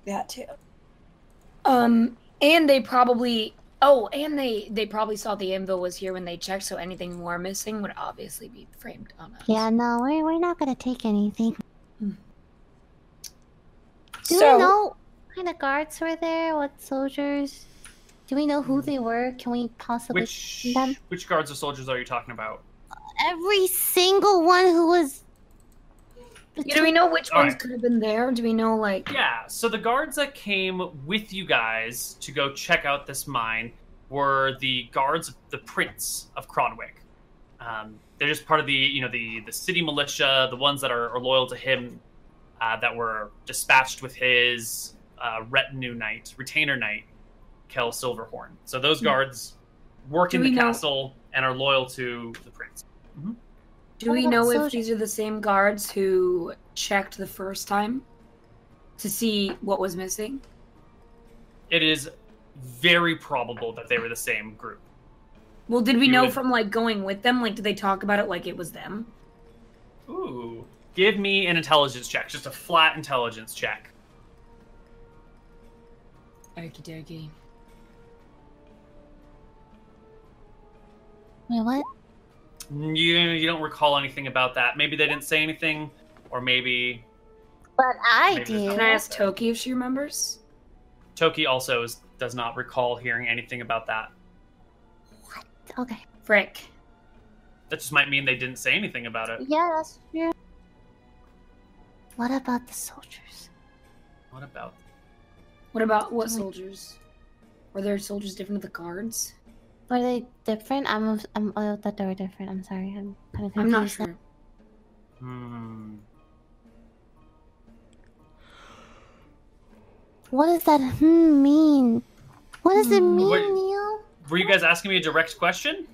Speaker 8: That too. Um, and they probably. Oh, and they they probably saw the anvil was here when they checked, so anything more missing would obviously be framed on us.
Speaker 4: Yeah, no, we're, we're not gonna take anything. Do
Speaker 8: So-
Speaker 4: we know what kind of guards were there? What soldiers? Do we know who they were? Can we possibly
Speaker 1: Which
Speaker 4: them?
Speaker 1: which guards or soldiers are you talking about?
Speaker 4: every single one who was?
Speaker 8: Yeah, do we know which
Speaker 1: All
Speaker 8: ones
Speaker 1: right.
Speaker 8: could have been there? Do we know like?
Speaker 1: Yeah, so the guards that came with you guys to go check out this mine were the guards of the Prince of Cronwick. Um, they're just part of the you know the the city militia, the ones that are, are loyal to him, uh, that were dispatched with his uh, retinue knight, retainer knight, Kel Silverhorn. So those guards work
Speaker 8: Hmm. Do
Speaker 1: in
Speaker 8: we
Speaker 1: the
Speaker 8: know-
Speaker 1: castle and are loyal to the prince.
Speaker 8: Do we
Speaker 4: Oh,
Speaker 8: know if
Speaker 4: soldier-
Speaker 8: these are the same guards who checked the first time to see what was missing?
Speaker 1: It is very probable that they were the same group.
Speaker 8: Well, did we
Speaker 1: You
Speaker 8: know
Speaker 1: would-
Speaker 8: from like going with them? Like, did they talk about it like it was them?
Speaker 1: Ooh. Give me an intelligence check, just a flat intelligence check.
Speaker 8: Okie dokie.
Speaker 4: Wait, what?
Speaker 1: You you don't recall anything about that. Maybe they didn't say anything, or maybe
Speaker 4: But I
Speaker 1: Maybe it's
Speaker 4: do.
Speaker 8: Can I ask Toki if she remembers?
Speaker 1: Toki also is, does not recall hearing anything about that.
Speaker 4: Okay.
Speaker 8: Frick.
Speaker 1: That just might mean they didn't say anything about it.
Speaker 4: Yeah, that's true. What about the soldiers?
Speaker 1: What about?
Speaker 8: What about what
Speaker 4: Don't-
Speaker 8: soldiers? Were there soldiers different to the guards?
Speaker 4: Were they different? I'm, I'm. I thought they were different. I'm sorry. I'm kind of confused.
Speaker 8: I'm not
Speaker 4: now.
Speaker 8: sure.
Speaker 1: Hmm.
Speaker 4: What does that hmm mean? What does
Speaker 8: Hmm.
Speaker 4: it mean,
Speaker 1: Wait.
Speaker 4: Neil?
Speaker 1: Were you guys asking me a direct question?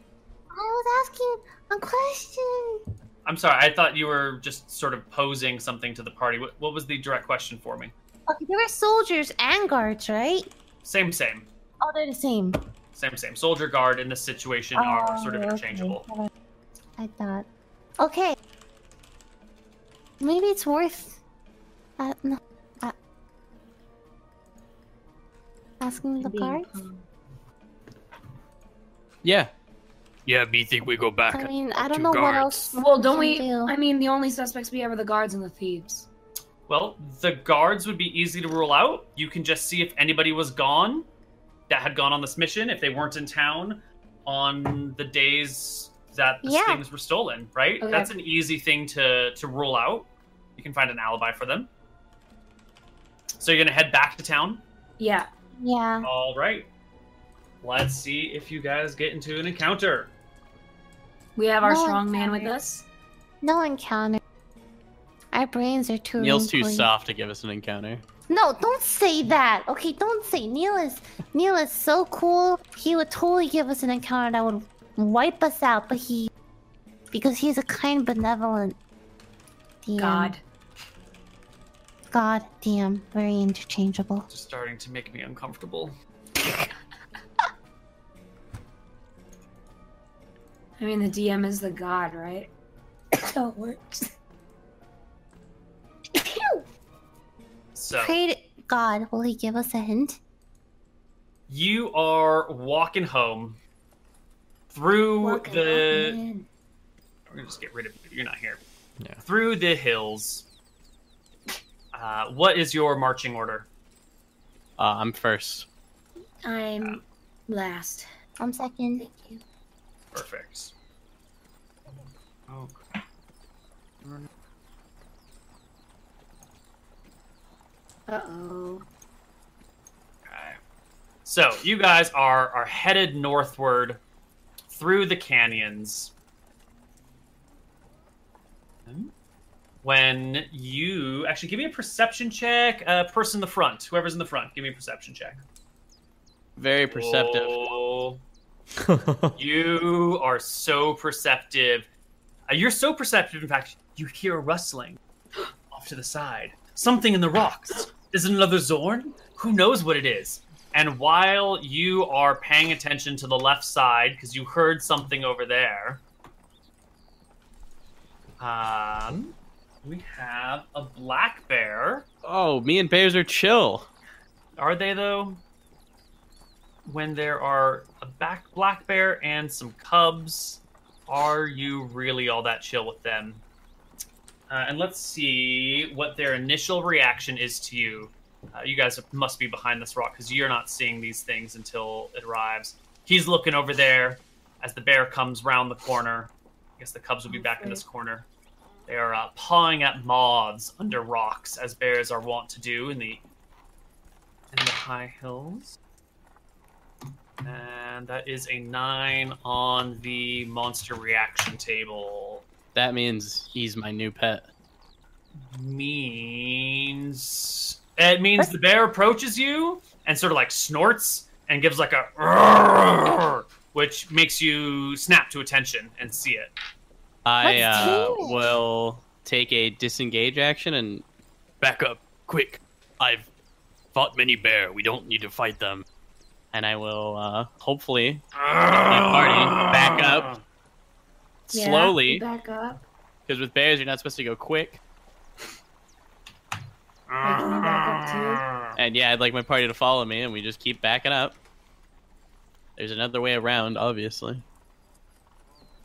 Speaker 4: I was asking a question.
Speaker 1: I'm sorry. I thought you were just sort of posing something to the party. What, what was the direct question for me?
Speaker 4: Okay, there were soldiers and guards, right?
Speaker 1: Same, same,
Speaker 4: Oh, they're the same.
Speaker 1: same, same. Soldier guard in this situation are sort of
Speaker 4: Oh, okay.
Speaker 1: interchangeable.
Speaker 4: I thought. Okay. Maybe uh, it's worth. I don't know. I- Asking the guards?
Speaker 2: Yeah.
Speaker 6: Yeah, me think we go back.
Speaker 4: I mean, I
Speaker 6: two
Speaker 4: don't know what
Speaker 6: guards.
Speaker 4: else.
Speaker 3: Well, don't we?
Speaker 4: Can do.
Speaker 3: I mean, the only suspects we have are the guards and the thieves.
Speaker 1: Well, the guards would be easy to rule out. You can just see if anybody was gone that had gone on this mission, if they weren't in town on the days that the
Speaker 4: Yeah.
Speaker 1: things were stolen, right?
Speaker 3: Okay.
Speaker 1: That's an easy thing to to rule out. You can find an alibi for them. So you're gonna head back to town.
Speaker 3: Yeah.
Speaker 4: Yeah.
Speaker 1: All right. Let's see if you guys get into an encounter.
Speaker 3: We have our
Speaker 4: No,
Speaker 3: strong
Speaker 4: it's
Speaker 3: man with
Speaker 4: alright.
Speaker 3: us.
Speaker 4: No encounter. Our brains are too.
Speaker 2: Neil's too
Speaker 4: wrinkly.
Speaker 2: soft to give us an encounter.
Speaker 4: No, don't say that. Okay, don't say Neil is Neil is so cool. He would totally give us an encounter that would wipe us out, but he because he's a kind, benevolent DM.
Speaker 3: God.
Speaker 4: God damn, very interchangeable.
Speaker 1: Just starting to make me uncomfortable.
Speaker 3: I mean, the DM is the god, right? so it works.
Speaker 1: So
Speaker 4: Pray to God, will he give us a hint?
Speaker 1: you are walking home through
Speaker 4: Walking
Speaker 1: the
Speaker 4: up and
Speaker 1: We're gonna just get rid of you. You're not here.
Speaker 5: Yeah.
Speaker 1: Through the hills. Uh, what is your marching order?
Speaker 2: Uh, I'm first.
Speaker 3: I'm last.
Speaker 4: in. One second.
Speaker 1: Perfect. Okay.
Speaker 3: Uh oh.
Speaker 1: So you guys are are headed northward through the canyons. When you actually give me a perception check, uh, person in the front, whoever's in the front, give me a perception check.
Speaker 2: Very perceptive.
Speaker 1: Oh. you are so perceptive. Uh, you're so perceptive, in fact, you hear a rustling off to the side. Something in the rocks. Is it another Zorn? Who knows what it is? And while you are paying attention to the left side, because you heard something over there, um, we have a black bear.
Speaker 2: Oh, me and bears are chill.
Speaker 1: Are they though? When there are a back black bear and some cubs, are you really all that chill with them? Uh, and let's see what their initial reaction is to you. Uh, you guys must be behind this rock because you're not seeing these things until it arrives. He's looking over there as the bear comes round the corner. I guess the cubs will be back in this corner. They are uh, pawing at moths under rocks, as bears are wont to do in the in the high hills. And that is a nine on the monster reaction table.
Speaker 2: That means he's my new pet.
Speaker 1: Means it means the bear approaches you and sort of like snorts and gives like a "Rrrr," which makes you snap to attention and see it.
Speaker 2: I
Speaker 4: Let's
Speaker 2: uh,
Speaker 4: do it.
Speaker 2: will take a disengage action and
Speaker 6: Back up, quick. I've fought many bear. We don't need to fight them.
Speaker 2: and I will uh, hopefully party back up
Speaker 3: Yeah,
Speaker 2: slowly
Speaker 3: Back up.
Speaker 2: because with bears you're not supposed to go quick.
Speaker 3: Like,
Speaker 8: Ah.
Speaker 3: can you back up
Speaker 2: And yeah, I'd like my party to follow me, and we just keep backing up. There's another way around, obviously.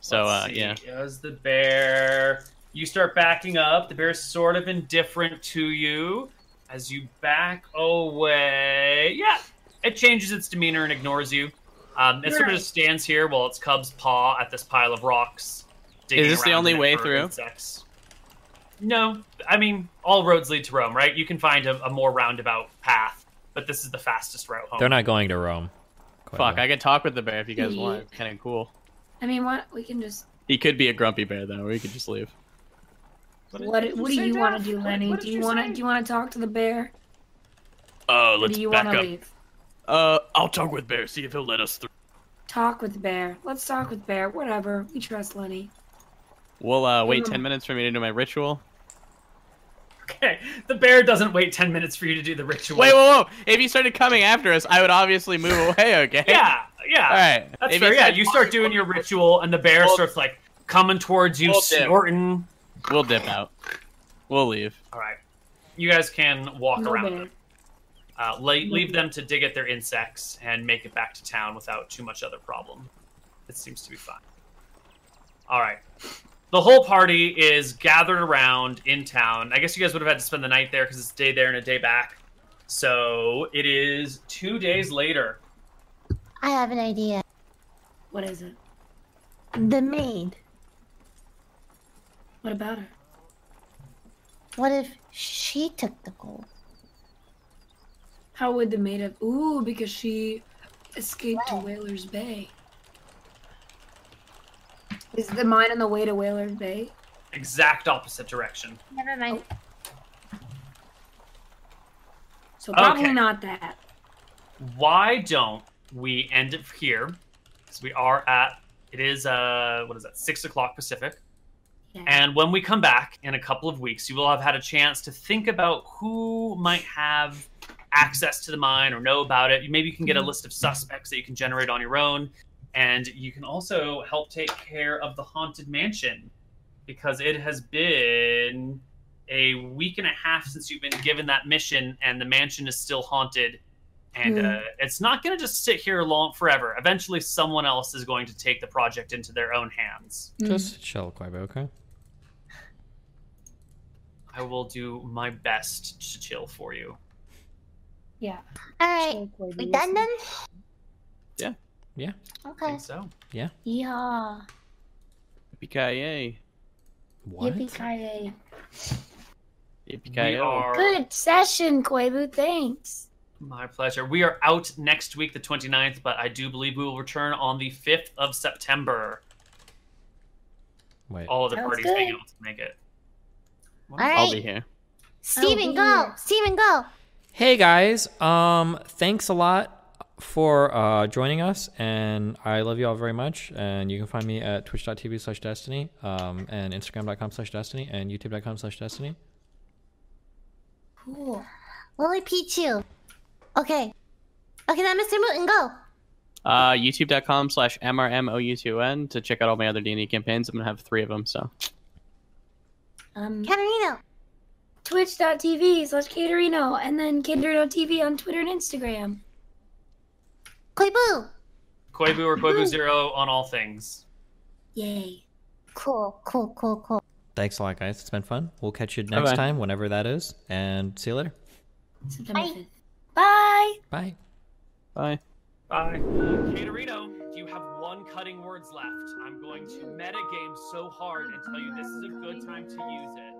Speaker 2: So uh,
Speaker 1: Let's see,
Speaker 2: yeah,
Speaker 1: Does the bear. You start backing up. The bear's sort of indifferent to you. As you back away. Yeah, it changes its demeanor and ignores you. Um, it sort of
Speaker 3: Right.
Speaker 1: just stands here while its cubs paw at this pile of rocks. digging
Speaker 2: this the
Speaker 1: around
Speaker 2: only
Speaker 1: in it
Speaker 2: way
Speaker 1: for
Speaker 2: through?
Speaker 1: Insects. No, I mean, all roads lead to Rome, right? You can find a, a more roundabout path, but this is the fastest route home.
Speaker 5: They're not going to Rome. Quite
Speaker 2: fuck.
Speaker 5: well.
Speaker 2: I could talk with the bear if you guys want. Kind of cool.
Speaker 3: I mean, what? We can just.
Speaker 2: He could be a grumpy bear though, or he could just leave.
Speaker 1: What,
Speaker 3: What?
Speaker 1: did
Speaker 3: What
Speaker 1: you
Speaker 3: do
Speaker 1: say,
Speaker 3: you want
Speaker 1: Jeff?
Speaker 3: to do,
Speaker 1: What-
Speaker 3: Lenny?
Speaker 1: what did
Speaker 3: do you
Speaker 1: you
Speaker 3: want
Speaker 1: say?
Speaker 3: to? Do you want to talk to the bear?
Speaker 6: Uh,
Speaker 3: Or
Speaker 6: let's
Speaker 3: do you
Speaker 6: back
Speaker 3: want to
Speaker 6: up.
Speaker 3: leave?
Speaker 2: Uh,
Speaker 6: I'll talk with bear. See if he'll let us through.
Speaker 3: Talk with bear. Let's talk with bear. Whatever. We trust Lenny.
Speaker 2: we'll uh, wait
Speaker 1: Mm.
Speaker 3: Hmm.
Speaker 2: ten minutes for me to do my ritual.
Speaker 1: Okay, the bear doesn't wait 10 minutes for you to do the ritual.
Speaker 2: Wait, whoa, whoa! If you started coming after us, I would obviously move away. Okay.
Speaker 1: Yeah, yeah.
Speaker 2: All right.
Speaker 1: That's
Speaker 2: If
Speaker 1: fair.
Speaker 2: you
Speaker 1: Yeah,
Speaker 2: said-
Speaker 1: you start doing your ritual, and the bear
Speaker 2: Well-
Speaker 1: starts like coming towards you,
Speaker 2: Well, damn.
Speaker 1: snorting.
Speaker 2: We'll dip out. We'll leave.
Speaker 1: All right, you guys can walk
Speaker 3: No
Speaker 1: around.
Speaker 3: bear.
Speaker 1: them. Uh, le- leave them to dig at their insects and make it back to town without too much other problem. It seems to be fine. All right. The whole party is gathered around in town. I guess you guys would have had to spend the night there because it's a day there and a day back. So it is two days later.
Speaker 4: I have an idea.
Speaker 3: What is it?
Speaker 4: The maid.
Speaker 3: What about her?
Speaker 4: What if she took the gold?
Speaker 3: How would the maid have? Ooh, because she escaped to Whaler's Bay. Is the mine on the way to Whaler's Bay?
Speaker 1: Exact opposite direction.
Speaker 4: Never mind.
Speaker 3: So probably
Speaker 1: Okay.
Speaker 3: not that.
Speaker 1: Why don't we end it here? Because we are at it is uh what is that six o'clock Pacific.
Speaker 3: Yeah.
Speaker 1: And when we come back in a couple of weeks, you will have had a chance to think about who might have access to the mine or know about it. Maybe you can get a list of suspects that you can generate on your own. And you can also help take care of the Haunted Mansion because it has been a week and a half since you've been given that mission, and the mansion is still haunted. And
Speaker 3: Hmm.
Speaker 1: uh, it's not going to just sit here long forever. Eventually, someone else is going to take the project into their own hands.
Speaker 2: Mm.
Speaker 5: Just chill, Quibo, okay?
Speaker 1: I will do my best to chill for you.
Speaker 3: Yeah.
Speaker 4: All right. We done then?
Speaker 2: Yeah.
Speaker 5: Yeah.
Speaker 1: I
Speaker 4: Okay.
Speaker 1: think so.
Speaker 4: Yeah.
Speaker 2: Yippee-ki-yay.
Speaker 5: What?
Speaker 1: We
Speaker 4: Yippee
Speaker 2: Yippee-ki-yo.
Speaker 1: are
Speaker 4: Good session, Quabu. Thanks.
Speaker 1: my pleasure. We are out next week, the 29th, but I do believe we will return on the 5th of September.
Speaker 5: Wait.
Speaker 2: Oh.
Speaker 1: All of the
Speaker 4: Sounds
Speaker 1: parties
Speaker 4: good.
Speaker 1: being able to make it.
Speaker 4: All
Speaker 2: I'll be
Speaker 4: right.
Speaker 2: here.
Speaker 4: Steven,
Speaker 3: be
Speaker 4: go.
Speaker 3: here.
Speaker 4: Steven, go.
Speaker 5: Hey guys, um, thanks a lot for uh, joining us, and I love you all very much. And you can find me at twitch.tv slash destiny, um, and instagram.com slash destiny, and youtube.com slash destiny.
Speaker 4: Cool. Lily Pichu. Okay. Okay, now Mr. Mouton, go.
Speaker 2: Uh, YouTube.com slash MRMOU2N to check out all my other D&D campaigns. I'm going to have three of them, so.
Speaker 3: Um,
Speaker 4: Katerino.
Speaker 3: twitch.tv slash Caterino and then Caterino TV on Twitter and Instagram.
Speaker 4: Quabu.
Speaker 1: Koibu or Koibu Zero on all things.
Speaker 3: Yay.
Speaker 4: Cool, cool, cool, cool.
Speaker 5: Thanks a lot, guys. It's been fun. We'll catch you next
Speaker 2: Bye-bye.
Speaker 5: time, whenever that is, and see you later.
Speaker 3: September
Speaker 4: Bye.
Speaker 3: 5th. Bye.
Speaker 5: Bye.
Speaker 2: Bye.
Speaker 1: Bye. Caterino, you have one cutting words left. I'm going to metagame so hard and tell you this is a good time to use it.